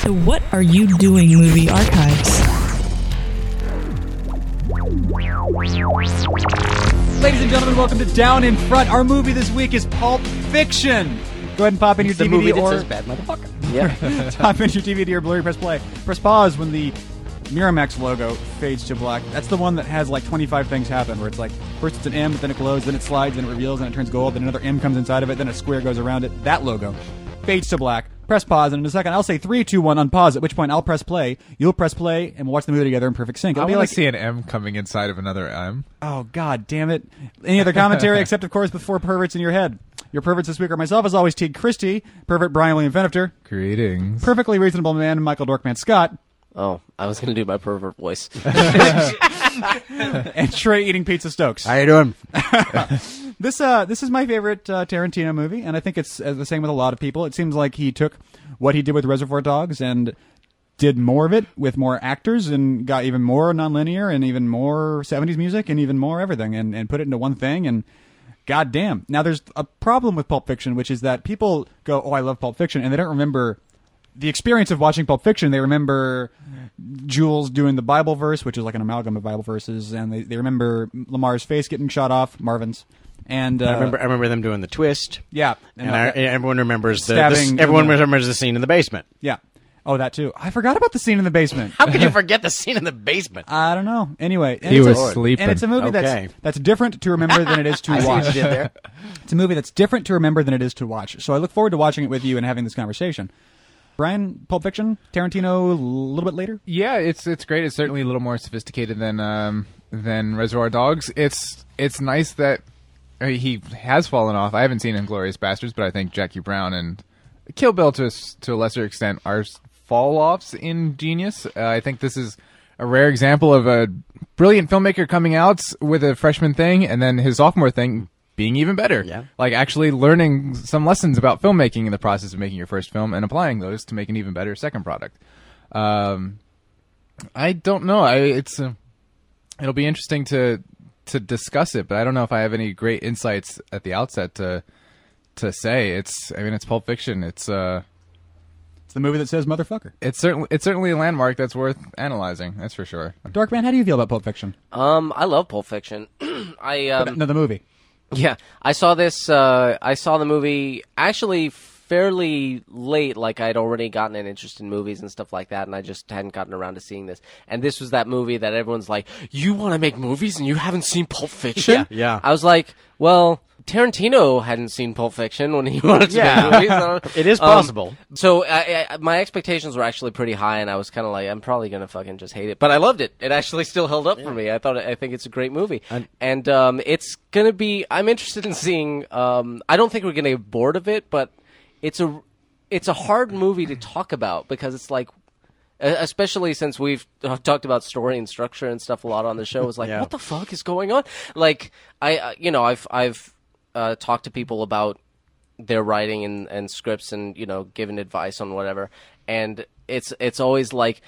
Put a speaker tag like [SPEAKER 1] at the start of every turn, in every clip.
[SPEAKER 1] to What Are You Doing Movie Archives.
[SPEAKER 2] Ladies and gentlemen, welcome to Down in Front. Our movie this week is Pulp Fiction. Go ahead and pop in your
[SPEAKER 3] It's the
[SPEAKER 2] DVD
[SPEAKER 3] movie that
[SPEAKER 2] or
[SPEAKER 3] says bad motherfucker. Yeah.
[SPEAKER 2] pop in your DVD or blurry. Press play. Press pause when the Miramax logo fades to black. That's the one that has like 25 things happen. Where it's like first it's an M, but then it glows, then it slides, then it reveals, then it turns gold, then another M comes inside of it, then a square goes around it. That logo fades to black. Press pause, and in a second I'll say three, two, one, unpause. At which point I'll press play. You'll press play, and we'll watch the movie together in perfect sync.
[SPEAKER 4] I
[SPEAKER 2] It'll be
[SPEAKER 4] want
[SPEAKER 2] like
[SPEAKER 4] to see an M coming inside of another M.
[SPEAKER 2] Oh God, damn it! Any other commentary except, of course, before perverts in your head. Your perverts this week are myself, as always, Teague Christie, pervert Brian William Fenifter,
[SPEAKER 4] Greetings.
[SPEAKER 2] perfectly reasonable man Michael Dorkman Scott,
[SPEAKER 3] Oh, I was gonna do my pervert voice.
[SPEAKER 2] and Trey eating pizza Stokes.
[SPEAKER 5] How you doing?
[SPEAKER 2] This uh, this is my favorite uh, Tarantino movie, and I think it's uh, the same with a lot of people. It seems like he took what he did with Reservoir Dogs and did more of it with more actors and got even more nonlinear and even more 70s music and even more everything and, and put it into one thing and goddamn. Now there's a problem with Pulp Fiction, which is that people go, "Oh, I love Pulp Fiction," and they don't remember the experience of watching Pulp Fiction, they remember Jules doing the Bible verse, which is like an amalgam of Bible verses, and they, they remember Lamar's face getting shot off, Marvin's, and uh,
[SPEAKER 5] I remember. I remember them doing the twist.
[SPEAKER 2] yeah, uh,
[SPEAKER 5] and,
[SPEAKER 2] all
[SPEAKER 5] I,
[SPEAKER 2] that-
[SPEAKER 5] and everyone remembers the, the
[SPEAKER 2] Stabbing-
[SPEAKER 5] s- everyone remembers the scene in the basement.
[SPEAKER 2] yeah, oh that too. I forgot about the scene in the basement.
[SPEAKER 5] How could you forget the scene in the basement?
[SPEAKER 2] I don't know. Anyway, and
[SPEAKER 4] He
[SPEAKER 2] it's a-
[SPEAKER 4] was sleeping.
[SPEAKER 2] and it's a movie
[SPEAKER 5] Okay.
[SPEAKER 2] that's that's different to remember than it is to
[SPEAKER 5] see what
[SPEAKER 2] watch.
[SPEAKER 5] you did there.
[SPEAKER 2] It's a movie that's different to remember than it is to watch. So I look forward to watching it with you and having this conversation. Brian, Pulp Fiction, Tarantino, a little bit later.
[SPEAKER 4] Yeah, it's it's great. It's certainly a little more sophisticated than um, than Reservoir Dogs. It's it's nice that I mean, he has fallen off. I haven't seen Inglorious Bastards, but I think Jackie Brown and Kill Bill to a, s- to a lesser extent are s- fall offs in genius. Uh, I think this is a rare example of a brilliant filmmaker coming out with a freshman thing and then his sophomore thing being even better.
[SPEAKER 5] Yeah.
[SPEAKER 4] Like actually learning some lessons about filmmaking in the process of making your first film and applying those to make an even better second product. Um, I don't know. I it's uh, it'll be interesting to to discuss it, but I don't know if I have any great insights at the outset to to say. It's I mean it's Pulp Fiction. It's uh
[SPEAKER 2] It's the movie that says motherfucker.
[SPEAKER 4] it's certainly it's certainly a landmark that's worth analyzing. That's for sure.
[SPEAKER 2] Darkman, how do you feel about Pulp Fiction?
[SPEAKER 3] um, I love Pulp Fiction. I um,
[SPEAKER 2] no, the movie.
[SPEAKER 3] yeah, I saw this. Uh, I saw the movie actually fairly late. Like I'd already gotten an interest in movies and stuff like that, and I just hadn't gotten around to seeing this. And this was that movie that everyone's like, "You want to make movies and you haven't seen Pulp Fiction?"
[SPEAKER 5] Yeah.
[SPEAKER 3] I was like, "Well." Tarantino hadn't seen Pulp Fiction when he wanted to
[SPEAKER 5] Yeah.
[SPEAKER 3] make movies. I don't-
[SPEAKER 5] It is
[SPEAKER 3] Um,
[SPEAKER 5] possible.
[SPEAKER 3] So I, I, my expectations were actually pretty high, and I was kind of like, I'm probably gonna fucking just hate it. But I loved it. It actually still held up for me. I thought I think it's a great movie, and um, it's gonna be. I'm interested in seeing. Um, I don't think we're gonna get bored of it, but it's a it's a hard movie to talk about because it's like. e- Especially since we've uh, talked about story and structure and stuff a lot on the show, it's like,
[SPEAKER 5] Yeah.
[SPEAKER 3] what the fuck is going on? Like, I, uh, you know, I've I've uh, talked to people about their writing and, and scripts and you know giving advice on whatever and it's it's always like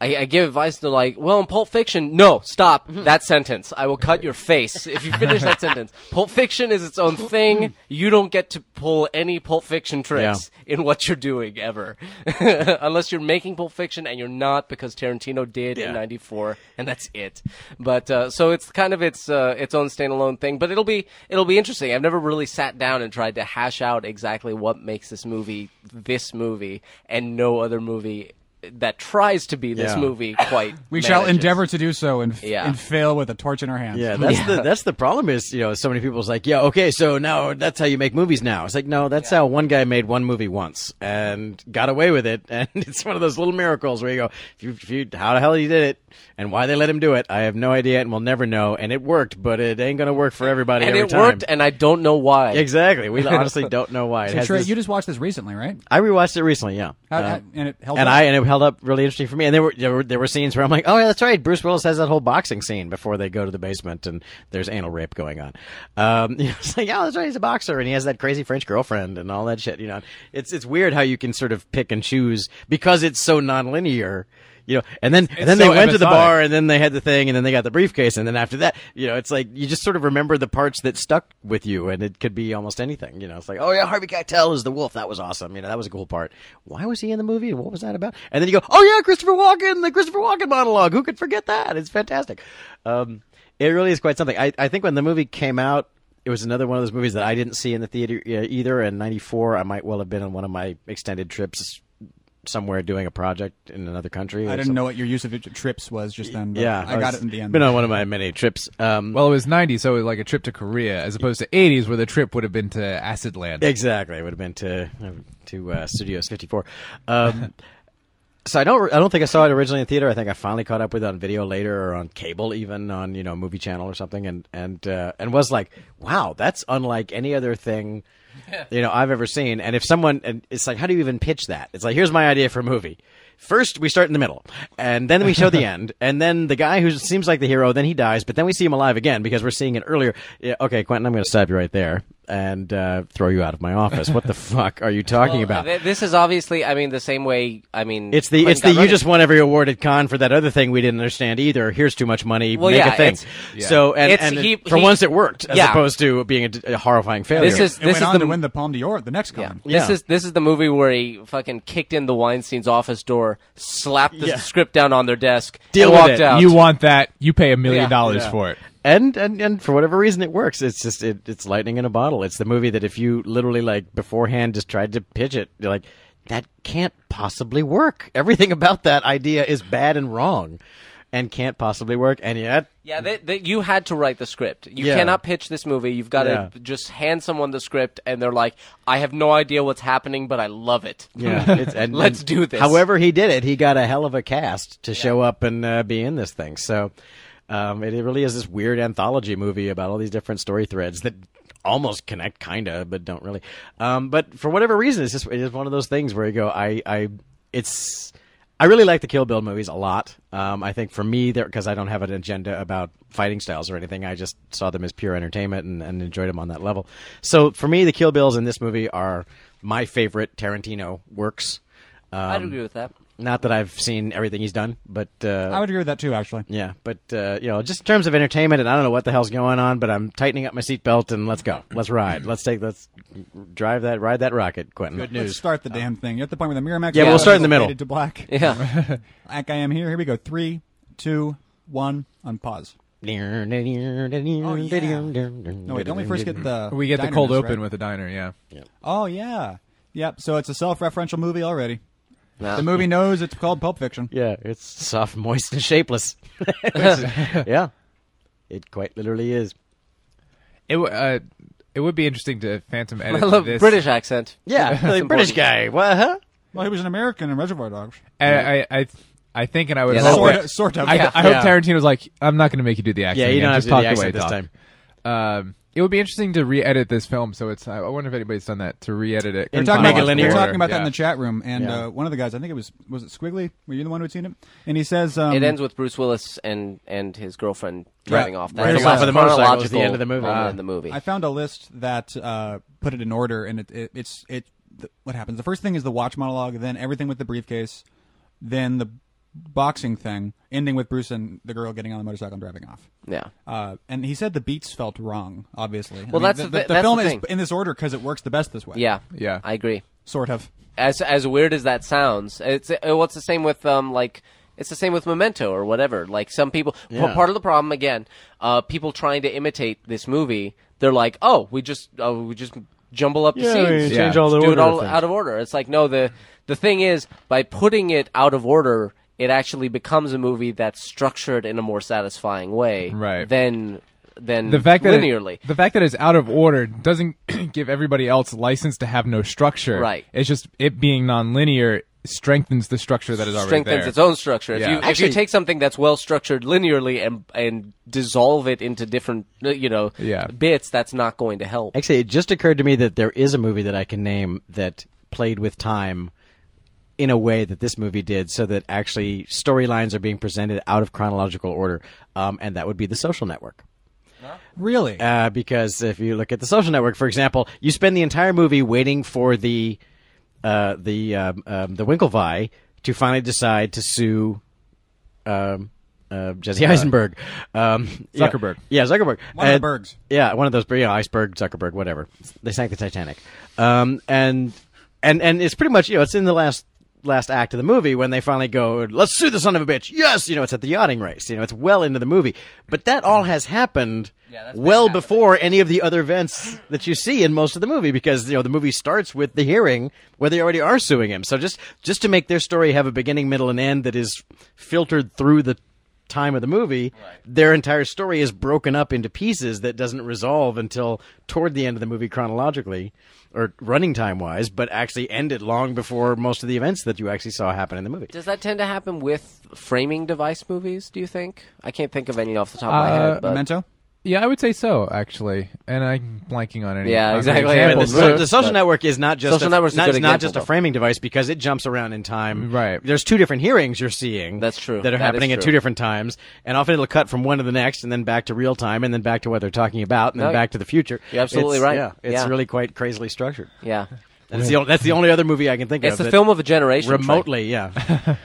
[SPEAKER 3] I, I give advice to like well in pulp fiction no stop that sentence i will cut your face if you finish that sentence pulp fiction is its own thing you don't get to pull any pulp fiction tricks in what you're doing ever unless you're making pulp fiction and you're not because tarantino did in
[SPEAKER 5] Yeah.
[SPEAKER 3] 94 and that's it but uh, so it's kind of its uh, its own standalone thing but it'll be it'll be interesting i've never really sat down and tried to hash out exactly what makes this movie this movie and no other movie that tries to be this
[SPEAKER 5] Yeah.
[SPEAKER 3] movie quite
[SPEAKER 2] We shall
[SPEAKER 3] manages.
[SPEAKER 2] endeavor to do so and, f-
[SPEAKER 3] Yeah.
[SPEAKER 2] and fail with a torch in our hands.
[SPEAKER 5] Yeah, that's the that's the problem is you know so many people's like yeah okay so now that's how you make movies now it's like no that's how one guy made one movie once and got away with it and it's one of those little miracles where you go if you, if you how the hell he did it and why they let him do it I have no idea and we'll never know and it worked but it ain't gonna work for everybody
[SPEAKER 3] and
[SPEAKER 5] every
[SPEAKER 3] it
[SPEAKER 5] time.
[SPEAKER 3] worked and i don't know why
[SPEAKER 5] exactly we honestly don't know why it
[SPEAKER 2] So
[SPEAKER 5] has
[SPEAKER 2] Trey,
[SPEAKER 5] this-
[SPEAKER 2] you just watched this recently, right?
[SPEAKER 5] I rewatched it recently yeah
[SPEAKER 2] How,
[SPEAKER 5] Uh,
[SPEAKER 2] how- and it held
[SPEAKER 5] and
[SPEAKER 2] up?
[SPEAKER 5] I and it held up really interesting for me. And there were, there were there were scenes where I'm like, oh yeah, that's right. Bruce Willis has that whole boxing scene before they go to the basement and there's anal rape going on. Um, you know, it's like, oh, that's right, he's a boxer and he has that crazy French girlfriend and all that shit. You know, it's it's weird how you can sort of pick and choose because it's so nonlinear. you know, and then and then
[SPEAKER 4] so
[SPEAKER 5] they went to the
[SPEAKER 4] episodic.
[SPEAKER 5] bar, and then they had the thing, and then they got the briefcase, and then after that, you know, it's like you just sort of remember the parts that stuck with you, and it could be almost anything. You know, it's like, oh yeah, Harvey Keitel is the wolf. That was awesome. You know, that was a cool part. Why was he in the movie? What was that about? And then you go, oh yeah, Christopher Walken, the Christopher Walken monologue. Who could forget that? It's fantastic. Um, it really is quite something. I, I think when the movie came out, it was another one of those movies that I didn't see in the theater uh, either. In '94, I might well have been on one of my extended trips somewhere doing a project in another country. or
[SPEAKER 2] I didn't
[SPEAKER 5] something.
[SPEAKER 2] know what your use of it- trips was just then. But
[SPEAKER 5] Yeah,
[SPEAKER 2] I got
[SPEAKER 5] was-
[SPEAKER 2] it in the end.
[SPEAKER 5] Been on one of my many trips. Um,
[SPEAKER 4] Well, it was 90, so it was like a trip to Korea, as opposed to 80s, where the trip would have been to Acid Land.
[SPEAKER 5] Exactly, I would have been to to uh, Studios 54. Um, so I don't I don't think I saw it originally in theater. I think I finally caught up with it on video later or on cable, even on you know movie channel or something, and and uh, and was like, wow, that's unlike any other thing. You know, I've ever seen, and if someone, and it's like, how do you even pitch that? It's like, here's my idea for a movie. First, we start in the middle, and then we show the end, and then the guy who seems like the hero, then he dies, but then we see him alive again because we're seeing it earlier. Yeah, okay, Quentin, I'm going to stab you right there and uh, throw you out of my office. What the fuck are you talking
[SPEAKER 3] Well,
[SPEAKER 5] about?
[SPEAKER 3] Uh, th- this is obviously, I mean, the same way. I mean,
[SPEAKER 5] It's the
[SPEAKER 3] Quentin
[SPEAKER 5] it's the
[SPEAKER 3] got
[SPEAKER 5] you
[SPEAKER 3] running.
[SPEAKER 5] just won every award at Cannes for that other thing we didn't understand either. Here's too much money.
[SPEAKER 3] Well,
[SPEAKER 5] make
[SPEAKER 3] yeah,
[SPEAKER 5] a thing.
[SPEAKER 3] it's-
[SPEAKER 5] So and,
[SPEAKER 3] It's-
[SPEAKER 5] and
[SPEAKER 3] he-
[SPEAKER 5] for
[SPEAKER 3] he-
[SPEAKER 5] once it worked as
[SPEAKER 3] yeah.
[SPEAKER 5] opposed to being a d- a, horrifying failure.
[SPEAKER 3] This is
[SPEAKER 2] It went
[SPEAKER 3] this is
[SPEAKER 2] on
[SPEAKER 3] the
[SPEAKER 2] to win the Palme d'Or at the next
[SPEAKER 3] Yeah.
[SPEAKER 2] con.
[SPEAKER 3] This
[SPEAKER 5] Yeah.
[SPEAKER 3] is this is the movie where he fucking kicked in the Weinstein's office door, slapped the
[SPEAKER 5] Yeah.
[SPEAKER 3] script down on their desk, and
[SPEAKER 5] Deal with
[SPEAKER 3] walked
[SPEAKER 5] it.
[SPEAKER 3] out.
[SPEAKER 4] You want that, you pay a million
[SPEAKER 3] Yeah.
[SPEAKER 4] dollars
[SPEAKER 2] Yeah.
[SPEAKER 4] for it.
[SPEAKER 5] and and and for whatever reason it works it's just it, it's lightning in a bottle it's the movie that if you literally like beforehand just tried to pitch it you're like that can't possibly work everything about that idea is bad and wrong and can't possibly work and yet
[SPEAKER 3] yeah, they, they, you had to write the script. You
[SPEAKER 5] Yeah.
[SPEAKER 3] cannot pitch this movie. You've got to
[SPEAKER 5] Yeah.
[SPEAKER 3] just hand someone the script, and they're like, "I have no idea what's happening, but I love it."
[SPEAKER 5] yeah it's, and,
[SPEAKER 3] Let's
[SPEAKER 5] and
[SPEAKER 3] do this.
[SPEAKER 5] however he did it he got a hell of a cast to show up and uh, be in this thing so um, it, it really is this weird anthology movie about all these different story threads that almost connect kinda but don't really um, but for whatever reason it's just it is one of those things where you go i i it's I really like the Kill Bill movies a lot. Um, I think for me, because I don't have an agenda about fighting styles or anything, I just saw them as pure entertainment and, and enjoyed them on that level. So for me, the Kill Bills in this movie are my favorite Tarantino works. Um,
[SPEAKER 3] I'd agree with that.
[SPEAKER 5] Not that I've seen everything he's done, but uh,
[SPEAKER 2] I would agree with that too, actually.
[SPEAKER 5] yeah, but uh, you know, just in terms of entertainment, and I don't know what the hell's going on, but I'm tightening up my seatbelt and let's go, let's ride, let's take, let's drive that, ride that rocket, Quentin.
[SPEAKER 2] Good Let's start the damn thing. You're at the point where the Miramax.
[SPEAKER 5] Yeah,
[SPEAKER 3] we'll start
[SPEAKER 5] in the middle.
[SPEAKER 2] faded To black.
[SPEAKER 3] Yeah,
[SPEAKER 2] Like I am here. Here we go. Three, two, one. Unpause. Oh, No,
[SPEAKER 5] No,
[SPEAKER 2] wait. Don't we first get the?
[SPEAKER 4] We get the
[SPEAKER 2] diner
[SPEAKER 4] cold
[SPEAKER 2] news,
[SPEAKER 4] open
[SPEAKER 2] right?
[SPEAKER 4] with the diner, yeah.
[SPEAKER 2] Oh yeah. Yep. So it's a self-referential movie already.
[SPEAKER 3] Nah.
[SPEAKER 2] The movie knows it's called Pulp Fiction.
[SPEAKER 5] Yeah, it's soft, moist, and shapeless. yeah, it quite literally is.
[SPEAKER 4] It, w- uh, it would be interesting to Phantom edit
[SPEAKER 3] I love
[SPEAKER 4] this.
[SPEAKER 3] British accent.
[SPEAKER 5] Yeah, the British guy. What? Huh?
[SPEAKER 2] Well, he was an American in Reservoir Dogs.
[SPEAKER 4] I, I, I, I think, and I would
[SPEAKER 3] Yeah,
[SPEAKER 4] hope
[SPEAKER 3] that
[SPEAKER 2] Sort
[SPEAKER 4] that-
[SPEAKER 2] of. Sort of.
[SPEAKER 4] I,
[SPEAKER 3] Yeah.
[SPEAKER 4] I hope Tarantino's like, I'm not going to make you do the accent.
[SPEAKER 5] Yeah, you
[SPEAKER 4] again.
[SPEAKER 5] don't have
[SPEAKER 4] Just
[SPEAKER 5] to
[SPEAKER 4] talk
[SPEAKER 5] do the
[SPEAKER 4] the way
[SPEAKER 5] accent this
[SPEAKER 4] it
[SPEAKER 5] time.
[SPEAKER 4] talks. Um, it would be interesting to re-edit this film. So it's. I I wonder if anybody's done that to re-edit it.
[SPEAKER 5] We're
[SPEAKER 2] We're talking
[SPEAKER 5] Make
[SPEAKER 2] about,
[SPEAKER 5] it linear.
[SPEAKER 2] we're talking about that
[SPEAKER 4] Yeah.
[SPEAKER 2] in the chat room, and
[SPEAKER 5] Yeah.
[SPEAKER 2] uh, one of the guys, I think it was, was it Squiggly? Were you the one who had seen it? And he says, um,
[SPEAKER 3] It ends with Bruce Willis and and his girlfriend driving off. That's
[SPEAKER 2] Driving
[SPEAKER 3] the
[SPEAKER 2] off
[SPEAKER 3] last
[SPEAKER 2] with
[SPEAKER 5] a motorcycle at the
[SPEAKER 3] chronological
[SPEAKER 5] end of the movie.
[SPEAKER 3] moment
[SPEAKER 5] Ah.
[SPEAKER 3] in the movie.
[SPEAKER 2] I found a list that uh, put it in order, and it, it, it's it. Th- what happens? The first thing is the watch monologue, then everything with the briefcase, then the boxing thing, ending with Bruce and the girl getting on the motorcycle and driving off.
[SPEAKER 3] yeah.
[SPEAKER 2] Uh, and he said the beats felt wrong. Obviously,
[SPEAKER 3] Well, that's the
[SPEAKER 2] the,
[SPEAKER 3] thi- that's
[SPEAKER 2] film
[SPEAKER 3] the
[SPEAKER 2] is
[SPEAKER 3] thing.
[SPEAKER 2] in this order because it works the best this way.
[SPEAKER 3] Yeah.
[SPEAKER 4] Yeah.
[SPEAKER 3] I agree.
[SPEAKER 2] sort of.
[SPEAKER 3] As as weird as that sounds, it's uh, well, it's the same with um like it's the same with Memento or whatever. Like some people, p-
[SPEAKER 5] Yeah.
[SPEAKER 3] part of the problem again, uh, people trying to imitate this movie, they're like, oh, we just uh, we just jumble up the scenes.
[SPEAKER 4] change
[SPEAKER 3] Just do it all out of order. It's like no, the the thing is by putting it out of order, it actually becomes a movie that's structured in a more satisfying way.
[SPEAKER 4] Right.
[SPEAKER 3] Than than
[SPEAKER 4] the fact that it-
[SPEAKER 3] linearly.
[SPEAKER 4] the fact that it's out of order doesn't give everybody else license to have no structure.
[SPEAKER 3] Right.
[SPEAKER 4] It's just it being nonlinear strengthens the structure that is already
[SPEAKER 3] strengthens
[SPEAKER 4] there.
[SPEAKER 3] its own structure. If,
[SPEAKER 4] Yeah.
[SPEAKER 3] you, if
[SPEAKER 5] Actually-
[SPEAKER 3] you take something that's well structured linearly and and dissolve it into different uh, you know
[SPEAKER 4] Yeah.
[SPEAKER 3] bits, that's not going to help.
[SPEAKER 5] Actually, it just occurred to me that there is a movie that I can name that played with time in a way that this movie did, so that actually storylines are being presented out of chronological order, um, and that would be The Social Network.
[SPEAKER 2] Really?
[SPEAKER 5] Uh, because if you look at The Social Network, for example, you spend the entire movie waiting for the uh, the um, um, the Winklevi to finally decide to sue um, uh, Jesse Eisenberg, um, yeah.
[SPEAKER 4] Zuckerberg.
[SPEAKER 5] yeah, Zuckerberg,
[SPEAKER 2] One of the
[SPEAKER 5] And-
[SPEAKER 2] Bergs.
[SPEAKER 5] yeah, one of those, you know, iceberg, Zuckerberg, whatever. They sank the Titanic, um, and and and it's pretty much you know it's in the last last act of the movie when they finally go, let's sue the son of a bitch. Yes, you know it's at the yachting race. You know it's well into the movie, but that all has happened
[SPEAKER 3] that's been
[SPEAKER 5] well
[SPEAKER 3] happening.
[SPEAKER 5] before any of the other events that you see in most of the movie because you know the movie starts with the hearing where they already are suing him. So just just to make their story have a beginning, middle, and end that is filtered through the time of the movie, their entire story is broken up into pieces that doesn't resolve until toward the end of the movie chronologically or running time wise, but actually ended long before most of the events that you actually saw happen in the movie.
[SPEAKER 3] Does that tend to happen with framing device movies? Do you think? I can't think of any off the top of my
[SPEAKER 4] Uh,
[SPEAKER 3] head. But
[SPEAKER 2] Memento.
[SPEAKER 4] Yeah, I would say so actually, and I'm blanking on any.
[SPEAKER 3] Yeah,
[SPEAKER 4] other
[SPEAKER 3] exactly.
[SPEAKER 5] But Oh, the,
[SPEAKER 4] examples.
[SPEAKER 3] Well,
[SPEAKER 5] so-
[SPEAKER 3] no,
[SPEAKER 5] the social
[SPEAKER 3] but-
[SPEAKER 5] network is not just
[SPEAKER 3] Social
[SPEAKER 5] a,
[SPEAKER 3] network's a
[SPEAKER 5] not,
[SPEAKER 3] good
[SPEAKER 5] it's not
[SPEAKER 3] example,
[SPEAKER 5] just a
[SPEAKER 3] though.
[SPEAKER 5] framing device because it jumps around in time.
[SPEAKER 4] Right.
[SPEAKER 5] There's two different hearings you're seeing.
[SPEAKER 3] That's true.
[SPEAKER 5] That are
[SPEAKER 3] That
[SPEAKER 5] happening
[SPEAKER 3] is
[SPEAKER 5] at
[SPEAKER 3] true.
[SPEAKER 5] two different times, and often it'll cut from one to the next, and then back to real time, and then back to what they're talking about, and then
[SPEAKER 3] No,
[SPEAKER 5] back to the future.
[SPEAKER 3] Oh, you're absolutely
[SPEAKER 5] It's-
[SPEAKER 3] right.
[SPEAKER 5] Yeah, it's
[SPEAKER 3] Yeah.
[SPEAKER 5] really quite crazily structured.
[SPEAKER 3] yeah,
[SPEAKER 5] That's the, only, that's the only other movie I can think
[SPEAKER 3] it's
[SPEAKER 5] of.
[SPEAKER 3] the
[SPEAKER 5] that-
[SPEAKER 3] film of a generation. Trey.
[SPEAKER 5] remotely, yeah.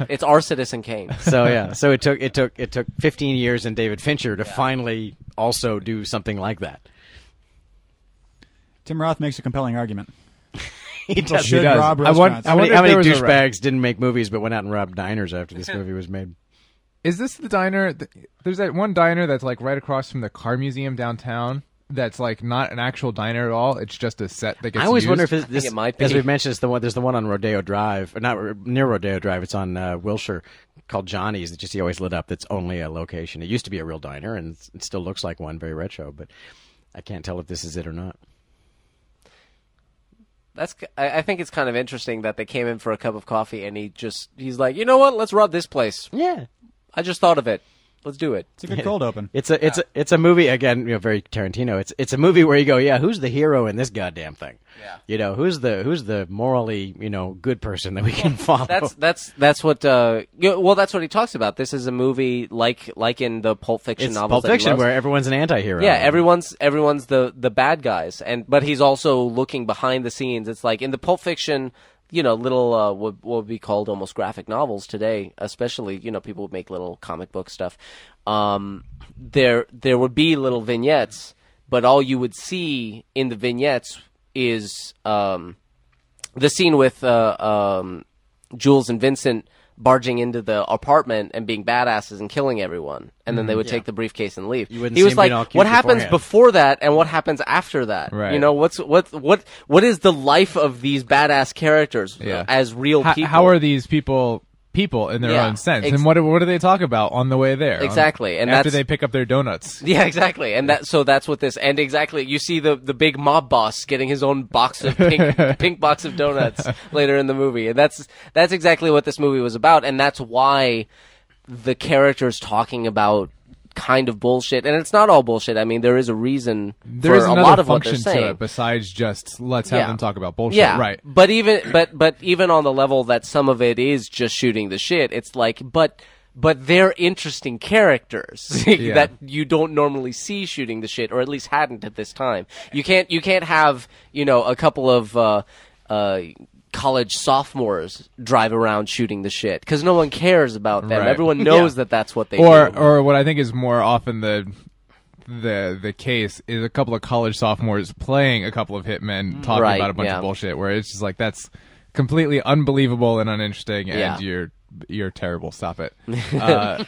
[SPEAKER 3] it's our Citizen Kane.
[SPEAKER 5] So yeah, so it took it took it took 15 years and David Fincher to finally also do something like that.
[SPEAKER 2] Tim Roth makes a compelling argument.
[SPEAKER 5] He
[SPEAKER 2] People
[SPEAKER 5] does.
[SPEAKER 2] should
[SPEAKER 4] He does.
[SPEAKER 2] rob
[SPEAKER 4] I want-
[SPEAKER 2] restaurants.
[SPEAKER 4] I
[SPEAKER 5] How
[SPEAKER 4] want-
[SPEAKER 5] many,
[SPEAKER 4] wonder
[SPEAKER 5] how
[SPEAKER 4] if
[SPEAKER 5] many
[SPEAKER 4] there was a
[SPEAKER 5] douchebags didn't make movies but went out and robbed diners after this movie was made?
[SPEAKER 4] Is this the diner? That, there's that one diner that's like right across from the car museum downtown. That's like not an actual diner at all. It's just a set that gets.
[SPEAKER 5] I always
[SPEAKER 4] used.
[SPEAKER 5] wonder if it's, this,
[SPEAKER 3] it might
[SPEAKER 5] as
[SPEAKER 3] be.
[SPEAKER 5] we've mentioned, it's the one. There's the one on Rodeo Drive, or not r- near Rodeo Drive. It's on uh, Wilshire, called Johnny's that you see always lit up. That's only a location. It used to be a real diner, and it's- it still looks like one, very retro. But I can't tell if this is it or not.
[SPEAKER 3] That's. ki- I, I think it's kind of interesting that they came in for a cup of coffee and he just he's like, you know what? Let's rob this place.
[SPEAKER 5] Yeah,
[SPEAKER 3] I just thought of it. Let's do it.
[SPEAKER 2] It's a good cold open.
[SPEAKER 5] It's a it's a, it's a movie again, you know, very Tarantino. It's it's a movie where you go, yeah, who's the hero in this goddamn thing? Yeah. You know, who's the who's the morally, you know, good person that we can follow?
[SPEAKER 3] That's that's that's what. Uh, you know, well, that's what he talks about. This is a movie like like in the Pulp Fiction
[SPEAKER 5] it's
[SPEAKER 3] novels.
[SPEAKER 5] Pulp
[SPEAKER 3] that he
[SPEAKER 5] Fiction
[SPEAKER 3] loves.
[SPEAKER 5] where um, everyone's an anti-hero.
[SPEAKER 3] Yeah, everyone's everyone's the the bad guys, and but he's also looking behind the scenes. It's like in the Pulp Fiction, you know, little uh, what what would be called almost graphic novels today, especially you know people would make little comic book stuff. Um, there there would be little vignettes, but all you would see in the vignettes is um, the scene with uh, um, Jules and Vincent barging into the apartment and being badasses and killing everyone, and then they would take the briefcase and leave.
[SPEAKER 5] wouldn't
[SPEAKER 3] he
[SPEAKER 5] see
[SPEAKER 3] was
[SPEAKER 5] him
[SPEAKER 3] like,
[SPEAKER 5] being all cute
[SPEAKER 3] "What happens
[SPEAKER 5] beforehand."
[SPEAKER 3] before that, and what happens after that?
[SPEAKER 4] Right.
[SPEAKER 3] You know, what's what what what is the life of these badass characters
[SPEAKER 4] Yeah.
[SPEAKER 3] as real
[SPEAKER 4] how,
[SPEAKER 3] people?
[SPEAKER 4] how are these people people in their
[SPEAKER 3] Yeah,
[SPEAKER 4] own sense?
[SPEAKER 3] ex-
[SPEAKER 4] and what do- what do they talk about on the way there? On-
[SPEAKER 3] Exactly, and
[SPEAKER 4] after
[SPEAKER 3] that's-
[SPEAKER 4] they pick up their donuts.
[SPEAKER 3] yeah, exactly, and that so that's what this and exactly you see the the big mob boss getting his own box of pink pink box of donuts later in the movie, and that's that's exactly what this movie was about, and that's why the characters talking about kind of bullshit, and it's not all bullshit. I mean, there is a reason
[SPEAKER 4] There is
[SPEAKER 3] for a
[SPEAKER 4] another
[SPEAKER 3] lot of what they're
[SPEAKER 4] function
[SPEAKER 3] saying.
[SPEAKER 4] to it besides just let's have them talk about bullshit.
[SPEAKER 3] Yeah,
[SPEAKER 4] Right.
[SPEAKER 3] But even but but even on the level that some of it is just shooting the shit, it's like but but they're interesting characters that you don't normally see shooting the shit, or at least hadn't at this time. You can't you can't have you know a couple of. Uh, uh, College sophomores drive around shooting the shit because no one cares about them.
[SPEAKER 4] Right.
[SPEAKER 3] Everyone knows that that's what they
[SPEAKER 4] or
[SPEAKER 3] do.
[SPEAKER 4] or what I think is more often the the the case is a couple of college sophomores playing a couple of hitmen talking
[SPEAKER 3] Right,
[SPEAKER 4] about a bunch
[SPEAKER 3] yeah.
[SPEAKER 4] of bullshit where it's just like that's completely unbelievable and uninteresting and
[SPEAKER 3] Yeah.
[SPEAKER 4] you're you're terrible stop it uh,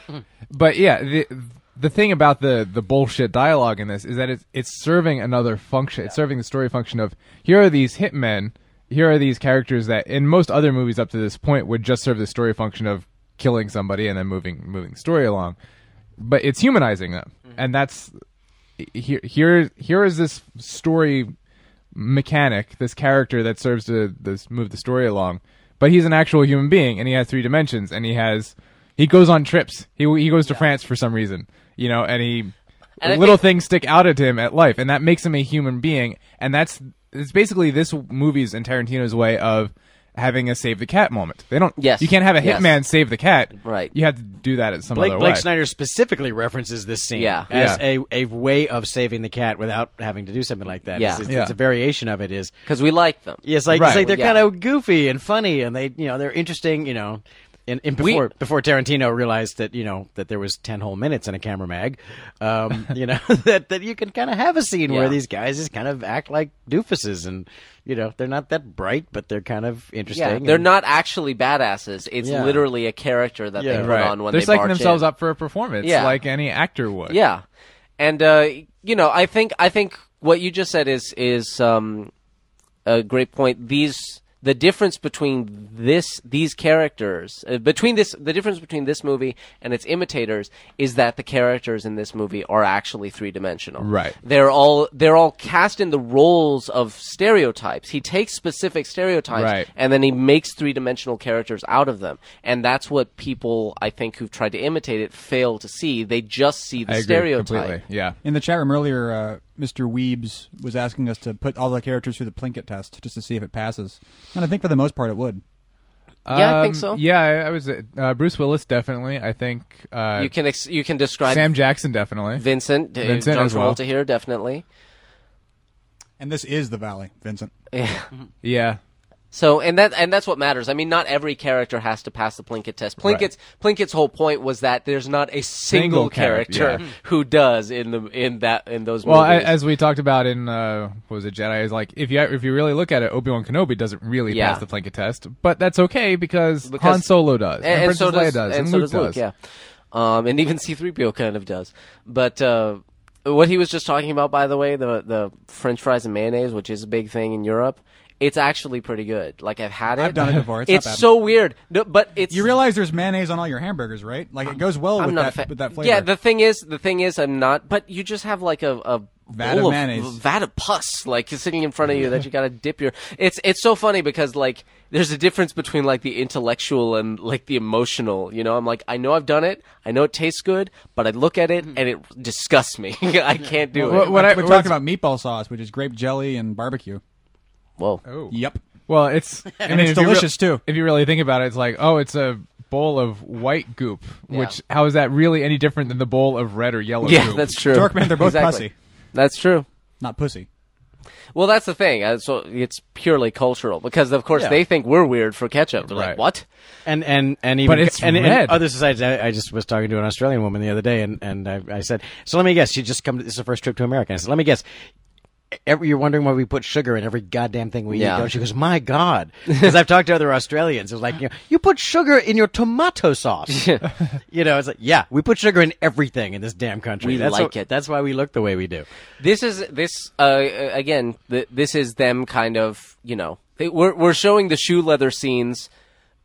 [SPEAKER 4] but yeah the the thing about the the bullshit dialogue in this is that it's it's serving another function it's serving the story function of here are these hitmen here are these characters that in most other movies up to this point would just serve the story function of killing somebody and then moving moving the story along but it's humanizing them and that's here here here is this story mechanic this character that serves to this move the story along but he's an actual human being and he has three dimensions and he has he goes on trips he he goes to France for some reason you know and he
[SPEAKER 3] And I
[SPEAKER 4] little
[SPEAKER 3] think-
[SPEAKER 4] things stick out at him at life and that makes him a human being and that's it's basically this movie's and Tarantino's way of having a save the cat moment they don't
[SPEAKER 3] Yes.
[SPEAKER 4] you can't have a
[SPEAKER 3] Yes.
[SPEAKER 4] hitman save the cat
[SPEAKER 3] Right.
[SPEAKER 4] you have to do that at some
[SPEAKER 5] Blake,
[SPEAKER 4] other
[SPEAKER 5] Blake
[SPEAKER 4] way
[SPEAKER 5] Snyder specifically references this scene
[SPEAKER 3] Yeah.
[SPEAKER 5] as
[SPEAKER 4] Yeah.
[SPEAKER 5] A, a way of saving the cat without having to do something like that.
[SPEAKER 3] Yeah.
[SPEAKER 5] It's, it's,
[SPEAKER 4] Yeah.
[SPEAKER 5] it's a variation of it is
[SPEAKER 3] because we like them.
[SPEAKER 5] Yeah, it's like
[SPEAKER 4] Right.
[SPEAKER 5] it's like they're
[SPEAKER 3] Yeah.
[SPEAKER 5] kind of goofy and funny, and they you know they're interesting. You know, in, in before before Tarantino realized that you know that there was ten whole minutes in a camera mag, um, you know that that you can kind of have a scene where
[SPEAKER 3] Yeah.
[SPEAKER 5] these guys just kind of act like doofuses and you know they're not that bright but they're kind of interesting.
[SPEAKER 3] Yeah, they're
[SPEAKER 5] and-
[SPEAKER 3] not actually badasses. It's
[SPEAKER 5] Yeah.
[SPEAKER 3] literally a character that
[SPEAKER 5] Yeah.
[SPEAKER 3] they put
[SPEAKER 5] Right.
[SPEAKER 3] on when
[SPEAKER 4] They're
[SPEAKER 3] they
[SPEAKER 4] psyching
[SPEAKER 3] march
[SPEAKER 4] themselves
[SPEAKER 3] in.
[SPEAKER 4] up for a performance,
[SPEAKER 3] Yeah.
[SPEAKER 4] like any actor would.
[SPEAKER 3] Yeah, and uh, you know, I think I think what you just said is is um, a great point. These the difference between this these characters uh, between this the difference between this movie and its imitators is that the characters in this movie are actually three dimensional.
[SPEAKER 4] Right.
[SPEAKER 3] They're all they're all cast in the roles of stereotypes. He takes specific stereotypes
[SPEAKER 4] Right.
[SPEAKER 3] and then he makes three dimensional characters out of them. And that's what people I think who've tried to imitate it fail to see. They just see the
[SPEAKER 4] I agree
[SPEAKER 3] stereotype.
[SPEAKER 4] completely. Yeah.
[SPEAKER 2] In the chat room earlier, uh, Mr. Weebs was asking us to put all the characters through the Plinkett test just to see if it passes. And I think for the most part it would.
[SPEAKER 3] Yeah, I think so.
[SPEAKER 4] Um, Yeah, I, I was uh, Bruce Willis definitely. I think uh,
[SPEAKER 3] You can ex- you can describe
[SPEAKER 4] Sam Jackson definitely.
[SPEAKER 3] Vincent, uh,
[SPEAKER 4] Vincent
[SPEAKER 3] John
[SPEAKER 4] as well.
[SPEAKER 3] Travolta here definitely.
[SPEAKER 2] And this is the Valley, Vincent.
[SPEAKER 3] Yeah.
[SPEAKER 4] yeah,
[SPEAKER 3] So and that and that's what matters. I mean, not every character has to pass the Plinkett test. Plinkett's Plinkett's whole point was that there's not a single,
[SPEAKER 4] Single character,
[SPEAKER 3] character who does in the in that in those
[SPEAKER 4] Well, I,
[SPEAKER 3] movies.
[SPEAKER 4] as we talked about in uh, what was it Jedi is like if you if you really look at it, Obi Wan Kenobi doesn't really
[SPEAKER 3] Yeah.
[SPEAKER 4] pass the Plinkett test, but that's okay because,
[SPEAKER 3] Because-
[SPEAKER 4] Han Solo does, and, Princess
[SPEAKER 3] so
[SPEAKER 4] Leia
[SPEAKER 3] does,
[SPEAKER 4] does,
[SPEAKER 3] and, so
[SPEAKER 4] Luke
[SPEAKER 3] does Luke, yeah. Um, and even C-3PO kind of does. But uh, what he was just talking about, by the way, the the French fries and mayonnaise, which is a big thing in Europe, it's actually pretty good. Like I've had it.
[SPEAKER 2] I've done it before. It's not bad.
[SPEAKER 3] so weird, no, but it's
[SPEAKER 2] You realize there's mayonnaise on all your hamburgers, right? Like it goes well with
[SPEAKER 3] I'm not
[SPEAKER 2] that,
[SPEAKER 3] a fan.
[SPEAKER 2] with that flavor.
[SPEAKER 3] Yeah, the thing is, the thing is, I'm not. But you just have like a, a
[SPEAKER 2] Vat
[SPEAKER 3] bowl
[SPEAKER 2] of
[SPEAKER 3] of
[SPEAKER 2] mayonnaise.
[SPEAKER 3] vat of pus, like sitting in front of you that you gotta dip your. It's it's so funny because like there's a difference between like the intellectual and like the emotional. You know, I'm like I know I've done it, I know it tastes good, but I look at
[SPEAKER 2] Mm-hmm.
[SPEAKER 3] it and it disgusts me. I can't do
[SPEAKER 4] Well,
[SPEAKER 3] it.
[SPEAKER 4] what I-
[SPEAKER 2] We're
[SPEAKER 4] what's-
[SPEAKER 2] talking about meatball sauce, which is grape jelly and barbecue.
[SPEAKER 3] Whoa.
[SPEAKER 4] Oh.
[SPEAKER 2] Yep.
[SPEAKER 4] Well, it's I mean,
[SPEAKER 2] it's
[SPEAKER 4] if you real-
[SPEAKER 2] delicious, too.
[SPEAKER 4] If you really think about it, it's like oh, it's a bowl of white goop. Which how is that really any different than the bowl of red or yellow?
[SPEAKER 3] Yeah,
[SPEAKER 4] goop?
[SPEAKER 3] that's true.
[SPEAKER 2] Dorkman, they're both
[SPEAKER 3] exactly.
[SPEAKER 2] pussy.
[SPEAKER 3] That's true.
[SPEAKER 2] Not pussy.
[SPEAKER 3] Well, that's the thing. Uh, So it's purely cultural because, of course,
[SPEAKER 5] Yeah.
[SPEAKER 3] they think we're weird for ketchup. They're
[SPEAKER 4] Right.
[SPEAKER 3] like, "What?
[SPEAKER 5] and and and even
[SPEAKER 4] it's
[SPEAKER 5] and, and
[SPEAKER 4] red.
[SPEAKER 5] other societies. I, I just was talking to an Australian woman the other day, and and I, I said, so let me guess, you just come. To, this is the first trip to America. I said, let me guess. Every, you're wondering why we put sugar in every goddamn thing we
[SPEAKER 3] Yeah.
[SPEAKER 5] eat. Don't you?" She goes, my God, because I've talked to other Australians. It was like, you, know, you put sugar in your tomato sauce. you know, it's like, yeah, we put sugar in everything in this damn country.
[SPEAKER 3] We
[SPEAKER 5] that's
[SPEAKER 3] like
[SPEAKER 5] wh-
[SPEAKER 3] it.
[SPEAKER 5] That's why we look the way we do.
[SPEAKER 3] this is this uh, again. Th- this is them kind of you know they, we're we're showing the shoe leather scenes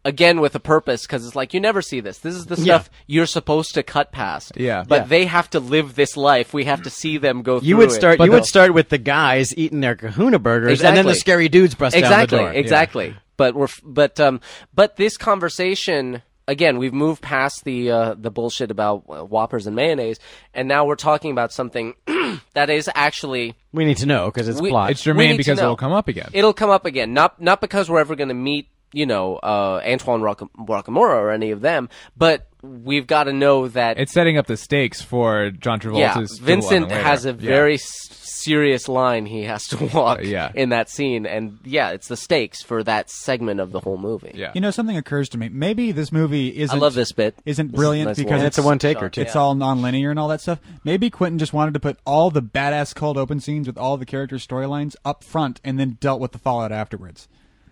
[SPEAKER 3] again with a purpose because it's like you never see this. This is the stuff you're supposed to cut past.
[SPEAKER 4] Yeah.
[SPEAKER 3] but
[SPEAKER 4] Yeah.
[SPEAKER 3] they have to live this life. We have to see them go.
[SPEAKER 5] You
[SPEAKER 3] through
[SPEAKER 5] would
[SPEAKER 3] it.
[SPEAKER 5] start.
[SPEAKER 3] But
[SPEAKER 5] You
[SPEAKER 3] the-
[SPEAKER 5] would start with the guys eating their Kahuna burgers, and then the
[SPEAKER 3] Exactly.
[SPEAKER 5] scary dudes bust
[SPEAKER 3] exactly,
[SPEAKER 5] down the door.
[SPEAKER 3] Exactly, But we're f- but um but this conversation again, we've moved past the uh, the bullshit about uh, Whoppers and mayonnaise, and now we're talking about something that is actually
[SPEAKER 5] We need to know because it's
[SPEAKER 3] We-
[SPEAKER 5] plot.
[SPEAKER 4] it's
[SPEAKER 3] We need
[SPEAKER 4] germane
[SPEAKER 3] to
[SPEAKER 4] because it'll
[SPEAKER 3] know.
[SPEAKER 4] come up again.
[SPEAKER 3] It'll come up again. Not not because we're ever going to meet, you know, uh, Antoine Rocca- Rocamora or any of them, but we've got to know that
[SPEAKER 4] it's setting up the stakes for John
[SPEAKER 3] yeah,
[SPEAKER 4] Travolta's.
[SPEAKER 3] Vincent has a
[SPEAKER 4] Yeah.
[SPEAKER 3] very s- serious line he has to walk
[SPEAKER 4] Uh, yeah.
[SPEAKER 3] in that scene, and yeah, it's the stakes for that segment of the whole movie.
[SPEAKER 4] Yeah.
[SPEAKER 2] You know, something occurs to me. Maybe this movie isn't.
[SPEAKER 3] love this bit.
[SPEAKER 2] Isn't
[SPEAKER 3] This is
[SPEAKER 2] brilliant
[SPEAKER 3] nice
[SPEAKER 2] because
[SPEAKER 3] one.
[SPEAKER 5] it's a one taker too.
[SPEAKER 2] It's all nonlinear and all that stuff. Maybe Quentin just wanted to put all the badass cold open scenes with all the characters' storylines up front, and then dealt with the fallout afterwards.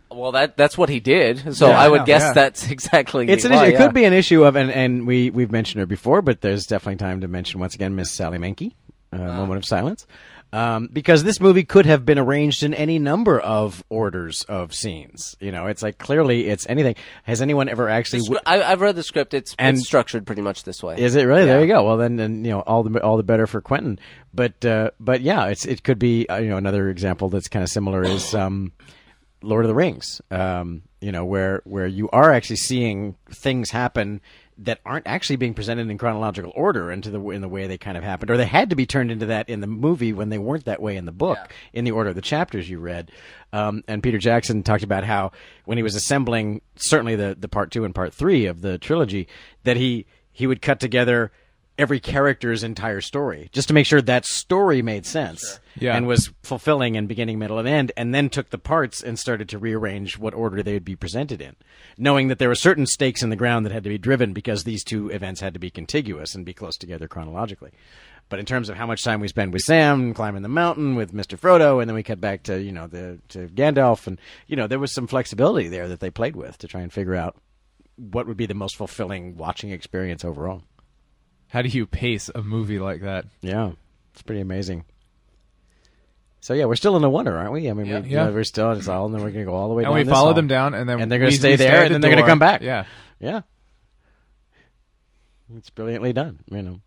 [SPEAKER 3] Well, that that's what he did. So
[SPEAKER 2] Yeah,
[SPEAKER 3] I
[SPEAKER 2] I
[SPEAKER 3] would
[SPEAKER 2] know,
[SPEAKER 3] guess
[SPEAKER 2] yeah.
[SPEAKER 3] that's exactly.
[SPEAKER 5] It's an
[SPEAKER 3] why,
[SPEAKER 5] issue. It
[SPEAKER 3] yeah.
[SPEAKER 5] could be an issue of, and, and we we've mentioned her before, but there's definitely time to mention once again Miss Sally Menke. A moment of silence, um, because this movie could have been arranged in any number of orders of scenes. You know, it's like clearly it's anything. Has anyone ever actually?
[SPEAKER 3] Scr- I, I've read the script. It's,
[SPEAKER 5] And-
[SPEAKER 3] it's structured pretty much this way.
[SPEAKER 5] Is it really? There you go. Well, then, then you know all the all the better for Quentin. But uh, but yeah, it's it could be uh, you know another example that's kind of similar is um, Lord of the Rings. Um, you know where where you are actually seeing things happen that aren't actually being presented in chronological order into the in the way they kind of happened, or they had to be turned into that in the movie when they weren't that way in the book in the order of the chapters you read. Um, and Peter Jackson talked about how when he was assembling certainly the the part two and part three of the trilogy that he he would cut together every character's entire story just to make sure that story made sense
[SPEAKER 4] Sure. Yeah.
[SPEAKER 5] and was fulfilling in beginning, middle, and end, and then took the parts and started to rearrange what order they would be presented in, knowing that there were certain stakes in the ground that had to be driven because these two events had to be contiguous and be close together chronologically. But in terms of how much time we spend with Sam climbing the mountain with Mister Frodo, and then we cut back to you know the to Gandalf, and you know there was some flexibility there that they played with to try and figure out what would be the most fulfilling watching experience overall.
[SPEAKER 4] How do you pace a movie like that?
[SPEAKER 5] Yeah, it's pretty amazing. So yeah, we're still in the wonder, aren't we? I mean,
[SPEAKER 4] Yeah.
[SPEAKER 5] we,
[SPEAKER 4] Yeah.
[SPEAKER 5] are still it's all, and then we're gonna go all the way.
[SPEAKER 4] And
[SPEAKER 5] down
[SPEAKER 4] we
[SPEAKER 5] this
[SPEAKER 4] follow
[SPEAKER 5] hall.
[SPEAKER 4] them down, and then
[SPEAKER 5] and they're gonna
[SPEAKER 4] we-
[SPEAKER 5] stay
[SPEAKER 4] we
[SPEAKER 5] there,
[SPEAKER 4] at
[SPEAKER 5] and
[SPEAKER 4] the
[SPEAKER 5] then they're gonna
[SPEAKER 4] door.
[SPEAKER 5] come back.
[SPEAKER 4] Yeah,
[SPEAKER 5] Yeah, it's brilliantly done. You know,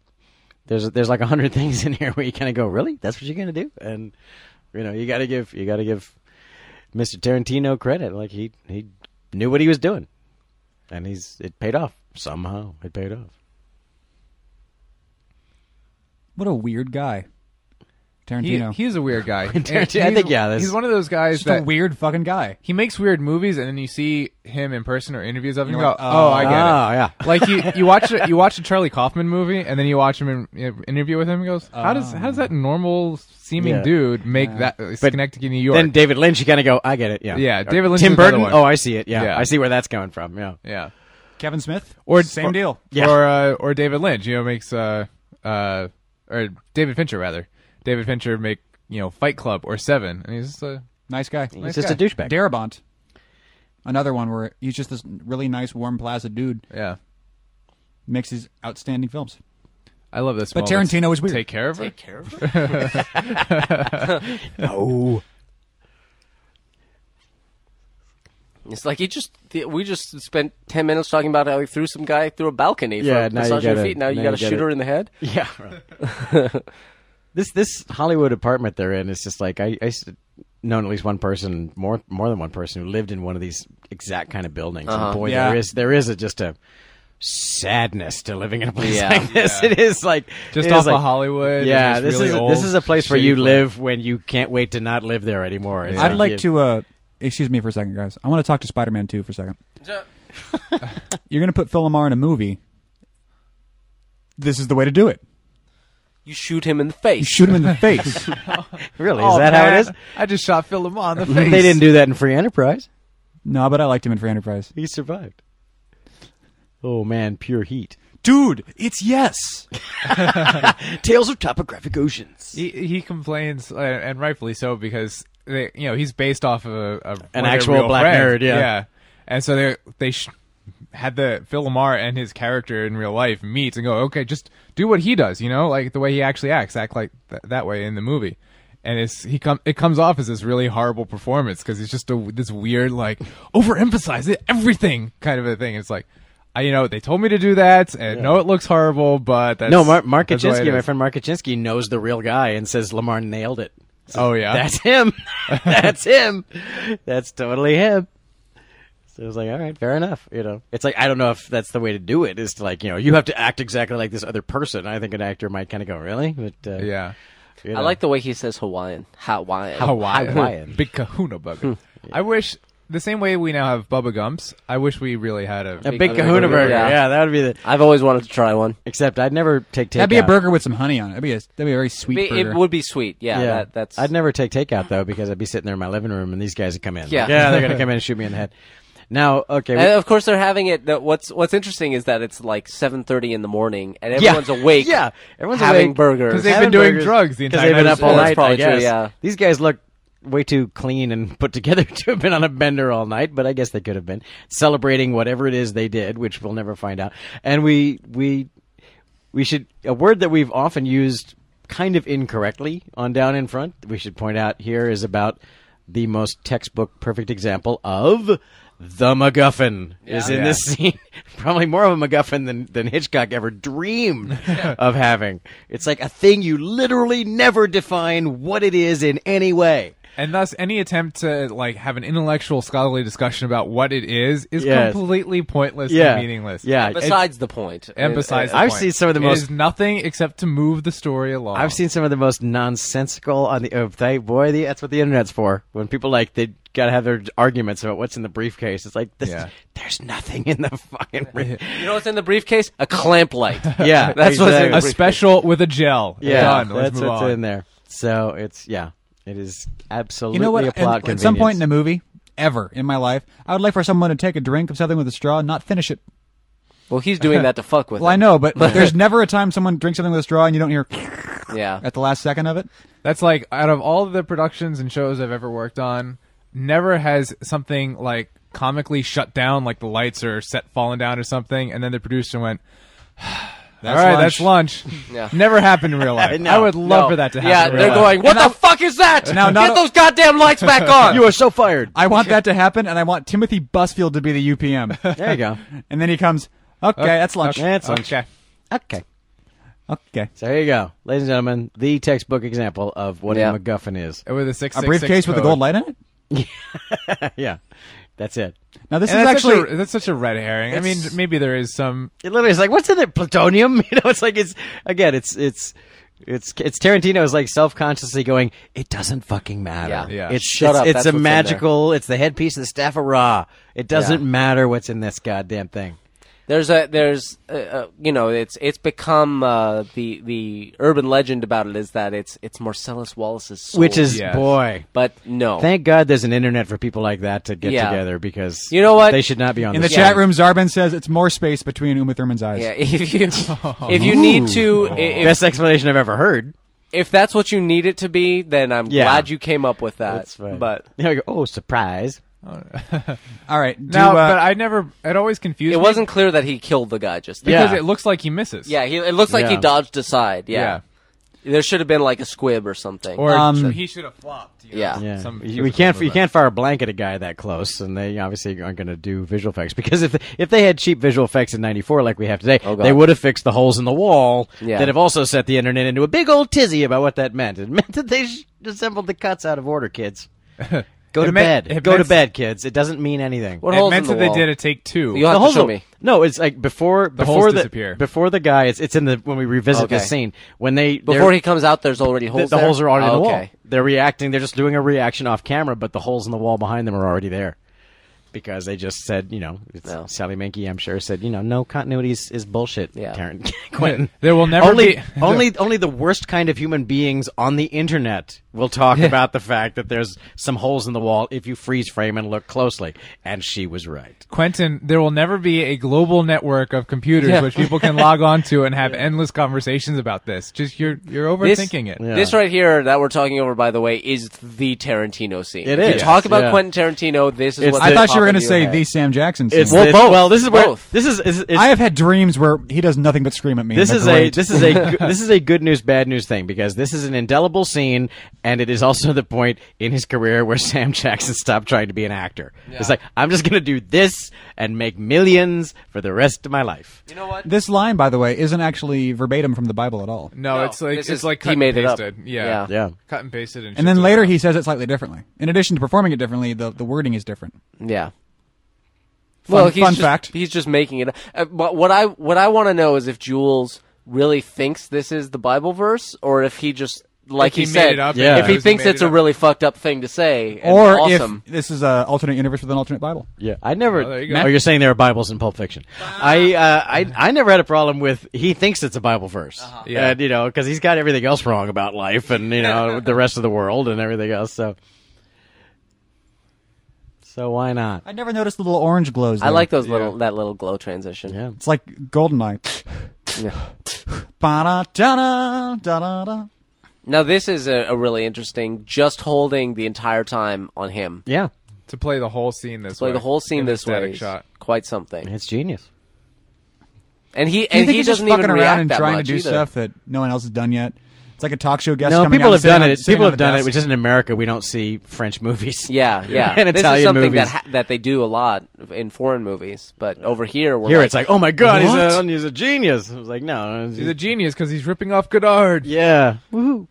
[SPEAKER 5] there's there's like a hundred things in here where you kind of go, really? That's what you're gonna do? And you know, you gotta give you gotta give Mr. Tarantino credit. Like he he knew what he was doing, and he's it paid off somehow. It paid off.
[SPEAKER 2] What a weird guy,
[SPEAKER 4] he,
[SPEAKER 2] Tarantino.
[SPEAKER 4] he's a weird guy. And
[SPEAKER 5] Tarantino- I
[SPEAKER 4] he's-
[SPEAKER 5] think, yeah, that's-
[SPEAKER 4] he's one of those guys
[SPEAKER 2] just
[SPEAKER 4] that
[SPEAKER 2] a weird fucking guy.
[SPEAKER 4] he makes weird movies, and then you see him in person or interviews of him,
[SPEAKER 2] You're
[SPEAKER 4] you go,
[SPEAKER 2] like,
[SPEAKER 4] "Oh,
[SPEAKER 2] oh,
[SPEAKER 4] I get it."
[SPEAKER 5] Ah, yeah.
[SPEAKER 4] like you, you watch a, you watch a Charlie Kaufman movie and then you watch him in, you know, interview with him. And goes, how does how does that normal seeming
[SPEAKER 5] Um, Yeah.
[SPEAKER 4] dude make that uh, Schenectady, New York?
[SPEAKER 5] Then David Lynch, you kind of go, I get it. Yeah,
[SPEAKER 4] Yeah,
[SPEAKER 5] Or
[SPEAKER 4] David Lynch
[SPEAKER 5] Tim
[SPEAKER 4] is another
[SPEAKER 5] Burton.
[SPEAKER 4] one.
[SPEAKER 5] Oh, I see it. Yeah,
[SPEAKER 4] Yeah.
[SPEAKER 5] I see where that's coming from. Yeah,
[SPEAKER 4] yeah,
[SPEAKER 2] Kevin Smith,
[SPEAKER 4] Or-
[SPEAKER 2] same
[SPEAKER 4] or-
[SPEAKER 2] deal.
[SPEAKER 5] Yeah.
[SPEAKER 4] or uh, or David Lynch, you know, makes uh uh or David Fincher rather, David Fincher make you know Fight Club or Seven, and he's just uh,
[SPEAKER 2] Nice guy.
[SPEAKER 5] he's
[SPEAKER 4] Nice
[SPEAKER 5] just
[SPEAKER 4] guy.
[SPEAKER 5] a douchebag.
[SPEAKER 2] Darabont, another one where he's just this really nice, warm, placid dude.
[SPEAKER 4] yeah.
[SPEAKER 2] Makes these outstanding films.
[SPEAKER 4] I love this.
[SPEAKER 2] But
[SPEAKER 4] moment.
[SPEAKER 2] Tarantino was weird.
[SPEAKER 4] Take care of her.
[SPEAKER 3] Take care of it.
[SPEAKER 4] Oh.
[SPEAKER 5] no,
[SPEAKER 3] It's like he just th- we just spent ten minutes talking about how he threw some guy through a balcony
[SPEAKER 5] Yeah,
[SPEAKER 3] for
[SPEAKER 5] now you
[SPEAKER 3] massaging her
[SPEAKER 5] gotta-
[SPEAKER 3] feet. Now,
[SPEAKER 5] now
[SPEAKER 3] you got to
[SPEAKER 5] you get
[SPEAKER 3] shoot her
[SPEAKER 5] it.
[SPEAKER 3] in the head.
[SPEAKER 5] yeah. this this Hollywood apartment they're in is just like I I s- known at least one person more more than one person who lived in one of these exact kind of buildings. And boy,
[SPEAKER 2] Yeah.
[SPEAKER 5] there is there is a, just a sadness to living in a place
[SPEAKER 3] Yeah.
[SPEAKER 5] like this. It is like
[SPEAKER 4] Just
[SPEAKER 5] it is
[SPEAKER 4] off of
[SPEAKER 5] like-
[SPEAKER 4] Hollywood,
[SPEAKER 5] Yeah,
[SPEAKER 4] just
[SPEAKER 5] this
[SPEAKER 4] really
[SPEAKER 5] is
[SPEAKER 4] old,
[SPEAKER 5] this is a place where
[SPEAKER 4] shitty
[SPEAKER 5] you
[SPEAKER 4] place.
[SPEAKER 5] live when you can't wait to not live there anymore. It's
[SPEAKER 2] I'd like
[SPEAKER 5] you-
[SPEAKER 2] to. uh Excuse me for a second, guys. I want to talk to Spider-Man Two for a second. You're gonna put Phil Lamar in a movie. This is the way to do it.
[SPEAKER 3] You shoot him in the
[SPEAKER 2] You
[SPEAKER 3] face.
[SPEAKER 2] shoot him in the face.
[SPEAKER 5] really
[SPEAKER 4] Oh,
[SPEAKER 5] is that how
[SPEAKER 4] man,
[SPEAKER 5] it is?
[SPEAKER 4] I just shot Phil Lamar in the face.
[SPEAKER 5] They didn't do that in Free Enterprise.
[SPEAKER 2] no, but I liked him in Free Enterprise.
[SPEAKER 5] He survived. Oh man, pure heat.
[SPEAKER 2] Dude, it's yes.
[SPEAKER 5] Tales of Topographic Oceans.
[SPEAKER 4] He he complains, uh, and rightfully so, because they you know he's based off of a, a
[SPEAKER 5] An
[SPEAKER 4] one of their
[SPEAKER 5] actual
[SPEAKER 4] real
[SPEAKER 5] black
[SPEAKER 4] friends.
[SPEAKER 5] nerd, yeah.
[SPEAKER 4] and so they they sh- had the Phil Lamar and his character in real life meet and go, okay, just do what he does, you know, like the way he actually acts, act like th- that way in the movie. And it's he come it comes off as this really horrible performance because it's just a, this weird like overemphasize it everything kind of a thing. It's like, I, you know, they told me to do that, and no, it looks horrible, but that's,
[SPEAKER 5] No, Mar- Mark
[SPEAKER 4] that's the way it
[SPEAKER 5] Kaczynski, my
[SPEAKER 4] is.
[SPEAKER 5] friend Mark Kaczynski, knows the real guy and says Lamar nailed it.
[SPEAKER 4] Oh yeah,
[SPEAKER 5] That's him. That's him. That's totally him. So I was like, all right, fair enough. You know, it's like I don't know if that's the way to do it. Is to like you know you have to act exactly like this other person. I think an actor might kind of go really, but uh,
[SPEAKER 4] yeah.
[SPEAKER 5] you
[SPEAKER 3] I
[SPEAKER 5] know.
[SPEAKER 3] like the way he says Hawaiian. Hawaiian.
[SPEAKER 4] Hawaiian.
[SPEAKER 5] Hawaiian.
[SPEAKER 4] Big kahuna burger. I wish, the same way we now have Bubba Gumps, I wish we really had a,
[SPEAKER 5] a big
[SPEAKER 3] Big
[SPEAKER 5] Kahuna
[SPEAKER 3] Kahuna
[SPEAKER 5] burger.
[SPEAKER 3] burger.
[SPEAKER 5] Yeah, that would be the.
[SPEAKER 3] I've always wanted to try one.
[SPEAKER 5] Except I'd never take takeout.
[SPEAKER 2] That'd be a burger with some honey on it. That'd be a, that'd be a very sweet
[SPEAKER 3] It,
[SPEAKER 2] burger.
[SPEAKER 3] it would be sweet. Yeah, That, that's.
[SPEAKER 5] I'd never take takeout though because I'd be sitting there in my living room and these guys would come in.
[SPEAKER 3] Yeah. Uh,
[SPEAKER 5] Like, yeah, they're gonna come in and shoot me in the head. Now, okay, we-
[SPEAKER 3] And of course, they're having it. That what's What's interesting is that it's like seven thirty in the morning, and everyone's
[SPEAKER 5] yeah.
[SPEAKER 3] awake.
[SPEAKER 5] Yeah, everyone's
[SPEAKER 3] having
[SPEAKER 5] awake.
[SPEAKER 3] burgers.
[SPEAKER 4] 'Cause they've been
[SPEAKER 5] Having
[SPEAKER 4] doing
[SPEAKER 5] burgers.
[SPEAKER 4] drugs the
[SPEAKER 5] 'Cause
[SPEAKER 4] entire
[SPEAKER 5] they've been
[SPEAKER 4] night.
[SPEAKER 5] up all
[SPEAKER 3] Yeah, that's
[SPEAKER 5] night. I
[SPEAKER 3] probably true,
[SPEAKER 5] guess.
[SPEAKER 3] yeah.
[SPEAKER 5] These guys look way too clean and put together to have been on a bender all night, but I guess they could have been celebrating whatever it is they did, which we'll never find out. And we we we should a word that we've often used kind of incorrectly on down in front. We should point out here is about the most textbook perfect example of the MacGuffin is in
[SPEAKER 4] Yeah.
[SPEAKER 5] this scene. Probably more of a MacGuffin than, than Hitchcock ever dreamed of having. It's like a thing you literally never define what it is in any way.
[SPEAKER 4] And thus, any attempt to like have an intellectual, scholarly discussion about what it is is
[SPEAKER 5] Yes.
[SPEAKER 4] completely pointless
[SPEAKER 5] yeah,
[SPEAKER 4] and meaningless.
[SPEAKER 5] Yeah,
[SPEAKER 3] Besides the point. uh,
[SPEAKER 4] And besides, the
[SPEAKER 5] I've
[SPEAKER 4] point,
[SPEAKER 5] seen some of the
[SPEAKER 4] it
[SPEAKER 5] most-
[SPEAKER 4] is nothing except to move the story along.
[SPEAKER 5] I've seen some of the most nonsensical on the. Oh, they, boy, the, that's what the internet's for. When people like they gotta have their arguments about what's in the briefcase. It's like this,
[SPEAKER 4] Yeah.
[SPEAKER 5] there's nothing in the fucking. Brief-
[SPEAKER 3] You know what's in the briefcase? A clamp light.
[SPEAKER 5] yeah, that's what's in the
[SPEAKER 4] a
[SPEAKER 5] brief-
[SPEAKER 4] special with a gel.
[SPEAKER 5] Yeah,
[SPEAKER 4] Done. Let's
[SPEAKER 5] that's
[SPEAKER 4] move
[SPEAKER 5] what's
[SPEAKER 4] on.
[SPEAKER 5] in there. So it's yeah, it is absolutely
[SPEAKER 2] You know what?
[SPEAKER 5] a plot
[SPEAKER 2] at, at some point in
[SPEAKER 5] convenience.
[SPEAKER 2] a movie, ever in my life, I would like for someone to take a drink of something with a straw and not finish it.
[SPEAKER 3] Well, he's doing that to fuck with.
[SPEAKER 2] Well, I
[SPEAKER 3] him.
[SPEAKER 2] know, but there's never a time someone drinks something with a straw and you don't hear
[SPEAKER 3] Yeah.
[SPEAKER 2] at the last second of it.
[SPEAKER 4] That's like out of all the productions and shows I've ever worked on, never has something like comically shut down, like the lights are set falling down or something, and then the producer went, "All right, that's lunch."
[SPEAKER 3] Yeah.
[SPEAKER 4] Never happened in real life.
[SPEAKER 5] No,
[SPEAKER 4] I would love
[SPEAKER 3] No.
[SPEAKER 4] for that to happen.
[SPEAKER 3] Yeah,
[SPEAKER 4] in real
[SPEAKER 3] they're going.
[SPEAKER 4] life.
[SPEAKER 3] What the fuck is that?
[SPEAKER 2] Now, not
[SPEAKER 3] Get
[SPEAKER 2] o-
[SPEAKER 3] those goddamn lights back on.
[SPEAKER 5] You are so fired.
[SPEAKER 2] I want that to happen, and I want Timothy Busfield to be the UPM.
[SPEAKER 5] There you go.
[SPEAKER 2] and then he comes, okay, that's lunch.
[SPEAKER 5] Okay. That's lunch.
[SPEAKER 4] Okay.
[SPEAKER 5] Okay.
[SPEAKER 2] Okay.
[SPEAKER 5] So there you go, ladies and gentlemen, the textbook example of what
[SPEAKER 3] Yeah.
[SPEAKER 5] a MacGuffin is.
[SPEAKER 4] With a six,
[SPEAKER 2] A briefcase with a gold light in it?
[SPEAKER 5] yeah, that's it.
[SPEAKER 2] Now, this
[SPEAKER 4] And
[SPEAKER 2] is
[SPEAKER 4] that's
[SPEAKER 2] actually.
[SPEAKER 4] such a, that's such a red herring. I mean,
[SPEAKER 5] It's-
[SPEAKER 4] maybe there is some.
[SPEAKER 5] It literally is like, what's in it? Plutonium? You know, it's like it's again, it's it's. It's it's Tarantino is like self consciously going. It doesn't fucking matter.
[SPEAKER 3] Yeah.
[SPEAKER 4] Yeah.
[SPEAKER 5] It's
[SPEAKER 3] Shut
[SPEAKER 5] it's,
[SPEAKER 3] up,
[SPEAKER 5] It's
[SPEAKER 3] that's
[SPEAKER 5] a
[SPEAKER 3] what's in
[SPEAKER 5] magical. It's the headpiece of the staff of Ra. It doesn't
[SPEAKER 3] Yeah.
[SPEAKER 5] matter what's in this goddamn thing.
[SPEAKER 3] There's a there's uh, uh, you know it's it's become uh, the the urban legend about it is that it's it's Marcellus Wallace's soul.
[SPEAKER 5] Which is
[SPEAKER 4] yes.
[SPEAKER 5] boy.
[SPEAKER 3] but no.
[SPEAKER 5] Thank God there's an internet for people like that to get
[SPEAKER 3] Yeah.
[SPEAKER 5] together because
[SPEAKER 3] You know what?
[SPEAKER 5] they should not be on
[SPEAKER 2] In the
[SPEAKER 5] this
[SPEAKER 2] chat room, Zarbin says it's more space between Uma Thurman's eyes.
[SPEAKER 3] yeah, if you if you need to i- if,
[SPEAKER 5] Best explanation I've ever heard.
[SPEAKER 3] if that's what you need it to be, then I'm
[SPEAKER 5] Yeah.
[SPEAKER 3] glad you came up with that. But
[SPEAKER 5] you know, you go, oh surprise!
[SPEAKER 2] All right. Do,
[SPEAKER 4] No,
[SPEAKER 2] uh,
[SPEAKER 4] but I never. It always confused.
[SPEAKER 3] it
[SPEAKER 4] me
[SPEAKER 3] wasn't clear that he killed the guy just then.
[SPEAKER 4] because
[SPEAKER 5] Yeah.
[SPEAKER 4] it looks like he misses.
[SPEAKER 3] Yeah, he, it looks like he
[SPEAKER 5] Yeah.
[SPEAKER 3] dodged aside. Yeah. There should have been like a squib or something.
[SPEAKER 4] Or
[SPEAKER 2] Um,
[SPEAKER 4] he should have flopped. you know,
[SPEAKER 3] Yeah.
[SPEAKER 5] Yeah,
[SPEAKER 4] some
[SPEAKER 5] You- we
[SPEAKER 4] physical
[SPEAKER 5] can't you
[SPEAKER 4] movement.
[SPEAKER 5] can't fire a blanket at a guy that close, and they obviously aren't going to do visual effects because if if they had cheap visual effects in '94 like we have today,
[SPEAKER 3] Oh, God.
[SPEAKER 5] they would have fixed the holes in the wall
[SPEAKER 3] Yeah.
[SPEAKER 5] that have also set the internet into a big old tizzy about what that meant. It meant that they sh- assembled the cuts out of order, kids. Go
[SPEAKER 4] It
[SPEAKER 5] to
[SPEAKER 4] meant-
[SPEAKER 5] bed.
[SPEAKER 4] it
[SPEAKER 5] Go to
[SPEAKER 4] meant-
[SPEAKER 5] bed, kids. It doesn't mean anything.
[SPEAKER 3] what
[SPEAKER 4] It
[SPEAKER 3] holes
[SPEAKER 4] meant
[SPEAKER 3] in
[SPEAKER 4] that
[SPEAKER 3] the
[SPEAKER 4] they
[SPEAKER 3] wall?
[SPEAKER 4] did a take two.
[SPEAKER 3] You have to
[SPEAKER 5] the holes
[SPEAKER 3] show
[SPEAKER 5] are-
[SPEAKER 3] me.
[SPEAKER 5] No, it's like before before
[SPEAKER 4] holes
[SPEAKER 5] the
[SPEAKER 4] disappear.
[SPEAKER 5] before the guy. It's, it's in the when we revisit
[SPEAKER 3] Okay.
[SPEAKER 5] the scene when they
[SPEAKER 3] Before
[SPEAKER 5] they're-
[SPEAKER 3] he comes out, there's already
[SPEAKER 5] the,
[SPEAKER 3] holes.
[SPEAKER 5] the
[SPEAKER 3] there?
[SPEAKER 5] holes are already in the wall.
[SPEAKER 3] Okay.
[SPEAKER 5] They're reacting. They're just doing a reaction off camera, but the holes in the wall behind them are already there because they just said, you know, it's
[SPEAKER 3] No.
[SPEAKER 5] Sally Mankey, I'm sure, said, you know, no continuity is, is bullshit.
[SPEAKER 3] Yeah.
[SPEAKER 5] Karen Quentin.
[SPEAKER 4] There will never
[SPEAKER 5] only,
[SPEAKER 4] be-
[SPEAKER 5] only only the worst kind of human beings on the internet will talk about the fact that there's some holes in the wall if you freeze frame and look closely. And she was right.
[SPEAKER 4] Quentin, there will never be a global network of computers which people can log on to and have endless conversations about this. Just you're you're overthinking it.
[SPEAKER 5] Yeah.
[SPEAKER 3] This right here that we're talking over, by the way, is the Tarantino scene.
[SPEAKER 5] It
[SPEAKER 3] if
[SPEAKER 5] is.
[SPEAKER 3] You talk about
[SPEAKER 5] Yeah.
[SPEAKER 3] Quentin Tarantino. This is
[SPEAKER 5] It's
[SPEAKER 3] what
[SPEAKER 5] the-
[SPEAKER 2] I
[SPEAKER 3] will
[SPEAKER 2] thought
[SPEAKER 3] pop
[SPEAKER 2] you were
[SPEAKER 3] into
[SPEAKER 2] going to
[SPEAKER 3] your
[SPEAKER 2] say
[SPEAKER 3] head.
[SPEAKER 2] the Sam Jackson scene.
[SPEAKER 5] well,
[SPEAKER 3] both.
[SPEAKER 5] well, this is where
[SPEAKER 3] Both.
[SPEAKER 5] this is, is, is
[SPEAKER 2] I have had dreams where he does nothing but scream at me.
[SPEAKER 5] This
[SPEAKER 2] They're
[SPEAKER 5] is a
[SPEAKER 2] great.
[SPEAKER 5] this is a go- this is a good news bad news thing because this is an indelible scene and it is also the point in his career where Sam Jackson stopped trying to be an actor. It's like I'm just going to do this and make millions for the rest of my life.
[SPEAKER 3] You know what?
[SPEAKER 2] This line, by the way, isn't actually verbatim from the Bible at all.
[SPEAKER 4] No,
[SPEAKER 3] No,
[SPEAKER 4] it's like
[SPEAKER 3] this
[SPEAKER 4] it's
[SPEAKER 3] is-
[SPEAKER 4] like
[SPEAKER 3] he
[SPEAKER 4] cut
[SPEAKER 3] made
[SPEAKER 4] and
[SPEAKER 3] it up.
[SPEAKER 4] pasted. Yeah.
[SPEAKER 3] Yeah.
[SPEAKER 5] Yeah.
[SPEAKER 4] cut and pasted and.
[SPEAKER 2] And then
[SPEAKER 4] shifted
[SPEAKER 2] later
[SPEAKER 4] around.
[SPEAKER 2] he says it slightly differently. In addition to performing it differently, the, the wording is different.
[SPEAKER 3] Yeah. well, he's
[SPEAKER 2] fun
[SPEAKER 3] just,
[SPEAKER 2] fact.
[SPEAKER 3] He's just making it. Uh, but what I what I want to know is if Jules really thinks this is the Bible verse, or if he just like
[SPEAKER 4] If he made
[SPEAKER 3] said,
[SPEAKER 4] it up,
[SPEAKER 5] Yeah.
[SPEAKER 3] if
[SPEAKER 5] it
[SPEAKER 3] he
[SPEAKER 4] was-
[SPEAKER 3] thinks
[SPEAKER 4] made
[SPEAKER 3] it's
[SPEAKER 4] it
[SPEAKER 3] a
[SPEAKER 4] up.
[SPEAKER 3] really fucked up thing to say, and
[SPEAKER 2] Or
[SPEAKER 3] awesome.
[SPEAKER 2] if this is an alternate universe with an alternate Bible.
[SPEAKER 5] Yeah, I never.
[SPEAKER 4] Oh,
[SPEAKER 5] Oh,
[SPEAKER 4] there you
[SPEAKER 5] you
[SPEAKER 4] go.
[SPEAKER 5] are saying there are Bibles in Pulp Fiction? I, uh, I, I never had a problem with. He thinks it's a Bible verse,
[SPEAKER 3] Uh-huh.
[SPEAKER 4] Yeah.
[SPEAKER 5] and, you know, because he's got everything else wrong about life and you know the rest of the world and everything else. So, so why not?
[SPEAKER 2] I never noticed the little orange glows.
[SPEAKER 3] I
[SPEAKER 2] there.
[SPEAKER 3] like those little that little glow transition.
[SPEAKER 5] Yeah.
[SPEAKER 2] It's like Goldeneye.
[SPEAKER 3] Yeah.
[SPEAKER 2] Ba da da da da.
[SPEAKER 3] Now this is a, a really interesting. Just holding the entire time on him,
[SPEAKER 5] Yeah,
[SPEAKER 4] to play the whole scene this
[SPEAKER 3] like
[SPEAKER 4] way.
[SPEAKER 3] the whole scene
[SPEAKER 4] in a
[SPEAKER 3] this way,
[SPEAKER 4] static
[SPEAKER 3] is
[SPEAKER 4] shot.
[SPEAKER 3] quite something.
[SPEAKER 5] it's genius.
[SPEAKER 3] And
[SPEAKER 2] Do
[SPEAKER 3] he
[SPEAKER 2] you
[SPEAKER 3] and
[SPEAKER 2] think
[SPEAKER 3] he
[SPEAKER 2] he's just
[SPEAKER 3] doesn't even
[SPEAKER 2] fucking
[SPEAKER 3] react
[SPEAKER 2] around and
[SPEAKER 3] that
[SPEAKER 2] trying to
[SPEAKER 3] much
[SPEAKER 2] do
[SPEAKER 3] either.
[SPEAKER 2] stuff that no one else has done yet? It's like a talk show guest.
[SPEAKER 5] No,
[SPEAKER 2] coming
[SPEAKER 5] people
[SPEAKER 2] out
[SPEAKER 5] have
[SPEAKER 2] sitting
[SPEAKER 5] done
[SPEAKER 2] on-
[SPEAKER 5] it.
[SPEAKER 2] sitting
[SPEAKER 5] People
[SPEAKER 2] on
[SPEAKER 5] have
[SPEAKER 2] the
[SPEAKER 5] done it.
[SPEAKER 2] desk.
[SPEAKER 5] It's just in America we don't see French movies.
[SPEAKER 3] Yeah, yeah.
[SPEAKER 5] and
[SPEAKER 3] this
[SPEAKER 5] Italian
[SPEAKER 3] is something
[SPEAKER 5] movies.
[SPEAKER 3] that ha- that they do a lot in foreign movies, but over here we're
[SPEAKER 5] Here
[SPEAKER 3] like,
[SPEAKER 5] it's like, oh my god, he's a,
[SPEAKER 2] What?
[SPEAKER 5] he's a genius. I was like, no,
[SPEAKER 4] He's a genius because he's ripping off Godard.
[SPEAKER 5] yeah, woohoo.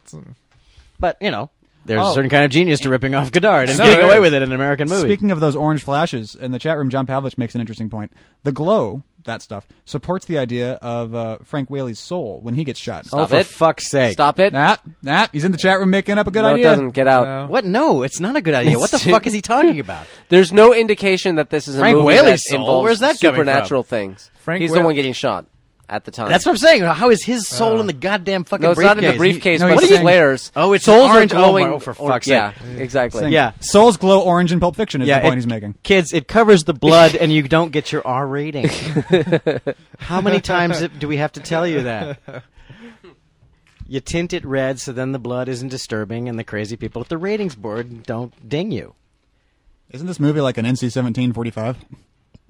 [SPEAKER 5] But you know, There's
[SPEAKER 2] Oh.
[SPEAKER 5] a certain kind of genius to ripping off Godard and
[SPEAKER 4] No,
[SPEAKER 5] getting
[SPEAKER 4] there
[SPEAKER 5] away
[SPEAKER 4] is.
[SPEAKER 5] with it in an American movie.
[SPEAKER 2] Speaking of those orange flashes, in the chat room, John Pavlich makes an interesting point. The glow, that stuff, supports the idea of uh, Frank Whaley's soul when he gets shot.
[SPEAKER 5] oh,
[SPEAKER 3] Stop
[SPEAKER 5] for
[SPEAKER 3] it.
[SPEAKER 5] fuck's sake!
[SPEAKER 3] Stop it.
[SPEAKER 2] That, that, he's in the chat room making up a good
[SPEAKER 3] no,
[SPEAKER 2] idea.
[SPEAKER 3] it doesn't. Get out.
[SPEAKER 4] No.
[SPEAKER 5] What? No, it's not a good idea. What the fuck is he talking about?
[SPEAKER 3] There's no indication that this is a
[SPEAKER 5] Frank
[SPEAKER 3] movie
[SPEAKER 5] Whaley's
[SPEAKER 3] that
[SPEAKER 5] soul?
[SPEAKER 3] involves
[SPEAKER 5] Where's that coming from?
[SPEAKER 3] supernatural things.
[SPEAKER 4] Frank
[SPEAKER 3] He's
[SPEAKER 4] Whale-
[SPEAKER 3] the one getting shot at the time.
[SPEAKER 5] That's what I'm saying. How is his soul in the goddamn fucking
[SPEAKER 3] no, it's
[SPEAKER 5] briefcase?
[SPEAKER 3] not in the briefcase,
[SPEAKER 2] No,
[SPEAKER 3] but
[SPEAKER 2] he's
[SPEAKER 3] it's
[SPEAKER 2] saying-
[SPEAKER 3] layers.
[SPEAKER 5] Oh, it's
[SPEAKER 3] souls
[SPEAKER 5] orange.
[SPEAKER 3] are
[SPEAKER 5] Oh,
[SPEAKER 3] glowing.
[SPEAKER 5] oh, for
[SPEAKER 3] or-
[SPEAKER 5] fuck's
[SPEAKER 3] yeah,
[SPEAKER 5] sake.
[SPEAKER 3] exactly.
[SPEAKER 2] Saying-
[SPEAKER 5] Yeah.
[SPEAKER 2] Souls glow orange in Pulp Fiction is
[SPEAKER 5] yeah,
[SPEAKER 2] the point
[SPEAKER 5] it-
[SPEAKER 2] he's making.
[SPEAKER 5] Kids, it covers the blood, and you don't get your R rating. How many times it- do we have to tell you that? You tint it red so then the blood isn't disturbing, and the crazy people at the ratings board don't ding you.
[SPEAKER 2] Isn't this movie like an NC seventeen forty five?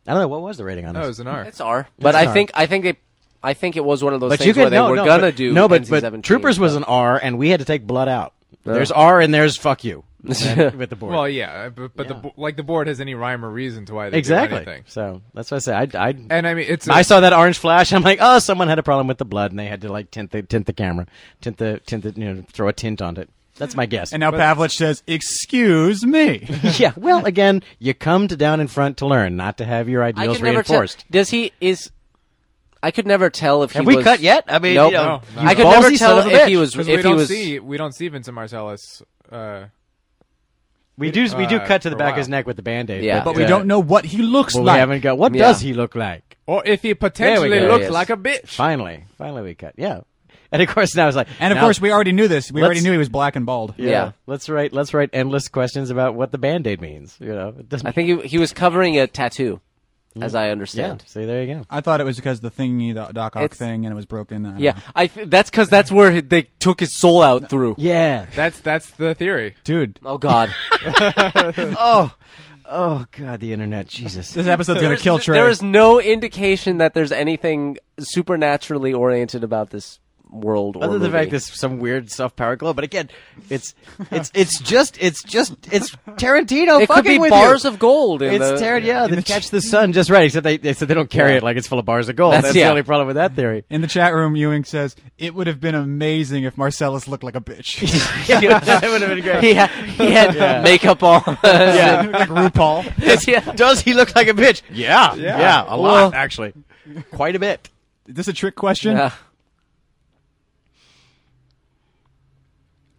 [SPEAKER 5] I don't know what was the rating on
[SPEAKER 4] No,
[SPEAKER 5] this.
[SPEAKER 4] it was an R.
[SPEAKER 3] It's R. But
[SPEAKER 5] It's
[SPEAKER 3] I
[SPEAKER 5] R.
[SPEAKER 3] think I think they I think it was one of those
[SPEAKER 5] but
[SPEAKER 3] things
[SPEAKER 5] you could
[SPEAKER 3] where they
[SPEAKER 5] no,
[SPEAKER 3] were
[SPEAKER 5] no,
[SPEAKER 3] gonna
[SPEAKER 5] but,
[SPEAKER 3] do
[SPEAKER 5] no, but,
[SPEAKER 3] NC-17,
[SPEAKER 5] but Troopers was an R, and we had to take blood out. There's R, and there's fuck you and- with the board.
[SPEAKER 4] Well, yeah, uh, but, but the
[SPEAKER 5] Yeah.
[SPEAKER 4] bo- like the board has any rhyme or reason to why they do
[SPEAKER 5] exactly.
[SPEAKER 4] anything.
[SPEAKER 5] So that's what I say. I, I,
[SPEAKER 4] And I mean, it's a-
[SPEAKER 5] I saw that orange flash. I'm like, oh, someone had a problem with the blood, and they had to like tint the tint the camera, tint the tint the you know throw a tint on it. That's my guess.
[SPEAKER 2] And now Pavlich says, "Excuse me."
[SPEAKER 5] yeah, well, again, you come to down in front to learn, not to have your
[SPEAKER 3] I
[SPEAKER 5] ideals
[SPEAKER 3] could never tell.
[SPEAKER 5] reinforced.
[SPEAKER 3] Does he is? I could never tell if he
[SPEAKER 5] Have we
[SPEAKER 3] was-
[SPEAKER 5] cut yet? I mean,
[SPEAKER 3] nope.
[SPEAKER 5] you know,
[SPEAKER 4] No, no.
[SPEAKER 3] I could
[SPEAKER 5] you
[SPEAKER 3] never
[SPEAKER 5] ballsy son
[SPEAKER 3] tell
[SPEAKER 5] of a
[SPEAKER 3] if he
[SPEAKER 5] bitch.
[SPEAKER 3] was.
[SPEAKER 4] because
[SPEAKER 3] If
[SPEAKER 4] we
[SPEAKER 3] he
[SPEAKER 4] don't
[SPEAKER 3] was,
[SPEAKER 4] see we don't see Vincent Marcellus. Uh,
[SPEAKER 5] we do we do
[SPEAKER 4] Uh,
[SPEAKER 5] cut to the
[SPEAKER 4] for a
[SPEAKER 5] back of
[SPEAKER 4] while.
[SPEAKER 5] his neck with the band aid.
[SPEAKER 3] Yeah.
[SPEAKER 2] But we
[SPEAKER 5] uh,
[SPEAKER 2] don't know what he looks
[SPEAKER 5] But we
[SPEAKER 2] like.
[SPEAKER 5] haven't got. What
[SPEAKER 3] Yeah.
[SPEAKER 5] does he look like?
[SPEAKER 4] or if he potentially
[SPEAKER 5] go.
[SPEAKER 4] looks
[SPEAKER 3] Yes.
[SPEAKER 4] like a bitch.
[SPEAKER 5] Finally, finally, we cut. Yeah, and of course now it's like,
[SPEAKER 2] and of
[SPEAKER 5] now-
[SPEAKER 2] course, we already knew this. We already
[SPEAKER 5] Let's-
[SPEAKER 2] knew he was black and bald.
[SPEAKER 5] yeah,
[SPEAKER 3] Yeah.
[SPEAKER 5] Let's write let's write endless questions about what the band aid means. You know, it doesn't.
[SPEAKER 3] I think he, he was covering a tattoo,
[SPEAKER 5] Mm.
[SPEAKER 3] as I understand.
[SPEAKER 5] See, there you go.
[SPEAKER 2] I thought it was because the thingy, the Doc Ock
[SPEAKER 3] It's-
[SPEAKER 2] thing, and it was broken. I don't
[SPEAKER 3] Yeah,
[SPEAKER 2] know.
[SPEAKER 3] I th- that's because that's where he- they took his soul out through.
[SPEAKER 5] Yeah.
[SPEAKER 4] That's that's the theory.
[SPEAKER 2] dude,
[SPEAKER 3] Oh God,
[SPEAKER 5] Oh, oh God, the internet, Jesus.
[SPEAKER 2] this episode's gonna
[SPEAKER 3] There's-
[SPEAKER 2] kill Trey.
[SPEAKER 3] there is no indication that there's anything supernaturally oriented about this world. or
[SPEAKER 5] Other than the
[SPEAKER 3] movie.
[SPEAKER 5] fact there's some weird self-power glow, but again, it's it's it's just it's just it's Tarantino
[SPEAKER 3] it could
[SPEAKER 5] fucking
[SPEAKER 3] be
[SPEAKER 5] with
[SPEAKER 3] bars
[SPEAKER 5] you.
[SPEAKER 3] of gold. In
[SPEAKER 5] It's
[SPEAKER 3] the,
[SPEAKER 5] Tarantino. Yeah, they catch the sun just right, except they they said they don't carry it like it's full of bars of gold.
[SPEAKER 3] That's-
[SPEAKER 5] That's,
[SPEAKER 3] yeah.
[SPEAKER 5] the only problem with that theory.
[SPEAKER 2] In the chat room, Ewing says it would have been amazing if Marcellus looked like a bitch,
[SPEAKER 5] that would have been great.
[SPEAKER 3] He had, he had
[SPEAKER 5] Yeah.
[SPEAKER 3] makeup on.
[SPEAKER 5] Yeah.
[SPEAKER 2] like RuPaul.
[SPEAKER 3] yeah.
[SPEAKER 5] Does he look like a bitch? Yeah, yeah, a lot actually, quite a bit.
[SPEAKER 2] Is this a trick question?
[SPEAKER 3] Yeah.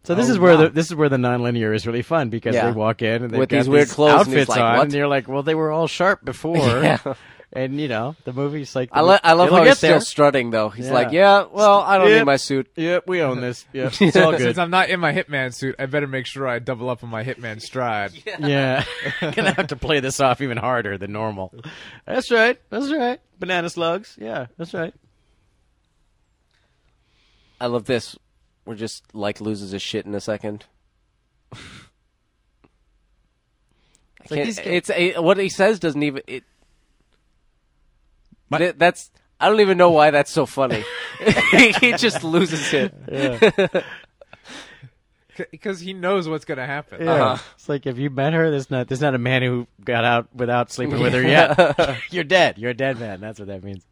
[SPEAKER 5] So this is where the this is where the nonlinear is really fun because
[SPEAKER 3] Oh, Yeah.
[SPEAKER 5] they walk in and they've
[SPEAKER 3] With
[SPEAKER 5] got
[SPEAKER 3] these weird clothes, and
[SPEAKER 5] outfits
[SPEAKER 3] it's like,
[SPEAKER 5] on,
[SPEAKER 3] what?
[SPEAKER 5] and you're like, well, they were all sharp before,
[SPEAKER 3] Yeah.
[SPEAKER 5] and you know the movie's like,
[SPEAKER 3] I, lo- I love
[SPEAKER 5] it'll
[SPEAKER 3] how he's
[SPEAKER 5] get
[SPEAKER 3] still
[SPEAKER 5] there.
[SPEAKER 3] strutting though. He's
[SPEAKER 5] Yeah.
[SPEAKER 3] like, yeah, well, I don't
[SPEAKER 5] Yep.
[SPEAKER 3] need my suit.
[SPEAKER 5] Yep, we own this. Yep, it's all good.
[SPEAKER 4] Since I'm not in my hitman suit, I better make sure I double up on my hitman stride.
[SPEAKER 5] yeah, gonna have to play this off even harder than normal. That's right. That's right. Banana slugs. Yeah, that's right.
[SPEAKER 3] I love this. We're just like loses his shit in a second. I
[SPEAKER 5] like
[SPEAKER 3] can't,
[SPEAKER 5] these guys-
[SPEAKER 3] it's a, what he says doesn't even it. Th- that's I don't even know why that's so funny. he just loses it.
[SPEAKER 4] Because he knows what's going to happen. Uh-huh.
[SPEAKER 5] Yeah.
[SPEAKER 3] Uh-huh.
[SPEAKER 5] It's like if you met her, there's not there's not a man who got out without sleeping with her yet. You're dead. You're a dead man. That's what that means.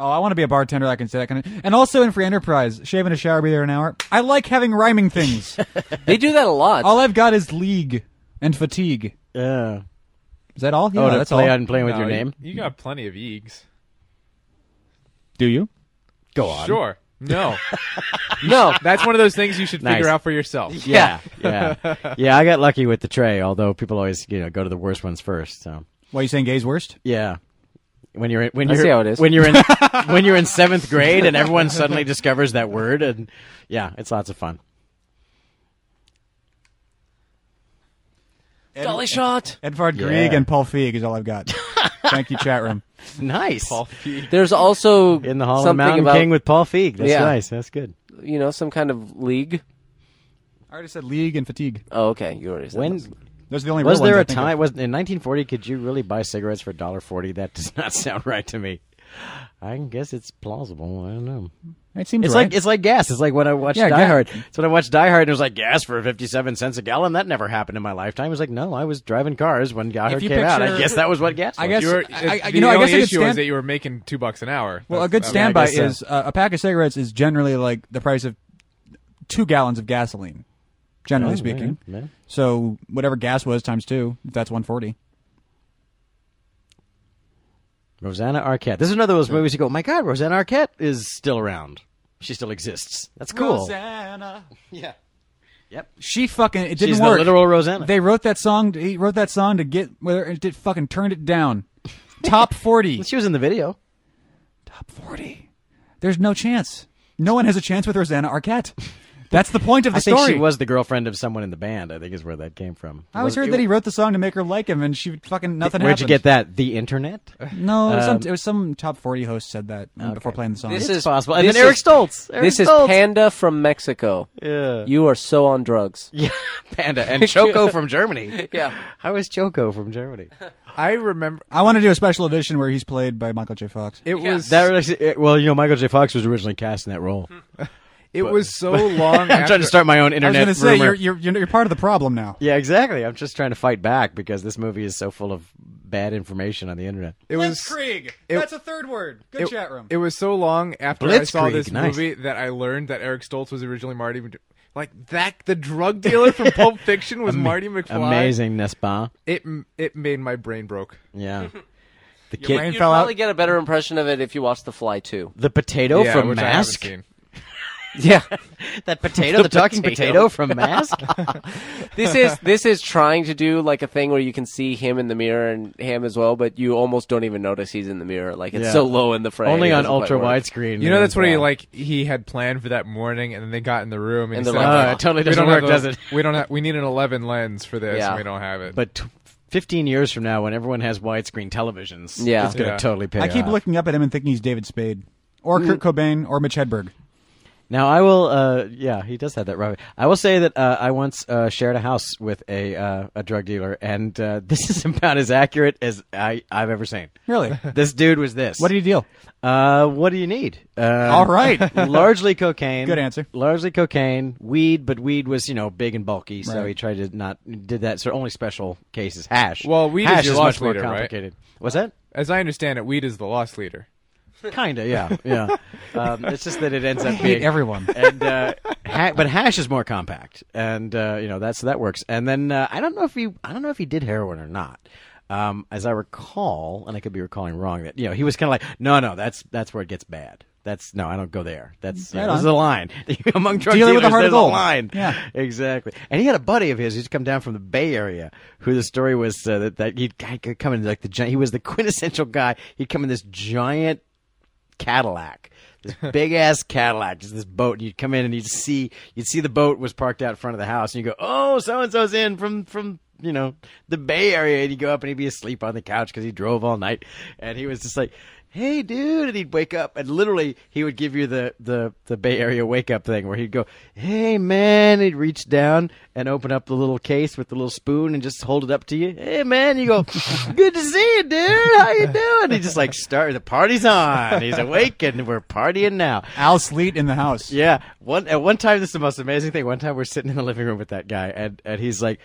[SPEAKER 2] Oh, I want to be a bartender. I can say that kind of. And also in Free Enterprise, shave and a shower, be there in an hour. I like having rhyming things.
[SPEAKER 3] They do that a lot.
[SPEAKER 2] all I've got is league and fatigue.
[SPEAKER 5] Yeah.
[SPEAKER 2] Is that all? Yeah,
[SPEAKER 5] Oh, to
[SPEAKER 2] that's
[SPEAKER 5] play
[SPEAKER 2] all.
[SPEAKER 5] on playing with
[SPEAKER 4] No,
[SPEAKER 5] your
[SPEAKER 4] you-
[SPEAKER 5] name.
[SPEAKER 4] You, got plenty of eags.
[SPEAKER 2] Do you?
[SPEAKER 5] Go on.
[SPEAKER 4] Sure. No.
[SPEAKER 3] no,
[SPEAKER 4] That's one of those things you should
[SPEAKER 5] Nice.
[SPEAKER 4] figure out for yourself.
[SPEAKER 5] Yeah, yeah, yeah. I got lucky with the tray, although people always you know go to the worst ones first. So
[SPEAKER 2] Why are you saying gay's worst?
[SPEAKER 5] yeah, when you're in, when
[SPEAKER 3] I
[SPEAKER 5] you're
[SPEAKER 3] see how it is.
[SPEAKER 5] when you're in when you're in seventh grade and everyone suddenly discovers that word and yeah, it's lots of fun.
[SPEAKER 3] dolly shot.
[SPEAKER 2] Edvard
[SPEAKER 5] Yeah.
[SPEAKER 2] Grieg and Paul Feig is all I've got. Thank you, chat room.
[SPEAKER 5] Nice
[SPEAKER 3] There's also
[SPEAKER 5] in the Hall of
[SPEAKER 3] something
[SPEAKER 5] Mountain
[SPEAKER 3] about
[SPEAKER 5] King with Paul Feig. That's
[SPEAKER 3] Yeah.
[SPEAKER 5] nice. That's good.
[SPEAKER 3] you know some kind of league.
[SPEAKER 2] I already said league and fatigue.
[SPEAKER 3] Oh, okay, you already said
[SPEAKER 5] When
[SPEAKER 3] those.
[SPEAKER 2] Those are the only.
[SPEAKER 5] was
[SPEAKER 2] real ones
[SPEAKER 5] there
[SPEAKER 2] I
[SPEAKER 5] a
[SPEAKER 2] think of.
[SPEAKER 5] time? Was in 1940? Could you really buy cigarettes for $1.40? That does not sound right to me. I guess it's plausible. I don't know.
[SPEAKER 2] It seems
[SPEAKER 5] It's
[SPEAKER 2] right.
[SPEAKER 5] like it's like gas. It's like when I watched
[SPEAKER 2] Yeah,
[SPEAKER 5] Die
[SPEAKER 2] ga-
[SPEAKER 5] Hard. It's when I watched Die Hard and it was like gas for fifty seven cents a gallon. That never happened in my lifetime. It was like, no, I was driving cars when Die Hard
[SPEAKER 2] you
[SPEAKER 5] came out. I
[SPEAKER 2] picture-
[SPEAKER 5] guess that was what gas.
[SPEAKER 2] I
[SPEAKER 5] was.
[SPEAKER 2] guess-
[SPEAKER 4] You were,
[SPEAKER 2] I- I-
[SPEAKER 4] the
[SPEAKER 2] you know, I
[SPEAKER 4] only
[SPEAKER 2] guess I could
[SPEAKER 4] issue was
[SPEAKER 2] stand-
[SPEAKER 4] that you were making two bucks an hour.
[SPEAKER 2] well, a
[SPEAKER 4] That's-
[SPEAKER 2] good
[SPEAKER 4] that-
[SPEAKER 2] standby uh,
[SPEAKER 5] guess so.
[SPEAKER 2] is uh, a pack of cigarettes is generally like the price of two gallons of gasoline, generally
[SPEAKER 5] Oh,
[SPEAKER 2] speaking. So whatever gas was times two, that's one forty.
[SPEAKER 5] Rosanna Arquette. This is another of those movies you go, my God, Rosanna Arquette is still around. She still exists. That's cool.
[SPEAKER 2] Rosanna.
[SPEAKER 5] Yeah. Yep.
[SPEAKER 2] She fucking it didn't
[SPEAKER 5] She's
[SPEAKER 2] work.
[SPEAKER 5] the literal Rosanna.
[SPEAKER 2] They wrote that song. He wrote that song to get whether it did fucking turned it down. Top forty.
[SPEAKER 5] she was in the video.
[SPEAKER 2] Top forty. There's no chance. No one has a chance with Rosanna Arquette. That's the point of the
[SPEAKER 5] I think
[SPEAKER 2] story.
[SPEAKER 5] she was the girlfriend of someone in the band. I think is where that came from.
[SPEAKER 2] I always heard that he wrote the song to make her like him, and she fucking nothing.
[SPEAKER 5] Where'd you
[SPEAKER 2] happened.
[SPEAKER 5] get that? The internet.
[SPEAKER 2] No, it was, some, it was some top forty host said that um, before playing the song.
[SPEAKER 3] Um, This
[SPEAKER 5] It's
[SPEAKER 3] is
[SPEAKER 5] possible. And
[SPEAKER 3] this
[SPEAKER 5] then Eric
[SPEAKER 3] is-
[SPEAKER 5] Stoltz. Eric
[SPEAKER 3] this
[SPEAKER 5] Stoltz.
[SPEAKER 3] is Panda from Mexico.
[SPEAKER 5] Yeah.
[SPEAKER 3] You are so on drugs.
[SPEAKER 5] Yeah, Panda and Choco from Germany.
[SPEAKER 3] Yeah.
[SPEAKER 5] How is Choco from Germany?
[SPEAKER 4] I remember
[SPEAKER 2] I want to do a special edition where he's played by Michael J. Fox.
[SPEAKER 4] it was
[SPEAKER 5] That was- it- well, you know, Michael J. Fox was originally cast in that role.
[SPEAKER 4] it was so long.
[SPEAKER 5] I'm trying to start my own
[SPEAKER 2] I was
[SPEAKER 5] internet
[SPEAKER 2] going to say
[SPEAKER 5] rumor.
[SPEAKER 2] you're, you're you're part of the problem now.
[SPEAKER 5] yeah, exactly. I'm just trying to fight back because this movie is so full of bad information on the internet.
[SPEAKER 4] It was
[SPEAKER 2] Krieg.
[SPEAKER 4] it- That's
[SPEAKER 2] a third word. Good
[SPEAKER 4] it, it was so long after I saw
[SPEAKER 5] Blitzkrieg,
[SPEAKER 4] this
[SPEAKER 5] nice.
[SPEAKER 4] movie that I learned that Eric Stoltz was originally Marty. Mc- Like that, the drug dealer from Pulp Fiction was Marty McFly.
[SPEAKER 5] Amazing, n'est-ce pas?
[SPEAKER 4] It m- it made my brain broke.
[SPEAKER 5] Yeah. The
[SPEAKER 2] brain
[SPEAKER 5] kid,
[SPEAKER 3] You'd
[SPEAKER 2] fell out.
[SPEAKER 3] probably get a better impression of it if you watch The Fly too.
[SPEAKER 5] the potato
[SPEAKER 4] yeah,
[SPEAKER 5] from
[SPEAKER 4] which I haven't
[SPEAKER 5] Mask.
[SPEAKER 4] seen.
[SPEAKER 3] Yeah.
[SPEAKER 5] That potato, the, talking potato,
[SPEAKER 3] potato.
[SPEAKER 5] from Mask.
[SPEAKER 3] this is this is trying to do like a thing where you can see him in the mirror and him as well, but you almost don't even notice he's in the mirror. Like it's
[SPEAKER 5] Yeah.
[SPEAKER 3] so low in the frame.
[SPEAKER 5] Only
[SPEAKER 3] it
[SPEAKER 5] on
[SPEAKER 3] doesn't quite
[SPEAKER 5] ultra
[SPEAKER 3] work.
[SPEAKER 5] widescreen.
[SPEAKER 4] You know that's what he
[SPEAKER 5] Wow.
[SPEAKER 4] like. He had planned for that morning, and then they got in the room, and,
[SPEAKER 3] And
[SPEAKER 4] he
[SPEAKER 3] they're
[SPEAKER 4] said,
[SPEAKER 3] like,
[SPEAKER 4] "Oh,
[SPEAKER 3] "Oh, it
[SPEAKER 5] totally
[SPEAKER 4] we
[SPEAKER 5] doesn't
[SPEAKER 4] don't have
[SPEAKER 5] work,
[SPEAKER 4] the-
[SPEAKER 5] does it?"
[SPEAKER 4] We don't have. We need an 11 lens for this,
[SPEAKER 3] Yeah.
[SPEAKER 4] and we don't have it."
[SPEAKER 5] But t- 15 years from now, when everyone has widescreen televisions,
[SPEAKER 3] Yeah.
[SPEAKER 5] it's going to
[SPEAKER 4] Yeah.
[SPEAKER 5] totally pay
[SPEAKER 2] I keep
[SPEAKER 3] uh,
[SPEAKER 5] off.
[SPEAKER 2] looking up at him and thinking he's David Spade,
[SPEAKER 4] Mm.
[SPEAKER 2] or Kurt Cobain, or Mitch Hedberg.
[SPEAKER 5] Now I will. Uh, yeah, he does have that. Robin. I will say that uh, I once uh, shared a house with a uh, a drug dealer, and uh, this is about as accurate as I I've ever seen.
[SPEAKER 2] Really?
[SPEAKER 5] This dude was this.
[SPEAKER 2] what do you deal?
[SPEAKER 5] Uh, what do you need? Uh,
[SPEAKER 2] All right.
[SPEAKER 5] largely cocaine.
[SPEAKER 2] Good answer.
[SPEAKER 5] Largely cocaine, weed, but weed was you know big and bulky, so
[SPEAKER 2] Right.
[SPEAKER 5] he tried to not did that. So only special cases hash.
[SPEAKER 4] Well, weed is
[SPEAKER 5] hash
[SPEAKER 4] your
[SPEAKER 5] much
[SPEAKER 4] loss
[SPEAKER 5] more
[SPEAKER 4] leader, right?
[SPEAKER 5] complicated. Was that?
[SPEAKER 4] As I understand it, weed is the lost leader.
[SPEAKER 5] Kinda, yeah, yeah. Um, it's just that it ends up
[SPEAKER 2] Hate
[SPEAKER 5] being
[SPEAKER 2] everyone.
[SPEAKER 5] and uh, ha- but hash is more compact, and uh, you know that's that works. And then uh, I don't know if he I don't know if he did heroin or not. Um, as I recall, and I could be recalling wrong, that you know he was kind of like, no, no, that's that's where it gets bad. That's no, I don't go there. That's
[SPEAKER 2] Right
[SPEAKER 5] uh, this is
[SPEAKER 2] on.
[SPEAKER 5] a line among drug
[SPEAKER 2] Dealing with
[SPEAKER 5] dealers.
[SPEAKER 2] a heart of
[SPEAKER 5] there's
[SPEAKER 2] gold.
[SPEAKER 5] a line,
[SPEAKER 2] Yeah.
[SPEAKER 5] exactly. And he had a buddy of his who's come down from the Bay Area, who the story was uh, that that he'd he'd come in like the gi- he was the quintessential guy. He'd come in this giant Cadillac. This big ass Cadillac, just this boat, and you'd come in and you'd see you'd see the boat was parked out in front of the house, and you go, "Oh, so and so's in from from you know the Bay Area," and you go up and he'd be asleep on the couch because he drove all night, and he was just like, "Hey, dude," and he'd wake up and literally he would give you the the the Bay Area wake up thing where he'd go, "Hey, man," he'd reach down and open up the little case with the little spoon and just hold it up to you, "Hey, man," you go, "Good to see you, dude. How you doing?" He just like started the party's on. He's awake and we're partying now.
[SPEAKER 2] Al Sleet in the house.
[SPEAKER 5] Yeah. One at one time, this is the most amazing thing. One time, we're sitting in the living room with that guy, and and he's like,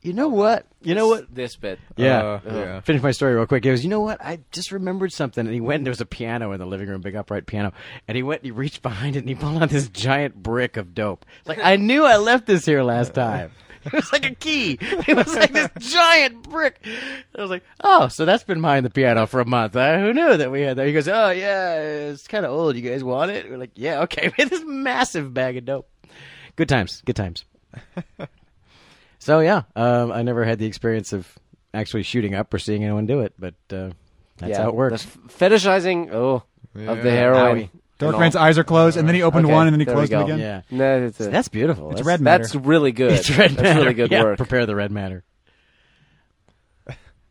[SPEAKER 5] "You know what? You know what?
[SPEAKER 3] This bit.
[SPEAKER 5] Yeah.
[SPEAKER 4] Uh, yeah.
[SPEAKER 5] Finish my story real quick. He goes, you know what? I just remembered something. And he went and there was a piano in the living room, big upright piano. And he went and he reached behind it and he pulled out this giant brick of dope. Like, I knew I left this here last time. It was like a key. It was like this giant brick. I was like, oh, so that's been behind the piano for a month. Uh, who knew that we had that? He goes, oh, yeah, it's kind of old. You guys want it? We're like, yeah, okay. We had this massive bag of dope. Good times. Good times. So yeah, um, I never had the experience of actually shooting up or seeing anyone do it, but uh, that's
[SPEAKER 3] yeah.
[SPEAKER 5] how it works.
[SPEAKER 3] The f- fetishizing oh of the
[SPEAKER 4] Yeah.
[SPEAKER 3] heroin.
[SPEAKER 5] Owie.
[SPEAKER 2] Dark
[SPEAKER 3] and
[SPEAKER 2] Man's
[SPEAKER 3] all.
[SPEAKER 2] eyes are closed, and then he opened
[SPEAKER 3] Okay,
[SPEAKER 2] one, and then he
[SPEAKER 3] there we
[SPEAKER 2] closed it
[SPEAKER 3] go.
[SPEAKER 2] again.
[SPEAKER 5] yeah,
[SPEAKER 3] No, that's, a-
[SPEAKER 5] that's beautiful.
[SPEAKER 2] It's
[SPEAKER 5] that's,
[SPEAKER 2] red matter.
[SPEAKER 3] that's really good.
[SPEAKER 5] It's red
[SPEAKER 3] that's
[SPEAKER 5] matter.
[SPEAKER 3] really good
[SPEAKER 5] yeah,
[SPEAKER 3] work.
[SPEAKER 5] Prepare the red matter.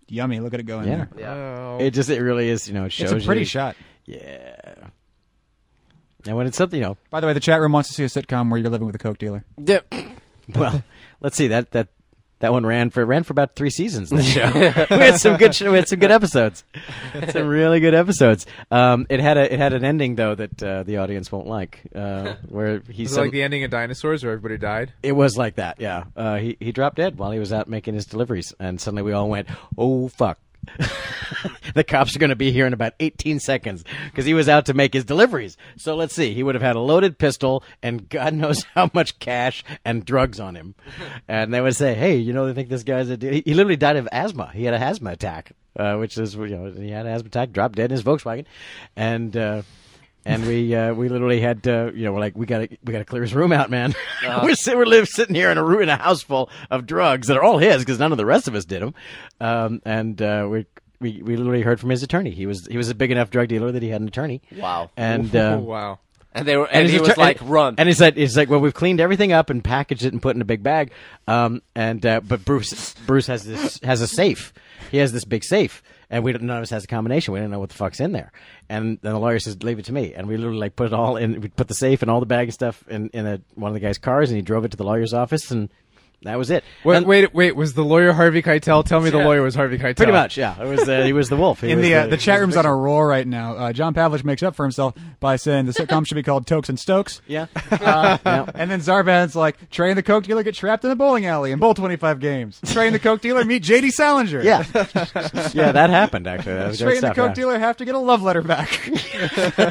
[SPEAKER 2] Yummy. Look at it going
[SPEAKER 5] Yeah.
[SPEAKER 2] there.
[SPEAKER 3] Yeah.
[SPEAKER 4] Oh.
[SPEAKER 5] It just it really is. You know, it shows
[SPEAKER 2] It's a pretty
[SPEAKER 5] you.
[SPEAKER 2] shot.
[SPEAKER 5] Yeah. And when it's something, you know,
[SPEAKER 2] By the way, the chat room wants to see a sitcom where you're living with a coke dealer.
[SPEAKER 3] Yeah.
[SPEAKER 5] well, let's see that that that one ran for ran for about three seasons. That show we had some good sh- we had some good episodes, some really good episodes. Um, it had a it had an ending though that uh, the audience won't like, uh, where he's
[SPEAKER 4] Was it like the ending of Dinosaurs, where everybody died?
[SPEAKER 5] It was like that, yeah. Uh, he he dropped dead while he was out making his deliveries, and suddenly we all went, "Oh fuck!" the cops are going to be here in about 18 seconds because he was out to make his deliveries. So let's see. He would have had a loaded pistol and God knows how much cash and drugs on him. And they would say, hey, you know, they think this guy's a. d-" He he literally died of asthma. He had a asthma attack, uh, which is, you know, he had an asthma attack, dropped dead in his Volkswagen. And. Uh, and we uh, we literally had to, you know, we're like, we gotta we gotta clear his room out, man. we're sit, we're live, sitting here in a room in a house full of drugs that are all his because none of the rest of us did them. Um, and uh, we we we literally heard from his attorney. He was he was a big enough drug dealer that he had an attorney.
[SPEAKER 3] Wow.
[SPEAKER 5] And uh,
[SPEAKER 4] oh, wow.
[SPEAKER 3] And they were, and, he
[SPEAKER 5] his
[SPEAKER 3] was
[SPEAKER 5] atter-
[SPEAKER 3] like,
[SPEAKER 5] and-
[SPEAKER 3] "Run!"
[SPEAKER 5] And he said, "He's like, well, we've cleaned everything up and packaged it and put it in a big bag." Um, and uh, but Bruce, Bruce has this has a safe. He has this big safe, and we don't, none of us has a combination. We don't know what the fuck's in there. And then the lawyer says, "Leave it to me." And we literally like put it all in. We put the safe and all the bag and stuff in in a, one of the guy's cars, and he drove it to the lawyer's office, and that was it.
[SPEAKER 4] Wait,
[SPEAKER 5] And-
[SPEAKER 4] wait, wait. Was the lawyer Harvey Keitel? Tell me the lawyer was Harvey Keitel.
[SPEAKER 5] Pretty much, yeah. It was uh, he was the wolf. He
[SPEAKER 2] In
[SPEAKER 5] was
[SPEAKER 2] the uh, the chat room's on a roll right now. Uh, John Pavlich makes up for himself by saying the sitcom should be called Tokes and Stokes.
[SPEAKER 5] yeah.
[SPEAKER 2] Uh,
[SPEAKER 5] Yeah.
[SPEAKER 2] And then Zarvan's like, train the Coke dealer, get trapped in a bowling alley and bowl 25 games. Train the Coke dealer, meet JD Salinger.
[SPEAKER 5] Yeah, yeah, that happened actually. That was great
[SPEAKER 2] Train the
[SPEAKER 5] stuff,
[SPEAKER 2] Coke
[SPEAKER 5] yeah.
[SPEAKER 2] dealer, have to get a love letter back.
[SPEAKER 5] Oh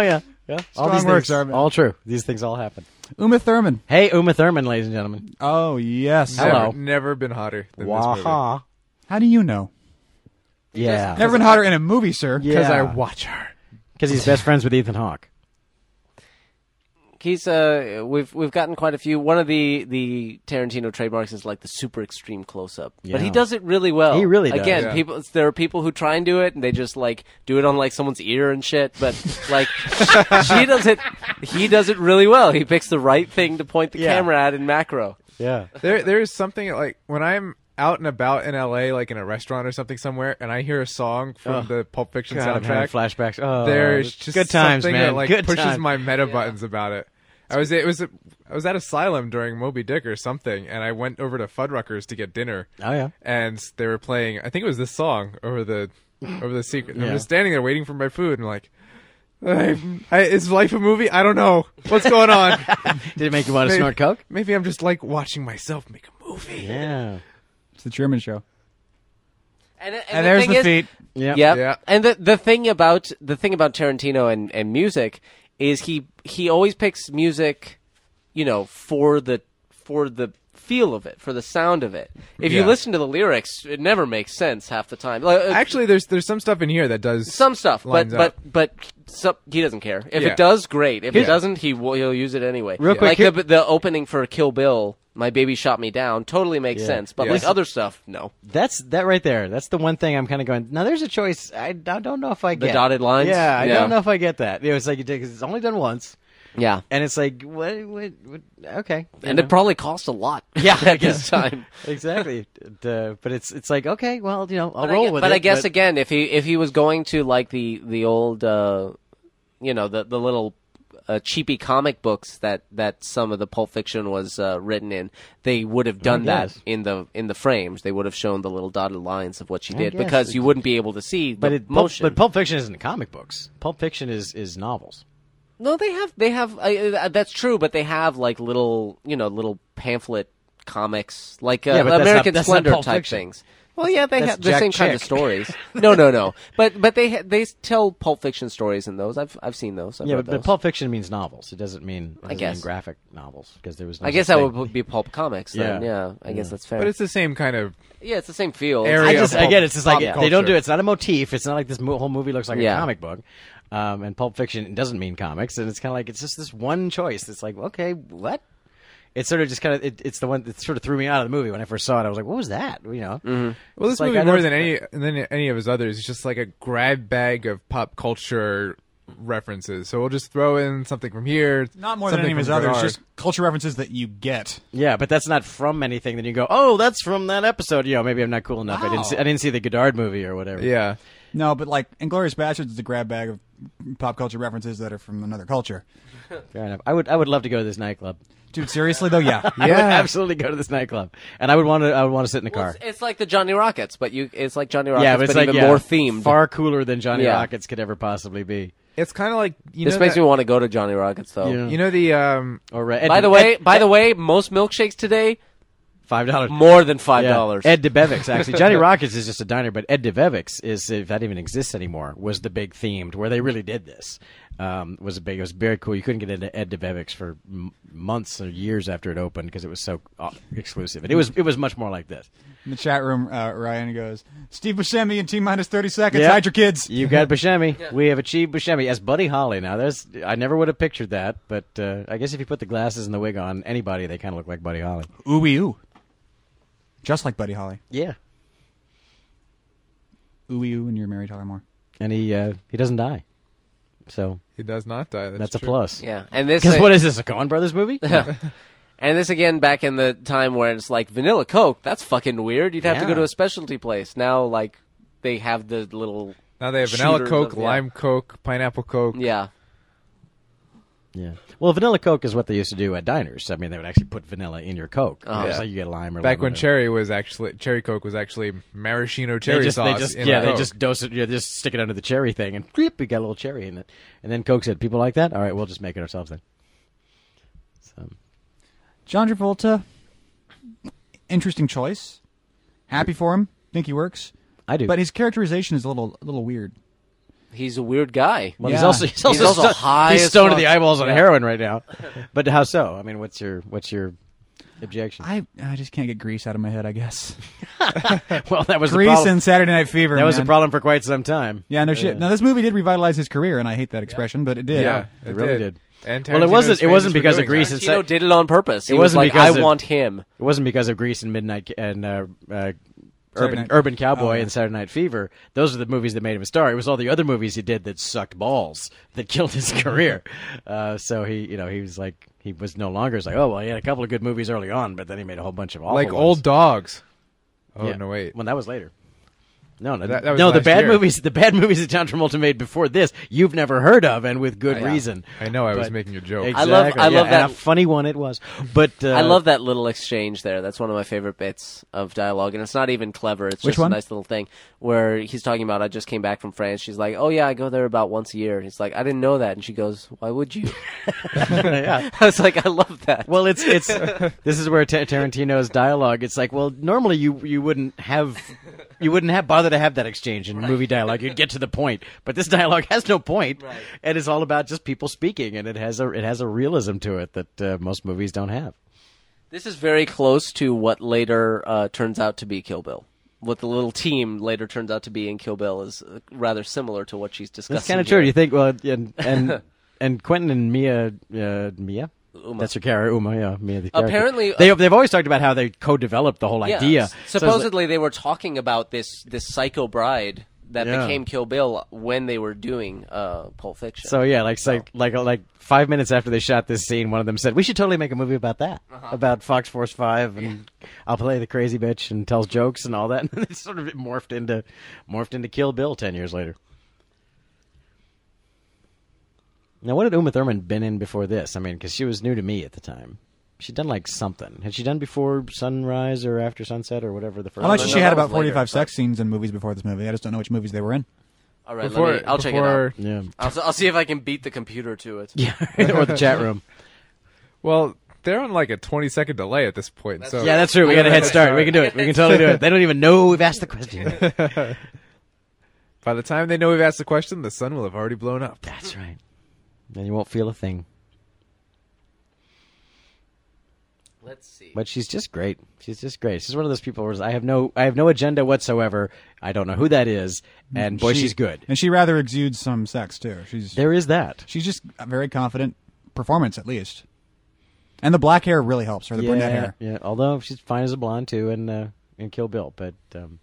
[SPEAKER 5] yeah, yeah. all
[SPEAKER 2] Strong
[SPEAKER 5] these
[SPEAKER 2] works,
[SPEAKER 5] things,
[SPEAKER 2] Armin.
[SPEAKER 5] all true. These things all happen.
[SPEAKER 2] Uma Thurman.
[SPEAKER 5] Hey, Uma Thurman, ladies and gentlemen.
[SPEAKER 2] Oh, yes.
[SPEAKER 5] Hello.
[SPEAKER 4] Never, never been hotter than this movie.
[SPEAKER 5] Waha.
[SPEAKER 2] How do you know?
[SPEAKER 5] Yeah.
[SPEAKER 2] Never been hotter in a movie, sir.
[SPEAKER 4] Because I
[SPEAKER 5] Yeah.
[SPEAKER 4] watch her.
[SPEAKER 5] Because he's best friends with Ethan Hawke.
[SPEAKER 3] He's uh, we've we've gotten quite a few. One of the the Tarantino trademarks is like the super extreme close up, but he
[SPEAKER 5] Yeah.
[SPEAKER 3] does it really well.
[SPEAKER 5] He really does.
[SPEAKER 3] Again,
[SPEAKER 4] Yeah.
[SPEAKER 3] people there are people who try and do it, and they just like do it on like someone's ear and shit. But like she does it, he does it really well. He picks the right thing to point the
[SPEAKER 5] Yeah.
[SPEAKER 3] camera at in macro.
[SPEAKER 5] Yeah.
[SPEAKER 4] There, there is something like when I'm out and about in LA, like in a restaurant or something somewhere, and I hear a song from the Pulp Fiction
[SPEAKER 5] God, I'm having
[SPEAKER 4] soundtrack.
[SPEAKER 5] flashbacks. Oh,
[SPEAKER 4] there's just
[SPEAKER 5] good times,
[SPEAKER 4] something
[SPEAKER 5] man.
[SPEAKER 4] that like
[SPEAKER 5] good
[SPEAKER 4] pushes
[SPEAKER 5] times.
[SPEAKER 4] my meta buttons about it. I was it was I was at Asylum during Moby Dick or something, and I went over to Fuddruckers to get dinner.
[SPEAKER 5] Oh, yeah.
[SPEAKER 4] and they were playing. I think it was this song over the over the secret.
[SPEAKER 5] Yeah.
[SPEAKER 4] I'm just standing there waiting for my food, and like, I, I, is life a movie? I don't know what's going on.
[SPEAKER 5] Did it make you want to
[SPEAKER 4] Maybe-
[SPEAKER 5] snort coke?
[SPEAKER 4] Maybe I'm just like watching myself make a movie.
[SPEAKER 5] Yeah.
[SPEAKER 2] It's the Truman Show.
[SPEAKER 3] And, and,
[SPEAKER 2] And
[SPEAKER 3] the
[SPEAKER 2] there's
[SPEAKER 3] thing
[SPEAKER 2] the
[SPEAKER 3] is,
[SPEAKER 2] feet.
[SPEAKER 5] Yeah.
[SPEAKER 3] Yep.
[SPEAKER 4] Yeah.
[SPEAKER 3] And the the thing about the thing about Tarantino and, and music is he he always picks music, you know, for the for the feel of it, for the sound of it. If you
[SPEAKER 4] Yeah.
[SPEAKER 3] listen to the lyrics, it never makes sense half the time. Like, uh,
[SPEAKER 4] Actually, there's there's some stuff in here that does
[SPEAKER 3] some stuff, but
[SPEAKER 4] lines
[SPEAKER 3] but
[SPEAKER 4] up.
[SPEAKER 3] but some, he doesn't care. If
[SPEAKER 4] Yeah.
[SPEAKER 3] it does, great. If
[SPEAKER 4] Yeah.
[SPEAKER 3] it doesn't, he will he'll use it anyway.
[SPEAKER 5] Real quick,
[SPEAKER 3] like
[SPEAKER 5] here-
[SPEAKER 3] the, the opening for Kill Bill, "My Baby Shot Me Down," totally makes
[SPEAKER 5] Yeah.
[SPEAKER 3] sense. But
[SPEAKER 4] Yeah.
[SPEAKER 3] like other stuff, no.
[SPEAKER 5] That's that right there. That's the one thing I'm kind of going. Now there's a choice. I, I don't know if I get
[SPEAKER 3] dotted lines?
[SPEAKER 5] Yeah, I
[SPEAKER 3] Yeah.
[SPEAKER 5] don't know if I get that. You know, it's like you take. It's only done once,
[SPEAKER 3] Yeah.
[SPEAKER 5] and it's like what? What? what okay. you
[SPEAKER 3] And
[SPEAKER 5] know.
[SPEAKER 3] it probably cost a lot.
[SPEAKER 5] Yeah,
[SPEAKER 3] at this
[SPEAKER 5] yeah.
[SPEAKER 3] time.
[SPEAKER 5] exactly. And, uh, but it's it's like okay, well, you know, I'll
[SPEAKER 3] But I
[SPEAKER 5] roll
[SPEAKER 3] gue-
[SPEAKER 5] with
[SPEAKER 3] but
[SPEAKER 5] it.
[SPEAKER 3] I guess again, if he if he was going to like the the old, uh, you know, the the little uh, cheapy comic books that that some of the Pulp Fiction was uh, written in, they would have done that
[SPEAKER 5] guess.
[SPEAKER 3] in the in the frames. They would have shown the little dotted lines of what she did
[SPEAKER 5] guess.
[SPEAKER 3] because you wouldn't be able to see
[SPEAKER 5] but
[SPEAKER 3] the
[SPEAKER 5] it, Pulp,
[SPEAKER 3] motion.
[SPEAKER 5] but Pulp Fiction isn't comic books. Pulp Fiction is is novels.
[SPEAKER 3] no, they have they have uh, uh, that's true, but they have like little you know little pamphlet comics like uh,
[SPEAKER 5] Yeah, but that's not-
[SPEAKER 3] American
[SPEAKER 5] that's not
[SPEAKER 3] Splendor
[SPEAKER 5] Pulp
[SPEAKER 3] type
[SPEAKER 5] Fiction.
[SPEAKER 3] things. Well, yeah, they
[SPEAKER 5] That's
[SPEAKER 3] have the
[SPEAKER 5] Jack
[SPEAKER 3] same kind of
[SPEAKER 5] Chick.
[SPEAKER 3] stories. No, no, no. But but they ha- they s- tell Pulp Fiction stories in those. I've I've seen those. I've
[SPEAKER 5] Yeah,
[SPEAKER 3] read
[SPEAKER 5] but, but
[SPEAKER 3] those.
[SPEAKER 5] Pulp Fiction means novels. It doesn't mean it doesn't
[SPEAKER 3] guess.
[SPEAKER 5] mean graphic novels because there was. No
[SPEAKER 3] I guess
[SPEAKER 5] such
[SPEAKER 3] that
[SPEAKER 5] thing.
[SPEAKER 3] would be Pulp Comics. Then.
[SPEAKER 5] Yeah.
[SPEAKER 3] Yeah, I guess that's fair.
[SPEAKER 4] but it's the same kind of
[SPEAKER 3] yeah, it's the same feel.
[SPEAKER 4] Area.
[SPEAKER 5] I
[SPEAKER 4] Yeah,
[SPEAKER 5] just
[SPEAKER 4] pulp-
[SPEAKER 5] again, it's just like
[SPEAKER 4] pop
[SPEAKER 5] they don't do
[SPEAKER 4] culture.
[SPEAKER 5] it. It's not a motif. It's not like this mo- whole movie looks like
[SPEAKER 3] Yeah.
[SPEAKER 5] a comic book. Um, and Pulp Fiction doesn't mean comics, and it's kind of like it's just this one choice. It's like okay, what? It's sort of just kind of it, it's the one that sort of threw me out of the movie when I first saw it. I was like, what was that? You know.
[SPEAKER 3] Mm-hmm.
[SPEAKER 4] Well, this
[SPEAKER 5] It's like, I
[SPEAKER 4] movie more
[SPEAKER 5] don't-
[SPEAKER 4] than any than any of his others is just like a grab bag of pop culture references. So we'll just throw in something from here,
[SPEAKER 2] Not more than
[SPEAKER 4] something
[SPEAKER 2] any of
[SPEAKER 4] from
[SPEAKER 2] his others,
[SPEAKER 4] Gerard.
[SPEAKER 2] just culture references that you get.
[SPEAKER 5] Yeah, but that's not from anything. Then you go, oh, that's from that episode. You know, maybe I'm not cool enough. I didn't see, I didn't see the Godard movie or whatever.
[SPEAKER 4] yeah.
[SPEAKER 2] No, but like Inglorious Bastards is a grab bag of pop culture references that are from another culture.
[SPEAKER 5] fair enough. I would I would love to go to this nightclub.
[SPEAKER 2] Dude, seriously though, yeah.
[SPEAKER 5] I would absolutely go to this nightclub, and I would want to. I would want to sit in the
[SPEAKER 3] Well,
[SPEAKER 5] car.
[SPEAKER 3] it's, it's like the Johnny Rockets, but you it's like Johnny Rockets,
[SPEAKER 5] yeah, but it's like
[SPEAKER 3] even
[SPEAKER 5] yeah,
[SPEAKER 3] more themed.
[SPEAKER 5] far cooler than Johnny
[SPEAKER 3] Yeah.
[SPEAKER 5] Rockets could ever possibly be.
[SPEAKER 4] It's kind of like you
[SPEAKER 3] this
[SPEAKER 4] know
[SPEAKER 3] makes
[SPEAKER 4] that-
[SPEAKER 3] me want to go to Johnny Rockets though.
[SPEAKER 5] Yeah.
[SPEAKER 4] you know the um
[SPEAKER 5] Or
[SPEAKER 3] By the way, by the way, most milkshakes today
[SPEAKER 5] Five dollars.
[SPEAKER 3] More than five dollars.
[SPEAKER 5] Yeah. Ed DeBevick's actually Johnny Rockets is just a diner, but Ed DeBevick's is if that even exists anymore was the big themed where they really did this. Um, was a big. It was very cool. You couldn't get into Ed DeBevick's for m- months or years after it opened because it was so uh, exclusive. And it was it was much more like this.
[SPEAKER 2] In the chat room, uh, Ryan goes, Steve Buscemi in T minus 30 seconds.
[SPEAKER 5] Yeah.
[SPEAKER 2] Hide your kids.
[SPEAKER 5] You got Buscemi. We have achieved Buscemi as Buddy Holly. Now there's I never would have pictured that, but uh, I guess if you put the glasses and the wig on anybody, they kind of look like Buddy Holly.
[SPEAKER 2] Ooey ooh. Just like Buddy Holly.
[SPEAKER 5] Yeah,
[SPEAKER 2] Ooey ooh, and you're Mary Tyler Moore.
[SPEAKER 5] and he uh, he doesn't die, so
[SPEAKER 4] He does not die. That's,
[SPEAKER 5] that's, a
[SPEAKER 4] true.
[SPEAKER 5] plus.
[SPEAKER 3] yeah, and this
[SPEAKER 5] Because what is this, a Coen Brothers movie?
[SPEAKER 3] and this again back in the time where it's like vanilla Coke. That's fucking weird. You'd have to
[SPEAKER 5] Yeah.
[SPEAKER 3] go to a specialty place now. Like they have the little
[SPEAKER 4] Now they have vanilla
[SPEAKER 3] shooters
[SPEAKER 4] Coke,
[SPEAKER 3] of- yeah.
[SPEAKER 4] lime Coke, pineapple Coke.
[SPEAKER 3] Yeah,
[SPEAKER 5] yeah. Well, vanilla Coke is what they used to do at diners. I mean, they would actually put vanilla in your Coke.
[SPEAKER 3] Oh.
[SPEAKER 5] Just
[SPEAKER 4] Yeah.
[SPEAKER 5] like you get lime or
[SPEAKER 4] Back
[SPEAKER 5] lemon
[SPEAKER 4] when
[SPEAKER 5] or-
[SPEAKER 4] cherry was actually cherry Coke was actually maraschino
[SPEAKER 5] They
[SPEAKER 4] cherry
[SPEAKER 5] just,
[SPEAKER 4] sauce.
[SPEAKER 5] they just,
[SPEAKER 4] in
[SPEAKER 5] yeah,
[SPEAKER 4] a
[SPEAKER 5] they
[SPEAKER 4] Coke.
[SPEAKER 5] just dose it. Yeah, just stick it under the cherry thing, and creep, you got a little cherry in it. And then Coke said, "People like that. All right, we'll just make it ourselves then." So,
[SPEAKER 2] John Travolta, interesting choice. Happy for him. Think he works.
[SPEAKER 5] I do.
[SPEAKER 2] But his characterization is a little, a little weird.
[SPEAKER 3] he's a weird guy.
[SPEAKER 5] Well, he's
[SPEAKER 2] Yeah.
[SPEAKER 5] also he's also,
[SPEAKER 3] also
[SPEAKER 5] sto-
[SPEAKER 3] high
[SPEAKER 5] He's
[SPEAKER 3] as
[SPEAKER 5] stoned to
[SPEAKER 3] fuck.
[SPEAKER 5] the eyeballs on
[SPEAKER 3] Yeah.
[SPEAKER 5] heroin right now. But how so? I mean, what's your what's your objection?
[SPEAKER 2] I, I just can't get Grease out of my head. I guess
[SPEAKER 5] well, that was the
[SPEAKER 2] Grease
[SPEAKER 5] problem.
[SPEAKER 2] and Saturday Night Fever.
[SPEAKER 5] that was a
[SPEAKER 2] man.
[SPEAKER 5] problem for quite some time.
[SPEAKER 2] Yeah, no shit. Now this movie did revitalize his career, and I hate that expression, but it
[SPEAKER 4] yeah,
[SPEAKER 2] did.
[SPEAKER 5] It really did.
[SPEAKER 4] And
[SPEAKER 5] Well, it wasn't-
[SPEAKER 4] Tarantino's
[SPEAKER 5] it
[SPEAKER 4] famous for
[SPEAKER 5] wasn't because of
[SPEAKER 4] doing that.
[SPEAKER 5] Grease, it's-
[SPEAKER 3] Tino did it on purpose. He
[SPEAKER 5] It
[SPEAKER 3] was
[SPEAKER 5] wasn't
[SPEAKER 3] like,
[SPEAKER 5] because
[SPEAKER 3] I
[SPEAKER 5] of-
[SPEAKER 3] want him.
[SPEAKER 5] It wasn't because of Grease and Midnight Ca- and uh, uh, Urban
[SPEAKER 2] Night-
[SPEAKER 5] Urban Cowboy
[SPEAKER 2] Oh, yeah.
[SPEAKER 5] and Saturday Night Fever. Those are the movies that made him a star. It was all the other movies he did that sucked balls that killed his
[SPEAKER 4] Mm-hmm.
[SPEAKER 5] career. Uh, so he, you know, he was like he was no longer it's like oh well he had a couple of good movies early on, but then he made a whole bunch of awful
[SPEAKER 4] like
[SPEAKER 5] ones.
[SPEAKER 4] old dogs. Oh
[SPEAKER 5] Yeah.
[SPEAKER 4] no, wait.
[SPEAKER 5] Well, that was later. No, no,
[SPEAKER 4] That- that was
[SPEAKER 5] no. The
[SPEAKER 4] last
[SPEAKER 5] bad
[SPEAKER 4] year.
[SPEAKER 5] movies, the bad movies that John Travolta made before this, you've never heard of, and with good reason.
[SPEAKER 4] I know, I was
[SPEAKER 5] But-
[SPEAKER 4] making a joke.
[SPEAKER 5] Exactly.
[SPEAKER 3] love- I
[SPEAKER 5] yeah,
[SPEAKER 3] love that-
[SPEAKER 5] And a funny one it was, but uh,
[SPEAKER 3] I love that little exchange there. That's one of my favorite bits of dialogue, and it's not even clever. It's
[SPEAKER 2] Which
[SPEAKER 3] just
[SPEAKER 2] one?
[SPEAKER 3] a nice little thing where he's talking about I just came back from France. She's like, "Oh yeah, I go there about once a year." He's like, "I didn't know that," and she goes, "Why would you?"
[SPEAKER 5] uh, yeah.
[SPEAKER 3] I was like, "I love that."
[SPEAKER 5] Well, it's it's this is where Ta- Tarantino's dialogue. It's like, well, normally you you wouldn't have you wouldn't have bother to have that exchange in movie dialogue. You'd get to the point, but this dialogue has no point, and it's all about just people speaking, and it has a it has a realism to it that uh, most movies don't have.
[SPEAKER 3] This is very close to what later uh, turns out to be Kill Bill. What the little team later turns out to be in Kill Bill is uh, rather similar to what she's discussing.
[SPEAKER 5] That's kind of true.
[SPEAKER 3] here.
[SPEAKER 5] You think well, and and and Quentin and Mia, uh, Mia. That's her character, Uma. Yeah, Mia. The character.
[SPEAKER 3] Apparently, uh,
[SPEAKER 5] they they've always talked about how they co-developed the whole idea.
[SPEAKER 3] s-
[SPEAKER 5] So it's like-
[SPEAKER 3] supposedly, they were talking about this this psycho bride that
[SPEAKER 5] Yeah.
[SPEAKER 3] became Kill Bill when they were doing uh, Pulp Fiction.
[SPEAKER 5] So yeah, like like like like five minutes after they shot this scene, one of them said, "We should totally make a movie about that, about Fox Force Five, and I'll play the crazy bitch and tells jokes and all that." And it sort of morphed into morphed into Kill Bill ten years later. Now, what had Uma Thurman been in before this? I mean, because she was new to me at the time. She'd done like something. Had she done before Sunrise or After Sunset or whatever the first?
[SPEAKER 2] How much
[SPEAKER 3] no,
[SPEAKER 2] she
[SPEAKER 3] that
[SPEAKER 2] had
[SPEAKER 3] was
[SPEAKER 2] about forty
[SPEAKER 3] later.
[SPEAKER 2] five sex scenes in movies before this movie. I just don't know which movies they were in.
[SPEAKER 3] All right,
[SPEAKER 4] Before-
[SPEAKER 3] let me, I'll check it
[SPEAKER 4] before-
[SPEAKER 3] out.
[SPEAKER 5] Yeah,
[SPEAKER 3] I'll, s- I'll see if I can beat the computer to it.
[SPEAKER 5] yeah, or the chat room.
[SPEAKER 4] Well, they're on like a 20 second delay at this point. so
[SPEAKER 5] Yeah, that's true. We got a head start. We can do it. We can totally do it. They don't even know we've asked the question.
[SPEAKER 4] by the time they know we've asked the question, the sun will have already blown up.
[SPEAKER 5] That's right. Then you won't feel a thing.
[SPEAKER 3] Let's see.
[SPEAKER 5] But she's just great. She's just great. She's one of those people where I have no I have no agenda whatsoever. I don't know who that is, and boy,
[SPEAKER 2] She-
[SPEAKER 5] she's good.
[SPEAKER 2] and she rather exudes some sex too. She's
[SPEAKER 5] There is that.
[SPEAKER 2] she's just a very confident performance, at least. And the black hair really helps, or the brunette hair.
[SPEAKER 5] yeah. Although she's fine as a blonde too, and uh, and Kill Bill. But um,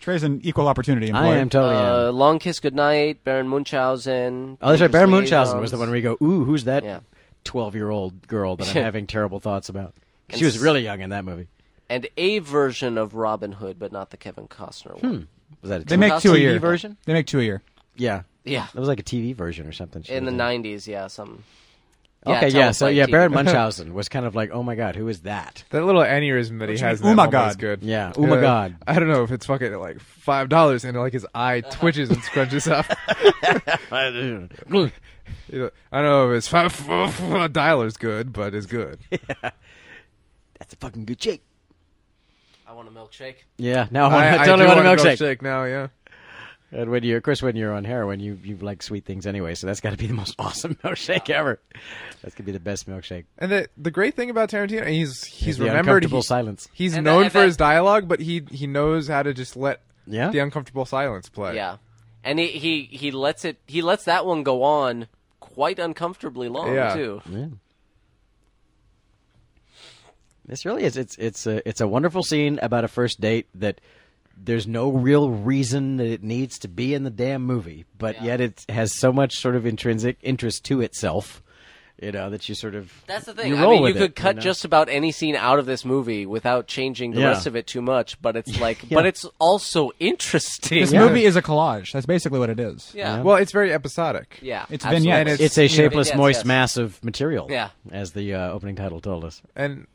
[SPEAKER 2] Trey's an equal opportunity employee.
[SPEAKER 5] I am totally.
[SPEAKER 3] uh,
[SPEAKER 5] am.
[SPEAKER 3] Long Kiss Goodnight, Baron Munchausen.
[SPEAKER 5] Oh, that's right.
[SPEAKER 3] Dangerous
[SPEAKER 5] Baron Munchausen was the
[SPEAKER 3] Liaisons.
[SPEAKER 5] one where you go, ooh, who's
[SPEAKER 3] Yeah.
[SPEAKER 5] that twelve year old girl that I'm having terrible thoughts about? She
[SPEAKER 3] And
[SPEAKER 5] was
[SPEAKER 3] s-
[SPEAKER 5] really young in that movie.
[SPEAKER 3] And a version of Robin Hood, but not the Kevin Costner
[SPEAKER 5] Hmm.
[SPEAKER 3] one.
[SPEAKER 5] Was that a
[SPEAKER 2] They make two a
[SPEAKER 5] TV
[SPEAKER 2] year.
[SPEAKER 5] version?
[SPEAKER 2] They make two a year.
[SPEAKER 5] Yeah,
[SPEAKER 3] Yeah.
[SPEAKER 5] that was like a TV version or something. She
[SPEAKER 3] In the
[SPEAKER 5] was in.
[SPEAKER 3] 90s, yeah, some.
[SPEAKER 5] Okay, yeah. So
[SPEAKER 3] Teleflake
[SPEAKER 5] yeah,
[SPEAKER 3] TV.
[SPEAKER 5] Baron Munchausen was kind of like, oh my god, who is that?
[SPEAKER 4] That little aneurysm that he has.
[SPEAKER 2] mean?
[SPEAKER 4] in
[SPEAKER 2] Oh my
[SPEAKER 4] that moment is
[SPEAKER 2] God.
[SPEAKER 4] Good.
[SPEAKER 5] Yeah, oh my God.
[SPEAKER 4] I don't know if it's fucking like five dollars and like his eye twitches and scrunches up.
[SPEAKER 5] yeah,
[SPEAKER 4] You know, I don't know if it's five, dollars good, but it's good.
[SPEAKER 5] that's a fucking good chick.
[SPEAKER 3] want a milkshake.
[SPEAKER 5] Yeah, now I, want,
[SPEAKER 4] I,
[SPEAKER 5] I
[SPEAKER 4] I
[SPEAKER 5] totally
[SPEAKER 4] do
[SPEAKER 5] want a
[SPEAKER 4] want
[SPEAKER 5] milkshake.
[SPEAKER 4] now. Yeah.
[SPEAKER 5] And when you, of course, when you're on heroin, you you like sweet things anyway. So that's got to be the most awesome milkshake ever. That's gonna be the best milkshake.
[SPEAKER 4] And the the great thing about Tarantino, he's he's
[SPEAKER 5] the
[SPEAKER 4] remembered
[SPEAKER 5] uncomfortable
[SPEAKER 4] he-
[SPEAKER 5] silence.
[SPEAKER 4] He's
[SPEAKER 3] And
[SPEAKER 4] known
[SPEAKER 3] that-
[SPEAKER 4] for
[SPEAKER 3] that-
[SPEAKER 4] his dialogue, but he he knows how to just let
[SPEAKER 5] Yeah.
[SPEAKER 4] the uncomfortable silence play.
[SPEAKER 3] Yeah, and he, he he lets it he lets that one go on quite uncomfortably long
[SPEAKER 4] Yeah.
[SPEAKER 3] too.
[SPEAKER 5] Yeah. This really is. It's it's a it's a wonderful scene about a first date that there's no real reason that it needs to be in the damn movie, but yet it has so much sort of intrinsic interest to itself, you know, that you sort of
[SPEAKER 3] That's the thing.
[SPEAKER 5] You
[SPEAKER 3] I
[SPEAKER 5] roll
[SPEAKER 3] mean, you
[SPEAKER 5] with
[SPEAKER 3] could
[SPEAKER 5] it,
[SPEAKER 3] cut
[SPEAKER 5] know?
[SPEAKER 3] just about any scene out of this movie without changing the
[SPEAKER 5] Yeah.
[SPEAKER 3] rest of it too much, but it's like, but it's also interesting.
[SPEAKER 2] This movie is a collage. That's basically what it is.
[SPEAKER 3] yeah,
[SPEAKER 4] Well, it's very episodic.
[SPEAKER 3] yeah,
[SPEAKER 2] It's
[SPEAKER 3] absolutely.
[SPEAKER 2] vignettes.
[SPEAKER 4] And
[SPEAKER 5] It's a shapeless,
[SPEAKER 3] Yes,
[SPEAKER 5] moist
[SPEAKER 3] yes.
[SPEAKER 5] mass of material.
[SPEAKER 3] Yeah.
[SPEAKER 5] as the uh, opening title told us.
[SPEAKER 4] And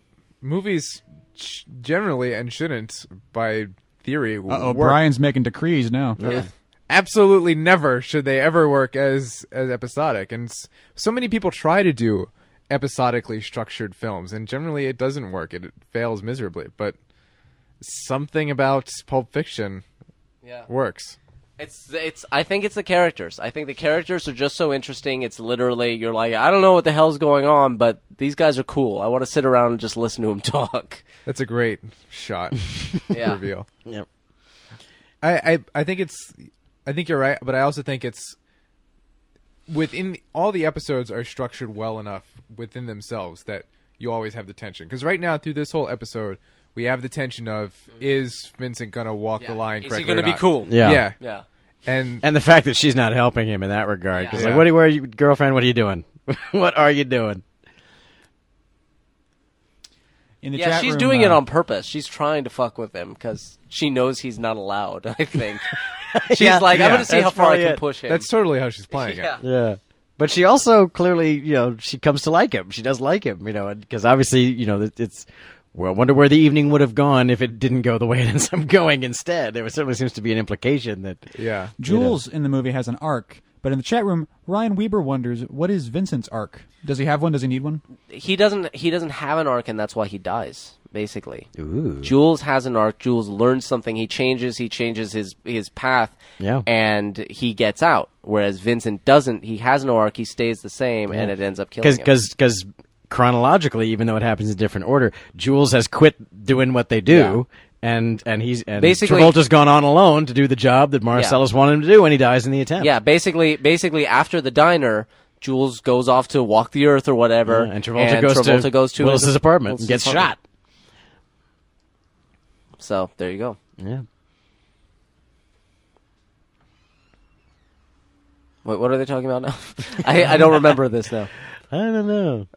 [SPEAKER 4] movies sh- generally and shouldn't by theory
[SPEAKER 2] Uh oh,
[SPEAKER 4] work.
[SPEAKER 2] Brian's making decrees now.
[SPEAKER 3] Yeah.
[SPEAKER 4] absolutely never should they ever work as as episodic and s- so many people try to do episodically structured films and generally it doesn't work it, it fails miserably but something about pulp fiction
[SPEAKER 3] Yeah.
[SPEAKER 4] works
[SPEAKER 3] It's it's. I think it's the characters. I think the characters are just so interesting. It's literally you're like, I don't know what the hell's going on, but these guys are cool. I want to sit around and just listen to them talk.
[SPEAKER 4] that's a great shot
[SPEAKER 3] Yeah.
[SPEAKER 4] reveal
[SPEAKER 5] Yep.
[SPEAKER 4] I, I I think it's I think you're right, but I also think it's within all the episodes are structured well enough within themselves that you always have the tension. Because right now, through this whole episode, we have the tension of is Vincent gonna walk the line
[SPEAKER 3] Is
[SPEAKER 4] correctly?
[SPEAKER 3] he gonna
[SPEAKER 4] or
[SPEAKER 3] be
[SPEAKER 4] not?
[SPEAKER 3] cool?
[SPEAKER 5] Yeah.
[SPEAKER 4] yeah,
[SPEAKER 3] Yeah.
[SPEAKER 4] and
[SPEAKER 5] And the fact that she's not helping him in that regard, because
[SPEAKER 4] Yeah.
[SPEAKER 5] like, what are, where are you, girlfriend? What are you doing? what are you doing?
[SPEAKER 2] In the
[SPEAKER 3] yeah,
[SPEAKER 2] chat
[SPEAKER 3] she's
[SPEAKER 2] room,
[SPEAKER 3] doing
[SPEAKER 2] uh,
[SPEAKER 3] it on purpose. She's trying to fuck with him because she knows he's not allowed. I think she's
[SPEAKER 5] Yeah.
[SPEAKER 3] like, I'm
[SPEAKER 4] Yeah.
[SPEAKER 3] gonna see how
[SPEAKER 5] That's
[SPEAKER 3] far I
[SPEAKER 5] probably
[SPEAKER 3] can
[SPEAKER 5] it.
[SPEAKER 3] push him.
[SPEAKER 4] that's totally how she's playing
[SPEAKER 3] yeah.
[SPEAKER 4] it.
[SPEAKER 5] Yeah. But she also clearly, you know, she comes to like him. She does like him, you know, because obviously, you know, it- it's. Well, I wonder where the evening would have gone if it didn't go the way it ends up going instead. There certainly seems to be an implication that.
[SPEAKER 4] Yeah,
[SPEAKER 2] Jules in the movie has an arc, but in the chat room, Ryan Weber wonders what is Vincent's arc. Does he have one? Does he need one?
[SPEAKER 3] He doesn't. He doesn't have an arc, and that's why he dies. Basically,
[SPEAKER 5] Ooh.
[SPEAKER 3] Jules has an arc. Jules learns something. He changes. He changes his his path.
[SPEAKER 5] Yeah.
[SPEAKER 3] and he gets out. Whereas Vincent doesn't. He has no arc. He stays the same, and it ends up killing him.
[SPEAKER 5] Because because chronologically, even though it happens in different order, Jules has quit doing what they do, and and he's and
[SPEAKER 3] Basically-
[SPEAKER 5] Travolta's gone on alone to do the job that Marcellus wanted him to do, and he dies in the attempt.
[SPEAKER 3] yeah, basically, basically after the diner. Jules goes off to walk the earth or whatever,
[SPEAKER 5] and Travolta goes to
[SPEAKER 3] goes to
[SPEAKER 5] Willis's
[SPEAKER 3] his-
[SPEAKER 5] apartment
[SPEAKER 3] Willis's
[SPEAKER 5] and gets
[SPEAKER 3] apartment.
[SPEAKER 5] shot.
[SPEAKER 3] So there you go.
[SPEAKER 5] Yeah.
[SPEAKER 3] Wait, what are they talking about now? I, I don't remember this now.
[SPEAKER 5] I don't know.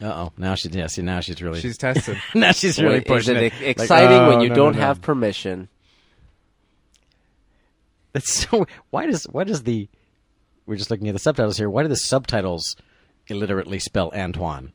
[SPEAKER 5] uh oh! Now she's yeah. See, now she's really
[SPEAKER 4] she's tested.
[SPEAKER 5] now she's really
[SPEAKER 3] Wait, is
[SPEAKER 5] pushing
[SPEAKER 3] it
[SPEAKER 5] it.
[SPEAKER 3] ex-
[SPEAKER 5] Like,
[SPEAKER 3] exciting
[SPEAKER 5] oh,
[SPEAKER 3] when you
[SPEAKER 5] no,
[SPEAKER 3] don't
[SPEAKER 5] no, no.
[SPEAKER 3] have permission?
[SPEAKER 5] That's so. Why does why does the we're just looking at the subtitles here. Why do the subtitles illiterately spell Antoine?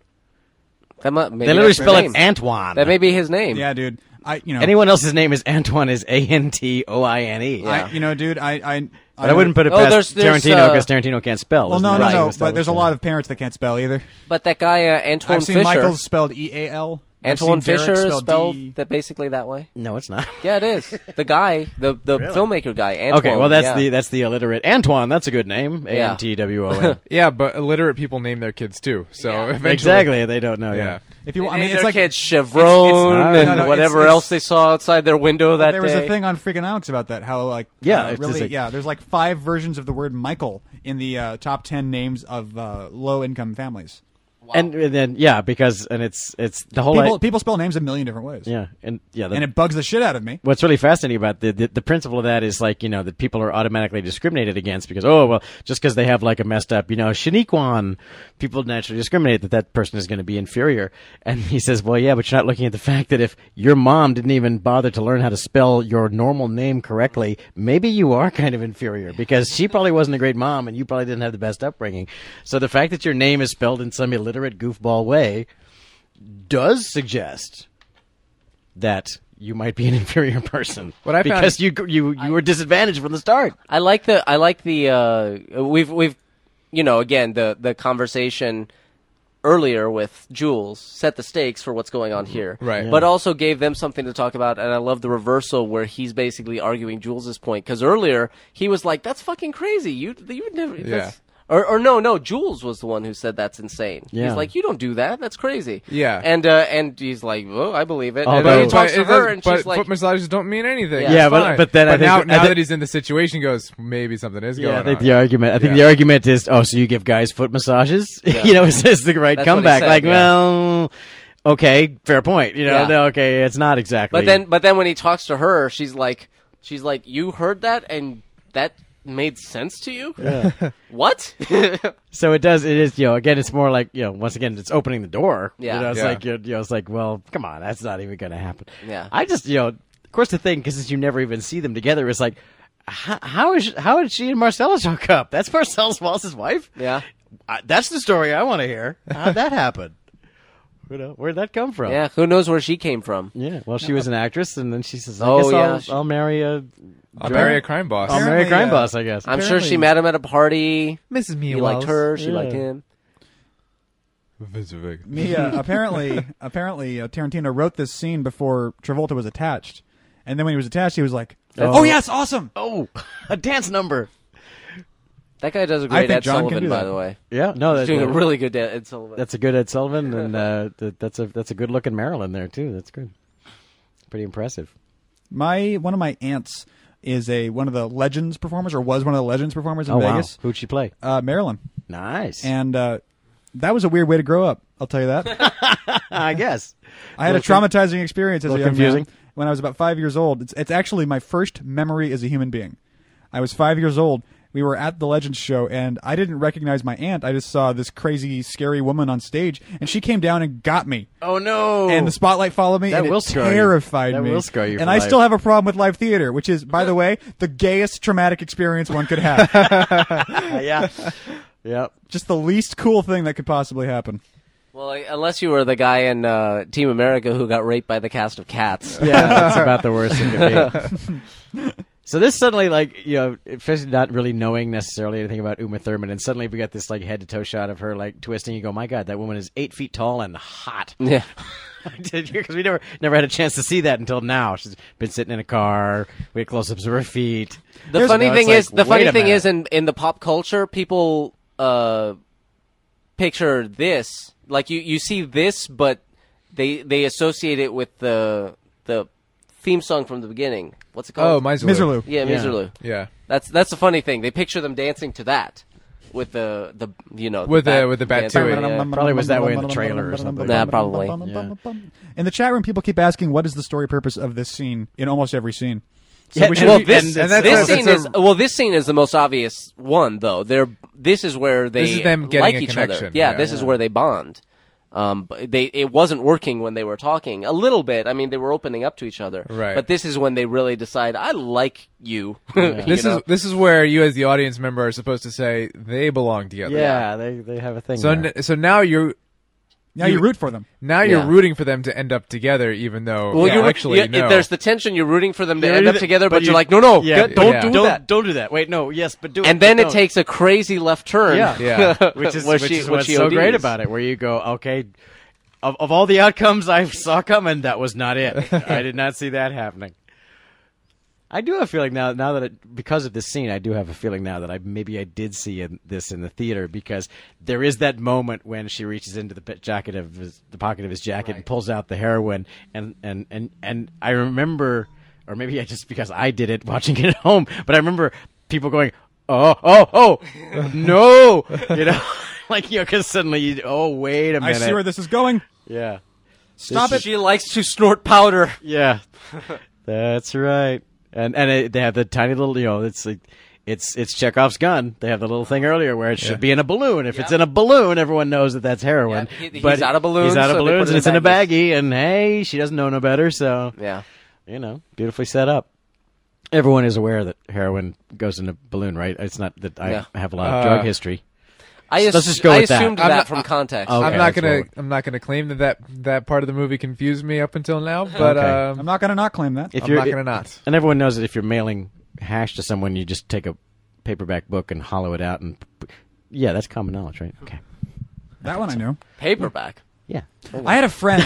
[SPEAKER 3] That might, maybe
[SPEAKER 5] They literally
[SPEAKER 3] that's his
[SPEAKER 5] spell
[SPEAKER 3] name.
[SPEAKER 5] it Antoine. Oh.
[SPEAKER 3] That may be his name.
[SPEAKER 2] Yeah, dude. I you know
[SPEAKER 5] Anyone else's name is Antoine is A N T O I N E.
[SPEAKER 2] I, you know, dude. I I,
[SPEAKER 5] But I wouldn't put it
[SPEAKER 3] Oh,
[SPEAKER 5] past
[SPEAKER 3] there's- there's,
[SPEAKER 5] Tarantino
[SPEAKER 3] uh,
[SPEAKER 5] because Tarantino can't spell.
[SPEAKER 2] Well,
[SPEAKER 5] Isn't
[SPEAKER 2] no,
[SPEAKER 5] that
[SPEAKER 2] no,
[SPEAKER 5] right?
[SPEAKER 2] no.
[SPEAKER 5] We've
[SPEAKER 2] But there's a
[SPEAKER 5] established
[SPEAKER 2] lot
[SPEAKER 5] that.
[SPEAKER 2] of parents that can't spell either.
[SPEAKER 3] But that guy uh, Antoine
[SPEAKER 2] I've seen
[SPEAKER 3] Fisher.
[SPEAKER 2] Michael spelled E A L. I've
[SPEAKER 3] Antoine
[SPEAKER 2] seen Derek
[SPEAKER 3] Fisher is spelled
[SPEAKER 2] D-
[SPEAKER 3] that basically that way.
[SPEAKER 5] No, it's not.
[SPEAKER 3] Yeah, it is. The guy, the the filmmaker guy. Antoine,
[SPEAKER 5] Okay, well that's
[SPEAKER 3] yeah.
[SPEAKER 5] the that's the illiterate Antoine. That's a good name. A
[SPEAKER 3] Yeah.
[SPEAKER 5] N T W O N.
[SPEAKER 4] yeah, but illiterate people name their kids too, so eventually,
[SPEAKER 5] Exactly. They don't know.
[SPEAKER 4] yeah.
[SPEAKER 5] Yeah.
[SPEAKER 2] If you, I
[SPEAKER 3] And
[SPEAKER 2] mean, it's
[SPEAKER 3] their
[SPEAKER 2] like
[SPEAKER 3] kids Chevron
[SPEAKER 5] it's-
[SPEAKER 3] and
[SPEAKER 5] no,
[SPEAKER 2] no, it's-
[SPEAKER 3] whatever
[SPEAKER 2] it's-
[SPEAKER 3] else they saw outside their window that
[SPEAKER 2] there was
[SPEAKER 3] day.
[SPEAKER 2] a thing on Freaking Alex about that. How like
[SPEAKER 5] Yeah,
[SPEAKER 2] uh,
[SPEAKER 5] it's just
[SPEAKER 2] really
[SPEAKER 5] like-
[SPEAKER 2] yeah. There's like five versions of the word Michael in the uh, top ten names of uh, low income families.
[SPEAKER 5] And, and then yeah, because and it's it's the whole
[SPEAKER 2] People
[SPEAKER 5] i-
[SPEAKER 2] people spell names a million different ways.
[SPEAKER 5] yeah and yeah. The,
[SPEAKER 2] and it bugs the shit out of me.
[SPEAKER 5] what's really fascinating about the, the the principle of that is like you know that people are automatically discriminated against because oh well just because they have like a messed up you know Shaniquan, people naturally discriminate that that person is going to be inferior. And he says, well yeah, but you're not looking at the fact that if your mom didn't even bother to learn how to spell your normal name correctly, maybe you are kind of inferior because she probably wasn't a great mom and you probably didn't have the best upbringing. So the fact that your name is spelled in some illiterate goofball way does suggest that you might be an inferior person.
[SPEAKER 4] What I found-
[SPEAKER 5] because you you you were disadvantaged from the start.
[SPEAKER 3] I like the I like the uh, we've we've you know again the the conversation earlier with Jules set the stakes for what's going on here.
[SPEAKER 4] Mm-hmm. Right. Yeah.
[SPEAKER 3] But also gave them something to talk about. And I love the reversal where he's basically arguing Jules's point because earlier he was like, "That's fucking crazy. You you would never." that's- Or, or no, no. Jules was the one who said that's insane.
[SPEAKER 5] Yeah.
[SPEAKER 3] He's like, you don't do that. That's crazy.
[SPEAKER 4] Yeah.
[SPEAKER 3] and uh, and he's like, oh, I believe it. and
[SPEAKER 5] Although-
[SPEAKER 3] then he talks to
[SPEAKER 4] it
[SPEAKER 3] her,
[SPEAKER 4] does-
[SPEAKER 3] and
[SPEAKER 4] but
[SPEAKER 3] she's like,
[SPEAKER 4] foot massages don't mean anything.
[SPEAKER 3] Yeah.
[SPEAKER 4] It's
[SPEAKER 3] Yeah,
[SPEAKER 5] but-
[SPEAKER 4] fine.
[SPEAKER 5] but then I think-
[SPEAKER 4] now,
[SPEAKER 5] I
[SPEAKER 4] now
[SPEAKER 5] think-
[SPEAKER 4] that he's in the situation, he goes maybe something is going
[SPEAKER 5] Yeah, I think
[SPEAKER 4] on.
[SPEAKER 5] the uh, argument. I think
[SPEAKER 4] Yeah.
[SPEAKER 5] the argument is, oh, so you give guys foot massages? you know, is this the right
[SPEAKER 3] That's what he
[SPEAKER 5] comeback?
[SPEAKER 3] said,
[SPEAKER 5] like,
[SPEAKER 3] yeah.
[SPEAKER 5] well, okay, fair point. You know,
[SPEAKER 3] Yeah.
[SPEAKER 5] no, okay, it's not exactly.
[SPEAKER 3] But then, but then when he talks to her, she's like, she's like, you heard that and that made sense to you. what?
[SPEAKER 5] so it does. It is. You know, again, it's more like you know. Once again, it's opening the door.
[SPEAKER 3] Yeah.
[SPEAKER 5] You know, it's
[SPEAKER 4] Yeah.
[SPEAKER 5] like you know, it's like, well, come on, that's not even going to happen.
[SPEAKER 3] Yeah.
[SPEAKER 5] I just you know, of course, the thing because you never even see them together is like, how, how is how did she and Marcella hook up? That's Marcella Wallace's wife.
[SPEAKER 3] yeah,
[SPEAKER 5] I, that's the story I want to hear. How'd that happen? You know, where'd that come from?
[SPEAKER 3] yeah. Who knows where she came from?
[SPEAKER 5] Yeah, well, she was an actress, and then she says, "I
[SPEAKER 3] Oh,
[SPEAKER 5] guess
[SPEAKER 3] yeah,
[SPEAKER 5] I'll,
[SPEAKER 3] she-
[SPEAKER 5] I'll marry a,
[SPEAKER 4] I'll marry a crime boss.
[SPEAKER 5] I'll marry a
[SPEAKER 2] Apparently,
[SPEAKER 5] crime
[SPEAKER 2] uh,
[SPEAKER 5] boss." I guess.
[SPEAKER 3] I'm sure she met him at a party. He
[SPEAKER 4] Mrs. Mia
[SPEAKER 3] liked her. She
[SPEAKER 5] Yeah.
[SPEAKER 3] liked him.
[SPEAKER 2] Mia apparently apparently uh, Tarantino wrote this scene before Travolta was attached, and then when he was attached, he was like, "Oh, yes, awesome."
[SPEAKER 5] oh, a dance number.
[SPEAKER 3] That guy does a great
[SPEAKER 2] think
[SPEAKER 3] Ed
[SPEAKER 2] John can
[SPEAKER 3] Sullivan,
[SPEAKER 2] do
[SPEAKER 3] by
[SPEAKER 2] that.
[SPEAKER 3] the way.
[SPEAKER 5] Yeah, no,
[SPEAKER 3] He's
[SPEAKER 5] that,
[SPEAKER 3] doing a
[SPEAKER 5] that-
[SPEAKER 3] really good Ed Sullivan.
[SPEAKER 5] that's a good Ed Sullivan, and uh, that, that's a that's a good looking Marilyn there too. That's good. Pretty impressive.
[SPEAKER 2] My one of my aunts is a one of the legends performers, or was one of the legends performers in
[SPEAKER 5] Oh
[SPEAKER 2] Vegas,
[SPEAKER 5] wow, who'd she play?
[SPEAKER 2] uh, Maryland,
[SPEAKER 5] Nice.
[SPEAKER 2] and uh, that was a weird way to grow up. I'll tell you that.
[SPEAKER 5] I guess.
[SPEAKER 2] I had a traumatizing experience as a
[SPEAKER 5] little
[SPEAKER 2] young
[SPEAKER 5] confusing.
[SPEAKER 2] man when I was about five years old. It's, it's actually my first memory as a human being. I was five years old. We were at the Legends show, and I didn't recognize my aunt. I just saw this crazy, scary woman on stage, and she came down and got me.
[SPEAKER 5] Oh no!
[SPEAKER 2] And the spotlight followed me,
[SPEAKER 5] That
[SPEAKER 2] and it
[SPEAKER 5] will scar you.
[SPEAKER 2] terrified
[SPEAKER 5] That
[SPEAKER 2] me.
[SPEAKER 5] will scar you for
[SPEAKER 2] And I
[SPEAKER 5] life.
[SPEAKER 2] still have a problem with live theater, which is, by the way, the gayest traumatic experience one could have.
[SPEAKER 5] yeah, yep.
[SPEAKER 2] just the least cool thing that could possibly happen.
[SPEAKER 3] well, like, unless you were the guy in uh, Team America who got raped by the cast of Cats.
[SPEAKER 5] Yeah, that's about the worst it could be. So this suddenly, like you know, especially not really knowing necessarily anything about Uma Thurman, and suddenly we got this like head to toe shot of her like twisting. You go, my God, that woman is eight feet tall and hot.
[SPEAKER 3] Yeah.
[SPEAKER 5] Because we never never had a chance to see that until now. She's been sitting in a car. We had close ups of her feet.
[SPEAKER 3] The funny
[SPEAKER 5] no, it's
[SPEAKER 3] thing
[SPEAKER 5] like,
[SPEAKER 3] is, the
[SPEAKER 5] wait
[SPEAKER 3] funny
[SPEAKER 5] a
[SPEAKER 3] thing
[SPEAKER 5] minute.
[SPEAKER 3] is, in in the pop culture, people uh, picture this like you you see this, but they they associate it with the the theme song from the beginning. What's it
[SPEAKER 4] Oh,
[SPEAKER 3] called?
[SPEAKER 4] Miserloo.
[SPEAKER 2] Miserloo.
[SPEAKER 3] yeah,
[SPEAKER 5] Yeah.
[SPEAKER 3] Miserloo.
[SPEAKER 4] Yeah.
[SPEAKER 3] That's that's the funny thing. They picture them dancing to that with the the you know
[SPEAKER 4] With the-
[SPEAKER 3] bat-
[SPEAKER 4] with the bat
[SPEAKER 3] dancing,
[SPEAKER 4] to it.
[SPEAKER 3] yeah.
[SPEAKER 5] Probably was that way in the trailer or something.
[SPEAKER 3] Nah, probably.
[SPEAKER 5] Yeah.
[SPEAKER 2] In the chat room, people keep asking, "What is the story purpose of this scene?" In almost every scene. So we
[SPEAKER 5] Yeah, and-
[SPEAKER 2] should-
[SPEAKER 3] Well,
[SPEAKER 5] And
[SPEAKER 3] this
[SPEAKER 4] that's
[SPEAKER 3] this
[SPEAKER 4] a-
[SPEAKER 3] scene
[SPEAKER 4] that's
[SPEAKER 3] is
[SPEAKER 4] a-
[SPEAKER 3] well. This scene is the most obvious one, though. They're this is where they
[SPEAKER 4] This is them getting
[SPEAKER 3] like
[SPEAKER 4] a
[SPEAKER 3] each other.
[SPEAKER 4] connection,
[SPEAKER 3] Yeah,
[SPEAKER 4] yeah.
[SPEAKER 3] this is where they bond. Um, but they it wasn't working when they were talking a little bit. I mean, they were opening up to each other.
[SPEAKER 4] Right.
[SPEAKER 3] But this is when they really decide. I like you. You
[SPEAKER 4] This
[SPEAKER 3] know?
[SPEAKER 4] is this is where you, as the audience member, are supposed to say they belong together.
[SPEAKER 5] yeah, they they have a thing.
[SPEAKER 4] So
[SPEAKER 5] there.
[SPEAKER 4] n- so now you're
[SPEAKER 2] now you root for them.
[SPEAKER 4] now you're
[SPEAKER 3] Yeah.
[SPEAKER 4] rooting for them to end up together, even though
[SPEAKER 3] well,
[SPEAKER 4] you
[SPEAKER 3] you're
[SPEAKER 4] actually
[SPEAKER 3] you-
[SPEAKER 4] no.
[SPEAKER 3] there's the tension. You're rooting for them to
[SPEAKER 5] You're
[SPEAKER 3] end up
[SPEAKER 5] either-
[SPEAKER 3] together,
[SPEAKER 5] but
[SPEAKER 3] but,
[SPEAKER 5] you-
[SPEAKER 3] you're like, no, no,
[SPEAKER 5] yeah,
[SPEAKER 3] g- don't
[SPEAKER 4] yeah.
[SPEAKER 3] do
[SPEAKER 5] don't,
[SPEAKER 3] that.
[SPEAKER 5] Don't do that. Wait, no. Yes, but do it.
[SPEAKER 3] And
[SPEAKER 5] but
[SPEAKER 3] then it
[SPEAKER 5] don't.
[SPEAKER 3] takes a crazy left turn.
[SPEAKER 5] Yeah.
[SPEAKER 4] yeah.
[SPEAKER 5] which is
[SPEAKER 3] where
[SPEAKER 5] which
[SPEAKER 3] she-
[SPEAKER 5] is
[SPEAKER 3] where
[SPEAKER 5] what's
[SPEAKER 3] she
[SPEAKER 5] so great
[SPEAKER 3] ODs.
[SPEAKER 5] about it. Where you go, okay, of of all the outcomes I saw coming, that was not it. I did not see that happening. I do have a feeling now. Now that it, because of this scene, I do have a feeling now that I maybe I did see in, this in the theater because there is that moment when she reaches into the pit jacket of his, the pocket of his jacket and pulls out the heroin, and and and and I remember, or maybe I just because I did it watching it at home, but I remember people going, oh oh oh, no, you know, like you know, because suddenly you, oh wait a
[SPEAKER 2] I
[SPEAKER 5] minute,
[SPEAKER 2] see where this is going.
[SPEAKER 5] yeah,
[SPEAKER 2] Stop it.
[SPEAKER 3] She likes to snort powder.
[SPEAKER 5] yeah, that's right. And and it, they have the tiny little, you know, it's like it's it's Chekhov's gun. They have the little
[SPEAKER 3] Uh-huh.
[SPEAKER 5] thing earlier where it should be in a balloon. If it's in a balloon, everyone knows that that's heroin.
[SPEAKER 3] Yeah, he- he's
[SPEAKER 5] but
[SPEAKER 3] out of
[SPEAKER 5] He's
[SPEAKER 3] balloons,
[SPEAKER 5] out of
[SPEAKER 3] so they
[SPEAKER 5] balloons,
[SPEAKER 3] put
[SPEAKER 5] and
[SPEAKER 3] it
[SPEAKER 5] it's
[SPEAKER 3] in
[SPEAKER 5] in a baggie. And hey, she doesn't know no better, so
[SPEAKER 3] Yeah.
[SPEAKER 5] you know, beautifully set up. Everyone is aware that heroin goes in a balloon, right? It's not that I
[SPEAKER 3] Yeah.
[SPEAKER 5] have a lot of
[SPEAKER 4] Uh,
[SPEAKER 5] drug history.
[SPEAKER 3] I,
[SPEAKER 5] Let's
[SPEAKER 3] ass-
[SPEAKER 5] just go
[SPEAKER 3] I
[SPEAKER 5] with that.
[SPEAKER 3] assumed that,
[SPEAKER 4] I'm not-
[SPEAKER 3] from context.
[SPEAKER 5] Okay,
[SPEAKER 4] I'm not
[SPEAKER 5] that's
[SPEAKER 4] gonna
[SPEAKER 5] what-
[SPEAKER 4] I'm not gonna claim that, that that part of the movie confused me up until now, but
[SPEAKER 5] Okay.
[SPEAKER 2] I'm
[SPEAKER 4] um,
[SPEAKER 2] not going to not claim that.
[SPEAKER 5] If
[SPEAKER 4] I'm
[SPEAKER 5] you're
[SPEAKER 4] not gonna not.
[SPEAKER 5] And everyone knows that if you're mailing hash to someone, you just take a paperback book and hollow it out, and yeah, that's common knowledge, right? Okay.
[SPEAKER 2] That one I knew.
[SPEAKER 3] Paperback.
[SPEAKER 5] Yeah.
[SPEAKER 2] I had a friend.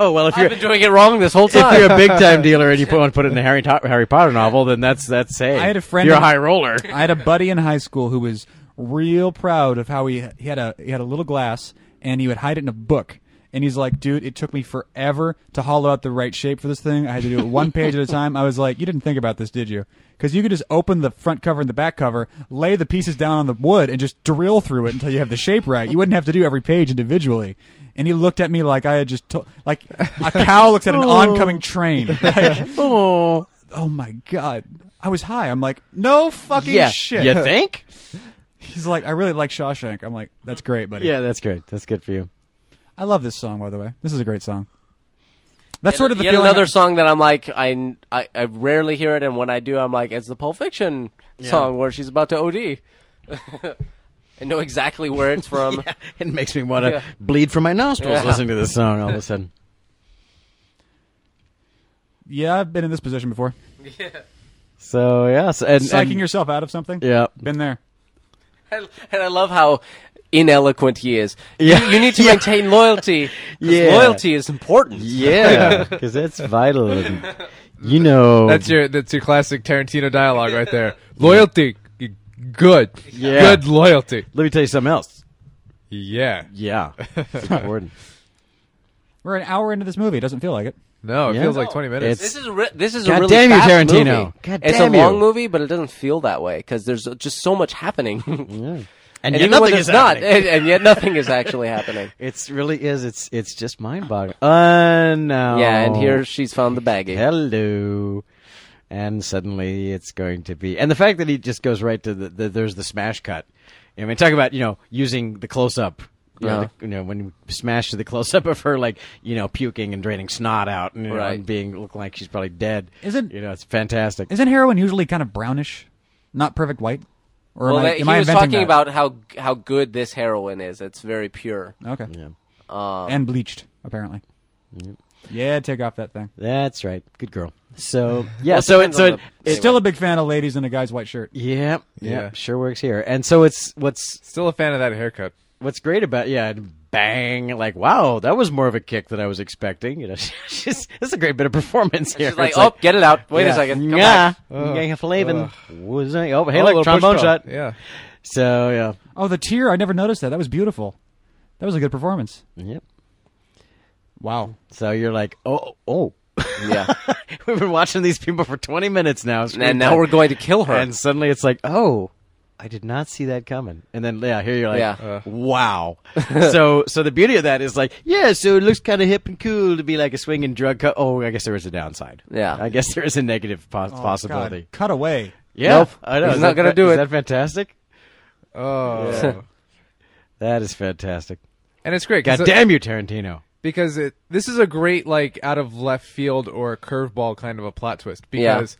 [SPEAKER 5] Oh well, if
[SPEAKER 3] I've
[SPEAKER 5] you're
[SPEAKER 3] been doing it wrong this whole
[SPEAKER 5] if
[SPEAKER 3] time.
[SPEAKER 5] you're a big time dealer and you put one put it in a Harry, To- Harry Potter novel, then that's that's hey.
[SPEAKER 2] I had a friend
[SPEAKER 5] You're a
[SPEAKER 2] in-
[SPEAKER 5] high roller.
[SPEAKER 2] I had a buddy in high school who was real proud of how he he had a he had a little glass and he would hide it in a book. And he's like, dude, it took me forever to hollow out the right shape for this thing. I had to do it one page at a time. I was like, you didn't think about this, did you? Because you could just open the front cover and the back cover, lay the pieces down on the wood, and just drill through it until you have the shape right. You wouldn't have to do every page individually. And he looked at me like I had just, to- like a cow looks at an oncoming train. Like,
[SPEAKER 5] Oh,
[SPEAKER 2] oh my god i was high i'm like no fucking
[SPEAKER 3] Yeah.
[SPEAKER 2] shit
[SPEAKER 5] you think?
[SPEAKER 2] he's like i really like shawshank i'm like that's great buddy
[SPEAKER 5] Yeah, that's good. That's good for you.
[SPEAKER 2] i love this song by the way this is a great song that's sort of the
[SPEAKER 3] Yet
[SPEAKER 2] feeling
[SPEAKER 3] another
[SPEAKER 2] I-
[SPEAKER 3] song that I'm like, I, I, I rarely hear it, and when I do, I'm like, it's the Pulp Fiction song where she's about to OD. I know exactly where it's from.
[SPEAKER 5] It makes me want to
[SPEAKER 3] Yeah.
[SPEAKER 5] bleed from my nostrils
[SPEAKER 3] Yeah.
[SPEAKER 5] listening to this song all of a sudden.
[SPEAKER 2] yeah i've been in this position before
[SPEAKER 5] So yeah, so, and,
[SPEAKER 2] psyching
[SPEAKER 5] and-
[SPEAKER 2] yourself out of something
[SPEAKER 5] yeah.
[SPEAKER 2] been there
[SPEAKER 3] And and I love how ineloquent he is.
[SPEAKER 5] Yeah.
[SPEAKER 3] You, you need to maintain loyalty. 'cause
[SPEAKER 5] Yeah.
[SPEAKER 3] Loyalty is important.
[SPEAKER 5] Yeah, because that's vital. And You know,
[SPEAKER 4] That's your that's your classic Tarantino dialogue right there. Loyalty, g- good,
[SPEAKER 5] Yeah.
[SPEAKER 4] good loyalty.
[SPEAKER 5] Let me tell you something else.
[SPEAKER 4] Yeah,
[SPEAKER 5] Yeah, it's important.
[SPEAKER 2] we're an hour into this movie it doesn't feel like it
[SPEAKER 4] no, it
[SPEAKER 5] Yeah.
[SPEAKER 4] feels like
[SPEAKER 3] No,
[SPEAKER 4] twenty minutes.
[SPEAKER 5] it's-
[SPEAKER 3] This is a re- this is a
[SPEAKER 5] God
[SPEAKER 3] really
[SPEAKER 5] damn you,
[SPEAKER 3] fast
[SPEAKER 5] Tarantino.
[SPEAKER 3] movie.
[SPEAKER 5] God
[SPEAKER 3] it's
[SPEAKER 5] damn
[SPEAKER 3] a long
[SPEAKER 5] you.
[SPEAKER 3] movie, but it doesn't feel that way because there's just so much happening.
[SPEAKER 5] Yeah.
[SPEAKER 3] and even when there's not, and, and yet nothing is actually happening.
[SPEAKER 5] It really is. It's it's just mind boggling. Uh, no.
[SPEAKER 3] Yeah, and
[SPEAKER 5] Oh.
[SPEAKER 3] here she's found the baggie.
[SPEAKER 5] hello, and suddenly it's going to be. And the fact that he just goes right to the, the there's the smash cut. I mean, talk about you know using the close up. You, know,
[SPEAKER 3] Yeah.
[SPEAKER 5] the- you know, when you smash to the close up of her, like you know, puking and draining snot out, and, you know,
[SPEAKER 3] Right.
[SPEAKER 5] and being look like she's probably dead.
[SPEAKER 2] Isn't-
[SPEAKER 5] you know, it's fantastic.
[SPEAKER 2] isn't heroin usually kind of brownish not perfect white or
[SPEAKER 3] well,
[SPEAKER 2] am i,
[SPEAKER 3] that-
[SPEAKER 2] am
[SPEAKER 3] he
[SPEAKER 2] I
[SPEAKER 3] was
[SPEAKER 2] inventing
[SPEAKER 3] talking
[SPEAKER 2] that?
[SPEAKER 3] about how how good this heroin is. It's very pure.
[SPEAKER 2] okay Um,
[SPEAKER 5] yeah,
[SPEAKER 2] and bleached apparently yeah take off that thing
[SPEAKER 5] that's right. Good girl. So yeah,
[SPEAKER 3] Well, it
[SPEAKER 5] so it
[SPEAKER 3] depends
[SPEAKER 5] so
[SPEAKER 3] on
[SPEAKER 5] it,
[SPEAKER 3] the-
[SPEAKER 5] it-
[SPEAKER 2] still a big fan of ladies in a guy's white shirt
[SPEAKER 5] yeah, yeah,
[SPEAKER 4] Yeah.
[SPEAKER 5] sure works here. And so it's what's
[SPEAKER 4] Still a fan of that haircut.
[SPEAKER 5] what's great about yeah and bang like wow that was more of a kick than i was expecting you know she's, this is a great bit of performance here
[SPEAKER 3] She's like,
[SPEAKER 5] It's
[SPEAKER 3] oh, get it out. Wait
[SPEAKER 5] yeah,
[SPEAKER 3] a second. Come
[SPEAKER 5] yeah
[SPEAKER 3] back.
[SPEAKER 4] Ugh.
[SPEAKER 5] yeah flavin was I- oh hey
[SPEAKER 4] Oh,
[SPEAKER 5] look
[SPEAKER 4] little push
[SPEAKER 5] trombone
[SPEAKER 4] pop.
[SPEAKER 5] shot
[SPEAKER 4] Yeah,
[SPEAKER 5] so yeah
[SPEAKER 2] Oh, the tear! I never noticed that. That was beautiful. That was a good performance.
[SPEAKER 5] yep
[SPEAKER 2] Wow.
[SPEAKER 5] so you're like oh oh
[SPEAKER 3] Yeah.
[SPEAKER 5] we've been watching these people for 20 minutes now
[SPEAKER 3] And now we're going to kill her.
[SPEAKER 5] and suddenly it's like oh I did not see that coming, and then yeah, here you're like,
[SPEAKER 3] Yeah.
[SPEAKER 4] Uh.
[SPEAKER 5] wow. so, so the beauty of that is like, yeah. So it looks kind of hip and cool to be like a swinging drug. Co- oh, I guess there is a downside.
[SPEAKER 3] Yeah.
[SPEAKER 5] I guess there is a negative pos-
[SPEAKER 2] Oh,
[SPEAKER 5] possibility.
[SPEAKER 2] God. Cut away.
[SPEAKER 5] Yeah,
[SPEAKER 3] Nope.
[SPEAKER 5] I know.
[SPEAKER 3] He's
[SPEAKER 5] Is
[SPEAKER 3] not
[SPEAKER 5] that
[SPEAKER 3] gonna
[SPEAKER 5] fa-
[SPEAKER 3] do
[SPEAKER 5] is
[SPEAKER 3] it.
[SPEAKER 5] that fantastic?
[SPEAKER 4] oh,
[SPEAKER 5] That is fantastic.
[SPEAKER 4] and it's great. 'cause
[SPEAKER 5] God
[SPEAKER 4] it-
[SPEAKER 5] damn you, Tarantino.
[SPEAKER 4] because it this is a great like out of left field or curveball kind of a plot twist
[SPEAKER 3] Yeah.
[SPEAKER 4] because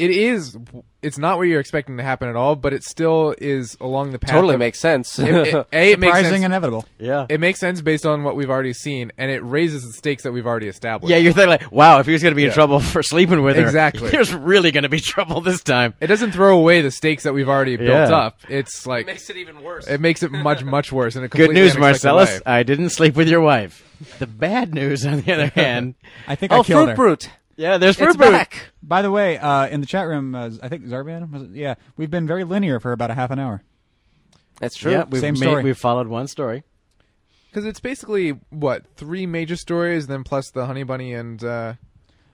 [SPEAKER 4] it is it's not what you're expecting to happen at all, but it still is along the path.
[SPEAKER 3] totally
[SPEAKER 4] of-
[SPEAKER 3] makes sense.
[SPEAKER 4] It, it- a, it makes
[SPEAKER 2] Surprising,
[SPEAKER 4] sense.
[SPEAKER 2] inevitable.
[SPEAKER 5] Yeah.
[SPEAKER 4] it makes sense based on what we've already seen, and it raises the stakes that we've already established.
[SPEAKER 5] yeah, you're thinking like, wow, if he was going to be in
[SPEAKER 4] Yeah.
[SPEAKER 5] trouble for sleeping with her,
[SPEAKER 4] Exactly.
[SPEAKER 5] there's really going to be trouble this time.
[SPEAKER 4] it doesn't throw away the stakes that we've already built
[SPEAKER 5] Yeah.
[SPEAKER 4] up. It's like
[SPEAKER 3] it even worse.
[SPEAKER 4] it makes it much much worse. And
[SPEAKER 5] Good news, Marcellus. I didn't sleep with your wife. The bad news, on the other hand,
[SPEAKER 2] I think
[SPEAKER 3] oh,
[SPEAKER 2] I killed
[SPEAKER 3] Fruit
[SPEAKER 2] her.
[SPEAKER 3] Brute.
[SPEAKER 5] yeah, there's fruit
[SPEAKER 3] It's
[SPEAKER 5] brute.
[SPEAKER 3] back.
[SPEAKER 2] By the way, uh, in the chat room, uh, I think Zarban. Was it? Yeah, we've been very linear for about a half an hour.
[SPEAKER 3] That's true.
[SPEAKER 5] Yeah, we've
[SPEAKER 2] Same
[SPEAKER 5] made,
[SPEAKER 2] story.
[SPEAKER 5] We've followed one story.
[SPEAKER 4] because it's basically what three major stories, then plus the Honey Bunny and uh,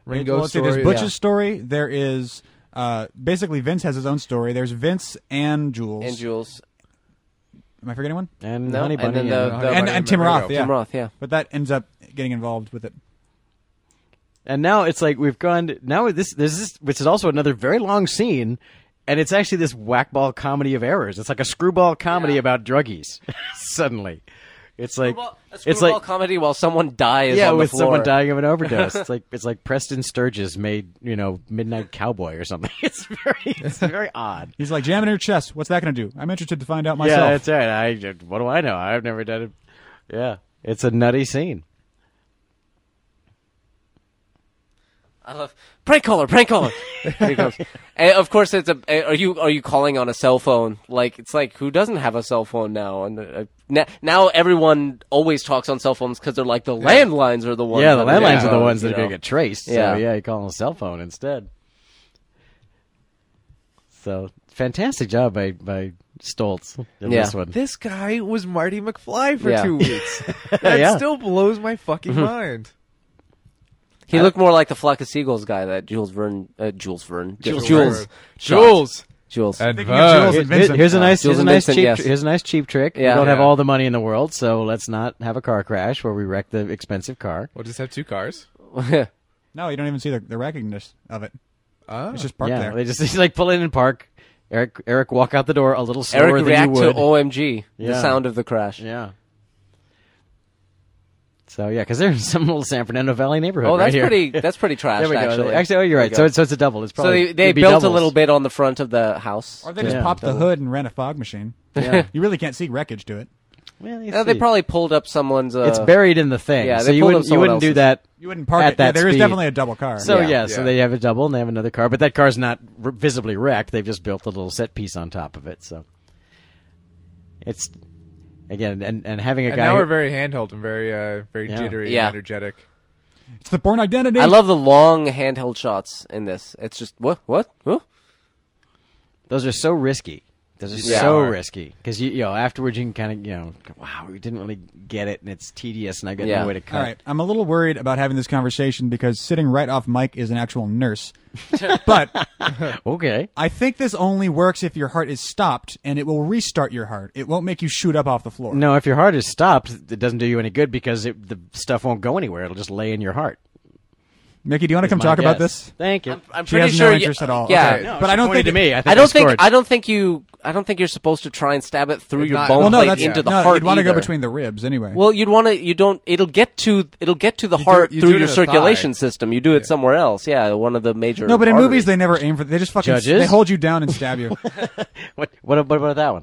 [SPEAKER 4] Ringo
[SPEAKER 2] Well, let's see,
[SPEAKER 4] story.
[SPEAKER 2] there's Butch's story. There is uh, basically Vince has his own story. There's Vince and Jules.
[SPEAKER 3] And Jules.
[SPEAKER 2] Am I forgetting one?
[SPEAKER 5] And
[SPEAKER 3] No,
[SPEAKER 5] Honey
[SPEAKER 3] and
[SPEAKER 5] Bunny.
[SPEAKER 3] then the-
[SPEAKER 4] Honey
[SPEAKER 3] the-
[SPEAKER 4] Bunny
[SPEAKER 2] and and Tim
[SPEAKER 4] Ringo.
[SPEAKER 2] Roth. Yeah.
[SPEAKER 3] Tim Roth, yeah.
[SPEAKER 2] But that ends up getting involved with it.
[SPEAKER 5] And now it's like we've gone to- now this there's this which is also another very long scene and it's actually this whackball comedy of errors. It's like a screwball comedy about druggies. Suddenly. It's like
[SPEAKER 3] a
[SPEAKER 5] it's
[SPEAKER 3] screwball
[SPEAKER 5] like
[SPEAKER 3] comedy while someone dies
[SPEAKER 5] yeah,
[SPEAKER 3] on the
[SPEAKER 5] with
[SPEAKER 3] floor.
[SPEAKER 5] someone dying of an overdose. It's like it's like Preston Sturges made, you know, Midnight Cowboy or something. It's very it's very odd.
[SPEAKER 2] He's like jamming her chest. What's that going to do? I'm interested to find out myself.
[SPEAKER 5] Yeah, that's right. I what do I know? I've never done it. Yeah. It's a nutty scene.
[SPEAKER 3] I love prank caller, prank caller. Here he comes. and of course, it's a. Are you are you calling on a cell phone? Like it's like who doesn't have a cell phone now? And uh, now, now everyone always talks on cell phones because they're like the landlines are the ones.
[SPEAKER 5] Yeah, the
[SPEAKER 3] that
[SPEAKER 5] landlines
[SPEAKER 4] Yeah.
[SPEAKER 5] are the ones
[SPEAKER 3] you
[SPEAKER 5] that are going
[SPEAKER 3] know.
[SPEAKER 5] to get traced.
[SPEAKER 3] Yeah.
[SPEAKER 5] So, yeah, you call on a cell phone instead. So, fantastic job by, by Stoltz in
[SPEAKER 3] Yeah.
[SPEAKER 5] this one.
[SPEAKER 4] This guy was Marty McFly for
[SPEAKER 3] Yeah.
[SPEAKER 4] two weeks. That
[SPEAKER 5] Yeah. Mm-hmm.
[SPEAKER 4] still blows my fucking mind.
[SPEAKER 3] He looked more like the flock of seagulls guy that Jules Verne, uh, Jules Verne, Jules, Jules,
[SPEAKER 4] Jules.
[SPEAKER 3] Jules.
[SPEAKER 2] Thinking of Jules
[SPEAKER 5] Here-
[SPEAKER 2] and Vincent.
[SPEAKER 5] here's a nice,
[SPEAKER 3] Jules
[SPEAKER 5] here's a
[SPEAKER 3] and
[SPEAKER 5] nice
[SPEAKER 3] Vincent,
[SPEAKER 5] cheap,
[SPEAKER 3] yes.
[SPEAKER 5] here's a nice cheap trick.
[SPEAKER 3] Yeah.
[SPEAKER 5] We don't have
[SPEAKER 4] Yeah.
[SPEAKER 5] all the money in the world, so let's not have a car crash where we wreck the expensive car.
[SPEAKER 4] We'll just have two cars.
[SPEAKER 2] No, you don't even see the, the recognition of it.
[SPEAKER 4] Ah.
[SPEAKER 2] It's just parked
[SPEAKER 5] yeah,
[SPEAKER 2] there.
[SPEAKER 5] they just, like pull in and park. Eric, Eric, walk out the door a little slower
[SPEAKER 3] Eric
[SPEAKER 5] than you
[SPEAKER 3] react to
[SPEAKER 5] would.
[SPEAKER 3] OMG, the
[SPEAKER 5] Yeah.
[SPEAKER 3] sound of the crash.
[SPEAKER 5] yeah. So yeah, because they're in some little San Fernando Valley neighborhood.
[SPEAKER 3] Oh,
[SPEAKER 5] right
[SPEAKER 3] that's
[SPEAKER 5] here.
[SPEAKER 3] pretty. That's pretty trash.
[SPEAKER 5] There we
[SPEAKER 3] actually.
[SPEAKER 5] go. Actually, oh, you're right.
[SPEAKER 3] There
[SPEAKER 5] So
[SPEAKER 3] we
[SPEAKER 5] it's, so it's a double. It's
[SPEAKER 3] go.
[SPEAKER 5] probably
[SPEAKER 3] so they, they
[SPEAKER 5] it'd be
[SPEAKER 3] built a
[SPEAKER 5] doubles.
[SPEAKER 3] little bit on the front of the house.
[SPEAKER 2] Or they just
[SPEAKER 5] Yeah.
[SPEAKER 2] pop the hood and rent a fog machine.
[SPEAKER 3] Yeah.
[SPEAKER 2] You really can't see wreckage to it.
[SPEAKER 5] Well, you
[SPEAKER 3] Uh, they
[SPEAKER 5] see.
[SPEAKER 3] probably pulled up someone's. Uh,
[SPEAKER 5] it's buried in the thing.
[SPEAKER 3] Yeah,
[SPEAKER 5] so
[SPEAKER 3] they
[SPEAKER 5] you
[SPEAKER 3] pulled up
[SPEAKER 5] wouldn't you
[SPEAKER 3] someone
[SPEAKER 5] wouldn't do
[SPEAKER 3] else's.
[SPEAKER 5] that.
[SPEAKER 2] You wouldn't park
[SPEAKER 5] At
[SPEAKER 2] it. Yeah,
[SPEAKER 5] that
[SPEAKER 2] there is
[SPEAKER 5] speed.
[SPEAKER 2] definitely a double car.
[SPEAKER 5] So yeah,
[SPEAKER 3] Yeah.
[SPEAKER 5] so
[SPEAKER 4] Yeah.
[SPEAKER 5] they have a double and they have another car, but that car's not r- visibly wrecked. They've just built a little set piece on top of it. So it's again and and having a
[SPEAKER 4] And
[SPEAKER 5] guy
[SPEAKER 4] now
[SPEAKER 5] who-
[SPEAKER 4] we're very handheld and very, uh, very
[SPEAKER 5] Yeah.
[SPEAKER 4] jittery
[SPEAKER 3] Yeah.
[SPEAKER 4] and energetic.
[SPEAKER 2] It's the born identity.
[SPEAKER 3] I love the long handheld shots in this. It's just what what what.
[SPEAKER 5] those are so risky. Those are
[SPEAKER 3] Yeah.
[SPEAKER 5] so
[SPEAKER 4] Are.
[SPEAKER 5] risky because you you know afterwards you can kind of you know go, wow we didn't really get it and it's tedious and I got
[SPEAKER 3] Yeah.
[SPEAKER 5] no way to cut.
[SPEAKER 2] All right, I'm a little worried about having this conversation because sitting right off Mike is an actual nurse. but
[SPEAKER 5] Okay,
[SPEAKER 2] I think this only works if your heart is stopped and it will restart your heart. It won't make you shoot up off the floor.
[SPEAKER 5] no, if your heart is stopped, it doesn't do you any good because it, the stuff won't go anywhere. It'll just lay in your heart.
[SPEAKER 2] Mickey, do you want to come
[SPEAKER 5] My
[SPEAKER 2] talk about
[SPEAKER 5] guess.
[SPEAKER 2] this?
[SPEAKER 5] Thank you.
[SPEAKER 3] I'm
[SPEAKER 2] She has no interest at all.
[SPEAKER 3] Yeah,
[SPEAKER 2] Okay. No, But I don't
[SPEAKER 5] pointed
[SPEAKER 2] think
[SPEAKER 5] to
[SPEAKER 2] it-
[SPEAKER 5] me. I, think
[SPEAKER 3] I don't think
[SPEAKER 5] scored.
[SPEAKER 3] I don't think you I don't think you're supposed to try and stab it through
[SPEAKER 4] It's
[SPEAKER 3] your
[SPEAKER 4] not-
[SPEAKER 3] bone
[SPEAKER 2] Well, no,
[SPEAKER 3] plate
[SPEAKER 2] that's
[SPEAKER 3] into the
[SPEAKER 2] no,
[SPEAKER 3] heart.
[SPEAKER 2] You'd want to go
[SPEAKER 3] either.
[SPEAKER 2] between the ribs anyway.
[SPEAKER 3] Well, you'd want to. You don't. It'll get to. It'll get to the
[SPEAKER 4] do-
[SPEAKER 3] heart
[SPEAKER 4] you do
[SPEAKER 3] through
[SPEAKER 4] it
[SPEAKER 3] your
[SPEAKER 4] in the thigh.
[SPEAKER 3] circulation system. You do it somewhere else. Yeah, one of the major.
[SPEAKER 2] no, but in
[SPEAKER 3] arteries.
[SPEAKER 2] movies they never aim for. They just fucking
[SPEAKER 5] Judges?
[SPEAKER 2] they hold you down and stab you.
[SPEAKER 5] What, what, what about that one?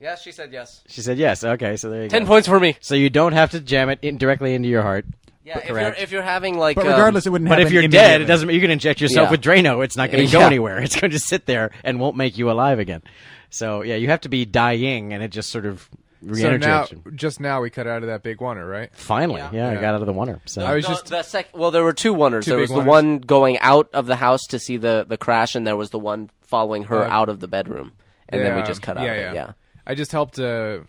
[SPEAKER 3] Yes, she said yes.
[SPEAKER 5] She said yes. Okay, so there you
[SPEAKER 3] Ten
[SPEAKER 5] go.
[SPEAKER 3] points for me.
[SPEAKER 5] So you don't have to jam it in directly into your heart.
[SPEAKER 3] Yeah, if you're
[SPEAKER 5] Correct.
[SPEAKER 3] if you're having like.
[SPEAKER 2] But
[SPEAKER 3] um,
[SPEAKER 2] regardless, it wouldn't.
[SPEAKER 5] But if
[SPEAKER 2] happen
[SPEAKER 5] you're dead, it
[SPEAKER 2] immediately.
[SPEAKER 5] doesn't. You can inject yourself
[SPEAKER 3] Yeah.
[SPEAKER 5] with Drano. It's not going to go
[SPEAKER 3] Yeah.
[SPEAKER 5] anywhere. It's going to sit there and won't make you alive again. So yeah, you have to be dying, and it just sort of
[SPEAKER 4] So now,
[SPEAKER 5] re-energizes. you.
[SPEAKER 4] just now, we cut out of that big one, right?
[SPEAKER 5] Finally, yeah, I
[SPEAKER 4] Yeah.
[SPEAKER 5] got out of the oneer. So
[SPEAKER 4] I was
[SPEAKER 3] the,
[SPEAKER 4] just-
[SPEAKER 3] the sec- well. There were two wonders.
[SPEAKER 4] Two
[SPEAKER 3] there
[SPEAKER 4] big
[SPEAKER 3] was the
[SPEAKER 4] wonders.
[SPEAKER 3] one going out of the house to see the the crash, and there was the one following her
[SPEAKER 4] Uh,
[SPEAKER 3] out of the bedroom, and then we just cut out. of it, yeah.
[SPEAKER 4] I just helped a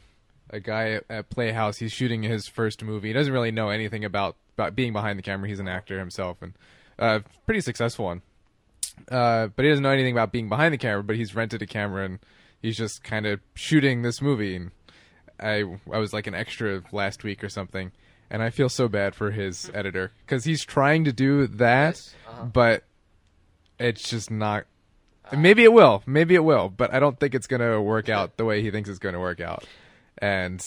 [SPEAKER 4] a guy at- at Playhouse. He's shooting his first movie. He doesn't really know anything about about being behind the camera. He's an actor himself and uh, pretty successful one. Uh, but he doesn't know anything about being behind the camera. But he's rented a camera and he's just kind of shooting this movie. And I I was like an extra last week or something, and I feel so bad for his editor because he's trying to do that,
[SPEAKER 3] uh-huh.
[SPEAKER 4] but it's just not. Maybe it will. Maybe it will. But I don't think it's going to work out the way he thinks it's going to work out. And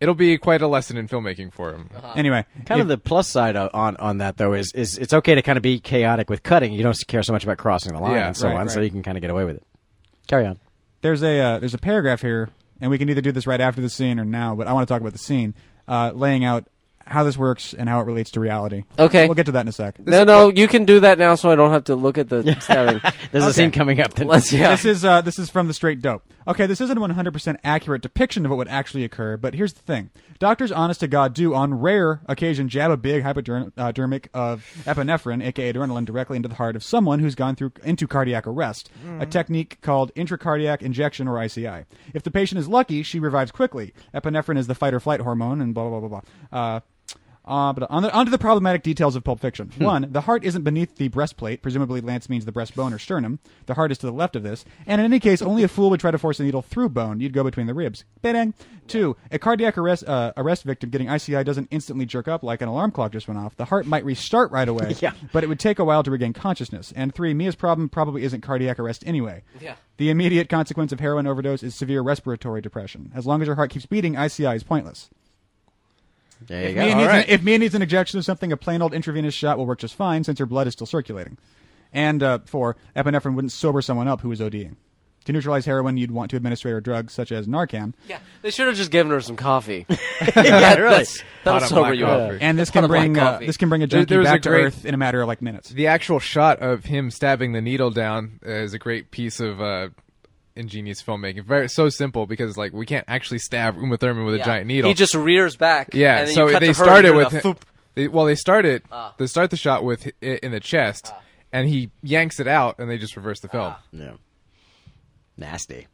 [SPEAKER 4] it'll be quite a lesson in filmmaking for him.
[SPEAKER 3] Uh-huh.
[SPEAKER 2] Anyway,
[SPEAKER 5] Kind of
[SPEAKER 2] if-
[SPEAKER 5] the plus side o- on on that though is is it's okay to kind of be chaotic with cutting. You don't care so much about crossing the line
[SPEAKER 4] Yeah,
[SPEAKER 5] and so
[SPEAKER 2] right,
[SPEAKER 5] on. So
[SPEAKER 2] right.
[SPEAKER 5] you can kind of get away with it. Carry on.
[SPEAKER 2] there's a uh, there's a paragraph here, and we can either do this right after the scene or now. But I want to talk about the scene, uh, laying out how this works and how it relates to reality.
[SPEAKER 3] Okay.
[SPEAKER 2] we'll get to that in a sec.
[SPEAKER 3] No, no, you can do that now, so I don't have to look at the stabbing.
[SPEAKER 5] There's a scene coming up. That,
[SPEAKER 3] Let's yeah.
[SPEAKER 2] This is uh, this is from the straight dope. Okay, this isn't a 100% accurate depiction of what would actually occur, but here's the thing: doctors, honest to God, do on rare occasion jab a big hypodermic of epinephrine, aka adrenaline, directly into the heart of someone who's gone through into cardiac arrest, a technique called intracardiac injection or ICI. If the patient is lucky, she revives quickly. Epinephrine is the fight or flight hormone, and blah blah blah blah blah. Uh, uh, but on the, onto the problematic details of Pulp Fiction. One, the heart isn't beneath the breastplate. Presumably, Lance means the breastbone or sternum. The heart is to the left of this. And in any case, only a fool would try to force a needle through bone. You'd go between the ribs. Bang. Two, a cardiac arrest uh, arrest victim getting ICI doesn't instantly jerk up like an alarm clock just went off. The heart might restart right away,
[SPEAKER 5] Yeah.
[SPEAKER 2] but it would take a while to regain consciousness. And three, Mia's problem probably isn't cardiac arrest anyway.
[SPEAKER 3] Yeah.
[SPEAKER 2] The immediate consequence of heroin overdose is severe respiratory depression. As long as your heart keeps beating, ICI is pointless.
[SPEAKER 5] there you
[SPEAKER 2] Mia
[SPEAKER 5] go.
[SPEAKER 2] needs an,
[SPEAKER 4] right.
[SPEAKER 2] if Mia needs an injection of something, a plain old intravenous shot will work just fine since her blood is still circulating. And uh, four, epinephrine wouldn't sober someone up who was ODing. To neutralize heroin, you'd want to administer drugs such as Narcan.
[SPEAKER 3] Yeah, they should have just given her some coffee.
[SPEAKER 5] really.
[SPEAKER 3] that's- that'll
[SPEAKER 4] Hot on
[SPEAKER 3] sober
[SPEAKER 4] black
[SPEAKER 3] you
[SPEAKER 4] coffee.
[SPEAKER 3] up.
[SPEAKER 2] And this
[SPEAKER 3] Not
[SPEAKER 2] can
[SPEAKER 3] a black
[SPEAKER 2] bring uh,
[SPEAKER 3] coffee.
[SPEAKER 2] this can bring a
[SPEAKER 4] There-
[SPEAKER 2] junkie
[SPEAKER 4] there was a
[SPEAKER 2] back to
[SPEAKER 4] great-
[SPEAKER 2] Earth in a matter of like minutes.
[SPEAKER 4] The actual shot of him stabbing the needle down uh, is a great piece of uh, ingenious filmmaking. Very so simple because like we can't actually stab Uma Thurman with
[SPEAKER 3] Yeah.
[SPEAKER 4] a giant needle.
[SPEAKER 3] He just rears back.
[SPEAKER 4] yeah.
[SPEAKER 3] and then
[SPEAKER 4] so
[SPEAKER 3] you cut
[SPEAKER 4] they
[SPEAKER 3] to her
[SPEAKER 4] started
[SPEAKER 3] and
[SPEAKER 4] with
[SPEAKER 3] you're
[SPEAKER 4] him,
[SPEAKER 3] like, "Foop."
[SPEAKER 4] they, well, they started
[SPEAKER 3] Ah.
[SPEAKER 4] they start the shot with it in the chest, and he yanks it out, and they just reverse the
[SPEAKER 3] Ah.
[SPEAKER 4] film.
[SPEAKER 5] Yeah. Nasty.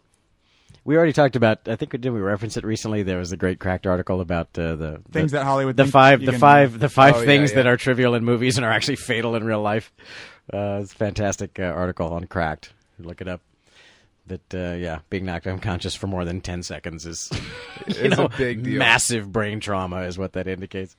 [SPEAKER 5] We already talked about. I think we did. We reference it recently. There was a great cracked article about uh, the
[SPEAKER 2] Things
[SPEAKER 5] the-
[SPEAKER 2] that Hollywood
[SPEAKER 5] the
[SPEAKER 2] thinks
[SPEAKER 5] five,
[SPEAKER 2] you
[SPEAKER 5] the
[SPEAKER 2] can-
[SPEAKER 5] five, the five
[SPEAKER 4] Oh, yeah,
[SPEAKER 5] things that
[SPEAKER 4] yeah.
[SPEAKER 5] are trivial in movies and are actually fatal in real life. Uh, it's a fantastic uh, article on Cracked. Look it up. That uh, yeah, being knocked unconscious for more than ten seconds is you
[SPEAKER 4] It's a
[SPEAKER 5] know,
[SPEAKER 4] big deal.
[SPEAKER 5] massive brain trauma is what that indicates.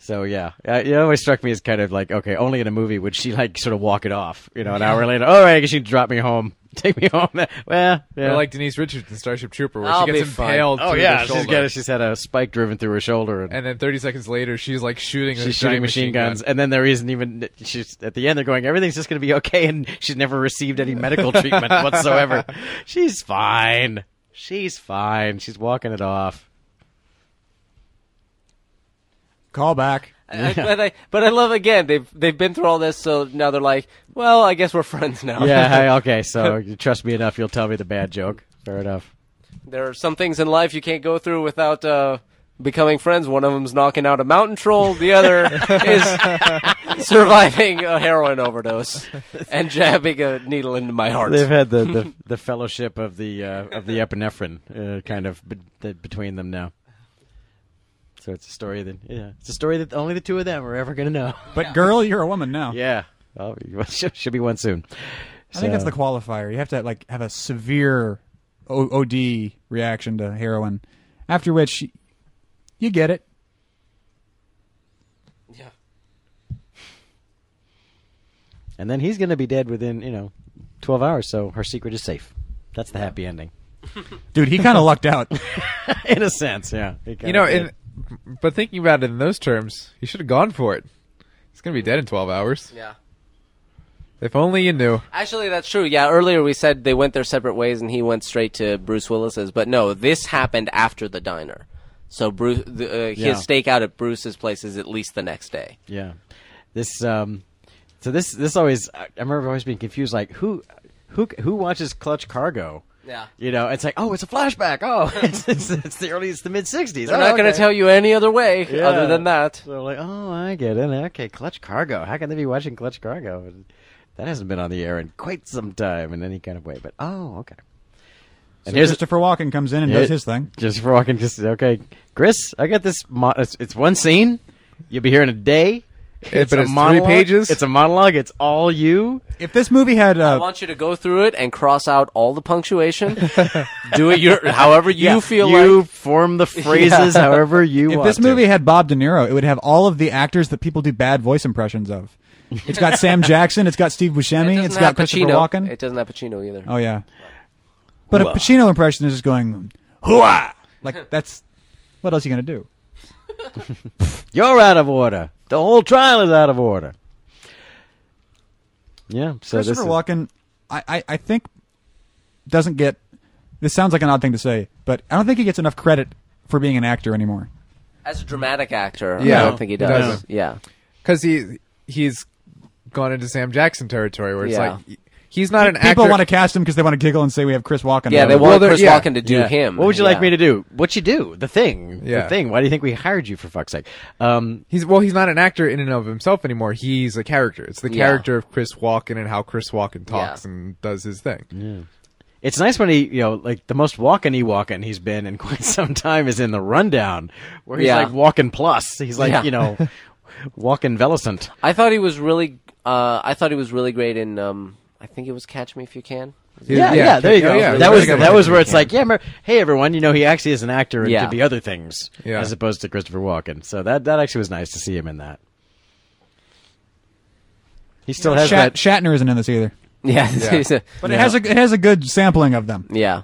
[SPEAKER 5] So yeah, uh, it always struck me as kind of like okay, only in a movie would she like sort of walk it off. You know, an hour later, all right, I guess she'd drop me home, take me home. well, yeah,
[SPEAKER 4] Or like Denise Richards in Starship Trooper, where
[SPEAKER 3] I'll
[SPEAKER 4] she gets
[SPEAKER 3] be fine.
[SPEAKER 4] impaled.
[SPEAKER 5] oh
[SPEAKER 4] through
[SPEAKER 5] yeah,
[SPEAKER 4] the
[SPEAKER 5] she's
[SPEAKER 4] shoulder.
[SPEAKER 5] got a, she's had a spike driven through her shoulder, and,
[SPEAKER 4] And then 30 seconds later, she's like shooting. a
[SPEAKER 5] she's
[SPEAKER 4] giant
[SPEAKER 5] shooting machine, guns,
[SPEAKER 4] gun.
[SPEAKER 5] and then there isn't even. She's at the end. They're going, everything's just going to be okay, and she's never received any medical treatment whatsoever. She's fine. She's fine. She's walking it off.
[SPEAKER 2] Call back.
[SPEAKER 3] I- I- but I, but I love again. They've they've been through all this, so now they're like, well, I guess we're friends now.
[SPEAKER 5] Yeah. hey, okay. So you trust me enough. You'll tell me the bad joke. Fair enough.
[SPEAKER 3] there are some things in life you can't go through without uh, becoming friends. One of them's knocking out a mountain troll. The other is surviving a heroin overdose and jabbing a needle into my heart.
[SPEAKER 5] They've had the, the, the fellowship of the uh, of the epinephrine uh, kind of be- the, between them now. So it's a story that yeah, it's a story that only the two of them are ever going to know.
[SPEAKER 2] But girl, you're a woman now.
[SPEAKER 5] Yeah. Oh, you- should should be one soon.
[SPEAKER 2] I think that's
[SPEAKER 5] So-
[SPEAKER 2] the qualifier. You have to like have a severe o- OD reaction to heroin, after which you get it.
[SPEAKER 3] Yeah.
[SPEAKER 5] And then he's going to be dead within, you know, 12 hours, so her secret is safe. That's the happy ending.
[SPEAKER 2] Dude, he kind of lucked out.
[SPEAKER 5] In a sense, yeah. He kinda
[SPEAKER 4] You know,
[SPEAKER 5] did.
[SPEAKER 4] in, but thinking about it in those terms, he should have gone for it. He's gonna be dead in 12 hours.
[SPEAKER 3] Yeah.
[SPEAKER 4] If only you knew.
[SPEAKER 3] Actually, that's true. Yeah, earlier we said they went their separate ways, and he went straight to Bruce Willis's. But no, this happened after the diner. So Bruce, the, uh,
[SPEAKER 5] Yeah.
[SPEAKER 3] his stakeout at Bruce's place is at least the next day.
[SPEAKER 5] yeah. This um so this this always I I remember always being confused like who who who watches Clutch Cargo?
[SPEAKER 3] Yeah.
[SPEAKER 5] You know, it's like, "Oh, it's a flashback. Oh, it's, it's, it's the early it's the mid 60s."
[SPEAKER 3] They're not going to tell you any other way other than that.
[SPEAKER 5] So like, "Oh, I get it. Okay, Clutch Cargo. How can they be watching Clutch Cargo?" And that hasn't been on the air in quite some time in any kind of way, but oh, okay.
[SPEAKER 2] So Christopher Walken comes in and does his thing.
[SPEAKER 5] Just for walking, just okay. Chris, I got this. Mo- it's, it's one scene. You'll be here in a day.
[SPEAKER 4] but it's three
[SPEAKER 5] monologue.
[SPEAKER 4] pages?
[SPEAKER 5] It's a monologue. It's all you.
[SPEAKER 2] If this movie had
[SPEAKER 3] I
[SPEAKER 2] uh,
[SPEAKER 3] want you to go through it and cross out all the punctuation. Do it your, however you
[SPEAKER 5] Yeah,
[SPEAKER 3] feel
[SPEAKER 5] you
[SPEAKER 3] like.
[SPEAKER 5] form the phrases however you
[SPEAKER 2] if
[SPEAKER 5] want.
[SPEAKER 2] this
[SPEAKER 5] to.
[SPEAKER 2] movie had Bob De Niro, it would have all of the actors that people do bad voice impressions of. It's got Sam Jackson. It's got Steve
[SPEAKER 3] It
[SPEAKER 2] Buscemi.
[SPEAKER 3] doesn't
[SPEAKER 2] It's
[SPEAKER 3] have
[SPEAKER 2] got Christopher
[SPEAKER 3] Pacino.
[SPEAKER 2] Walken.
[SPEAKER 3] It doesn't have Pacino either.
[SPEAKER 2] oh yeah, but a Pacino impression is just going hooah. Like that's what else are you gonna do?
[SPEAKER 5] you're out of order. The whole trial is out of order. Yeah. So this
[SPEAKER 2] Christopher
[SPEAKER 5] is,
[SPEAKER 2] Walken, I, I, I think doesn't get. This sounds like an odd thing to say, but I don't think he gets enough credit for being an actor anymore.
[SPEAKER 3] As a dramatic actor,
[SPEAKER 4] Yeah.
[SPEAKER 3] I don't think he
[SPEAKER 4] No,
[SPEAKER 3] does.
[SPEAKER 4] doesn't.
[SPEAKER 3] Yeah.
[SPEAKER 4] because he he's gone into Sam Jackson territory where it's
[SPEAKER 3] Yeah.
[SPEAKER 4] like he's not an actor.
[SPEAKER 2] People want to cast him because they want to giggle and say we have Chris Walken.
[SPEAKER 3] Yeah, they
[SPEAKER 2] Well,
[SPEAKER 3] want
[SPEAKER 4] there-
[SPEAKER 3] Chris
[SPEAKER 4] yeah.
[SPEAKER 3] Walken to do
[SPEAKER 5] Yeah.
[SPEAKER 3] him.
[SPEAKER 5] What would you like
[SPEAKER 3] Yeah.
[SPEAKER 5] me to do? What you do? The thing.
[SPEAKER 4] Yeah.
[SPEAKER 5] The thing. Why do you think we hired you for fuck's sake? Um,
[SPEAKER 4] He's well, he's not an actor in and of himself anymore. He's a character. It's the
[SPEAKER 3] Yeah.
[SPEAKER 4] character of Chris Walken and how Chris Walken talks
[SPEAKER 3] Yeah.
[SPEAKER 4] and does his thing.
[SPEAKER 5] It's nice when he, you know, like the most walking he walking he's been in quite some time is in the rundown where he's
[SPEAKER 3] Yeah.
[SPEAKER 5] like walking plus. He's like,
[SPEAKER 3] Yeah.
[SPEAKER 5] you know, walking Velicent.
[SPEAKER 3] I thought he was really. Uh, I thought he was really great in. Um, I think it was Catch Me If You Can.
[SPEAKER 5] Yeah, yeah, there you
[SPEAKER 4] Yeah,
[SPEAKER 5] go.
[SPEAKER 4] yeah,
[SPEAKER 5] that was
[SPEAKER 4] really good
[SPEAKER 5] that was
[SPEAKER 4] actor.
[SPEAKER 5] where it's like, yeah, remember, hey everyone, you know, he actually is an actor and
[SPEAKER 3] Yeah.
[SPEAKER 5] could be other things
[SPEAKER 4] Yeah.
[SPEAKER 5] as opposed to Christopher Walken. So that that actually was nice to see him in that. He still has
[SPEAKER 2] Shat-
[SPEAKER 5] that.
[SPEAKER 2] Shatner isn't in this either,
[SPEAKER 3] Yeah. He's a-
[SPEAKER 2] but it has a it has a good sampling of them.
[SPEAKER 3] yeah.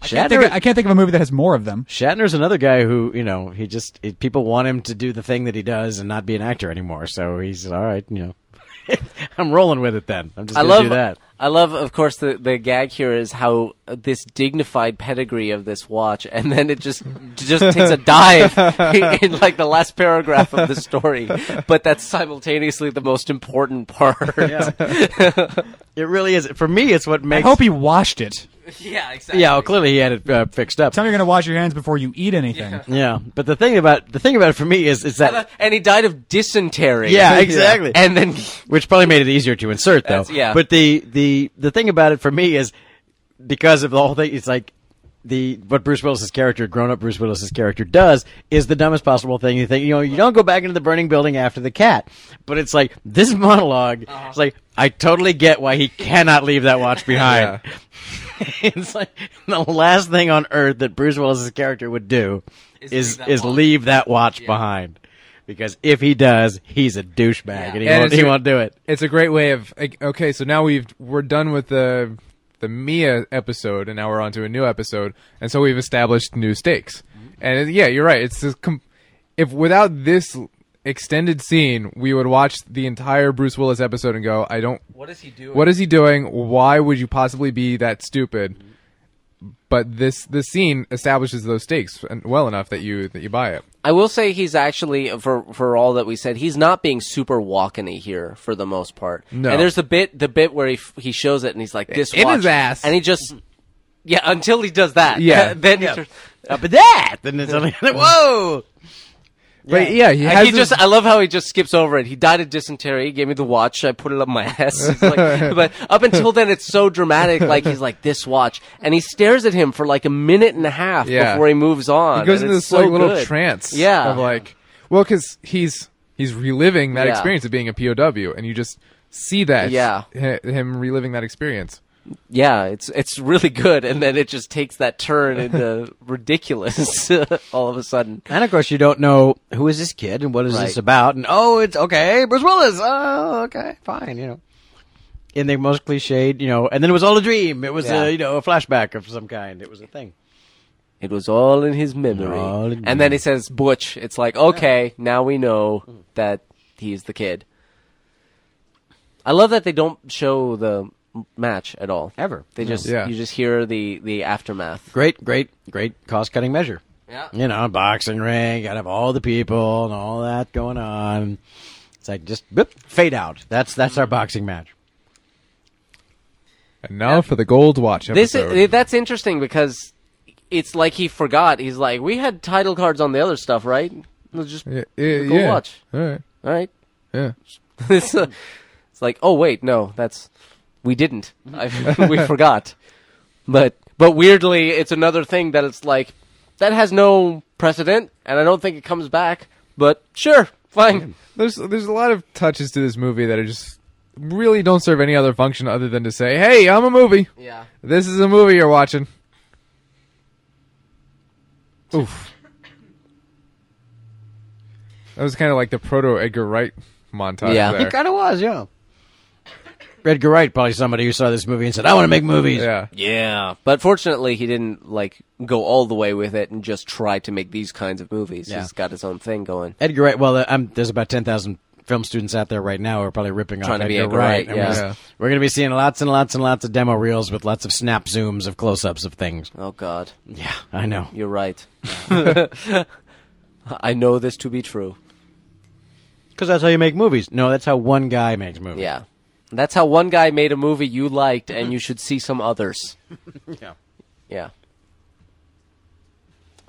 [SPEAKER 2] I, think, I can't think of a movie that has more of them.
[SPEAKER 5] Shatner's another guy who, you know, he just it, people want him to do the thing that he does and not be an actor anymore. So he's all right, you know. I'm rolling with it then. I'm just
[SPEAKER 3] I
[SPEAKER 5] gonna
[SPEAKER 3] love
[SPEAKER 5] do that.
[SPEAKER 3] I love, of course, the the gag here is how this dignified pedigree of this watch, and then it just just takes a dive in like the last paragraph of the story. But that's simultaneously the most important part. Yeah,
[SPEAKER 5] It really is. For me, it's what
[SPEAKER 2] I
[SPEAKER 5] makes.
[SPEAKER 2] hope he washed it.
[SPEAKER 3] exactly.
[SPEAKER 5] yeah, well, clearly he had it uh, fixed up.
[SPEAKER 2] Tell me you're gonna wash your hands before you eat anything.
[SPEAKER 5] Yeah, but the thing about the thing about it for me is is that
[SPEAKER 3] and he died of dysentery.
[SPEAKER 5] Yeah, exactly.
[SPEAKER 3] And then
[SPEAKER 5] which probably made it easier to insert though.
[SPEAKER 3] That's- yeah.
[SPEAKER 5] But the the the thing about it for me is because of the whole thing, it's like the what Bruce Willis's character, grown up Bruce Willis's character, does is the dumbest possible thing. You think you know you don't go back into the burning building after the cat, but it's like this monolog
[SPEAKER 3] Uh-huh.
[SPEAKER 5] It's like I totally get why he cannot leave that watch behind. it's like the last thing on earth that Bruce Willis's character would do is is
[SPEAKER 3] leave
[SPEAKER 5] leave
[SPEAKER 3] that
[SPEAKER 5] that watch,
[SPEAKER 3] watch.
[SPEAKER 5] behind. Because if he does, he's a douchebag, and he,
[SPEAKER 4] And
[SPEAKER 5] won't,
[SPEAKER 4] it's
[SPEAKER 5] he
[SPEAKER 4] a-
[SPEAKER 5] won't do it.
[SPEAKER 4] It's a great way of like, okay. So now we've we're done with the the Mia episode, and now we're on to a new episode, and so we've established new stakes.
[SPEAKER 3] Mm-hmm.
[SPEAKER 4] And it- yeah, you're right. It's just com- if without this extended scene, we would watch the entire Bruce Willis episode and go, I don't.
[SPEAKER 3] what is he doing?
[SPEAKER 4] What is he doing? Why would you possibly be that stupid?
[SPEAKER 3] Mm-hmm.
[SPEAKER 4] But this this scene establishes those stakes and- well enough that you that you buy it.
[SPEAKER 3] I will say he's actually for for all that we said, he's not being super walkeny here for the most part.
[SPEAKER 4] No.
[SPEAKER 3] and there's the bit the bit where he f- he shows it and he's like this
[SPEAKER 4] In
[SPEAKER 3] watch.
[SPEAKER 4] his ass.
[SPEAKER 3] and he just yeah until he does that
[SPEAKER 4] Yeah.
[SPEAKER 3] then he turns-
[SPEAKER 5] up at that. Then it's only whoa.
[SPEAKER 4] But yeah, he
[SPEAKER 3] Like,
[SPEAKER 4] has
[SPEAKER 3] he
[SPEAKER 4] this-
[SPEAKER 3] just I love how he just skips over it. He died of dysentery. He gave me the watch. I put it up my ass. He's like, but up until then, it's so dramatic. Like he's like this watch, and he stares at him for like a minute and a half
[SPEAKER 4] Yeah.
[SPEAKER 3] before he moves on.
[SPEAKER 4] He goes
[SPEAKER 3] and
[SPEAKER 4] into
[SPEAKER 3] it's
[SPEAKER 4] this like
[SPEAKER 3] so
[SPEAKER 4] little
[SPEAKER 3] good.
[SPEAKER 4] trance.
[SPEAKER 3] Yeah.
[SPEAKER 4] Of like, well, because he's he's reliving that
[SPEAKER 3] Yeah.
[SPEAKER 4] experience of being a POW, and you just see that.
[SPEAKER 3] Yeah.
[SPEAKER 4] hi- Him reliving that experience.
[SPEAKER 3] yeah, it's it's really good, and then it just takes that turn into ridiculous all of a sudden.
[SPEAKER 5] And of course, you don't know who is this kid and what is this
[SPEAKER 3] Right.
[SPEAKER 5] about. And oh, it's okay, Bruce Willis. Oh, okay, fine. You know, in the most cliched, you know. And then it was all a dream. It was
[SPEAKER 3] Yeah.
[SPEAKER 5] a you know a flashback of some kind. It was a thing.
[SPEAKER 3] It was all in his memory,
[SPEAKER 5] All in
[SPEAKER 3] and then he says Butch. It's like okay, now we know that he's the kid. I love that they don't show the m- match at all.
[SPEAKER 5] Ever.
[SPEAKER 3] They just
[SPEAKER 4] Yeah.
[SPEAKER 3] you just hear the the aftermath.
[SPEAKER 5] Great, great, great cost cutting measure.
[SPEAKER 3] Yeah.
[SPEAKER 5] You know, boxing ring. Gotta have all the people and all that going on. It's like just boop, fade out. That's that's our boxing match.
[SPEAKER 4] And now for the gold watch
[SPEAKER 3] This
[SPEAKER 4] episode.
[SPEAKER 3] is, that's interesting because it's like he forgot. He's like, we had title cards on the other stuff, right? Let's just
[SPEAKER 4] yeah, yeah,
[SPEAKER 3] go
[SPEAKER 4] yeah.
[SPEAKER 3] watch.
[SPEAKER 4] All right.
[SPEAKER 3] All right.
[SPEAKER 4] Yeah.
[SPEAKER 3] it's, uh, it's like, oh wait, no, that's we didn't. I, we forgot. But but weirdly, it's another thing that it's like that has no precedent, and I don't think it comes back. But sure, fine.
[SPEAKER 4] There's there's a lot of touches to this movie that are just really don't serve any other function other than to say, hey, I'm a movie.
[SPEAKER 3] Yeah.
[SPEAKER 4] This is a movie you're watching. Oof. That was kind of like the proto Edgar Wright montage.
[SPEAKER 3] Yeah.
[SPEAKER 4] there.
[SPEAKER 5] It kind of was, yeah. Edgar Wright, probably somebody who saw this movie and said, "I want to make movies."
[SPEAKER 4] Yeah.
[SPEAKER 3] Yeah, but fortunately, he didn't like go all the way with it and just try to make these kinds of movies.
[SPEAKER 5] Yeah.
[SPEAKER 3] He's got his own thing going.
[SPEAKER 5] Edgar Wright. Well, uh, I'm, there's about ten thousand film students out there right now who are probably ripping
[SPEAKER 3] Trying
[SPEAKER 5] off
[SPEAKER 3] to be
[SPEAKER 5] Edgar
[SPEAKER 3] Edgar Wright,
[SPEAKER 5] and
[SPEAKER 3] yeah.
[SPEAKER 5] we're-
[SPEAKER 4] Yeah.
[SPEAKER 5] We're going to be seeing lots and lots and lots of demo reels with lots of snap zooms of close-ups of things.
[SPEAKER 3] Oh God,
[SPEAKER 5] Yeah, I know.
[SPEAKER 3] you're right. I know this to be true.
[SPEAKER 5] Because that's how you make movies. No, that's how one guy makes movies.
[SPEAKER 3] Yeah, that's how one guy made a movie you liked, and you should see some others.
[SPEAKER 5] Yeah.
[SPEAKER 3] Yeah.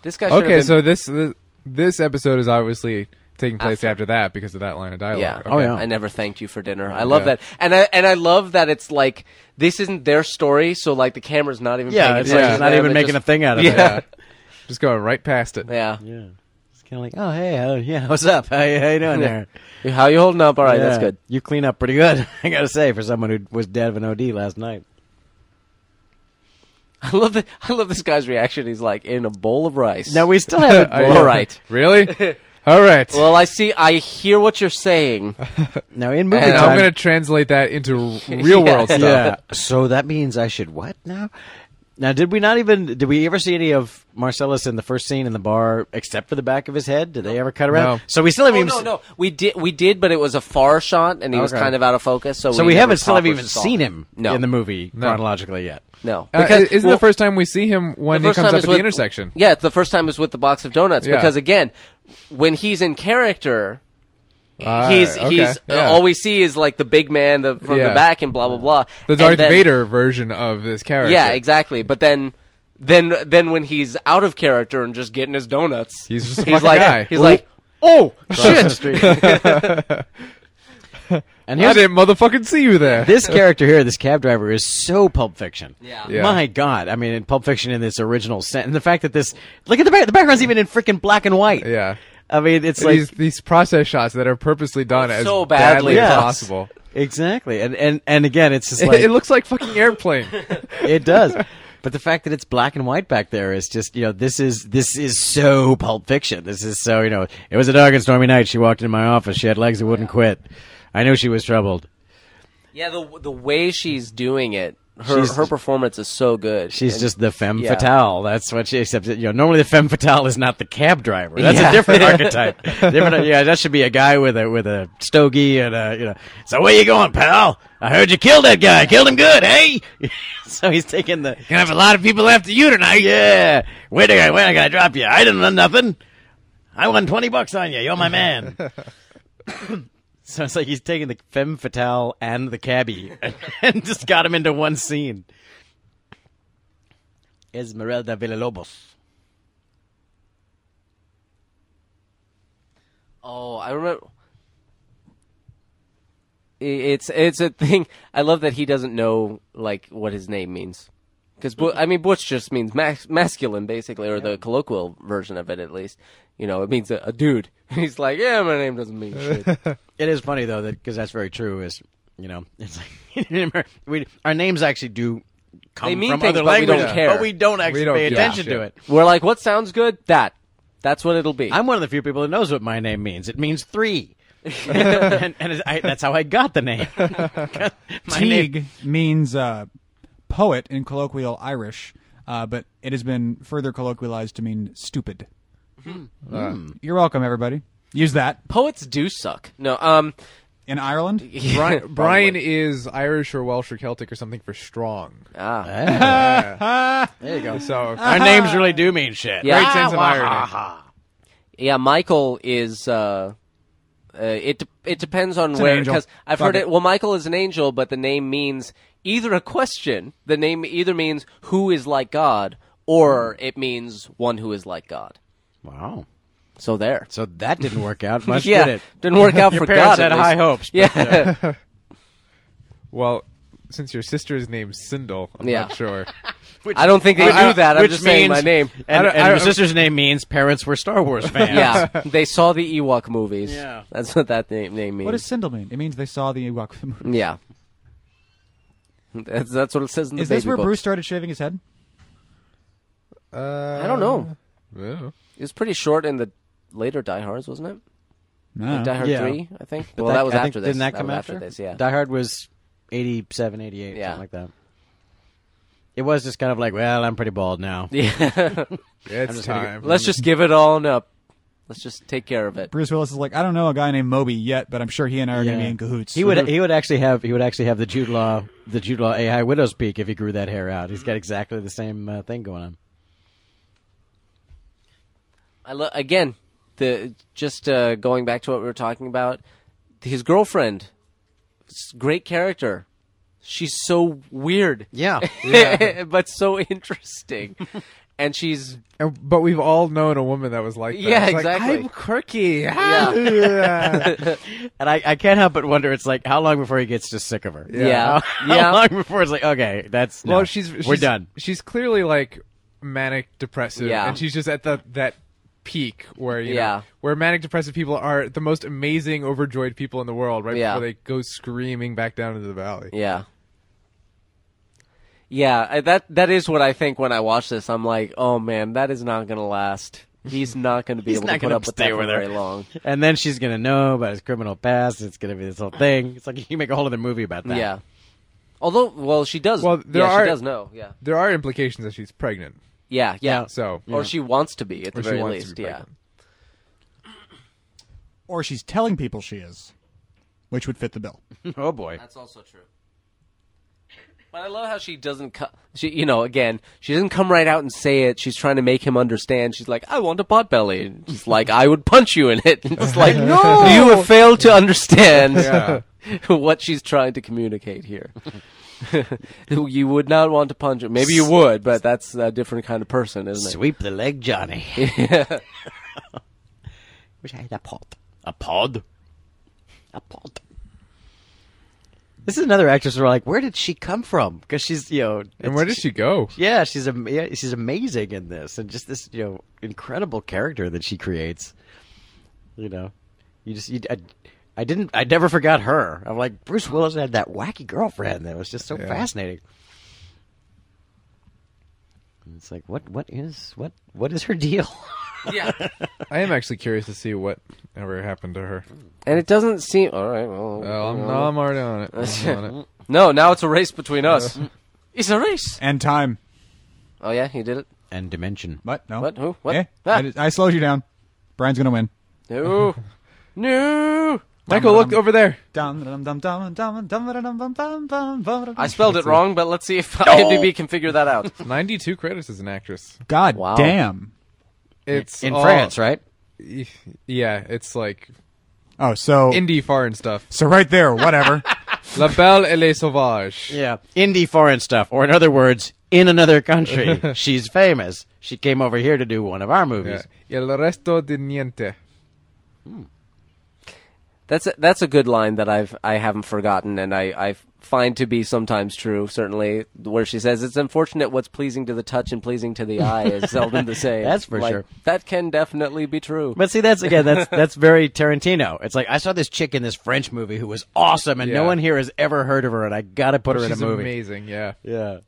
[SPEAKER 3] This guy. should
[SPEAKER 4] Okay,
[SPEAKER 3] have
[SPEAKER 4] so
[SPEAKER 3] been,
[SPEAKER 4] this, this this episode is obviously taking place after,
[SPEAKER 3] After.
[SPEAKER 4] that because of that line of dialogue.
[SPEAKER 3] yeah.
[SPEAKER 4] Okay.
[SPEAKER 5] Oh, yeah.
[SPEAKER 3] I never thanked you for dinner. I love
[SPEAKER 4] Yeah.
[SPEAKER 3] that, and I and I love that it's like this isn't their story, so like the camera's not even.
[SPEAKER 5] Yeah,
[SPEAKER 3] paying
[SPEAKER 5] it's,
[SPEAKER 3] attention to
[SPEAKER 5] like he's not
[SPEAKER 3] them,
[SPEAKER 5] even
[SPEAKER 3] it
[SPEAKER 5] making
[SPEAKER 3] just-
[SPEAKER 5] a thing out of
[SPEAKER 3] Yeah.
[SPEAKER 5] it.
[SPEAKER 4] Just going right past it.
[SPEAKER 3] Yeah.
[SPEAKER 5] Yeah, it's kind of like, oh hey, how, yeah, what's up? How, you- how you doing there?
[SPEAKER 3] How you holding up? All right, that's
[SPEAKER 5] Yeah,
[SPEAKER 3] good.
[SPEAKER 5] You clean up pretty good, I gotta say, for someone who was dead of an OD last night.
[SPEAKER 3] I love the, I love this guy's reaction. He's like in a bowl of rice.
[SPEAKER 5] Now we still haven't.
[SPEAKER 4] Are you-
[SPEAKER 3] All right.
[SPEAKER 4] Really? All right.
[SPEAKER 3] Well, I see. I hear what you're saying.
[SPEAKER 5] now in movie
[SPEAKER 3] And
[SPEAKER 4] And
[SPEAKER 5] time.
[SPEAKER 4] I'm going to translate that into real world stuff.
[SPEAKER 5] yeah. So that means I should what now? Now, did we not even did we ever see any of Marcellus in the first scene in the bar except for the back of his head? Did they ever cut around?
[SPEAKER 4] No.
[SPEAKER 5] So we still haven't
[SPEAKER 3] Oh,
[SPEAKER 5] even
[SPEAKER 3] no,
[SPEAKER 5] se-
[SPEAKER 3] no, we did, we did, but it was a far shot, and he was
[SPEAKER 5] Okay.
[SPEAKER 3] kind of out of focus. So,
[SPEAKER 5] So we,
[SPEAKER 3] never
[SPEAKER 5] haven't still haven't
[SPEAKER 3] properly
[SPEAKER 5] even
[SPEAKER 3] saw
[SPEAKER 5] seen him
[SPEAKER 3] No,
[SPEAKER 5] in the movie chronologically yet.
[SPEAKER 3] No,
[SPEAKER 4] Uh,
[SPEAKER 3] because
[SPEAKER 4] isn't
[SPEAKER 3] well,
[SPEAKER 4] the first time we see him when
[SPEAKER 3] the
[SPEAKER 4] he
[SPEAKER 3] first
[SPEAKER 4] comes
[SPEAKER 3] time
[SPEAKER 4] up at
[SPEAKER 3] is
[SPEAKER 4] the
[SPEAKER 3] with-
[SPEAKER 4] intersection?
[SPEAKER 3] Yeah, it's the first time is with the box of donuts
[SPEAKER 4] Yeah.
[SPEAKER 3] because again, when he's in character, he's
[SPEAKER 4] Ah, okay,
[SPEAKER 3] he's
[SPEAKER 4] yeah.
[SPEAKER 3] uh, all we see is like the big man the, from
[SPEAKER 4] Yeah.
[SPEAKER 3] the back and blah blah blah.
[SPEAKER 4] The
[SPEAKER 3] And
[SPEAKER 4] Darth
[SPEAKER 3] then-
[SPEAKER 4] Vader version of this character.
[SPEAKER 3] Yeah, exactly. But then. Then, then when he's out of character and just getting his donuts,
[SPEAKER 4] He's just a fucking
[SPEAKER 3] like,
[SPEAKER 4] guy.
[SPEAKER 3] he's like, oh
[SPEAKER 5] Across the
[SPEAKER 3] shit,
[SPEAKER 5] street. and
[SPEAKER 4] I
[SPEAKER 5] here's
[SPEAKER 4] didn't motherfucking see you there.
[SPEAKER 5] this character here, this cab driver, is so Pulp Fiction.
[SPEAKER 3] Yeah.
[SPEAKER 4] Yeah.
[SPEAKER 5] My God, I mean, in Pulp Fiction, in its original sense, and the fact that this look at the back, the background's even in freaking black and white.
[SPEAKER 4] yeah.
[SPEAKER 5] I mean, it's like
[SPEAKER 4] these these process shots that are purposely done as
[SPEAKER 3] So badly
[SPEAKER 4] as
[SPEAKER 5] done.
[SPEAKER 4] possible.
[SPEAKER 5] exactly, and and and again, it's just
[SPEAKER 4] It-
[SPEAKER 5] like
[SPEAKER 4] it looks like fucking airplane.
[SPEAKER 5] it does. But the fact that it's black and white back there is just, you know, this is this is so Pulp Fiction. This is so, you know, it was a dark and stormy night. She walked into my office. She had legs that wouldn't quit. I knew she was troubled.
[SPEAKER 3] yeah. The the way she's doing it, her
[SPEAKER 5] She's-
[SPEAKER 3] her performance is so good.
[SPEAKER 5] She's
[SPEAKER 3] And-
[SPEAKER 5] just the femme
[SPEAKER 3] yeah.
[SPEAKER 5] fatale. That's what she. Except that, you know, normally the femme fatale is not the cab driver. That's
[SPEAKER 3] Yeah.
[SPEAKER 5] a different archetype. Different. Yeah, that should be a guy with a with a stogie and a you know. So where you going, pal? I heard you killed that guy. Killed him good, hey. so he's taking the. Gonna have a lot of people after you tonight. Yeah. Where did I where did I drop you? I didn't run nothing. I won twenty bucks on you. You're my man. So it's like he's taking the femme fatale and the cabbie and, and just got him into one scene. Esmeralda Villalobos.
[SPEAKER 3] Oh, I remember. I- It's it's a thing. I love that he doesn't know like what his name means, because I mean Butch just means mas- masculine basically, or the colloquial version of it at least. You know, it means a, a dude. He's like, yeah, my name doesn't mean shit.
[SPEAKER 5] It is funny though that because that's very true. Is you know it's like we, our names actually do come
[SPEAKER 3] They mean
[SPEAKER 5] from
[SPEAKER 3] things,
[SPEAKER 5] other
[SPEAKER 3] but we don't
[SPEAKER 5] languages,
[SPEAKER 3] care.
[SPEAKER 5] but we don't actually
[SPEAKER 4] don't
[SPEAKER 5] pay
[SPEAKER 4] give a
[SPEAKER 5] attention
[SPEAKER 4] shit.
[SPEAKER 5] to it.
[SPEAKER 3] We're like, what sounds good? That, that's what it'll be.
[SPEAKER 5] I'm one of the few people that knows what my name means. It means three. and and I, that's how I got the name. my name.
[SPEAKER 2] Teague means uh, poet in colloquial Irish, uh, but it has been further colloquialized to mean stupid.
[SPEAKER 5] Hmm.
[SPEAKER 2] Uh, You're welcome, everybody. Use that
[SPEAKER 3] Poets do suck. No, um,
[SPEAKER 2] in Ireland.
[SPEAKER 4] Brian, Brian is Irish or Welsh or Celtic or something for strong.
[SPEAKER 3] ah,
[SPEAKER 5] There you go.
[SPEAKER 4] So
[SPEAKER 5] Our names really do mean shit.
[SPEAKER 3] Yeah.
[SPEAKER 4] great sense of
[SPEAKER 5] Ah,
[SPEAKER 4] irony.
[SPEAKER 3] yeah. Michael is. uh uh, it de- it depends on
[SPEAKER 2] an
[SPEAKER 3] where
[SPEAKER 2] angel.
[SPEAKER 3] because I've
[SPEAKER 2] Fuck
[SPEAKER 3] heard
[SPEAKER 2] it.
[SPEAKER 3] it. Well, Michael is an angel, but the name means either a question. The name either means who is like God, or it means one who is like God.
[SPEAKER 5] Wow.
[SPEAKER 3] So there.
[SPEAKER 5] So that didn't work out much,
[SPEAKER 3] yeah,
[SPEAKER 5] did it?
[SPEAKER 3] didn't work out
[SPEAKER 5] Your
[SPEAKER 3] for
[SPEAKER 5] parents
[SPEAKER 3] God.
[SPEAKER 5] had
[SPEAKER 3] at least.
[SPEAKER 5] high hopes. but-
[SPEAKER 3] Yeah,
[SPEAKER 4] Well, since your sister's name's Sindel, I'm
[SPEAKER 3] Yeah.
[SPEAKER 4] not sure.
[SPEAKER 3] I don't think they
[SPEAKER 5] Which-
[SPEAKER 3] do that. I'm
[SPEAKER 5] which
[SPEAKER 3] just saying my
[SPEAKER 5] means-
[SPEAKER 3] name.
[SPEAKER 5] And,
[SPEAKER 4] I don't-
[SPEAKER 5] and
[SPEAKER 4] I
[SPEAKER 5] your
[SPEAKER 4] don't-
[SPEAKER 5] sister's name means parents were Star Wars fans.
[SPEAKER 3] Yeah, they saw the Ewok movies.
[SPEAKER 5] Yeah.
[SPEAKER 3] that's what that name, name means.
[SPEAKER 2] What does Sindel mean? It means they saw the Ewok movie.
[SPEAKER 3] yeah, that's, that's what it says in the
[SPEAKER 2] Is this
[SPEAKER 3] baby
[SPEAKER 2] where
[SPEAKER 3] book.
[SPEAKER 2] Bruce started shaving his head?
[SPEAKER 4] Uh,
[SPEAKER 3] I don't know.
[SPEAKER 4] know.
[SPEAKER 3] It was pretty short in the later Die Hards, wasn't it?
[SPEAKER 2] No.
[SPEAKER 3] Die Hard
[SPEAKER 5] Yeah.
[SPEAKER 3] Three, I think.
[SPEAKER 5] But
[SPEAKER 3] well, that, was
[SPEAKER 5] I think-
[SPEAKER 3] after this.
[SPEAKER 5] Didn't that come
[SPEAKER 3] was
[SPEAKER 5] after?
[SPEAKER 3] this? Yeah.
[SPEAKER 5] Die Hard was 87, 88,
[SPEAKER 3] Yeah.
[SPEAKER 5] something like that. It was just kind of like, well, I'm pretty bald now.
[SPEAKER 3] yeah.
[SPEAKER 4] It's time.
[SPEAKER 3] Let's just give it all up. Let's just take care of it.
[SPEAKER 2] Bruce Willis is like, I don't know a guy named Moby yet, but I'm sure he and I are going to
[SPEAKER 5] Yeah.
[SPEAKER 2] be in cahoots.
[SPEAKER 5] He would he would actually have he would actually have the Jude Law the Jude Law AI widow's peak if he grew that hair out. He's got exactly the same uh, thing going on.
[SPEAKER 3] I lo- again, the just uh, going back to what we were talking about, his girlfriend, s- great character. She's so weird.
[SPEAKER 5] Yeah.
[SPEAKER 3] but so interesting. and she's
[SPEAKER 4] And- But we've all known a woman that was like that.
[SPEAKER 3] Yeah,
[SPEAKER 4] It's like,
[SPEAKER 3] exactly.
[SPEAKER 4] I'm quirky.
[SPEAKER 5] and I, I can't help but wonder it's like how long before he gets just sick of her?
[SPEAKER 3] yeah.
[SPEAKER 5] How,
[SPEAKER 3] Yeah.
[SPEAKER 5] long before it's like, okay, that's no,
[SPEAKER 4] Well, she's, she's
[SPEAKER 5] we're done.
[SPEAKER 4] She's clearly like manic depressive,
[SPEAKER 3] Yeah.
[SPEAKER 4] and she's just at the that peak where you know,
[SPEAKER 3] Yeah.
[SPEAKER 4] where manic depressive people are the most amazing, overjoyed people in the world, right
[SPEAKER 3] Yeah.
[SPEAKER 4] before they go screaming back down into the valley.
[SPEAKER 3] Yeah. Yeah, I- that that is what I think when I watch this. I'm like, oh man, that is not gonna last. He's not gonna be
[SPEAKER 5] He's
[SPEAKER 3] able
[SPEAKER 5] not
[SPEAKER 3] to put
[SPEAKER 5] gonna
[SPEAKER 3] up with
[SPEAKER 5] stay
[SPEAKER 3] that for
[SPEAKER 5] with her.
[SPEAKER 3] very long.
[SPEAKER 5] And then she's gonna know about his criminal past. It's gonna be this whole thing. It's like you make a whole other movie about that.
[SPEAKER 3] Yeah. Although, well, she does.
[SPEAKER 4] Well, there
[SPEAKER 3] yeah,
[SPEAKER 4] are-
[SPEAKER 3] she does know. Yeah,
[SPEAKER 4] There are implications that she's pregnant.
[SPEAKER 3] yeah, yeah.
[SPEAKER 4] So
[SPEAKER 3] Or she wants to be at the
[SPEAKER 4] or she
[SPEAKER 3] very
[SPEAKER 4] wants
[SPEAKER 3] least.
[SPEAKER 4] to be
[SPEAKER 3] yeah.
[SPEAKER 4] pregnant.
[SPEAKER 2] Or she's telling people she is, which would fit the bill.
[SPEAKER 5] Oh boy.
[SPEAKER 3] That's also true. But I love how she doesn't co- she you know again she doesn't come right out and say it. She's trying to make him understand. She's like, "I want a pot belly." And she's like, "I would punch you in it." And it's like, "No, you have failed to understand what she's trying to communicate here." you would not want to punch him. Maybe you would, but that's a different kind of person, isn't it?
[SPEAKER 5] Sweep the leg, Johnny. Wish I had a pod. A pod? A pod. This is another actress where we're like, where did she come from? Because she's, you know,
[SPEAKER 4] And where did she go?
[SPEAKER 5] Yeah, she's am- yeah, she's amazing in this, and just this, you know, incredible character that she creates. You know, you just, you, I, I didn't, I never forgot her. I'm like, Bruce Willis had that wacky girlfriend that was just so
[SPEAKER 4] Yeah.
[SPEAKER 5] fascinating. And It's like, what, what is, what, what is her deal?
[SPEAKER 3] Yeah.
[SPEAKER 4] I am actually curious to see what ever happened to her.
[SPEAKER 3] And it doesn't seem all right. Well,
[SPEAKER 4] Oh, I'm, no, I'm already on it. I'm on it.
[SPEAKER 3] no, now it's a race between us. it's a race.
[SPEAKER 2] And time.
[SPEAKER 3] Oh yeah, he did it.
[SPEAKER 5] and dimension.
[SPEAKER 2] What? No.
[SPEAKER 3] What? Who? What?
[SPEAKER 2] Eh?
[SPEAKER 3] Ah.
[SPEAKER 2] I, just- I slowed you down. Brian's gonna win.
[SPEAKER 3] No. no.
[SPEAKER 4] Michael, look over there.
[SPEAKER 3] I
[SPEAKER 2] I
[SPEAKER 3] spelled it wrong, but let's see if IMDb can figure that out.
[SPEAKER 4] 92 credits as an actress.
[SPEAKER 2] God
[SPEAKER 3] Wow.
[SPEAKER 2] damn.
[SPEAKER 4] It's
[SPEAKER 5] in
[SPEAKER 4] all-
[SPEAKER 5] France, right?
[SPEAKER 4] Yeah, it's like
[SPEAKER 2] Oh, so
[SPEAKER 4] indie foreign stuff.
[SPEAKER 2] so right there. Whatever.
[SPEAKER 4] La Belle et les Sauvages.
[SPEAKER 5] Yeah, indie foreign stuff, or in other words, in another country, she's famous. She came over here to do one of our
[SPEAKER 4] Yeah.
[SPEAKER 5] movies.
[SPEAKER 4] Y el resto de niente.
[SPEAKER 3] That's a, that's a good line that I've I haven't forgotten, and I I find to be sometimes true. Certainly, where she says it's unfortunate what's pleasing to the touch and pleasing to the eye is seldom the same.
[SPEAKER 5] That's for
[SPEAKER 3] Like,
[SPEAKER 5] sure.
[SPEAKER 3] That can definitely be true.
[SPEAKER 5] But see, that's again, that's that's very Tarantino. It's like I saw this chick in this French movie who was awesome, and no
[SPEAKER 4] Yeah.
[SPEAKER 5] one here has ever heard of her, and I gotta put her
[SPEAKER 4] She's
[SPEAKER 5] in a movie.
[SPEAKER 4] amazing, yeah.
[SPEAKER 5] Yeah.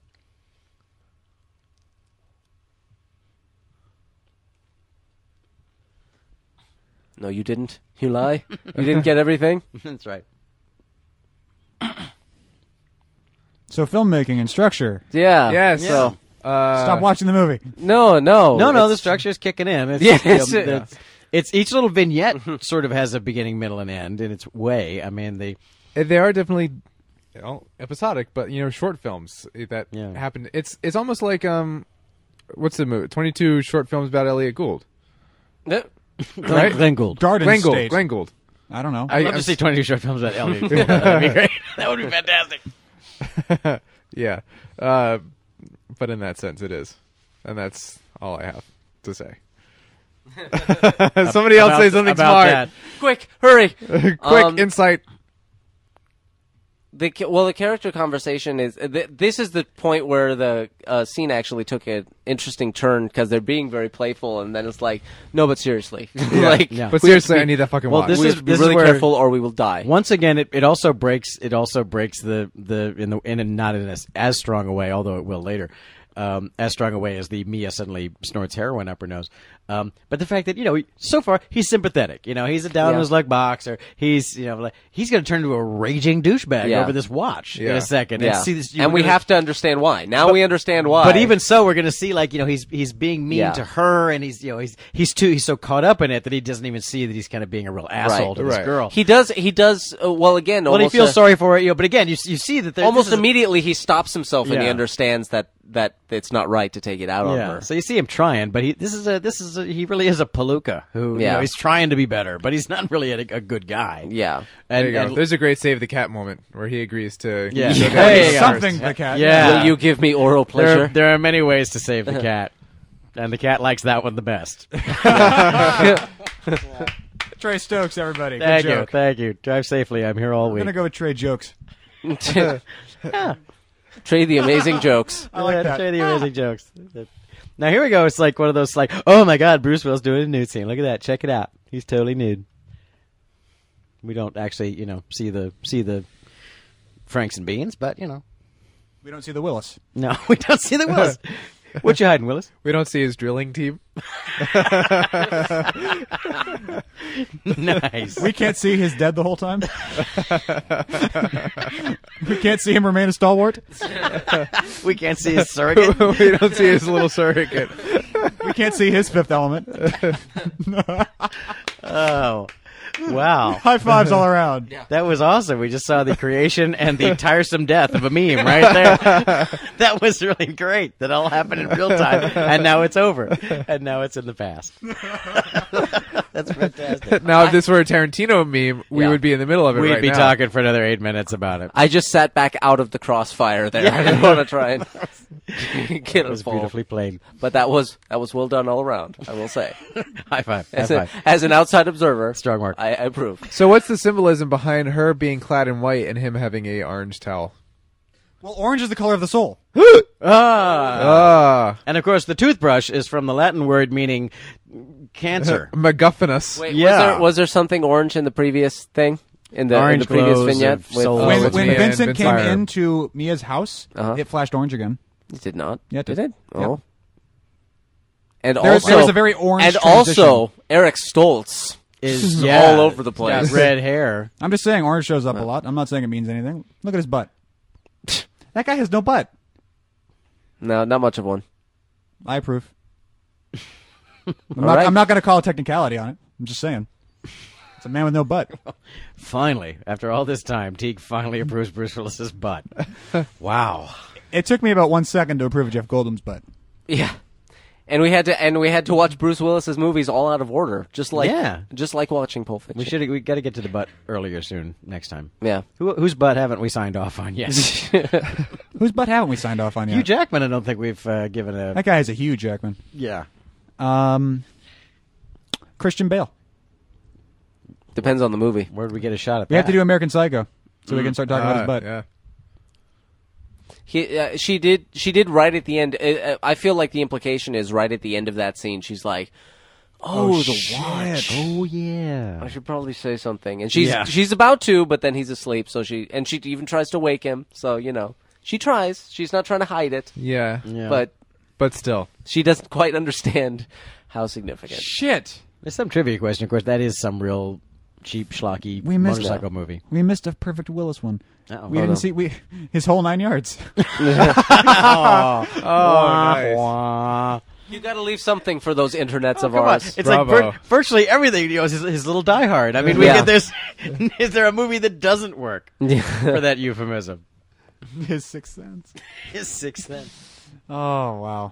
[SPEAKER 3] No, you didn't. You lie. You didn't get everything.
[SPEAKER 5] That's right.
[SPEAKER 2] so filmmaking and structure.
[SPEAKER 3] Yeah.
[SPEAKER 4] Yes.
[SPEAKER 3] So
[SPEAKER 4] Uh,
[SPEAKER 2] Stop watching the movie.
[SPEAKER 3] no, no,
[SPEAKER 5] No, no,
[SPEAKER 3] it's-
[SPEAKER 5] the structure's kicking in. It's,
[SPEAKER 3] Yeah,
[SPEAKER 5] you know,
[SPEAKER 3] it's-
[SPEAKER 5] it's- it's- each little vignette sort of has a beginning, middle, and end in its way. I mean, the
[SPEAKER 4] they are definitely you know, episodic, but you know, short films that
[SPEAKER 5] Yeah.
[SPEAKER 4] happened. It's it's almost like um, what's the movie? Twenty two short films about Elliot Gould,
[SPEAKER 3] No.
[SPEAKER 4] right?
[SPEAKER 5] Glenn Gould.
[SPEAKER 2] Garden
[SPEAKER 4] Glenn Gould.
[SPEAKER 2] State.
[SPEAKER 4] Glenn Gould.
[SPEAKER 2] I don't know.
[SPEAKER 4] I-
[SPEAKER 5] I'd love
[SPEAKER 4] I'm
[SPEAKER 5] to see
[SPEAKER 4] s-
[SPEAKER 5] twenty-two short films about Elliot. Gould. That'd be great. That would be fantastic.
[SPEAKER 4] Yeah, uh, but in that sense, it is, and that's all I have to say. Somebody else
[SPEAKER 5] About-
[SPEAKER 4] say something
[SPEAKER 5] about
[SPEAKER 4] smart.
[SPEAKER 5] that.
[SPEAKER 3] Quick, hurry.
[SPEAKER 4] Quick
[SPEAKER 3] Um,
[SPEAKER 4] insight.
[SPEAKER 3] the ca- well the character conversation is th- this is the point where the uh, scene actually took an interesting turn because they're being very playful and then it's like no but seriously like
[SPEAKER 5] Yeah.
[SPEAKER 4] But
[SPEAKER 3] we have
[SPEAKER 4] seriously,
[SPEAKER 3] to be-
[SPEAKER 4] I need that fucking
[SPEAKER 5] Well,
[SPEAKER 4] watch.
[SPEAKER 5] this
[SPEAKER 3] we
[SPEAKER 5] is-
[SPEAKER 3] have to be really
[SPEAKER 5] where-
[SPEAKER 3] careful or we will die
[SPEAKER 5] Once again, it, it also breaks it also breaks the the in the in a, not in as as strong a way, although it will later. Um, as strong a way as the Mia suddenly snorts heroin up her nose, um, but the fact that you know he- so far he's sympathetic. You know he's a down
[SPEAKER 3] Yeah.
[SPEAKER 5] on his luck boxer. He's you know like he's going to turn into a raging douchebag
[SPEAKER 3] Yeah.
[SPEAKER 5] over this watch in
[SPEAKER 4] Yeah.
[SPEAKER 5] a second.
[SPEAKER 3] yeah.
[SPEAKER 5] And, see this,
[SPEAKER 3] and we
[SPEAKER 5] gonna-
[SPEAKER 3] have to understand why now we understand why
[SPEAKER 5] But even so, we're going to see like you know he's he's being mean
[SPEAKER 3] Yeah.
[SPEAKER 5] to her, and he's you know he's he's too he's so caught up in it that he doesn't even see that he's kind of being a real asshole to this
[SPEAKER 4] right.
[SPEAKER 5] girl.
[SPEAKER 3] he does he does uh, well again
[SPEAKER 5] well, he
[SPEAKER 3] almost
[SPEAKER 5] feels
[SPEAKER 3] a-
[SPEAKER 5] sorry for it, you know, but again, you, you see that there-
[SPEAKER 3] almost
[SPEAKER 5] this is-
[SPEAKER 3] immediately he stops himself and he
[SPEAKER 5] Yeah.
[SPEAKER 3] understands that that it's not right to take it out on
[SPEAKER 5] Yeah,
[SPEAKER 3] her
[SPEAKER 5] so you see him trying, but he this is a this is a, he really is a palooka who you
[SPEAKER 3] Yeah.
[SPEAKER 5] know, he's trying to be better, but he's not really a, a good guy.
[SPEAKER 3] yeah
[SPEAKER 5] and,
[SPEAKER 4] there you go.
[SPEAKER 5] and-
[SPEAKER 4] There's a great save the cat moment where he agrees to
[SPEAKER 5] Yeah.
[SPEAKER 4] go
[SPEAKER 5] Yeah.
[SPEAKER 4] down
[SPEAKER 5] Hey,
[SPEAKER 4] first.
[SPEAKER 2] Something the cat.
[SPEAKER 5] yeah,
[SPEAKER 3] will you give me oral pleasure
[SPEAKER 5] there, are, there are many ways to save the cat, and the cat likes that one the best.
[SPEAKER 2] Trey Stokes, everybody. Good
[SPEAKER 5] thank you,
[SPEAKER 2] joke.
[SPEAKER 5] thank you. Drive safely. I'm here all
[SPEAKER 2] I'm
[SPEAKER 5] week.
[SPEAKER 2] gonna go with Trey jokes.
[SPEAKER 3] trade the amazing jokes
[SPEAKER 2] I like
[SPEAKER 5] Yeah,
[SPEAKER 2] that.
[SPEAKER 5] Trey,
[SPEAKER 4] Ah.
[SPEAKER 5] the amazing jokes. Now here we go. It's like one of those like, oh my god, Bruce Willis doing a nude scene. Look at that. Check it out. He's totally nude. We don't actually, you know, see the see the Franks and beans, but you know,
[SPEAKER 2] We don't see the Willis.
[SPEAKER 5] no, we don't see the Willis. what you hiding, Willis?
[SPEAKER 4] We don't see his drilling team.
[SPEAKER 5] nice.
[SPEAKER 2] We can't see he's dead the whole time. we can't see him remain a stalwart.
[SPEAKER 5] We can't see his surrogate.
[SPEAKER 4] we don't see his little surrogate.
[SPEAKER 2] We can't see his fifth element.
[SPEAKER 5] Oh, wow.
[SPEAKER 2] High fives all around.
[SPEAKER 5] That was awesome. We just saw the creation and the tiresome death of a meme right there. that was really great. That all happened in real time, and now it's over, and now it's in the past. That's fantastic.
[SPEAKER 4] Now, if this were a Tarantino meme, we
[SPEAKER 3] Yeah.
[SPEAKER 4] would be in the middle of it
[SPEAKER 5] We'd
[SPEAKER 4] right
[SPEAKER 5] be
[SPEAKER 4] now.
[SPEAKER 5] talking for another eight minutes about it.
[SPEAKER 3] I just sat back out of the crossfire there. I didn't want to try and get
[SPEAKER 5] It was
[SPEAKER 3] involved.
[SPEAKER 5] beautifully played.
[SPEAKER 3] But that was that was well done all around. I will say,
[SPEAKER 5] High five. High
[SPEAKER 3] as, a-
[SPEAKER 5] five.
[SPEAKER 3] as an outside observer,
[SPEAKER 5] Strong work.
[SPEAKER 3] I, I approve.
[SPEAKER 4] So, what's the symbolism behind her being clad in white and him having a orange towel?
[SPEAKER 2] Well, orange is the color of the soul.
[SPEAKER 5] Ah.
[SPEAKER 4] Ah,
[SPEAKER 5] And of course, the toothbrush is from the Latin word meaning cancer.
[SPEAKER 4] MacGuffinus.
[SPEAKER 3] Wait, was
[SPEAKER 5] Yeah.
[SPEAKER 3] there was there something orange in the previous thing in the, in
[SPEAKER 5] Orange
[SPEAKER 3] the previous
[SPEAKER 5] glows
[SPEAKER 3] vignette? uh,
[SPEAKER 5] of soul.
[SPEAKER 3] Oh,
[SPEAKER 2] when
[SPEAKER 4] with
[SPEAKER 2] when
[SPEAKER 4] Mia and
[SPEAKER 2] Vincent
[SPEAKER 4] Vince
[SPEAKER 2] came
[SPEAKER 4] Fire.
[SPEAKER 2] into Mia's house, it flashed orange again.
[SPEAKER 3] It did not.
[SPEAKER 2] Yeah, it did.
[SPEAKER 3] it?
[SPEAKER 2] Yeah.
[SPEAKER 3] Oh. And
[SPEAKER 2] There was-
[SPEAKER 3] also,
[SPEAKER 2] there was a very orange
[SPEAKER 3] And
[SPEAKER 2] transition.
[SPEAKER 3] also, Eric Stoltz
[SPEAKER 5] Is
[SPEAKER 3] all over the place.
[SPEAKER 5] yeah, red hair.
[SPEAKER 2] I'm just saying orange shows up a lot. I'm not saying it means anything. Look at his butt. that guy has no butt.
[SPEAKER 3] No, not much of one.
[SPEAKER 2] I approve. I'm
[SPEAKER 3] All
[SPEAKER 2] not,
[SPEAKER 3] right.
[SPEAKER 2] I'm not going to call a technicality on it. I'm just saying. It's a man with no butt.
[SPEAKER 5] Finally, after all this time, Teague finally approves Bruce Willis's butt. Wow.
[SPEAKER 2] It took me about one second to approve of Jeff Goldblum's butt.
[SPEAKER 3] Yeah. And we had to and we had to watch Bruce Willis's movies all out of order, just like
[SPEAKER 5] Yeah.
[SPEAKER 3] just like watching Pulp Fiction.
[SPEAKER 5] We should. We got to get to the butt earlier soon. Next time.
[SPEAKER 3] Yeah.
[SPEAKER 5] Who, whose butt haven't we signed off on yet?
[SPEAKER 2] Whose butt haven't we signed off on yet?
[SPEAKER 5] Hugh Jackman. I don't think we've uh, given a.
[SPEAKER 2] that guy is a huge Jackman.
[SPEAKER 5] yeah.
[SPEAKER 2] Um, Christian Bale.
[SPEAKER 3] Depends on the movie.
[SPEAKER 5] Where would we get a shot at?
[SPEAKER 2] We have to do American Psycho so we can start talking about his butt.
[SPEAKER 4] Yeah.
[SPEAKER 3] He, uh, she did. She did right at the end. uh, Uh, I feel like the implication is right at the end of that scene. She's like, "Oh, the watch."
[SPEAKER 5] Oh yeah.
[SPEAKER 3] I should probably say something, and she's
[SPEAKER 5] Yeah.
[SPEAKER 3] she's about to, but then he's asleep. So she and she even tries to wake him. So you know, she tries. She's not trying to hide it,
[SPEAKER 4] Yeah.
[SPEAKER 5] Yeah.
[SPEAKER 3] but
[SPEAKER 4] But still.
[SPEAKER 3] she doesn't quite understand how significant.
[SPEAKER 4] Shit.
[SPEAKER 5] There's some trivia question. Of course, that is some real cheap schlocky
[SPEAKER 2] We missed
[SPEAKER 5] motorcycle movie.
[SPEAKER 2] We missed a perfect Willis one.
[SPEAKER 5] Uh-oh.
[SPEAKER 2] we
[SPEAKER 5] Oh,
[SPEAKER 2] didn't
[SPEAKER 5] no.
[SPEAKER 2] see we his whole nine yards.
[SPEAKER 4] Oh, nice.
[SPEAKER 5] Wah.
[SPEAKER 3] You got to leave something for those internets of
[SPEAKER 5] Oh, Come on.
[SPEAKER 3] ours.
[SPEAKER 5] It's like vir-
[SPEAKER 4] Bravo.
[SPEAKER 5] virtually everything. You know, is his, his little Die Hard. I mean, we
[SPEAKER 3] Yeah.
[SPEAKER 5] get this. is there a movie that doesn't work for that euphemism?
[SPEAKER 2] his sixth sense.
[SPEAKER 5] His sixth sense.
[SPEAKER 2] Oh wow,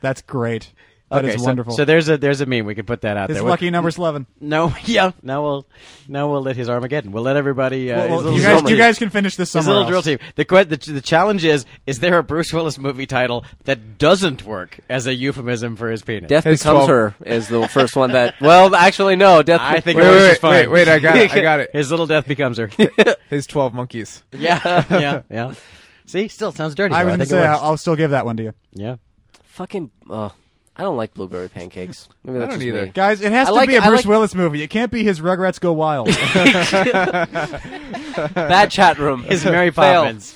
[SPEAKER 2] that's great. That is
[SPEAKER 5] so,
[SPEAKER 2] wonderful.
[SPEAKER 5] So there's a there's a meme we could put that out
[SPEAKER 2] his
[SPEAKER 5] there.
[SPEAKER 2] lucky number eleven.
[SPEAKER 5] No, yeah. Now we'll now we'll let his Armageddon. We'll let everybody.
[SPEAKER 2] Well,
[SPEAKER 5] Uh, his
[SPEAKER 2] well,
[SPEAKER 5] little
[SPEAKER 2] you
[SPEAKER 5] drill
[SPEAKER 2] guys,
[SPEAKER 5] team-
[SPEAKER 2] you guys can finish this
[SPEAKER 5] his
[SPEAKER 2] somewhere
[SPEAKER 5] little drill
[SPEAKER 2] else.
[SPEAKER 5] team. The, que- the the challenge is: is there a Bruce Willis movie title that doesn't work as a euphemism for his penis?
[SPEAKER 3] Death
[SPEAKER 4] His
[SPEAKER 3] Becomes
[SPEAKER 4] 12
[SPEAKER 3] Her is the first one that. Well, actually, no. Death.
[SPEAKER 5] I think
[SPEAKER 4] Wait,
[SPEAKER 5] it was
[SPEAKER 4] wait,
[SPEAKER 5] just
[SPEAKER 4] wait,
[SPEAKER 5] fine.
[SPEAKER 4] wait, wait, I got it. I got it.
[SPEAKER 5] His little death becomes her.
[SPEAKER 4] His 12 monkeys.
[SPEAKER 5] yeah, yeah, yeah. See, still sounds dirty.
[SPEAKER 2] I
[SPEAKER 5] though.
[SPEAKER 2] was going to
[SPEAKER 5] think it
[SPEAKER 2] say
[SPEAKER 5] works.
[SPEAKER 2] I'll, I'll still give that one to you,
[SPEAKER 5] yeah.
[SPEAKER 3] fucking. Uh, I don't like blueberry pancakes. Maybe that's
[SPEAKER 4] don't
[SPEAKER 3] just
[SPEAKER 4] either.
[SPEAKER 3] me.
[SPEAKER 2] guys. It has
[SPEAKER 3] I
[SPEAKER 2] to
[SPEAKER 3] like-
[SPEAKER 2] be a
[SPEAKER 3] I
[SPEAKER 2] Bruce
[SPEAKER 3] like-
[SPEAKER 2] Willis movie. It can't be his Rugrats Go Wild.
[SPEAKER 3] Bad chat room.
[SPEAKER 5] His Mary
[SPEAKER 3] Fail.
[SPEAKER 5] Poppins.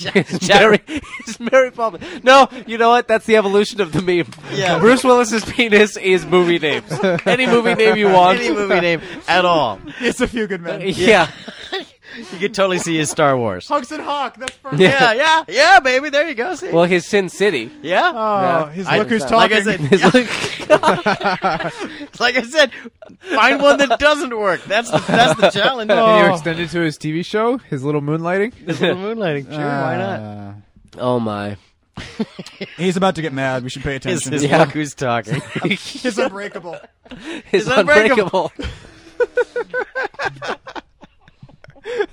[SPEAKER 3] It's Mary, it's Mary Poppins. No, you know what? That's the evolution of the meme.
[SPEAKER 5] Yeah.
[SPEAKER 3] Bruce Willis's penis is movie names. Any movie name you want.
[SPEAKER 5] Any movie name at all.
[SPEAKER 2] it's a few good men.
[SPEAKER 3] Yeah.
[SPEAKER 5] You could totally see his Star Wars.
[SPEAKER 2] Hugs and Hawk. That's perfect.
[SPEAKER 5] Yeah, yeah, yeah, baby. There you go. See,
[SPEAKER 3] Well, his Sin City.
[SPEAKER 5] yeah.
[SPEAKER 2] Oh,
[SPEAKER 3] Yeah.
[SPEAKER 2] his
[SPEAKER 5] I-
[SPEAKER 2] look who's
[SPEAKER 5] like I
[SPEAKER 2] talking.
[SPEAKER 5] said,
[SPEAKER 3] His-
[SPEAKER 5] Like I said, find one that doesn't work. That's the, that's the challenge.
[SPEAKER 4] Can you extend it to his TV show? His little moonlighting?
[SPEAKER 5] moonlighting, sure, why not?
[SPEAKER 2] Uh,
[SPEAKER 3] oh my.
[SPEAKER 2] he's about to get mad. We should pay
[SPEAKER 5] Is
[SPEAKER 2] attention.
[SPEAKER 5] this
[SPEAKER 3] Yeah.
[SPEAKER 5] look who's talking?
[SPEAKER 2] He's unbreakable.
[SPEAKER 3] His
[SPEAKER 5] Unbreakable.
[SPEAKER 3] Unbreakable.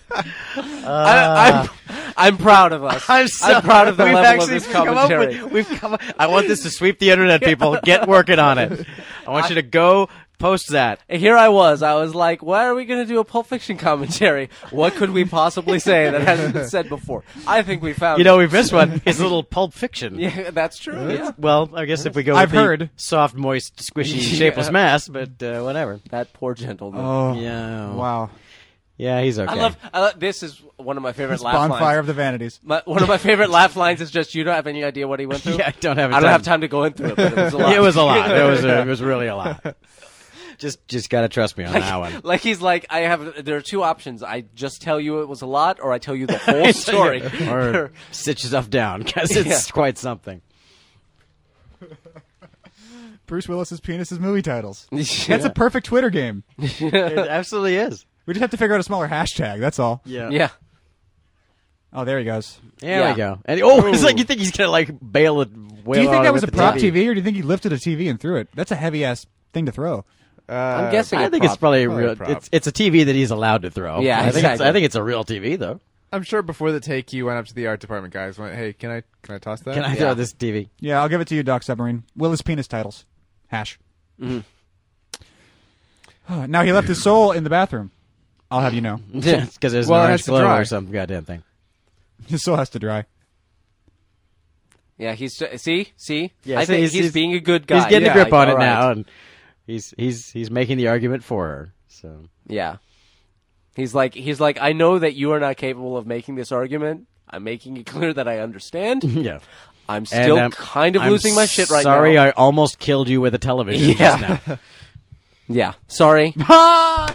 [SPEAKER 3] I, I'm, I'm proud of us.
[SPEAKER 5] Uh, I'm, so,
[SPEAKER 3] proud of the
[SPEAKER 5] we've
[SPEAKER 3] level of
[SPEAKER 5] actually
[SPEAKER 3] this
[SPEAKER 5] come up with-
[SPEAKER 3] commentary.
[SPEAKER 5] we've come, I want this to sweep the internet, people. Get working on it. I want you to go post that.
[SPEAKER 3] And here I was. I was like, why are we going to do a Pulp Fiction commentary? What could we possibly say that hasn't been said before? I think we found
[SPEAKER 5] You know,
[SPEAKER 3] it.
[SPEAKER 5] we've missed one. His little Pulp Fiction.
[SPEAKER 3] Yeah, that's true. Yeah.
[SPEAKER 5] Well, I guess if we go,
[SPEAKER 2] I've
[SPEAKER 5] with the
[SPEAKER 2] heard.
[SPEAKER 5] soft, moist, squishy,
[SPEAKER 3] Yeah.
[SPEAKER 5] shapeless mass, but uh, whatever.
[SPEAKER 3] That poor gentleman.
[SPEAKER 2] Oh
[SPEAKER 5] Yeah.
[SPEAKER 2] wow.
[SPEAKER 5] Yeah, he's okay.
[SPEAKER 3] I love, I love. This is one of my favorite laugh
[SPEAKER 2] Bonfire
[SPEAKER 3] lines.
[SPEAKER 2] of the Vanities.
[SPEAKER 3] My, one of my favorite laugh lines is just you don't have any idea what he went through.
[SPEAKER 5] Yeah, I don't have
[SPEAKER 3] I don't
[SPEAKER 5] time.
[SPEAKER 3] have time to go into it. But it was a lot.
[SPEAKER 5] It was a lot. It was a, it was really a lot. Just just gotta trust me on that one.
[SPEAKER 3] like he's like I have. There are two options. I just tell you it was a lot, or I tell you the whole story.
[SPEAKER 5] or sit yourself down because it's
[SPEAKER 3] Yeah.
[SPEAKER 5] quite something.
[SPEAKER 2] Bruce Willis's penis is movie titles.
[SPEAKER 3] Yeah.
[SPEAKER 2] That's a perfect Twitter game.
[SPEAKER 5] It absolutely is.
[SPEAKER 2] We just have to figure out a smaller hashtag. That's all.
[SPEAKER 5] Yeah.
[SPEAKER 3] yeah.
[SPEAKER 2] Oh, there he goes.
[SPEAKER 5] There
[SPEAKER 3] Yeah.
[SPEAKER 5] we go. And he- oh, it's like you think he's gonna like bail it.
[SPEAKER 2] Do you think that was a prop TV. or do you think he lifted a TV and threw it? That's a heavy ass thing to throw.
[SPEAKER 4] Uh,
[SPEAKER 3] I'm guessing.
[SPEAKER 5] I
[SPEAKER 3] it
[SPEAKER 5] think it's
[SPEAKER 3] prob-
[SPEAKER 5] probably a
[SPEAKER 4] probably a
[SPEAKER 5] real.
[SPEAKER 4] prop.
[SPEAKER 5] It's it's a TV that he's allowed to throw.
[SPEAKER 3] Yeah,
[SPEAKER 5] I think it's,
[SPEAKER 3] exactly.
[SPEAKER 5] I think it's a real TV though.
[SPEAKER 4] I'm sure before the take, you went up to the art department guys. Went, hey, can I can I toss that?
[SPEAKER 5] Can I throw this TV?
[SPEAKER 2] Yeah, I'll give it to you, Doc Submarine. Willis penis titles. Hash.
[SPEAKER 5] Mm-hmm.
[SPEAKER 2] now he left his soul in the bathroom. I'll have you know.
[SPEAKER 5] Because there's
[SPEAKER 4] Well, it
[SPEAKER 5] an
[SPEAKER 4] has
[SPEAKER 5] orange
[SPEAKER 4] to
[SPEAKER 5] glow
[SPEAKER 4] dry.
[SPEAKER 5] or some goddamn thing.
[SPEAKER 2] His soul has to dry.
[SPEAKER 3] Yeah, he's see, see.
[SPEAKER 5] Yeah,
[SPEAKER 3] I
[SPEAKER 5] so
[SPEAKER 3] think
[SPEAKER 5] he's-
[SPEAKER 3] he's,
[SPEAKER 5] he's-
[SPEAKER 3] being a good guy.
[SPEAKER 5] He's getting
[SPEAKER 3] Yeah,
[SPEAKER 5] a grip
[SPEAKER 3] like,
[SPEAKER 5] on it
[SPEAKER 3] all right.
[SPEAKER 5] now, and he's he's he's making the argument for her. So
[SPEAKER 3] Yeah, he's like he's like I know that you are not capable of making this argument. I'm making it clear that I understand.
[SPEAKER 5] yeah, um,
[SPEAKER 3] I'm still kind of losing my shit right
[SPEAKER 5] sorry
[SPEAKER 3] now.
[SPEAKER 5] Sorry, I almost killed you with a television.
[SPEAKER 3] Yeah.
[SPEAKER 5] just now.
[SPEAKER 3] yeah, sorry.
[SPEAKER 2] Ah!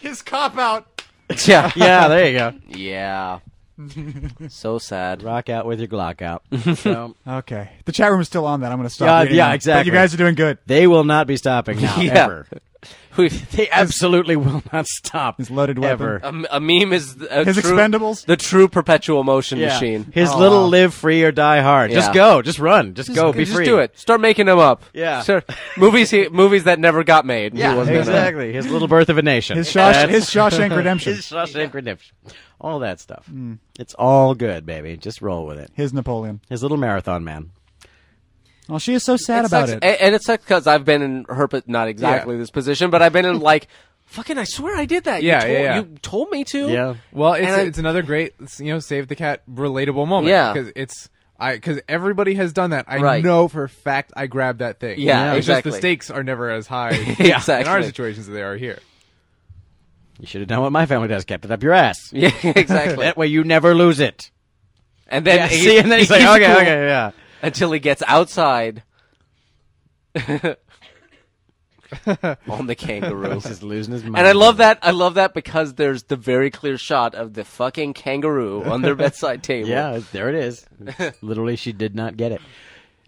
[SPEAKER 2] His cop out.
[SPEAKER 3] yeah,
[SPEAKER 5] yeah. There you go.
[SPEAKER 3] yeah. so sad.
[SPEAKER 5] Rock out with your Glock out. So,
[SPEAKER 2] Okay. The chat room is still on that. I'm going to stop.
[SPEAKER 5] Yeah,
[SPEAKER 2] reading
[SPEAKER 5] yeah,
[SPEAKER 2] it. But
[SPEAKER 5] exactly.
[SPEAKER 2] you guys are doing good.
[SPEAKER 5] they will not be stopping now.
[SPEAKER 3] Yeah.
[SPEAKER 5] Ever.
[SPEAKER 3] We've-
[SPEAKER 5] They absolutely will not stop.
[SPEAKER 2] His loaded weapon.
[SPEAKER 5] ever.
[SPEAKER 3] a, a meme is th- a
[SPEAKER 2] His
[SPEAKER 3] true-
[SPEAKER 2] Expendables?
[SPEAKER 3] the true perpetual motion
[SPEAKER 5] Yeah.
[SPEAKER 3] machine.
[SPEAKER 5] His little live free or die hard. Just
[SPEAKER 3] Yeah.
[SPEAKER 5] go. Just run. Just, go. Be
[SPEAKER 3] just
[SPEAKER 5] free.
[SPEAKER 3] do it. Start making them up.
[SPEAKER 5] Yeah.
[SPEAKER 3] Start- movies he, movies that never got made. He
[SPEAKER 5] Yeah,
[SPEAKER 3] wasn't gonna-
[SPEAKER 5] exactly. His little birth of a nation.
[SPEAKER 2] His, Shawsh-
[SPEAKER 5] That's-
[SPEAKER 2] his Shawshank Redemption.
[SPEAKER 5] his Shawshank Redemption. All that stuff. It's all good, baby. Just roll with it.
[SPEAKER 2] His Napoleon.
[SPEAKER 5] His little marathon man.
[SPEAKER 2] Oh, she is so sad about it.
[SPEAKER 3] sucks- a- And it sucks because I've been in her, but not exactly this position, but I've been in like, fucking, I swear I did that. You
[SPEAKER 4] Yeah,
[SPEAKER 3] told,
[SPEAKER 4] yeah, yeah.
[SPEAKER 3] You told me to.
[SPEAKER 5] Yeah.
[SPEAKER 4] Well, it's,
[SPEAKER 3] And I-
[SPEAKER 4] it's another great you know save the cat relatable moment.
[SPEAKER 3] Yeah.
[SPEAKER 4] because it's I because everybody has done that. I
[SPEAKER 3] Right.
[SPEAKER 4] know for a fact I grabbed that thing.
[SPEAKER 3] Yeah,
[SPEAKER 4] it's
[SPEAKER 3] exactly.
[SPEAKER 4] just the stakes are never as high
[SPEAKER 3] Yeah,
[SPEAKER 4] in our
[SPEAKER 3] exactly.
[SPEAKER 4] situations as they are here.
[SPEAKER 5] You should have done what my family does. Kept it up your ass.
[SPEAKER 3] Yeah, exactly.
[SPEAKER 5] That way you never lose it.
[SPEAKER 3] And then,
[SPEAKER 5] Yeah,
[SPEAKER 3] he-
[SPEAKER 5] see, and then he's like,
[SPEAKER 3] he's
[SPEAKER 5] okay,
[SPEAKER 3] cool
[SPEAKER 5] okay, yeah.
[SPEAKER 3] Until he gets outside. on the kangaroo.
[SPEAKER 5] He's just losing his mind.
[SPEAKER 3] And I love that. I love that because there's the very clear shot of the fucking kangaroo on their bedside table.
[SPEAKER 5] Yeah, there it is. Literally, she did not get it.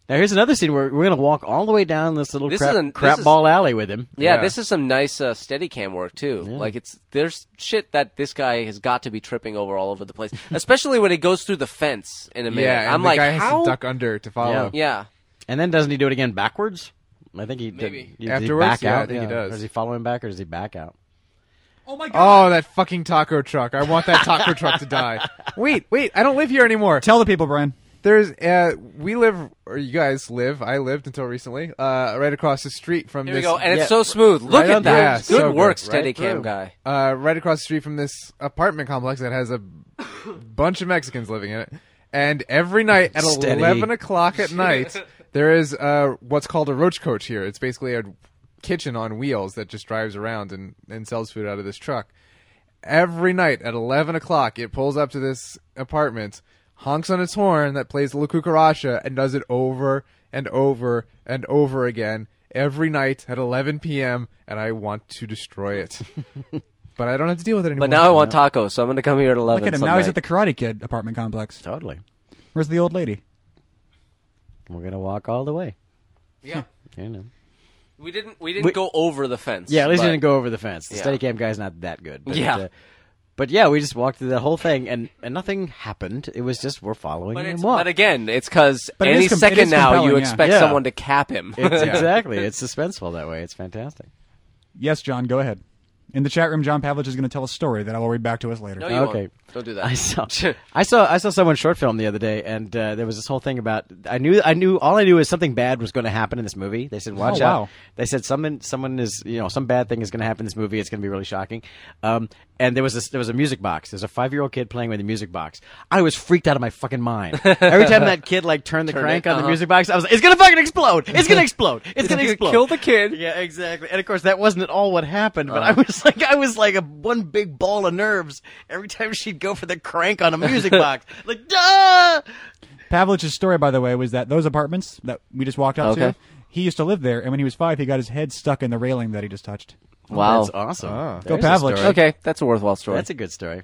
[SPEAKER 5] Now here's another scene where we're gonna walk all the way down this little
[SPEAKER 3] This
[SPEAKER 5] crap,
[SPEAKER 3] is an- this
[SPEAKER 5] crap
[SPEAKER 3] is-
[SPEAKER 5] ball alley with him.
[SPEAKER 3] Yeah,
[SPEAKER 4] Yeah.
[SPEAKER 3] this is some nice uh, steady cam work too. Like it's there's shit that this guy has got to be tripping over all over the place, especially when it goes through the fence in a minute.
[SPEAKER 4] Yeah, and
[SPEAKER 3] I'm
[SPEAKER 4] the
[SPEAKER 3] like,
[SPEAKER 4] guy
[SPEAKER 3] how?
[SPEAKER 4] has to duck under to follow.
[SPEAKER 3] yeah,
[SPEAKER 5] And then doesn't he do it again backwards? I think he did-
[SPEAKER 3] Maybe.
[SPEAKER 5] Did,
[SPEAKER 4] Afterwards?
[SPEAKER 5] He back
[SPEAKER 4] Yeah, I
[SPEAKER 5] out?
[SPEAKER 4] think he
[SPEAKER 5] Yeah.
[SPEAKER 4] does.
[SPEAKER 5] Or Does he follow him back or does he back out?
[SPEAKER 4] Oh, that fucking taco truck! I want that taco truck to die. Wait, wait! I don't live here anymore.
[SPEAKER 2] Tell the people, Brian.
[SPEAKER 4] There's uh, we live or you guys live. I lived until recently uh, right across the street from
[SPEAKER 3] here we
[SPEAKER 4] this.
[SPEAKER 3] go, and
[SPEAKER 5] yeah.
[SPEAKER 3] it's so smooth. Look
[SPEAKER 4] Right
[SPEAKER 3] at
[SPEAKER 4] up
[SPEAKER 3] that.
[SPEAKER 4] there. Yeah,
[SPEAKER 3] good
[SPEAKER 4] so good,
[SPEAKER 3] work,
[SPEAKER 4] right
[SPEAKER 3] steady cam
[SPEAKER 4] through.
[SPEAKER 3] guy.
[SPEAKER 4] uh, right across the street from this apartment complex that has a bunch of Mexicans living in it. And every night at
[SPEAKER 5] Steady.
[SPEAKER 4] eleven o'clock at night, there is uh, what's called a roach coach here. It's basically a kitchen on wheels that just drives around and, and sells food out of this truck. Every night at eleven o'clock, it pulls up to this apartment, honks on its horn that plays La Cucaracha, and does it over and over and over again every night at eleven p.m. And I want to destroy it. But I don't have to deal with it anymore.
[SPEAKER 3] But now I want tacos, so I'm gonna come here at eleven.
[SPEAKER 2] Look at him.
[SPEAKER 3] some
[SPEAKER 2] Now he's
[SPEAKER 3] night.
[SPEAKER 2] at the Karate Kid apartment complex.
[SPEAKER 5] Totally.
[SPEAKER 2] Where's the old lady?
[SPEAKER 5] We're gonna walk all the way.
[SPEAKER 3] yeah.
[SPEAKER 5] You know.
[SPEAKER 3] We didn't. We didn't
[SPEAKER 5] We-
[SPEAKER 3] go over the fence.
[SPEAKER 5] Yeah, at least
[SPEAKER 3] but-
[SPEAKER 5] he didn't go over the fence. The
[SPEAKER 3] Yeah.
[SPEAKER 5] Steadicam guy's not that good. But,
[SPEAKER 3] Yeah.
[SPEAKER 5] uh, but yeah, we just walked through that whole thing, and, and nothing happened. It was just we're following
[SPEAKER 3] But,
[SPEAKER 5] him.
[SPEAKER 3] it's,
[SPEAKER 5] walk.
[SPEAKER 3] but again, it's because
[SPEAKER 2] But it
[SPEAKER 3] any
[SPEAKER 2] is com- it
[SPEAKER 3] second
[SPEAKER 2] is
[SPEAKER 3] now you
[SPEAKER 2] compelling, yeah.
[SPEAKER 3] expect
[SPEAKER 5] Yeah.
[SPEAKER 3] someone to cap him.
[SPEAKER 5] It's- Exactly. It's suspenseful that way. It's fantastic.
[SPEAKER 2] Yes, John, go ahead. In the chat room, John Pavlich is going to tell a story that I will read back to us later.
[SPEAKER 3] no, you
[SPEAKER 5] Okay.
[SPEAKER 3] won't. Don't do that.
[SPEAKER 5] I saw, I saw, I saw someone short film the other day, and uh, there was this whole thing about I knew, I knew, all I knew is something bad was going to happen in this movie. They said, "Watch
[SPEAKER 2] Oh, wow.
[SPEAKER 5] out!" They said, "Someone, someone is, you know, some bad thing is going to happen in this movie. It's going to be really shocking." Um, and there was this, there was a music box. There's a five year old kid playing with a music box. I was freaked out of my fucking mind every time that kid like turned the crank
[SPEAKER 3] it,
[SPEAKER 5] on the
[SPEAKER 3] uh-huh.
[SPEAKER 5] music box. I was like, "It's going to fucking explode! It's going to explode! It's going to
[SPEAKER 3] gonna
[SPEAKER 5] explode!"
[SPEAKER 3] kill the kid.
[SPEAKER 5] Yeah, exactly. And of course, that wasn't at all what happened. But I was It's like I was like a one big ball of nerves every time she'd go for the crank on a music box. Like, duh!
[SPEAKER 2] Pavlich's story, by the way, was that those apartments that we just walked up to,
[SPEAKER 3] Okay.
[SPEAKER 2] he used to live there, and when he was five, he got his head stuck in the railing that he just touched.
[SPEAKER 3] Wow.
[SPEAKER 5] That's awesome.
[SPEAKER 2] Go
[SPEAKER 5] There's a
[SPEAKER 2] Pavlich.
[SPEAKER 5] story.
[SPEAKER 3] Okay, that's a worthwhile story.
[SPEAKER 5] That's a good story.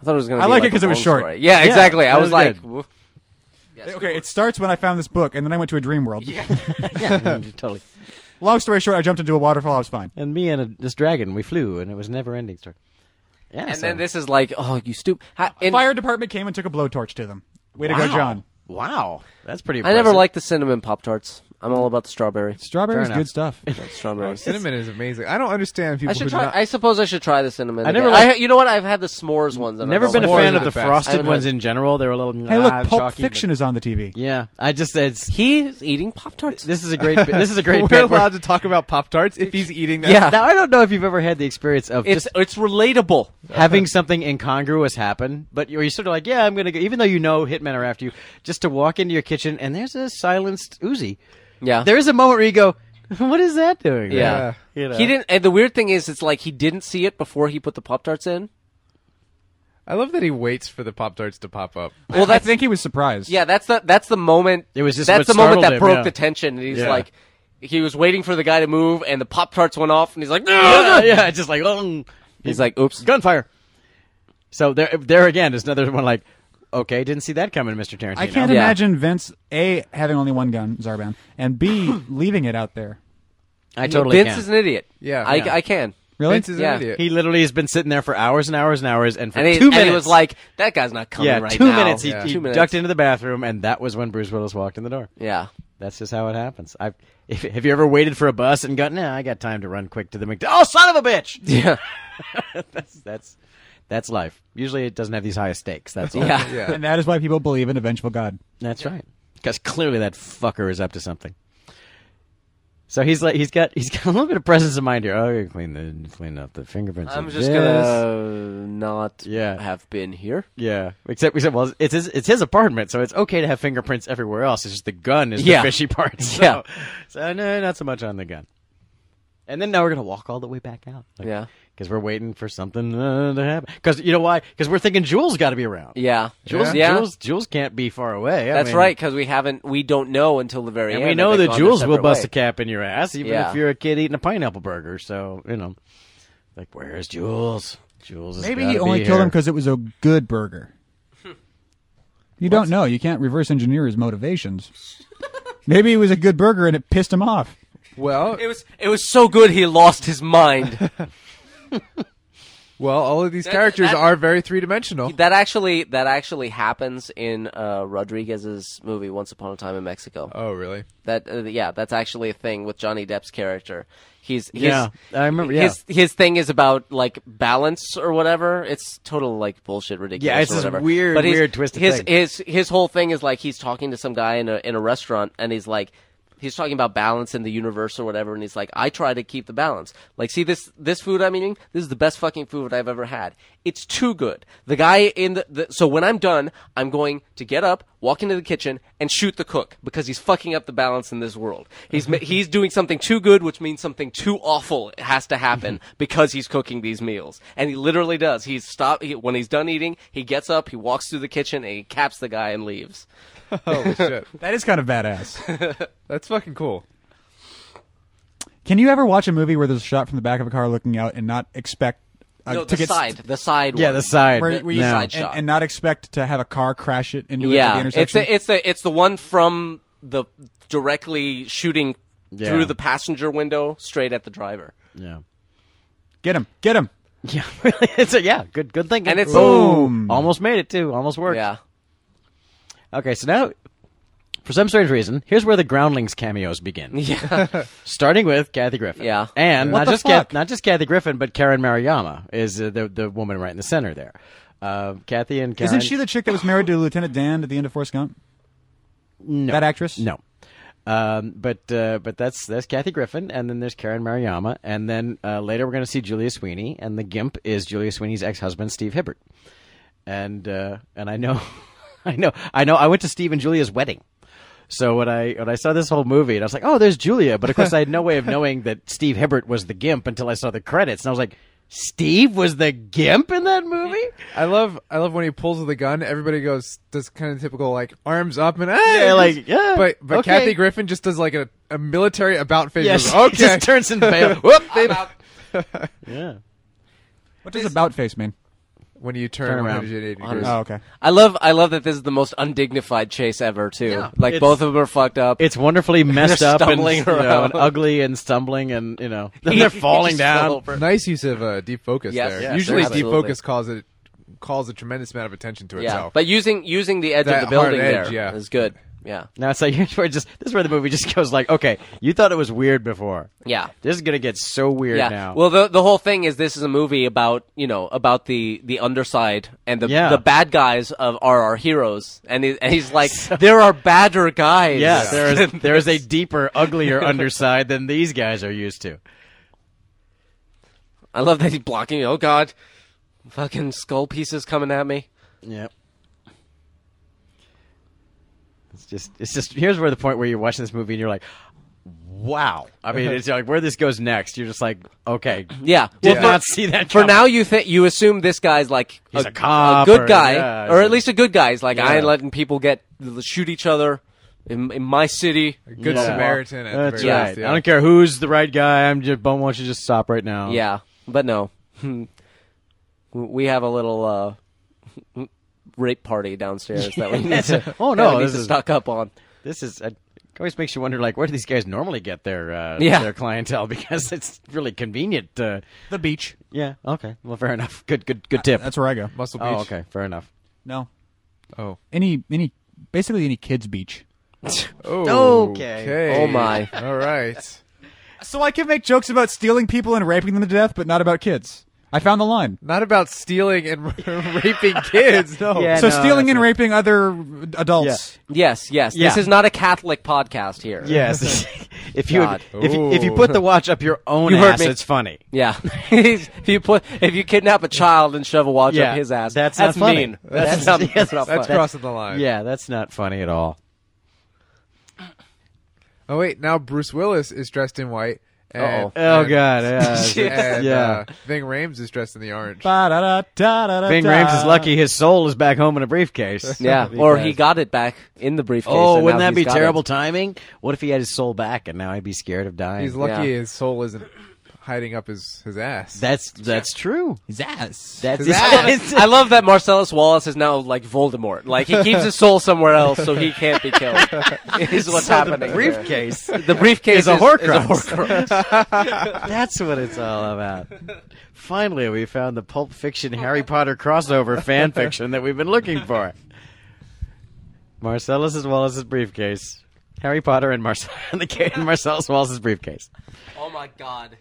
[SPEAKER 3] I thought it was gonna.
[SPEAKER 2] I
[SPEAKER 3] be
[SPEAKER 2] like it
[SPEAKER 3] a
[SPEAKER 2] 'cause it was
[SPEAKER 3] long
[SPEAKER 2] short.
[SPEAKER 3] story. Yeah, exactly.
[SPEAKER 5] that
[SPEAKER 3] I was,
[SPEAKER 5] was
[SPEAKER 3] like,
[SPEAKER 5] good.
[SPEAKER 3] "Woof."
[SPEAKER 2] Okay, it starts when I found this book, and then I went to a dream world.
[SPEAKER 5] Yeah, totally.
[SPEAKER 2] Long story short, I jumped into a waterfall. I was fine.
[SPEAKER 5] And me and a, this dragon, we flew, and it was a never ending story. Yeah.
[SPEAKER 3] and then this is like, oh, you stupid.
[SPEAKER 2] Fire department came and took a blowtorch to them. Way to go, John.
[SPEAKER 5] Wow. That's pretty
[SPEAKER 3] I
[SPEAKER 5] impressive.
[SPEAKER 3] never liked the cinnamon pop tarts. I'm all about the strawberry.
[SPEAKER 2] Strawberry's
[SPEAKER 5] Fair enough.
[SPEAKER 2] good stuff.
[SPEAKER 3] Strawberry.
[SPEAKER 5] Oh,
[SPEAKER 4] Cinnamon is amazing. I don't understand people
[SPEAKER 3] I
[SPEAKER 4] who
[SPEAKER 3] should
[SPEAKER 4] do
[SPEAKER 3] try.
[SPEAKER 4] not.
[SPEAKER 3] I suppose I should try the cinnamon.
[SPEAKER 5] I
[SPEAKER 3] I
[SPEAKER 5] never
[SPEAKER 3] never.
[SPEAKER 5] liked-
[SPEAKER 3] I, you know what? I've had the s'mores ones. and I
[SPEAKER 5] Never
[SPEAKER 3] don't
[SPEAKER 5] been a
[SPEAKER 3] like
[SPEAKER 5] fan
[SPEAKER 4] are
[SPEAKER 5] of
[SPEAKER 4] the
[SPEAKER 5] the
[SPEAKER 4] best.
[SPEAKER 3] I
[SPEAKER 5] frosted
[SPEAKER 3] don't
[SPEAKER 5] ones
[SPEAKER 3] know.
[SPEAKER 5] in general. They're a little.
[SPEAKER 2] Hey,
[SPEAKER 5] ah,
[SPEAKER 2] look, Pulp
[SPEAKER 5] chalky, but-
[SPEAKER 2] Fiction is on the TV.
[SPEAKER 5] Yeah, I just it's
[SPEAKER 3] He's eating pop tarts.
[SPEAKER 5] this is a great bit- this is a great
[SPEAKER 4] We're
[SPEAKER 5] bit where-
[SPEAKER 4] allowed to talk about Pop Tarts if he's eating them.
[SPEAKER 3] Yeah.
[SPEAKER 5] now I don't know if you've ever had the experience of
[SPEAKER 3] It's
[SPEAKER 5] just
[SPEAKER 3] it's relatable.
[SPEAKER 5] having something incongruous happen, but you're, you're sort of like, yeah, I'm gonna go, even though you know hitmen are after you, just to walk into your kitchen and there's a silenced Uzi.
[SPEAKER 3] Yeah.
[SPEAKER 5] There is a moment where you go, what is that doing? there?"
[SPEAKER 3] Yeah.
[SPEAKER 5] Yeah. You know.
[SPEAKER 3] He didn't. And the weird thing is, it's like he didn't see it before he put the pop tarts in.
[SPEAKER 4] I love that he waits for the Pop Tarts to pop up.
[SPEAKER 3] Well,
[SPEAKER 2] I
[SPEAKER 3] that's
[SPEAKER 2] think he was surprised.
[SPEAKER 3] yeah. That's the that's the moment.
[SPEAKER 5] It was just what
[SPEAKER 3] that's the moment
[SPEAKER 5] startled
[SPEAKER 3] that
[SPEAKER 5] him,
[SPEAKER 3] broke
[SPEAKER 5] yeah.
[SPEAKER 3] the tension. And he's
[SPEAKER 5] Yeah.
[SPEAKER 3] like, he was waiting for the guy to move, and the pop tarts went off, and he's like,
[SPEAKER 5] Yeah,
[SPEAKER 3] no.
[SPEAKER 5] yeah, it's just like, oh,
[SPEAKER 3] He's like, oops.
[SPEAKER 5] gunfire. So there, there again is another one like, okay, didn't see that coming, Mr. Tarantino.
[SPEAKER 2] I can't
[SPEAKER 3] Yeah.
[SPEAKER 2] imagine Vince A having only one gun, Zarban, and B leaving it out there.
[SPEAKER 5] I totally
[SPEAKER 3] Vince
[SPEAKER 5] can.
[SPEAKER 3] is an idiot.
[SPEAKER 4] Yeah.
[SPEAKER 3] I,
[SPEAKER 4] Yeah.
[SPEAKER 3] I can.
[SPEAKER 2] Really?
[SPEAKER 4] Vince is
[SPEAKER 3] Yeah.
[SPEAKER 4] an idiot.
[SPEAKER 5] He literally has been sitting there for hours and hours and hours, and for
[SPEAKER 3] And he,
[SPEAKER 5] two
[SPEAKER 3] and
[SPEAKER 5] minutes
[SPEAKER 3] he was like, that guy's not coming
[SPEAKER 5] "Yeah,
[SPEAKER 3] right
[SPEAKER 5] two
[SPEAKER 3] now.
[SPEAKER 5] minutes." He,
[SPEAKER 4] Yeah.
[SPEAKER 5] he
[SPEAKER 3] Two minutes.
[SPEAKER 5] ducked into the bathroom, and that was when Bruce Willis walked in the door.
[SPEAKER 3] Yeah.
[SPEAKER 5] That's just how it happens. I if, have you ever waited for a bus and gotten? Nah, I got time to run quick to the McDonald's. Oh, son of a bitch!
[SPEAKER 3] Yeah.
[SPEAKER 5] that's that's that's life. Usually, it doesn't have these high stakes. That's all.
[SPEAKER 3] Yeah.
[SPEAKER 4] Yeah.
[SPEAKER 2] And that is why people believe in a vengeful God.
[SPEAKER 5] That's right. Because clearly that fucker is up to something. So he's like he's got he's got a little bit of presence of mind here. Oh, you clean the clean up the fingerprints.
[SPEAKER 3] I'm
[SPEAKER 5] of
[SPEAKER 3] just
[SPEAKER 5] this.
[SPEAKER 3] gonna not
[SPEAKER 5] Yeah.
[SPEAKER 3] have been here.
[SPEAKER 5] yeah. Except we said well it's his it's his apartment, so it's okay to have fingerprints everywhere else. It's just the gun is
[SPEAKER 3] Yeah.
[SPEAKER 5] the fishy part. So,
[SPEAKER 3] Yeah.
[SPEAKER 5] So no, not so much on the gun. And then now we're gonna walk all the way back out. Like,
[SPEAKER 3] Yeah.
[SPEAKER 5] Because we're waiting for something uh, to happen. Because you know why? Because we're thinking Jules got to be around.
[SPEAKER 3] Yeah.
[SPEAKER 5] Jules,
[SPEAKER 3] Yeah.
[SPEAKER 5] Jules, Jules can't be far away. I
[SPEAKER 3] That's
[SPEAKER 5] mean-
[SPEAKER 3] right, because we haven't, we don't know until the very
[SPEAKER 5] And
[SPEAKER 3] end.
[SPEAKER 5] we know
[SPEAKER 3] they've
[SPEAKER 5] that
[SPEAKER 3] gone
[SPEAKER 5] Jules
[SPEAKER 3] their
[SPEAKER 5] will
[SPEAKER 3] separate
[SPEAKER 5] bust
[SPEAKER 3] way.
[SPEAKER 5] a cap in your ass, even
[SPEAKER 3] Yeah.
[SPEAKER 5] if you're a kid eating a pineapple burger. So you know, like, where's Jules? Jules. Has
[SPEAKER 2] Maybe
[SPEAKER 5] gotta
[SPEAKER 2] he only
[SPEAKER 5] be
[SPEAKER 2] killed
[SPEAKER 5] here.
[SPEAKER 2] him because it was a good burger. You don't know. You can't reverse engineer his motivations. Maybe it was a good burger and it pissed him off.
[SPEAKER 4] Well,
[SPEAKER 3] It was it was so good he lost his mind.
[SPEAKER 4] well, all of these
[SPEAKER 3] That-
[SPEAKER 4] characters
[SPEAKER 3] that-
[SPEAKER 4] are very three dimensional.
[SPEAKER 3] that actually that actually happens in uh, Rodriguez's movie Once Upon a Time in Mexico.
[SPEAKER 4] Oh, really?
[SPEAKER 3] That uh, yeah, that's actually a thing with Johnny Depp's character. He's his,
[SPEAKER 5] Yeah, I remember- yeah.
[SPEAKER 3] his his thing is about like balance or whatever. It's total like bullshit, ridiculous.
[SPEAKER 5] Yeah, it's
[SPEAKER 3] or
[SPEAKER 5] this
[SPEAKER 3] whatever.
[SPEAKER 5] weird,
[SPEAKER 3] but his,
[SPEAKER 5] weird twisted
[SPEAKER 3] his,
[SPEAKER 5] thing.
[SPEAKER 3] His his whole thing is like he's talking to some guy in a in a restaurant, and he's like. He's talking about balance in the universe or whatever, and he's like, "I try to keep the balance. Like, see this this food I'm eating. This is the best fucking food I've ever had. It's too good. The guy in the, the so when I'm done, I'm going to get up, walk into the kitchen, and shoot the cook because he's fucking up the balance in this world. He's ma- he's doing something too good, which means something too awful has to happen because he's cooking these meals. And he literally does. He's stop he, when he's done eating. He gets up, he walks through the kitchen, and he caps the guy and leaves.
[SPEAKER 4] Holy shit.
[SPEAKER 2] That is kind of badass.
[SPEAKER 4] That's fucking cool.
[SPEAKER 2] Can you ever watch a movie where there's a shot from the back of a car looking out and not expect uh,
[SPEAKER 3] no,
[SPEAKER 2] to
[SPEAKER 3] the
[SPEAKER 2] get
[SPEAKER 3] side, the side.
[SPEAKER 5] Yeah,
[SPEAKER 3] one.
[SPEAKER 5] the side.
[SPEAKER 2] where, where you-
[SPEAKER 5] No.
[SPEAKER 3] side
[SPEAKER 2] and,
[SPEAKER 3] shot.
[SPEAKER 2] and not expect to have a car crash it into it at the
[SPEAKER 3] Yeah, it's
[SPEAKER 2] intersection?
[SPEAKER 3] the, it's the it's the one from the directly shooting
[SPEAKER 5] Yeah.
[SPEAKER 3] through the passenger window straight at the driver.
[SPEAKER 5] Yeah.
[SPEAKER 2] get him, get him.
[SPEAKER 5] Yeah, really. It's a, yeah, good good thinking.
[SPEAKER 3] And it's-
[SPEAKER 2] Boom.
[SPEAKER 5] Almost made it too. Almost worked.
[SPEAKER 3] Yeah.
[SPEAKER 5] Okay, so now, for some strange reason, here's where the Groundlings cameos begin.
[SPEAKER 3] Yeah.
[SPEAKER 5] Starting with Kathy Griffin.
[SPEAKER 3] Yeah.
[SPEAKER 5] and
[SPEAKER 2] What
[SPEAKER 5] not
[SPEAKER 2] the
[SPEAKER 5] just
[SPEAKER 2] fuck?
[SPEAKER 5] Kath- not just Kathy Griffin, but Karen Mariyama is uh, the the woman right in the center there. Uh, Kathy and Karen.
[SPEAKER 2] Isn't she the chick that was married to Lieutenant Dan at the end of Forrest Gump? No. That actress?
[SPEAKER 5] No. Um, but uh, but that's that's Kathy Griffin, and then there's Karen Mariyama, and then uh, later we're going to see Julia Sweeney, and the Gimp is Julia Sweeney's ex-husband Steve Hibbert, and uh, and I know, I know, I know, I went to Steve and Julia's wedding, so when I when I saw this whole movie, and I was like, oh, there's Julia, but of course I had no way of knowing that Steve Hibbert was the Gimp until I saw the credits, and I was like, Steve was the gimp in that movie.
[SPEAKER 4] I love I love when he pulls the gun. Everybody goes does kind of typical like arms up and ah,
[SPEAKER 5] Yeah, like, yeah,
[SPEAKER 4] But but
[SPEAKER 5] okay.
[SPEAKER 4] Kathy Griffin just does like a, a military about face.
[SPEAKER 5] Yes,
[SPEAKER 4] okay.
[SPEAKER 5] just turns and bail. Whoop, they- yeah.
[SPEAKER 2] What does about face mean?
[SPEAKER 4] when you turn,
[SPEAKER 5] Turn around.
[SPEAKER 4] 180 degrees.
[SPEAKER 2] Oh, okay.
[SPEAKER 3] I love I love that this is the most undignified chase ever too. like
[SPEAKER 5] It's-
[SPEAKER 3] both of them are fucked up.
[SPEAKER 5] It's wonderfully messed
[SPEAKER 3] They're
[SPEAKER 5] up and,
[SPEAKER 3] stumbling
[SPEAKER 5] you know,
[SPEAKER 3] around.
[SPEAKER 5] and ugly and stumbling and you know then
[SPEAKER 3] He-
[SPEAKER 5] they're
[SPEAKER 3] he
[SPEAKER 5] falling
[SPEAKER 3] just fell
[SPEAKER 5] down.
[SPEAKER 3] over.
[SPEAKER 4] Nice use of uh, deep focus
[SPEAKER 3] Yes,
[SPEAKER 4] there.
[SPEAKER 3] yes,
[SPEAKER 4] Usually
[SPEAKER 3] absolutely.
[SPEAKER 4] deep focus calls it calls a tremendous amount of attention to
[SPEAKER 3] yeah,
[SPEAKER 4] itself.
[SPEAKER 3] but using using the edge
[SPEAKER 4] That
[SPEAKER 3] of the building
[SPEAKER 4] hard
[SPEAKER 3] there
[SPEAKER 4] edge,
[SPEAKER 3] is
[SPEAKER 4] yeah.
[SPEAKER 3] good. Yeah,
[SPEAKER 5] Now it's like here's where it just this is where the movie just goes like, okay, you thought it was weird before.
[SPEAKER 3] yeah.
[SPEAKER 5] This is gonna get so weird
[SPEAKER 3] Yeah.
[SPEAKER 5] now.
[SPEAKER 3] Well, the the whole thing is this is a movie about you know about the the underside and the
[SPEAKER 5] Yeah.
[SPEAKER 3] the bad guys of are our heroes, and, he, and he's like there are badder guys.
[SPEAKER 5] yeah, there is there is a deeper, uglier underside than these guys are used to.
[SPEAKER 3] I love that he's blocking. Oh God, fucking skull pieces coming at me.
[SPEAKER 5] Yep. It's just it's just here's where the point where you're watching this movie and you're like, wow. I
[SPEAKER 3] Uh-huh.
[SPEAKER 5] mean, it's like where this goes next. You're just like, okay,
[SPEAKER 3] Yeah.
[SPEAKER 5] did
[SPEAKER 3] for-
[SPEAKER 5] not see that
[SPEAKER 3] For
[SPEAKER 5] coming.
[SPEAKER 3] now, you think you assume this guy's like
[SPEAKER 5] He's a cop
[SPEAKER 3] good
[SPEAKER 5] or-
[SPEAKER 3] guy,
[SPEAKER 5] yeah,
[SPEAKER 3] or
[SPEAKER 5] he's
[SPEAKER 3] at
[SPEAKER 5] a-
[SPEAKER 3] least a good guy. He's like I
[SPEAKER 5] Yeah.
[SPEAKER 3] ain't letting people get shoot each other in, in my city.
[SPEAKER 4] Good
[SPEAKER 5] Yeah.
[SPEAKER 4] Samaritan. At
[SPEAKER 5] That's
[SPEAKER 4] the very
[SPEAKER 5] right.
[SPEAKER 4] least, yeah.
[SPEAKER 5] I don't care who's the right guy. I'm just. But want you to just stop right now?
[SPEAKER 3] Yeah, but no, Hmm. we have a little uh, rape party downstairs that we need to.
[SPEAKER 5] Oh,
[SPEAKER 3] that
[SPEAKER 5] no,
[SPEAKER 3] we need
[SPEAKER 5] this
[SPEAKER 3] to
[SPEAKER 5] is-
[SPEAKER 3] stock up on.
[SPEAKER 5] This is. it always makes you wonder, like, where do these guys normally get their uh,
[SPEAKER 3] Yeah.
[SPEAKER 5] their clientele? Because it's really convenient. To,
[SPEAKER 2] The beach.
[SPEAKER 5] yeah. Okay. Well, fair enough. Good. Good. Good tip.
[SPEAKER 2] That's where I go. Uh,
[SPEAKER 4] Muscle Uh, Beach.
[SPEAKER 5] oh, okay. Fair enough.
[SPEAKER 2] No,
[SPEAKER 4] Oh.
[SPEAKER 2] any any basically any kids beach.
[SPEAKER 4] Oh,
[SPEAKER 5] Okay.
[SPEAKER 3] Oh, my.
[SPEAKER 4] All right.
[SPEAKER 2] So I can make jokes about stealing people and raping them to death, but not about kids. I found the line.
[SPEAKER 4] Not about stealing and raping kids. No.
[SPEAKER 5] Yeah,
[SPEAKER 2] so
[SPEAKER 5] no,
[SPEAKER 2] stealing and
[SPEAKER 5] that's not-
[SPEAKER 2] raping other adults.
[SPEAKER 3] Yes, yes. This
[SPEAKER 5] Yeah.
[SPEAKER 3] is not a Catholic podcast here.
[SPEAKER 5] Yes. if you
[SPEAKER 3] God.
[SPEAKER 5] if you, if you put the watch up your own
[SPEAKER 3] You heard
[SPEAKER 5] ass,
[SPEAKER 3] me.
[SPEAKER 5] it's funny.
[SPEAKER 3] Yeah. if you put if you kidnap a child and shove a watch
[SPEAKER 5] Yeah,
[SPEAKER 3] up his ass,
[SPEAKER 5] that's
[SPEAKER 3] that's
[SPEAKER 5] not funny.
[SPEAKER 3] mean. That's, not, that's not
[SPEAKER 4] That's
[SPEAKER 3] fun.
[SPEAKER 4] crossing the line.
[SPEAKER 5] Yeah, that's not funny at all.
[SPEAKER 4] Oh wait, now Bruce Willis is dressed in white. And,
[SPEAKER 5] Oh
[SPEAKER 4] and-
[SPEAKER 5] god. Yeah.
[SPEAKER 4] And,
[SPEAKER 5] yeah.
[SPEAKER 4] Uh, Ving Rhames is dressed in the orange.
[SPEAKER 2] Ba-da-da-da-da-da-da.
[SPEAKER 5] Bing Rames is lucky his soul is back home in a briefcase.
[SPEAKER 3] Yeah, or he got it back in the briefcase.
[SPEAKER 5] Oh,
[SPEAKER 3] and
[SPEAKER 5] wouldn't
[SPEAKER 3] now
[SPEAKER 5] that
[SPEAKER 3] he's
[SPEAKER 5] be
[SPEAKER 3] got
[SPEAKER 5] terrible
[SPEAKER 3] it.
[SPEAKER 5] timing? What if he had his soul back and now I'd be scared of dying?
[SPEAKER 4] He's lucky
[SPEAKER 3] Yeah.
[SPEAKER 4] his soul isn't hiding up his his ass.
[SPEAKER 5] that's that's true.
[SPEAKER 2] His ass.
[SPEAKER 5] That's
[SPEAKER 3] I love that Marcellus Wallace is now like Voldemort. Like he keeps his soul somewhere else, so he can't be killed. is what's happening.
[SPEAKER 5] The
[SPEAKER 3] here.
[SPEAKER 5] briefcase.
[SPEAKER 3] The briefcase
[SPEAKER 5] Is a
[SPEAKER 3] is
[SPEAKER 5] Horcrux.
[SPEAKER 3] Is a Horcrux.
[SPEAKER 5] that's what it's all about. Finally, we found the Pulp Fiction Harry Potter crossover fan fiction that we've been looking for. Marcellus Wallace's briefcase. Harry Potter and, Marce- and the kid in Marcellus Wallace's briefcase.
[SPEAKER 3] oh my god.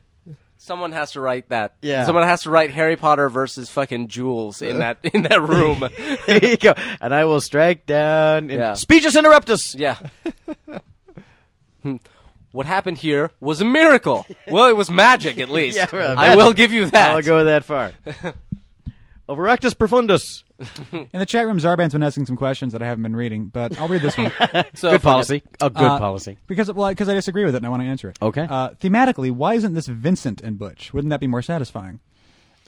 [SPEAKER 3] Someone has to write that.
[SPEAKER 5] Yeah.
[SPEAKER 3] Someone has to write Harry Potter versus fucking Jules in that in that room.
[SPEAKER 5] There you go. And I will strike down. And
[SPEAKER 3] Yeah.
[SPEAKER 5] Speeches interrupt us.
[SPEAKER 3] yeah. Hmm. what happened here was a miracle. Well, it was magic at least.
[SPEAKER 5] Yeah, well,
[SPEAKER 3] I will give you that.
[SPEAKER 5] I'll go that far. Overactus profundus.
[SPEAKER 2] In the chat room, Zarban's been asking some questions that I haven't been reading, but I'll read this one.
[SPEAKER 3] So
[SPEAKER 5] Good
[SPEAKER 3] fuck it.
[SPEAKER 5] policy. A good
[SPEAKER 2] Uh,
[SPEAKER 5] policy.
[SPEAKER 2] Because well, because I disagree with it and I want to answer it.
[SPEAKER 5] Okay.
[SPEAKER 2] Uh, thematically, why isn't this Vincent and Butch? Wouldn't that be more satisfying?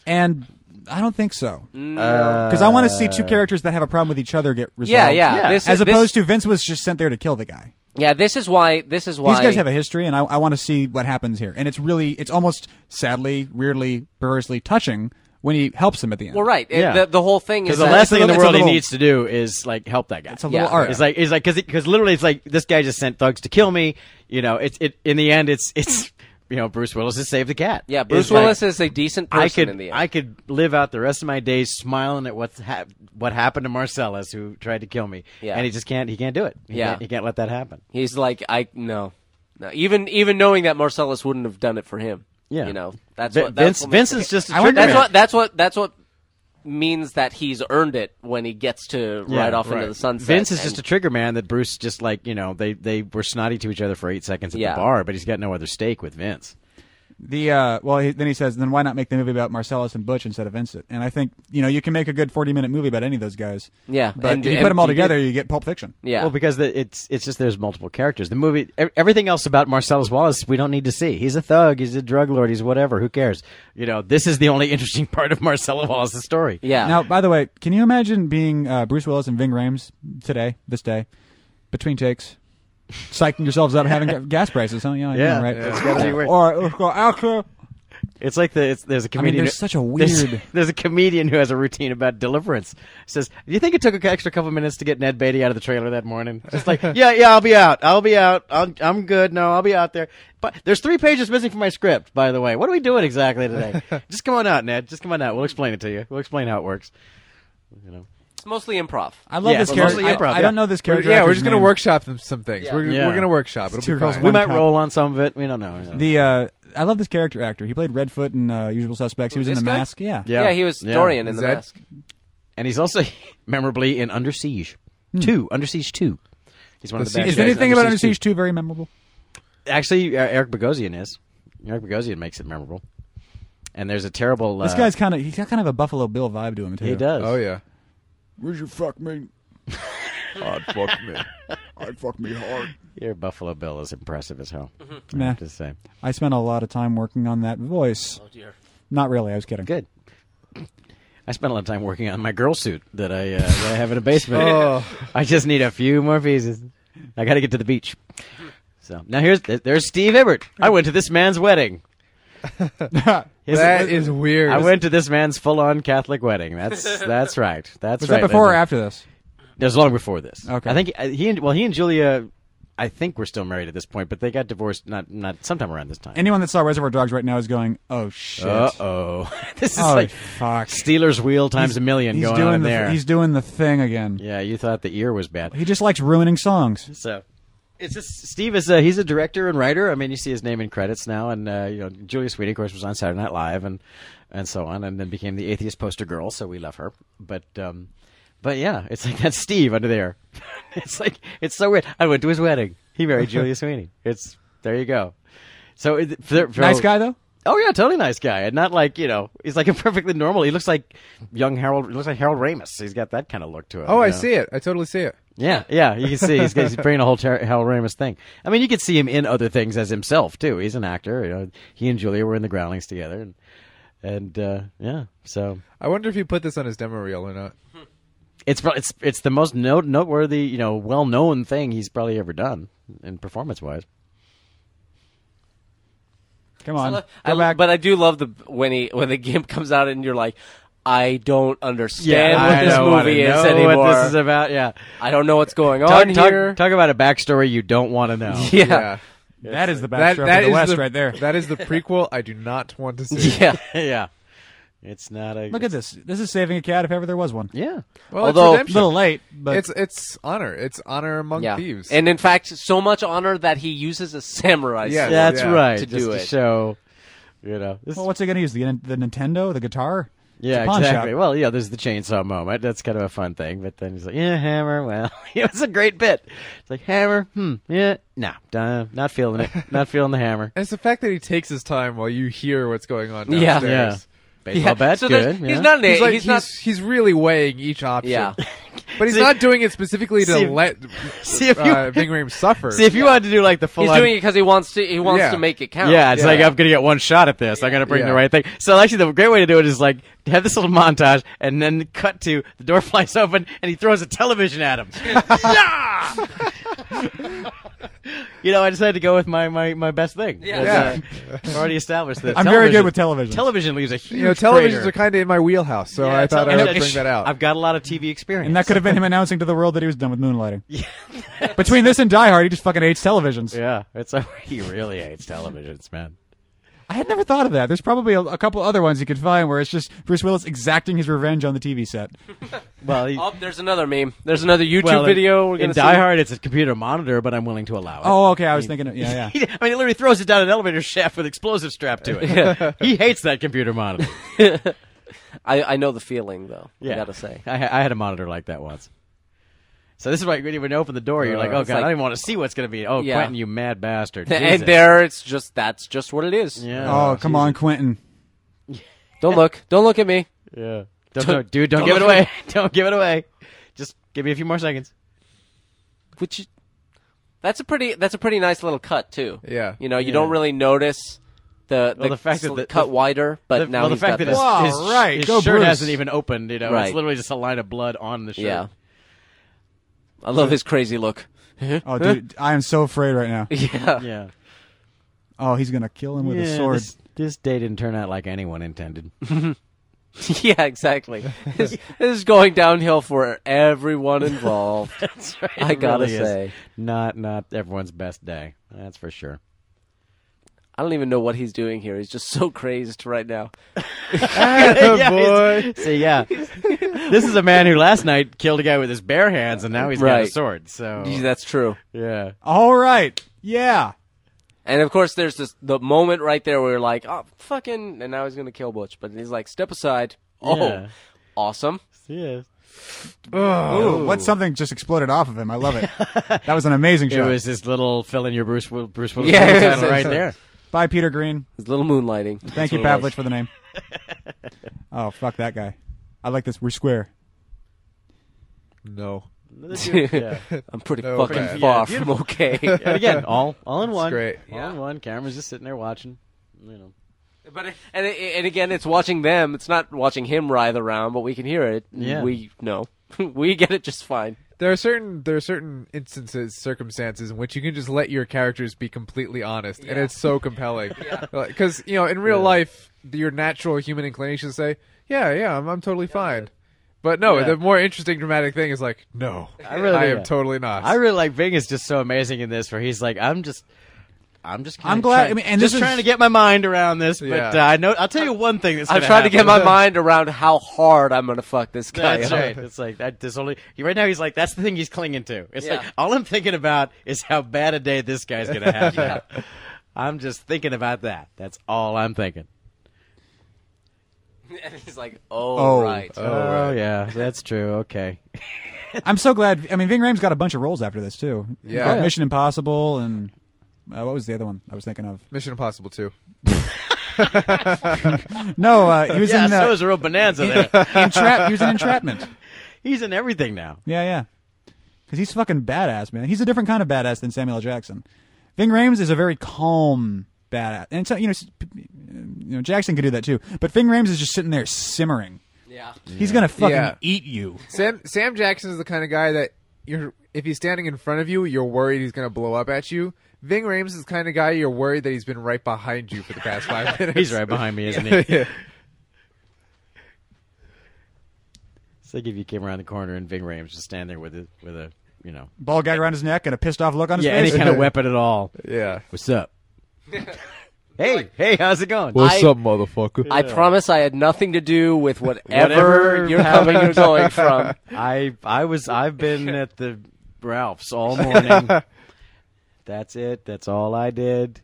[SPEAKER 2] And I don't think so. Because I want to see two characters that have a problem with each other get resolved.
[SPEAKER 3] Yeah, yeah.
[SPEAKER 5] Yeah.
[SPEAKER 3] This,
[SPEAKER 2] As
[SPEAKER 3] this-
[SPEAKER 2] opposed to Vince was just sent there to kill the guy.
[SPEAKER 3] Yeah, this is why this is why
[SPEAKER 2] These guys have a history, and I, I want to see what happens here. And it's really, it's almost sadly, weirdly, perversely touching when he helps him at the end.
[SPEAKER 3] Well, right. It-
[SPEAKER 5] Yeah.
[SPEAKER 3] the, the whole thing is
[SPEAKER 5] Because the
[SPEAKER 3] that-
[SPEAKER 5] last thing in the
[SPEAKER 2] little- it's a
[SPEAKER 5] world he
[SPEAKER 2] little-
[SPEAKER 5] needs to do is like help that guy.
[SPEAKER 2] It's a little
[SPEAKER 3] Yeah.
[SPEAKER 2] art.
[SPEAKER 5] It's like it's like because because literally it's like this guy just sent thugs to kill me. You know, it's it in the end it's it's you know Bruce Willis has saved the cat.
[SPEAKER 3] Yeah, Bruce
[SPEAKER 5] It's like,
[SPEAKER 3] Willis is a decent person
[SPEAKER 5] I could
[SPEAKER 3] in the end.
[SPEAKER 5] I could live out the rest of my days smiling at what's hap- what happened to Marcellus who tried to kill me.
[SPEAKER 3] Yeah.
[SPEAKER 5] and he just can't he can't do it. He
[SPEAKER 3] Yeah.
[SPEAKER 5] can't, he can't let that happen.
[SPEAKER 3] He's like, I no, no. Even even knowing that Marcellus wouldn't have done it for him.
[SPEAKER 5] Yeah.
[SPEAKER 3] you know that's
[SPEAKER 5] Vi-
[SPEAKER 3] what that's
[SPEAKER 5] Vince
[SPEAKER 3] what
[SPEAKER 5] Vince
[SPEAKER 3] makes-
[SPEAKER 5] is just a
[SPEAKER 2] I wonder-
[SPEAKER 5] trigger
[SPEAKER 3] that's
[SPEAKER 5] man.
[SPEAKER 3] what that's what that's what means that he's earned it when he gets to
[SPEAKER 5] Yeah,
[SPEAKER 3] ride off
[SPEAKER 4] right.
[SPEAKER 3] into the sunset.
[SPEAKER 5] Vince is
[SPEAKER 3] and-
[SPEAKER 5] just a trigger man that Bruce just like you know they they were snotty to each other for eight seconds at
[SPEAKER 3] Yeah.
[SPEAKER 5] the bar, but he's got no other stake with Vince.
[SPEAKER 2] The uh, well, he, then he says, then why not make the movie about Marcellus and Butch instead of Vincent? And I think you know you can make a good forty-minute movie about any of those guys.
[SPEAKER 3] Yeah,
[SPEAKER 2] but if
[SPEAKER 3] and-
[SPEAKER 2] you
[SPEAKER 3] and
[SPEAKER 2] put them all
[SPEAKER 3] you
[SPEAKER 2] together, you get Pulp Fiction.
[SPEAKER 3] Yeah.
[SPEAKER 5] Well, because the, it's it's just there's multiple characters. The movie, ev- everything else about Marcellus Wallace, we don't need to see. He's a thug. He's a drug lord. He's whatever. Who cares? You know, this is the only interesting part of Marcellus Wallace's story.
[SPEAKER 3] yeah.
[SPEAKER 2] Now, by the way, can you imagine being uh, Bruce Willis and Ving Rhames today, this day, between takes, psyching yourselves up, having ga- gas prices? Huh? Yeah,
[SPEAKER 5] Yeah,
[SPEAKER 2] right.
[SPEAKER 5] it's gotta be weird.
[SPEAKER 2] Or let's go extra.
[SPEAKER 5] It's like the it's, there's a
[SPEAKER 2] mean,
[SPEAKER 5] comedian.
[SPEAKER 2] there's such a
[SPEAKER 5] there's-
[SPEAKER 2] weird-
[SPEAKER 5] There's, a comedian who has a routine about deliverance. Says, "Do you think it took an extra couple minutes to get Ned Beatty out of the trailer that morning?" Just like, "Yeah, yeah, I'll be out. I'll be out. I'll, I'm good. No, I'll be out there." But there's three pages missing from my script, by the way. What are we doing exactly today? Just come on out, Ned. Just come on out. We'll explain it to you. We'll explain how it works. You know.
[SPEAKER 3] it's mostly improv.
[SPEAKER 2] I love
[SPEAKER 5] Yeah,
[SPEAKER 2] this
[SPEAKER 5] well,
[SPEAKER 2] character.
[SPEAKER 5] mostly
[SPEAKER 2] I,
[SPEAKER 5] improv,
[SPEAKER 2] I don't
[SPEAKER 5] yeah.
[SPEAKER 2] know this character.
[SPEAKER 4] yeah, we're
[SPEAKER 2] actor's
[SPEAKER 4] just gonna
[SPEAKER 2] name.
[SPEAKER 4] workshop them some things. We're,
[SPEAKER 5] Yeah.
[SPEAKER 4] we're gonna workshop. It'll
[SPEAKER 2] two
[SPEAKER 4] be
[SPEAKER 2] girls,
[SPEAKER 4] fine.
[SPEAKER 5] We
[SPEAKER 2] One
[SPEAKER 5] might
[SPEAKER 2] cop.
[SPEAKER 5] roll on some of it. We don't know.
[SPEAKER 2] The uh, I love this character actor. He played Redfoot in uh, Usual Suspects. He was in
[SPEAKER 3] this
[SPEAKER 2] The
[SPEAKER 3] guy?
[SPEAKER 2] Mask. Yeah.
[SPEAKER 5] Yeah.
[SPEAKER 3] he was
[SPEAKER 5] Yeah.
[SPEAKER 3] Dorian in the
[SPEAKER 4] Zed?
[SPEAKER 3] mask.
[SPEAKER 5] and he's also memorably in Under Siege Two. Under Siege Two. He's one of
[SPEAKER 4] The
[SPEAKER 5] the
[SPEAKER 4] Siege
[SPEAKER 5] best.
[SPEAKER 2] Is
[SPEAKER 5] guys in
[SPEAKER 2] anything about Under
[SPEAKER 5] 2.
[SPEAKER 2] Siege Two very memorable?
[SPEAKER 5] Actually, uh, Eric Bogosian is. Eric Bogosian makes it memorable. And there's a terrible.
[SPEAKER 2] This
[SPEAKER 5] uh,
[SPEAKER 2] guy's kind of he's got kind of a Buffalo Bill vibe to him too.
[SPEAKER 5] He does.
[SPEAKER 4] Oh yeah.
[SPEAKER 2] Where's your fuck me?
[SPEAKER 4] I'd fuck me.
[SPEAKER 2] I'd fuck me hard.
[SPEAKER 5] Your Buffalo Bill is impressive as hell. I
[SPEAKER 2] Nah.
[SPEAKER 5] have to say.
[SPEAKER 2] I spent a lot of time working on that voice.
[SPEAKER 3] Oh dear.
[SPEAKER 2] Not really. I was kidding.
[SPEAKER 5] Good. I spent a lot of time working on my girl suit that I, uh, that I have in a basement.
[SPEAKER 2] Oh.
[SPEAKER 5] I just need a few more pieces. I got to get to the beach. So now here's there's Steve Hibbert. I went to this man's wedding. His-
[SPEAKER 4] That is weird.
[SPEAKER 5] I went to this man's full-on Catholic wedding. That's that's right. That's
[SPEAKER 2] Was
[SPEAKER 5] right.
[SPEAKER 2] that before or
[SPEAKER 5] There's a-
[SPEAKER 2] after this?
[SPEAKER 5] It was long before this.
[SPEAKER 2] Okay.
[SPEAKER 5] I think uh, he and well, he and Julia, I think were still married at this point, but they got divorced not not sometime around this time.
[SPEAKER 2] Anyone that saw Reservoir Dogs right now is going, "Oh shit!
[SPEAKER 5] uh oh, this is
[SPEAKER 2] oh
[SPEAKER 5] like
[SPEAKER 2] fuck!
[SPEAKER 5] Steelers wheel times a million
[SPEAKER 2] He's
[SPEAKER 5] going
[SPEAKER 2] doing
[SPEAKER 5] on in
[SPEAKER 2] the
[SPEAKER 5] there.
[SPEAKER 2] he's doing the thing again.
[SPEAKER 5] yeah, you thought the ear was bad.
[SPEAKER 2] He just likes ruining songs.
[SPEAKER 5] So it's just Steve is a, he's a director and writer. I mean, you see his name in credits now, and uh, you know Julia Sweeney, of course, was on Saturday Night Live and and so on, and then became the atheist poster girl. So we love her, but. um but yeah, it's like that's Steve under there. it's like it's so weird. I went to his wedding. He married Julia Sweeney. It's there you go. So it, for, for,
[SPEAKER 2] Nice guy though.
[SPEAKER 5] Oh yeah, totally nice guy, and not like you know he's like a perfectly normal. He looks like young Harold. he Looks like Harold Ramis. He's got that kind of look to him.
[SPEAKER 4] Oh,
[SPEAKER 5] you
[SPEAKER 4] I
[SPEAKER 5] know?
[SPEAKER 4] see it. I totally see it.
[SPEAKER 5] Yeah, yeah, you can see he's, he's bringing a whole Ter- Hal Ramis thing. I mean, you could see him in other things as himself too. He's an actor. You know, he and Julia were in the Groundlings together, and and uh, yeah, so
[SPEAKER 4] I wonder if he put this on his demo reel or not.
[SPEAKER 5] it's pro- it's it's the most note- noteworthy, you know, well known thing he's probably ever done in performance wise.
[SPEAKER 2] Come on, go
[SPEAKER 3] I,
[SPEAKER 2] back.
[SPEAKER 3] But I do love the when he when the gimp comes out and you're like, I don't understand
[SPEAKER 5] I don't
[SPEAKER 3] what
[SPEAKER 5] wanna
[SPEAKER 3] this movie is
[SPEAKER 5] know
[SPEAKER 3] anymore.
[SPEAKER 5] What this is about? Yeah,
[SPEAKER 3] I don't know what's going
[SPEAKER 5] talk,
[SPEAKER 3] on
[SPEAKER 5] talk-
[SPEAKER 3] here.
[SPEAKER 5] talk about a backstory you don't want to know.
[SPEAKER 3] yeah.
[SPEAKER 4] Yeah.
[SPEAKER 2] that is the
[SPEAKER 4] That,
[SPEAKER 2] backstroke
[SPEAKER 4] that
[SPEAKER 2] of the
[SPEAKER 4] is
[SPEAKER 2] West
[SPEAKER 4] the,
[SPEAKER 2] right there.
[SPEAKER 4] That is the prequel I do not want to see.
[SPEAKER 3] Yeah.
[SPEAKER 5] yeah, it's not a
[SPEAKER 2] Look at this. This is saving a cat if ever there was one.
[SPEAKER 5] yeah.
[SPEAKER 4] Well,
[SPEAKER 3] Although-
[SPEAKER 4] it's
[SPEAKER 2] A
[SPEAKER 4] redemption.
[SPEAKER 2] little late, but
[SPEAKER 4] it's it's honor. It's honor among
[SPEAKER 3] Yeah.
[SPEAKER 4] thieves.
[SPEAKER 3] And in fact, so much honor that he uses a samurai
[SPEAKER 4] Yeah.
[SPEAKER 3] sword.
[SPEAKER 5] That's
[SPEAKER 4] Yeah.
[SPEAKER 5] right.
[SPEAKER 3] To
[SPEAKER 5] just
[SPEAKER 3] do
[SPEAKER 5] to
[SPEAKER 3] it.
[SPEAKER 5] show, you know, this-
[SPEAKER 2] well, what's he going to use? The, the Nintendo, the guitar? It's a
[SPEAKER 5] Yeah,
[SPEAKER 2] pawn shop.
[SPEAKER 5] exactly. Well, yeah, there's the chainsaw moment. That's kind of a fun thing. But then he's like, yeah, hammer. Well, it's a great bit. It's like, hammer, hmm, yeah, nah, nah, not feeling it. Not feeling the hammer.
[SPEAKER 4] And it's the fact that he takes his time while you hear what's going on
[SPEAKER 3] Yeah.
[SPEAKER 4] downstairs.
[SPEAKER 5] Yeah. Baseball
[SPEAKER 3] Yeah.
[SPEAKER 5] bat,
[SPEAKER 3] so there's-
[SPEAKER 5] good.
[SPEAKER 3] He's
[SPEAKER 5] yeah.
[SPEAKER 3] not. An,
[SPEAKER 4] He's, like,
[SPEAKER 3] he's
[SPEAKER 4] he's,
[SPEAKER 3] not.
[SPEAKER 4] he's, really weighing each option.
[SPEAKER 3] Yeah.
[SPEAKER 4] But he's
[SPEAKER 5] See-
[SPEAKER 4] not doing it specifically to
[SPEAKER 5] see if-
[SPEAKER 4] let
[SPEAKER 5] See if you,
[SPEAKER 4] uh, Bing Rames suffer.
[SPEAKER 5] see if you wanted to do like the full
[SPEAKER 3] He's doing it because he wants to. He wants
[SPEAKER 4] Yeah.
[SPEAKER 3] to make it count.
[SPEAKER 5] Yeah, it's like
[SPEAKER 4] Yeah.
[SPEAKER 5] I'm gonna get one shot at this. I gotta bring
[SPEAKER 4] Yeah.
[SPEAKER 5] the right thing. So actually, the great way to do it is like have this little montage, and then cut to the door flies open, and he throws a television at him. Yeah! you know, I decided to go with my my, my best thing.
[SPEAKER 3] Yeah.
[SPEAKER 5] That's, uh, I've already established this.
[SPEAKER 2] I'm very good with television.
[SPEAKER 5] Television leaves a huge.
[SPEAKER 4] you know, televisions
[SPEAKER 5] crater.
[SPEAKER 4] are kind of in my wheelhouse, so
[SPEAKER 5] Yeah,
[SPEAKER 4] I thought I
[SPEAKER 5] television-
[SPEAKER 4] would bring that out.
[SPEAKER 5] I've got a lot of TV experience,
[SPEAKER 2] and that could have been him announcing to the world that he was done with moonlighting. Between this and Die Hard, he just fucking hates televisions.
[SPEAKER 5] yeah, it's he really hates televisions, man.
[SPEAKER 2] I had never thought of that. There's probably a, a couple other ones you could find where it's just Bruce Willis exacting his revenge on the TV set.
[SPEAKER 5] Well, he,
[SPEAKER 3] Oh, there's another meme. There's another YouTube
[SPEAKER 5] well, in-
[SPEAKER 3] video. We're
[SPEAKER 5] in
[SPEAKER 3] gonna
[SPEAKER 5] Die
[SPEAKER 3] see.
[SPEAKER 5] Hard. It's a computer monitor, but I'm willing to allow it.
[SPEAKER 2] Oh, okay. I was thinking, of, yeah, yeah.
[SPEAKER 5] He- I mean, he literally throws it down an elevator shaft with explosive strapped to it. he hates that computer monitor.
[SPEAKER 3] I, I know the feeling though. I gotta say.
[SPEAKER 5] I, ha- I had a monitor like that once. So this is why you didn't even open the door. You're like, oh god,
[SPEAKER 3] Uh, it's
[SPEAKER 5] I
[SPEAKER 3] like-
[SPEAKER 5] don't even want to see what's going to be. Oh,
[SPEAKER 3] Yeah.
[SPEAKER 5] Quentin, you mad bastard! Jesus.
[SPEAKER 3] And there, it's just that's just what it is.
[SPEAKER 5] yeah.
[SPEAKER 2] Oh, come on, Quentin.
[SPEAKER 3] Don't look. Don't look at me.
[SPEAKER 5] Yeah. Don't, don't- dude, don't, give it away. Don't give it away. Just give me a few more seconds.
[SPEAKER 3] Which that's a pretty that's a pretty nice little cut too.
[SPEAKER 4] Yeah.
[SPEAKER 3] You know, you don't really notice the the,
[SPEAKER 5] Well, the fact that
[SPEAKER 3] sl-
[SPEAKER 5] the-
[SPEAKER 3] cut
[SPEAKER 5] the-
[SPEAKER 3] wider, but
[SPEAKER 5] The-
[SPEAKER 3] now
[SPEAKER 5] well, the
[SPEAKER 3] he's got
[SPEAKER 5] fact that his,
[SPEAKER 3] this.
[SPEAKER 2] Wow,
[SPEAKER 5] his, sh-
[SPEAKER 2] right.
[SPEAKER 5] his
[SPEAKER 2] Go
[SPEAKER 5] shirt
[SPEAKER 2] Bruce.
[SPEAKER 5] hasn't even opened. You know, it's
[SPEAKER 3] Right.
[SPEAKER 5] literally just a line of blood on the shirt.
[SPEAKER 3] yeah. I love his crazy look.
[SPEAKER 2] Oh, dude, I am so afraid right now.
[SPEAKER 3] Yeah.
[SPEAKER 5] Yeah.
[SPEAKER 2] Oh, he's gonna kill him with a
[SPEAKER 5] Yeah,
[SPEAKER 2] sword.
[SPEAKER 5] This, this day didn't turn out like anyone intended.
[SPEAKER 3] Yeah, exactly. this, this is going downhill for everyone involved.
[SPEAKER 5] That's right.
[SPEAKER 3] I
[SPEAKER 5] It
[SPEAKER 3] gotta
[SPEAKER 5] really is
[SPEAKER 3] say.
[SPEAKER 5] not not everyone's best day. That's for sure.
[SPEAKER 3] I don't even know what he's doing here. He's just so crazed right now.
[SPEAKER 5] yeah, boy. So yeah, this is a man who last night killed a guy with his bare hands, and now he's got a
[SPEAKER 3] Right.
[SPEAKER 5] sword. So
[SPEAKER 3] That's true.
[SPEAKER 5] yeah,
[SPEAKER 2] All right. Yeah.
[SPEAKER 3] And of course, there's this the moment right there where you're like, "Oh, fucking!" And now he's gonna kill Butch, but he's like, "Step aside." Oh,
[SPEAKER 5] Yeah.
[SPEAKER 3] awesome!
[SPEAKER 5] yeah. Oh.
[SPEAKER 2] Ooh, what something just exploded off of him. I love it. that was an amazing
[SPEAKER 5] It
[SPEAKER 2] show.
[SPEAKER 5] was this little fill in your Bruce Will- Bruce Willis
[SPEAKER 3] Yeah,
[SPEAKER 5] movie
[SPEAKER 3] it
[SPEAKER 5] title
[SPEAKER 3] was-
[SPEAKER 5] right there.
[SPEAKER 2] Bye, Peter Green.
[SPEAKER 3] His little moonlighting.
[SPEAKER 2] Thank you, Pavlich, for the name. oh, fuck that guy. I like this. We're square.
[SPEAKER 4] No.
[SPEAKER 5] yeah.
[SPEAKER 3] I'm pretty
[SPEAKER 4] No
[SPEAKER 3] fucking
[SPEAKER 4] offense.
[SPEAKER 3] far
[SPEAKER 5] Yeah,
[SPEAKER 3] from okay.
[SPEAKER 5] And again, all all in one.
[SPEAKER 4] great.
[SPEAKER 5] All in one. Cameras just sitting there watching. You know.
[SPEAKER 3] but it- and it, and again, it's watching them. It's not watching him writhe around, but we can hear it.
[SPEAKER 5] Yeah.
[SPEAKER 3] we know. we get it just fine.
[SPEAKER 4] There are certain there are certain instances, circumstances in which you can just let your characters be completely honest, and it's so compelling. Because you know, in real life, your natural human inclinations say, "Yeah, yeah, I'm, I'm totally fine." But no,
[SPEAKER 5] Yeah.
[SPEAKER 4] the more interesting dramatic thing is like, "No, I
[SPEAKER 5] really-
[SPEAKER 4] am
[SPEAKER 5] yeah.
[SPEAKER 4] totally not."
[SPEAKER 5] I really like Bing is just so amazing in this, where he's like, I'm just. I'm just. kinda
[SPEAKER 2] I'm glad-
[SPEAKER 5] try-
[SPEAKER 2] I mean, and
[SPEAKER 5] just
[SPEAKER 2] this is-
[SPEAKER 5] trying to get my mind around this, but
[SPEAKER 4] Yeah.
[SPEAKER 5] uh, I know. I'll tell you one thing. That's
[SPEAKER 3] I'm
[SPEAKER 5] gonna
[SPEAKER 3] trying to get
[SPEAKER 5] happen.
[SPEAKER 3] my mind around how hard I'm gonna fuck this guy.
[SPEAKER 5] That's
[SPEAKER 3] up.
[SPEAKER 5] right. It's like that. This only right now. He's like that's the thing he's clinging to. It's
[SPEAKER 3] Yeah.
[SPEAKER 5] like all I'm thinking about is how bad a day this guy's gonna have. I'm just thinking about that. That's all I'm thinking.
[SPEAKER 3] And he's like, "Oh,
[SPEAKER 4] uh,
[SPEAKER 2] Oh.
[SPEAKER 3] right."
[SPEAKER 5] Oh, yeah, that's true. Okay.
[SPEAKER 2] I'm so glad. I mean, Ving Rhames got a bunch of roles after this, too.
[SPEAKER 4] Yeah.
[SPEAKER 5] Oh,
[SPEAKER 2] Got
[SPEAKER 4] Yeah.
[SPEAKER 2] Mission Impossible and. Uh, what was the other one I was thinking of?
[SPEAKER 4] Mission Impossible Two.
[SPEAKER 2] No, uh, he was
[SPEAKER 5] Yeah,
[SPEAKER 2] in,
[SPEAKER 5] so
[SPEAKER 2] uh,
[SPEAKER 5] is a real bonanza there.
[SPEAKER 2] Entrap- He was in Entrapment.
[SPEAKER 5] he's in everything now.
[SPEAKER 2] Yeah, yeah. Because he's fucking badass, man. He's a different kind of badass than Samuel L. Jackson. Ving Rhames is a very calm badass, and so you know, s- p- p- you know, Jackson could do that too. But Ving Rhames is just sitting there simmering.
[SPEAKER 3] Yeah.
[SPEAKER 2] He's gonna fucking
[SPEAKER 4] Yeah.
[SPEAKER 2] eat you.
[SPEAKER 4] Sam Sam Jackson is the kind of guy that you're if he's standing in front of you, you're worried he's gonna blow up at you. Ving Rhames is the kind of guy you're worried that he's been right behind you for the past five minutes.
[SPEAKER 5] He's right behind me, isn't he?
[SPEAKER 4] Yeah.
[SPEAKER 5] It's like if you came around the corner and Ving Rhames just stand there with a with a you know
[SPEAKER 2] Ball gag around his neck and a pissed off look on his
[SPEAKER 5] yeah any
[SPEAKER 2] face.
[SPEAKER 5] kind of weapon at all.
[SPEAKER 4] Yeah.
[SPEAKER 5] What's up? hey, hey, how's it going?
[SPEAKER 3] What's I- up,
[SPEAKER 4] motherfucker?
[SPEAKER 3] I promise I had nothing to do with whatever,
[SPEAKER 5] Whatever
[SPEAKER 3] you're coming or going from.
[SPEAKER 5] I I was I've been at the Ralphs all morning. That's it. That's all I did.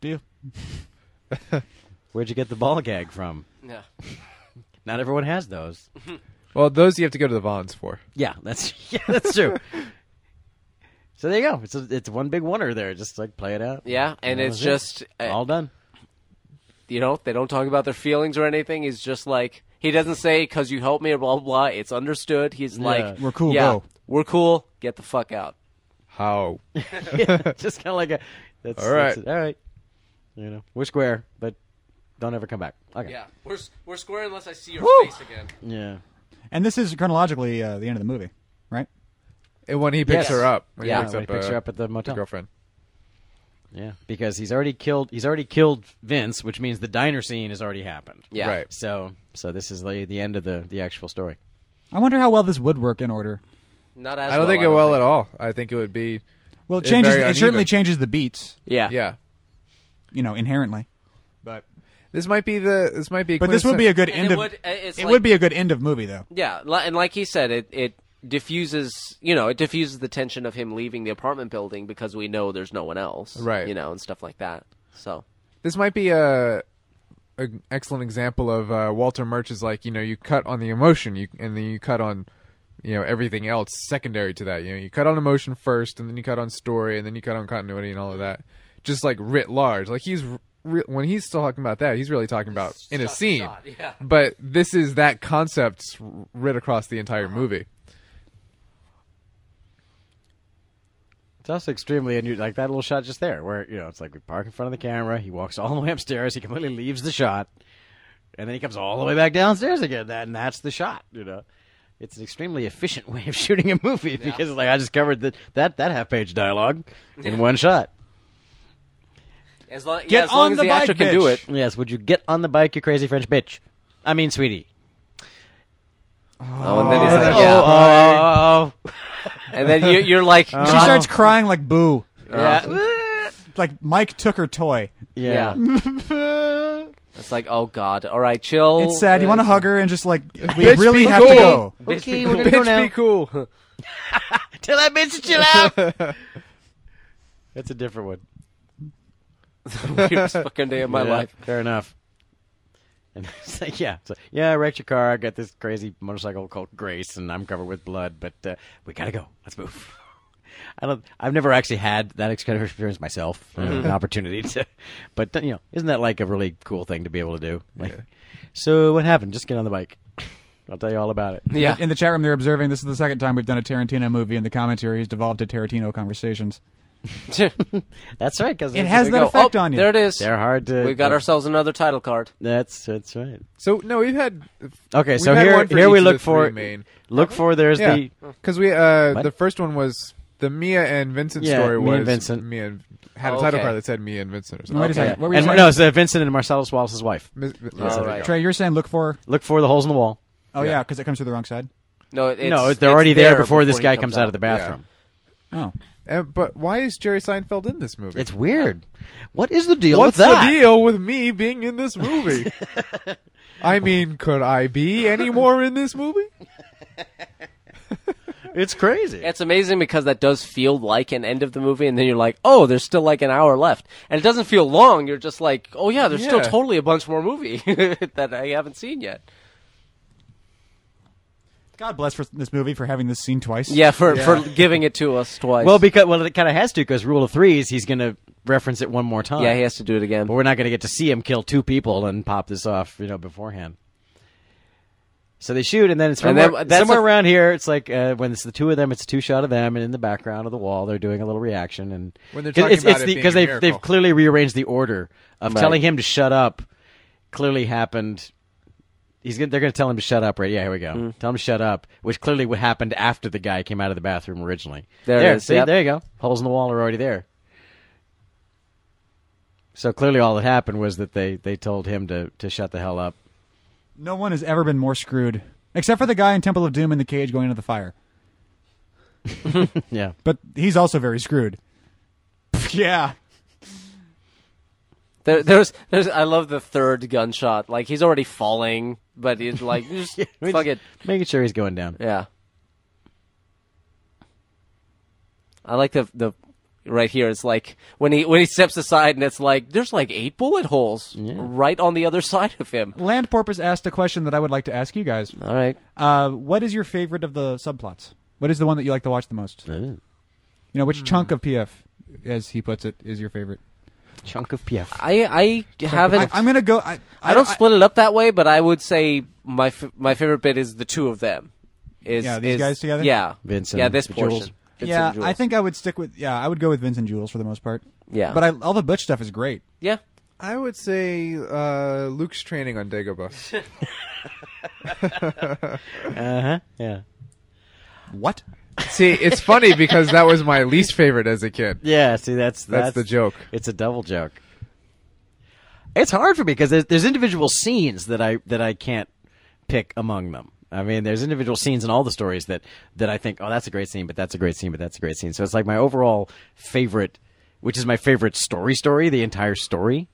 [SPEAKER 2] Deal.
[SPEAKER 5] Where'd you get the ball gag from?
[SPEAKER 3] Yeah.
[SPEAKER 5] Not everyone has those.
[SPEAKER 4] Well, those you have to go to the Vons for.
[SPEAKER 5] Yeah, that's yeah, that's true. so there you go. It's a, it's one big winner there. Just like play it out.
[SPEAKER 3] Yeah, and
[SPEAKER 5] That
[SPEAKER 3] it's
[SPEAKER 5] was it.
[SPEAKER 3] just uh,
[SPEAKER 5] all done.
[SPEAKER 3] you know they don't talk about their feelings or anything. He's just like he doesn't say because you helped me or blah blah blah. It's understood. He's like
[SPEAKER 2] We're cool,
[SPEAKER 3] Yeah,
[SPEAKER 2] go."
[SPEAKER 3] we're cool. Get the fuck out.
[SPEAKER 4] How?
[SPEAKER 5] just kind of like a. That's,
[SPEAKER 4] All right.
[SPEAKER 5] that's it. all right. You know, we're square, but don't ever come back. Okay.
[SPEAKER 3] we're we're square unless I see your face again.
[SPEAKER 5] Yeah.
[SPEAKER 2] And this is chronologically uh, the end of the movie, right?
[SPEAKER 4] And when he picks
[SPEAKER 5] Yes.
[SPEAKER 4] her up. When
[SPEAKER 5] Yeah,
[SPEAKER 4] he picks,
[SPEAKER 5] when
[SPEAKER 4] up,
[SPEAKER 5] he picks
[SPEAKER 4] uh,
[SPEAKER 5] her up at the motel.
[SPEAKER 4] girlfriend.
[SPEAKER 5] Yeah, because he's already killed. He's already killed Vince, which means the diner scene has already happened.
[SPEAKER 3] Yeah.
[SPEAKER 4] Right.
[SPEAKER 5] So, so this is the the end of the the actual story.
[SPEAKER 2] I wonder how well this would work in order.
[SPEAKER 3] Not as
[SPEAKER 4] I don't
[SPEAKER 3] well,
[SPEAKER 4] think it will at all. I think it would be.
[SPEAKER 2] Well, it
[SPEAKER 4] It's
[SPEAKER 2] changes.
[SPEAKER 4] very
[SPEAKER 2] It certainly
[SPEAKER 4] uneven.
[SPEAKER 2] changes the beats,
[SPEAKER 3] Yeah.
[SPEAKER 4] Yeah.
[SPEAKER 2] you know, inherently.
[SPEAKER 4] But this might be the. This might be.
[SPEAKER 2] But this would be a good
[SPEAKER 3] And
[SPEAKER 2] end
[SPEAKER 3] it
[SPEAKER 2] of.
[SPEAKER 3] would- uh, it's
[SPEAKER 2] it
[SPEAKER 3] like-
[SPEAKER 2] would be a good end of movie, though.
[SPEAKER 3] Yeah, li- and like he said, it it diffuses you know it diffuses the tension of him leaving the apartment building because we know there's no one else,
[SPEAKER 4] Right.
[SPEAKER 3] You know, and stuff like that. So
[SPEAKER 4] This might be a. An excellent example of uh, Walter Murch is like you know you cut on the emotion you and then you cut on you know everything else secondary to that. You know, you cut on emotion first, and then you cut on story, and then you cut on continuity and all of that. Just like writ large, like he's re- when he's still talking about that, he's really talking about in a
[SPEAKER 3] Shot to
[SPEAKER 4] scene.
[SPEAKER 3] shot, yeah.
[SPEAKER 4] But this is that concept writ across the entire
[SPEAKER 3] Uh-huh.
[SPEAKER 4] movie.
[SPEAKER 5] It's also extremely unusual, like that little shot just there, where you know it's like we park in front of the camera. He walks all the way upstairs. He completely leaves the shot, and then he comes all the way back downstairs again. That and that's the shot. You know, it's an extremely efficient way of shooting a movie because like I just covered the, that that half page dialogue in one shot.
[SPEAKER 3] As long, yeah,
[SPEAKER 2] Get
[SPEAKER 3] as, long
[SPEAKER 2] on
[SPEAKER 3] as
[SPEAKER 2] the
[SPEAKER 3] the actor
[SPEAKER 2] bike,
[SPEAKER 3] can do
[SPEAKER 2] bitch.
[SPEAKER 3] it.
[SPEAKER 5] Yes, would you get on the bike, you crazy French bitch? I mean, sweetie.
[SPEAKER 3] Oh, and then he's like,
[SPEAKER 5] Oh,
[SPEAKER 3] yeah.
[SPEAKER 5] oh, oh,
[SPEAKER 3] And then you, you're like,
[SPEAKER 2] She
[SPEAKER 3] "Shut
[SPEAKER 2] starts crying like boo.
[SPEAKER 5] oh. yeah.
[SPEAKER 2] Like Mike took her toy.
[SPEAKER 5] yeah.
[SPEAKER 3] It's like, oh god, all right, chill.
[SPEAKER 2] It's sad. You want to hug her and just like we
[SPEAKER 4] Bitch,
[SPEAKER 2] really
[SPEAKER 4] be
[SPEAKER 2] have to
[SPEAKER 4] cool.
[SPEAKER 2] go.
[SPEAKER 5] Okay,
[SPEAKER 3] be
[SPEAKER 5] we're gonna
[SPEAKER 4] Bitch,
[SPEAKER 5] go now.
[SPEAKER 4] be cool.
[SPEAKER 5] Tell that bitch to chill out. That's a different one.
[SPEAKER 3] the weirdest fucking day of my
[SPEAKER 5] Yeah,
[SPEAKER 3] life.
[SPEAKER 5] Fair enough. And it's like, yeah, it's like, yeah, I wrecked your car. I got this crazy motorcycle called Grace, and I'm covered with blood. But uh, we gotta go. Let's move. I don't. I've never actually had that ex- kind of experience myself, uh, an opportunity to. But you know, isn't that like a really cool thing to be able to do? Like, so what happened? Just get on the bike. I'll tell you all about it.
[SPEAKER 3] Yeah.
[SPEAKER 2] In the chat room, they're observing this is the second time we've done a Tarantino movie, and the commentary has devolved to Tarantino conversations.
[SPEAKER 5] That's right. Because
[SPEAKER 2] It has that
[SPEAKER 3] Go,
[SPEAKER 2] effect
[SPEAKER 3] oh,
[SPEAKER 2] on you.
[SPEAKER 3] There it is.
[SPEAKER 5] They're hard to.
[SPEAKER 3] We got ourselves another title card.
[SPEAKER 5] That's that's right.
[SPEAKER 4] So no, we've had
[SPEAKER 5] Okay,
[SPEAKER 4] We've
[SPEAKER 5] so
[SPEAKER 4] had
[SPEAKER 5] here
[SPEAKER 4] one for
[SPEAKER 5] here we
[SPEAKER 4] each of
[SPEAKER 5] look
[SPEAKER 4] the three
[SPEAKER 5] for
[SPEAKER 4] main.
[SPEAKER 5] look for there's
[SPEAKER 4] yeah
[SPEAKER 5] the
[SPEAKER 4] because we uh
[SPEAKER 5] What?
[SPEAKER 4] the first one was the Mia and Vincent
[SPEAKER 5] Yeah,
[SPEAKER 4] story
[SPEAKER 5] Mia and
[SPEAKER 4] was
[SPEAKER 5] Vincent.
[SPEAKER 4] Mia and, had a
[SPEAKER 3] Oh,
[SPEAKER 4] title
[SPEAKER 3] okay.
[SPEAKER 4] card that said Mia and Vincent or something.
[SPEAKER 2] Wait a second. What were you
[SPEAKER 5] and
[SPEAKER 2] saying?
[SPEAKER 5] no, it's uh, Vincent and Marcellus Wallace's wife.
[SPEAKER 4] Mis-
[SPEAKER 3] All right.
[SPEAKER 2] Trey, you're saying look for.
[SPEAKER 5] Look for the holes in the wall.
[SPEAKER 2] Oh
[SPEAKER 4] Yeah.
[SPEAKER 2] yeah, because it comes through the wrong side.
[SPEAKER 3] No, it- it's,
[SPEAKER 5] no,
[SPEAKER 3] it's
[SPEAKER 5] they're already there,
[SPEAKER 3] there
[SPEAKER 5] before, this
[SPEAKER 3] he
[SPEAKER 5] guy comes, out. of the bathroom.
[SPEAKER 2] Oh,
[SPEAKER 4] Uh, but why is Jerry Seinfeld in this movie?
[SPEAKER 5] It's weird. What is the deal
[SPEAKER 4] What's
[SPEAKER 5] with
[SPEAKER 4] the
[SPEAKER 5] that?
[SPEAKER 4] deal with me being in this movie? I mean, could I be any more in this movie?
[SPEAKER 5] It's crazy.
[SPEAKER 3] It's amazing because that does feel like an end of the movie, and then you're like, oh, there's still like an hour left, and it doesn't feel long. You're just like, oh yeah, there's still
[SPEAKER 4] Yeah.
[SPEAKER 3] totally a bunch more movie that I haven't seen yet.
[SPEAKER 2] God bless for this movie for having this scene twice.
[SPEAKER 3] Yeah, for for giving it to us twice.
[SPEAKER 5] well, because well, it kind of has to because rule of threes. He's going to reference it one more time.
[SPEAKER 3] yeah, he has to do it again.
[SPEAKER 5] But we're not going to get to see him kill two people and pop this off, you know, beforehand. So they shoot, and then it's
[SPEAKER 3] And
[SPEAKER 5] somewhere,
[SPEAKER 3] then- that's
[SPEAKER 5] somewhere
[SPEAKER 3] a-
[SPEAKER 5] around here. It's like uh, when it's the two of them, it's a two shot of them, and in the background of the wall, they're doing a little reaction. And
[SPEAKER 4] When they're
[SPEAKER 5] 'cause
[SPEAKER 4] talking
[SPEAKER 5] it's,
[SPEAKER 4] about
[SPEAKER 5] it's
[SPEAKER 4] it
[SPEAKER 5] the,
[SPEAKER 4] being a
[SPEAKER 5] they've
[SPEAKER 4] miracle.
[SPEAKER 5] they've clearly rearranged the order of
[SPEAKER 3] Right.
[SPEAKER 5] telling him to shut up. Clearly happened. He's gonna, they're going to tell him to shut up, right? Yeah, here we go.
[SPEAKER 3] Mm.
[SPEAKER 5] Tell him to shut up, which clearly what happened after the guy came out of the bathroom originally.
[SPEAKER 3] There it is,
[SPEAKER 5] see,
[SPEAKER 3] yep.
[SPEAKER 5] there you go. Holes in the wall are already there. So clearly, all that happened was that they, they told him to, to shut the hell up.
[SPEAKER 2] No one has ever been more screwed, except for the guy in Temple of Doom in the cage going into the fire.
[SPEAKER 5] Yeah.
[SPEAKER 2] But he's also very screwed. yeah.
[SPEAKER 3] There, there's, there's. I love the third gunshot. Like he's already falling, but he's like, just
[SPEAKER 5] we
[SPEAKER 3] fuck it.
[SPEAKER 5] just- Making sure he's going down.
[SPEAKER 3] Yeah. I like the the right here. It's like when he when he steps aside, and it's like there's like eight bullet holes right on the other side of him.
[SPEAKER 2] Land Porpoise asked a question that I would like to ask you guys.
[SPEAKER 3] All right.
[SPEAKER 2] Uh, what is your favorite of the subplots? What is the one that you like to watch the most? You know, which chunk of PF, as he puts it, is your favorite?
[SPEAKER 5] Chunk of PF.
[SPEAKER 3] I I
[SPEAKER 2] I,
[SPEAKER 3] haven't. I,
[SPEAKER 2] I'm gonna go. I, I,
[SPEAKER 3] don't split it up that way, but I would say my f- my favorite bit is the two of them. Is
[SPEAKER 2] Yeah, these
[SPEAKER 3] is-
[SPEAKER 2] guys together?
[SPEAKER 3] Yeah,
[SPEAKER 5] Vincent,
[SPEAKER 3] Yeah, this
[SPEAKER 5] Jules.
[SPEAKER 3] portion. Vincent
[SPEAKER 2] yeah,
[SPEAKER 3] and Jules.
[SPEAKER 2] I think I would stick with. Yeah, I would go with Vince and Jules for the most part.
[SPEAKER 3] Yeah.
[SPEAKER 2] but I, all the Butch stuff is great.
[SPEAKER 3] Yeah.
[SPEAKER 4] I would say uh, Luke's training on Dagobah.
[SPEAKER 3] Uh-huh.
[SPEAKER 5] Yeah.
[SPEAKER 2] What?
[SPEAKER 4] See, it's funny because that was my least favorite as a kid.
[SPEAKER 5] Yeah, see, that's,
[SPEAKER 4] That's
[SPEAKER 5] that's
[SPEAKER 4] the joke.
[SPEAKER 5] It's a double joke. It's hard for me because there's, there's individual scenes that I that I can't pick among them. I mean, there's individual scenes in all the stories that that I think, oh, that's a great scene, but that's a great scene, but that's a great scene. So it's like my overall favorite, which is my favorite story story, the entire story.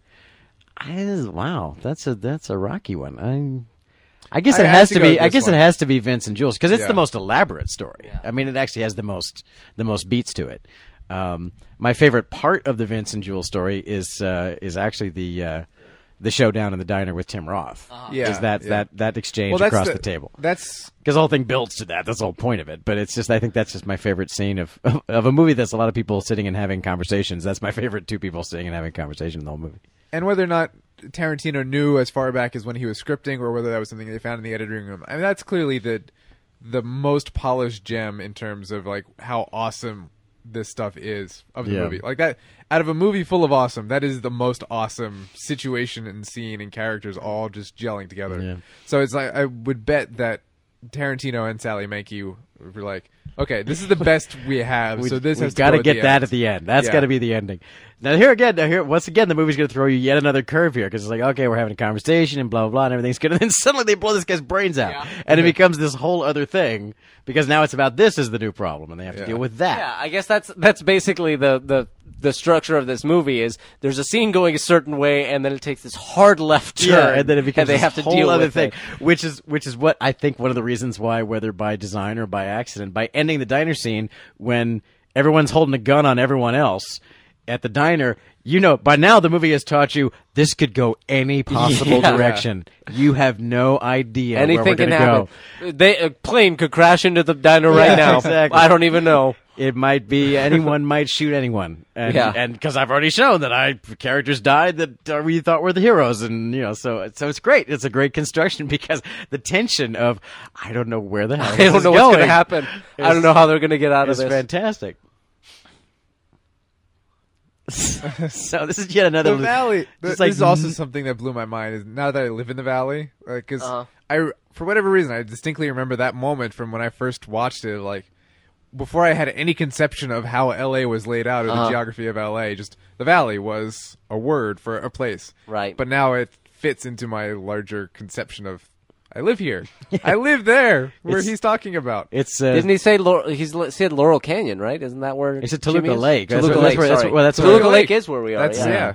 [SPEAKER 5] I, wow, that's a that's a rocky one. I I guess
[SPEAKER 4] I
[SPEAKER 5] it
[SPEAKER 4] have
[SPEAKER 5] has
[SPEAKER 4] to
[SPEAKER 5] to
[SPEAKER 4] go
[SPEAKER 5] be.
[SPEAKER 4] with
[SPEAKER 5] I
[SPEAKER 4] this
[SPEAKER 5] guess
[SPEAKER 4] one.
[SPEAKER 5] it has to be Vince and Jules because it's the
[SPEAKER 4] Yeah.
[SPEAKER 5] most most elaborate story. I mean, it actually has the most the most beats to it. Um, my favorite part of the Vince and Jewel story is uh, is actually the uh, the showdown in the diner with Tim Roth.
[SPEAKER 4] Yeah,
[SPEAKER 5] is that
[SPEAKER 4] yeah.
[SPEAKER 5] that that exchange
[SPEAKER 4] that's
[SPEAKER 5] across the, table?
[SPEAKER 4] That's
[SPEAKER 5] because the whole thing builds to that. That's the whole point of it. But it's just, I think that's just my favorite scene of of a movie that's a lot of people sitting and having conversations. That's my favorite two people sitting and having conversation in the whole movie.
[SPEAKER 4] and whether or not Tarantino knew as far back as when he was scripting, or whether that was something they found in the editing room. I mean, that's clearly the the most polished gem in terms of like how awesome this stuff is of the
[SPEAKER 5] Yeah.
[SPEAKER 4] movie. Like that, out of a movie full of awesome, that is the most awesome situation and scene and characters all just gelling together.
[SPEAKER 5] Yeah.
[SPEAKER 4] So it's like I would bet that Tarantino and Sally Mankey were like, okay, this is the best we have. so this has
[SPEAKER 5] got
[SPEAKER 4] to
[SPEAKER 5] to
[SPEAKER 4] go
[SPEAKER 5] get
[SPEAKER 4] the
[SPEAKER 5] that
[SPEAKER 4] end.
[SPEAKER 5] at the end. That's
[SPEAKER 4] Yeah.
[SPEAKER 5] got to be the ending. Now here again, now here once again, the movie's going to throw you yet another curve here because it's like, okay, we're having a conversation and blah blah, blah and everything's good, and then suddenly they blow this guy's brains out, and it becomes this whole other thing because now it's about this is the new problem, and they have to
[SPEAKER 4] Yeah.
[SPEAKER 5] deal with that.
[SPEAKER 3] Yeah, I guess that's that's basically the the the structure of this movie is there's a scene going a certain way and then it takes this hard left turn
[SPEAKER 5] Yeah, and then it becomes
[SPEAKER 3] and they have to
[SPEAKER 5] whole
[SPEAKER 3] deal
[SPEAKER 5] other
[SPEAKER 3] with
[SPEAKER 5] thing,
[SPEAKER 3] it.
[SPEAKER 5] which is which is what I think one of the reasons why, whether by design or by accident, by ending the diner scene when everyone's holding a gun on everyone else at the diner, you know, by now the movie has taught you this could go any possible
[SPEAKER 3] Yeah.
[SPEAKER 5] direction. You have no idea where we're
[SPEAKER 3] Anything can
[SPEAKER 5] gonna
[SPEAKER 3] happen.
[SPEAKER 5] go.
[SPEAKER 3] They a plane could crash into the diner
[SPEAKER 5] Yeah,
[SPEAKER 3] right now.
[SPEAKER 5] exactly.
[SPEAKER 3] I don't even know.
[SPEAKER 5] It might be anyone might shoot anyone, and
[SPEAKER 3] Yeah.
[SPEAKER 5] because I've already shown that I characters died that uh, we thought were the heroes, and you know, so so it's great. It's a great construction because the tension of I don't know where the hell
[SPEAKER 3] I don't know what's going to happen. I don't know how they're going to get out of
[SPEAKER 5] It's
[SPEAKER 3] this.
[SPEAKER 5] fantastic. so this is yet another
[SPEAKER 4] the valley. th-
[SPEAKER 5] Just like
[SPEAKER 4] this is also
[SPEAKER 5] n-
[SPEAKER 4] something that blew my mind. Is now that I live in the valley, because
[SPEAKER 3] Uh-huh.
[SPEAKER 4] I, for whatever reason, I distinctly remember that moment from when I first watched it. Like before, I had any conception of how L.A. was laid out or
[SPEAKER 3] Uh-huh.
[SPEAKER 4] the geography of L.A. Just the valley was a word for a place,
[SPEAKER 3] Right.
[SPEAKER 4] But now it fits into my larger conception of I live here. I live there, where
[SPEAKER 5] It's-
[SPEAKER 4] he's talking about.
[SPEAKER 5] It's uh,
[SPEAKER 3] Didn't he say Laurel, he's li- said Laurel Canyon, right? Isn't that where
[SPEAKER 5] It's at
[SPEAKER 3] Jimmy
[SPEAKER 5] Toluca
[SPEAKER 3] is?
[SPEAKER 5] Lake. That's
[SPEAKER 3] Toluca
[SPEAKER 5] where- that's
[SPEAKER 3] Lake.
[SPEAKER 5] where- that's
[SPEAKER 3] sorry.
[SPEAKER 5] where- that's where-
[SPEAKER 3] Toluca Lake is where we are.
[SPEAKER 4] That's,
[SPEAKER 3] yeah.
[SPEAKER 4] yeah.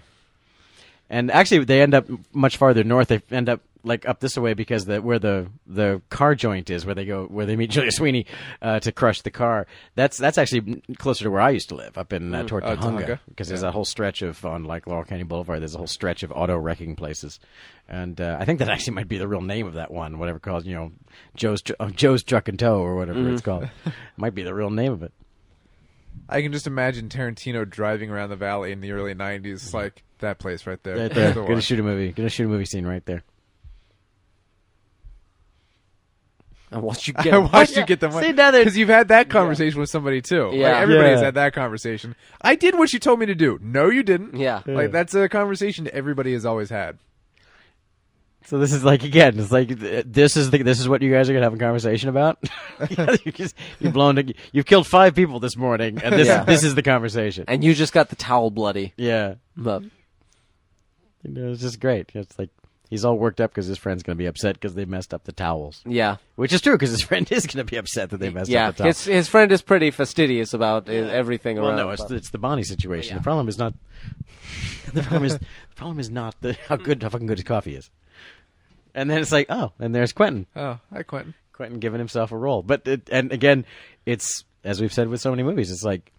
[SPEAKER 5] And actually, they end up much farther north. They end up like up this way because the where the the car joint is, where they go, where they meet Julia Sweeney uh, to crush the car. That's that's actually closer to where I used to live, up in uh,
[SPEAKER 4] Mm, oh,
[SPEAKER 5] Tortuga,
[SPEAKER 4] Tahunga.
[SPEAKER 5] because there's a whole stretch of on like Laurel Canyon Boulevard. There's a whole stretch of auto wrecking places, and uh, I think that actually might be the real name of that one, whatever called you know Joe's uh, Joe's Truck and Tow or whatever
[SPEAKER 4] Mm-hmm.
[SPEAKER 5] it's called. might be the real name of it.
[SPEAKER 4] I can just imagine Tarantino driving around the valley in the early '90s, like that place right there.
[SPEAKER 5] Right there.
[SPEAKER 4] The
[SPEAKER 5] Gonna
[SPEAKER 4] one.
[SPEAKER 5] shoot a movie. Gonna shoot a movie scene right there.
[SPEAKER 3] And once you
[SPEAKER 4] I
[SPEAKER 3] get
[SPEAKER 4] watched you get the money.
[SPEAKER 5] See, now they're-
[SPEAKER 4] because you've had that conversation with somebody too.
[SPEAKER 3] Yeah.
[SPEAKER 4] like, everybody's
[SPEAKER 5] Yeah.
[SPEAKER 4] had that conversation. I did what you told me to do. No, you didn't.
[SPEAKER 3] Yeah. Yeah.
[SPEAKER 4] like that's a conversation everybody has always had.
[SPEAKER 5] So this is like again, it's like th- this is the, this is what you guys are gonna have a conversation about. you just, you've blown, a- you've killed five people this morning, and this
[SPEAKER 3] Yeah.
[SPEAKER 5] this is the conversation.
[SPEAKER 3] and you just got the towel bloody.
[SPEAKER 5] yeah,
[SPEAKER 3] But
[SPEAKER 5] you know, it's just great. It's like he's all worked up because his friend's gonna be upset because they messed up the towels,
[SPEAKER 3] yeah.
[SPEAKER 5] which is true because his friend is gonna be upset that they messed
[SPEAKER 3] yeah,
[SPEAKER 5] up the towels.
[SPEAKER 3] his his friend is pretty fastidious about uh, everything
[SPEAKER 5] Well,
[SPEAKER 3] around.
[SPEAKER 5] no, it's
[SPEAKER 3] but-
[SPEAKER 5] the, it's the Bonnie situation.
[SPEAKER 3] Yeah.
[SPEAKER 5] The problem is not the problem is the problem is not the how good how fucking good his coffee is. And then it's like, oh, and there's Quentin.
[SPEAKER 4] Oh, hi Quentin.
[SPEAKER 5] Quentin giving himself a role. But it, and again, it's as we've said with so many movies, it's like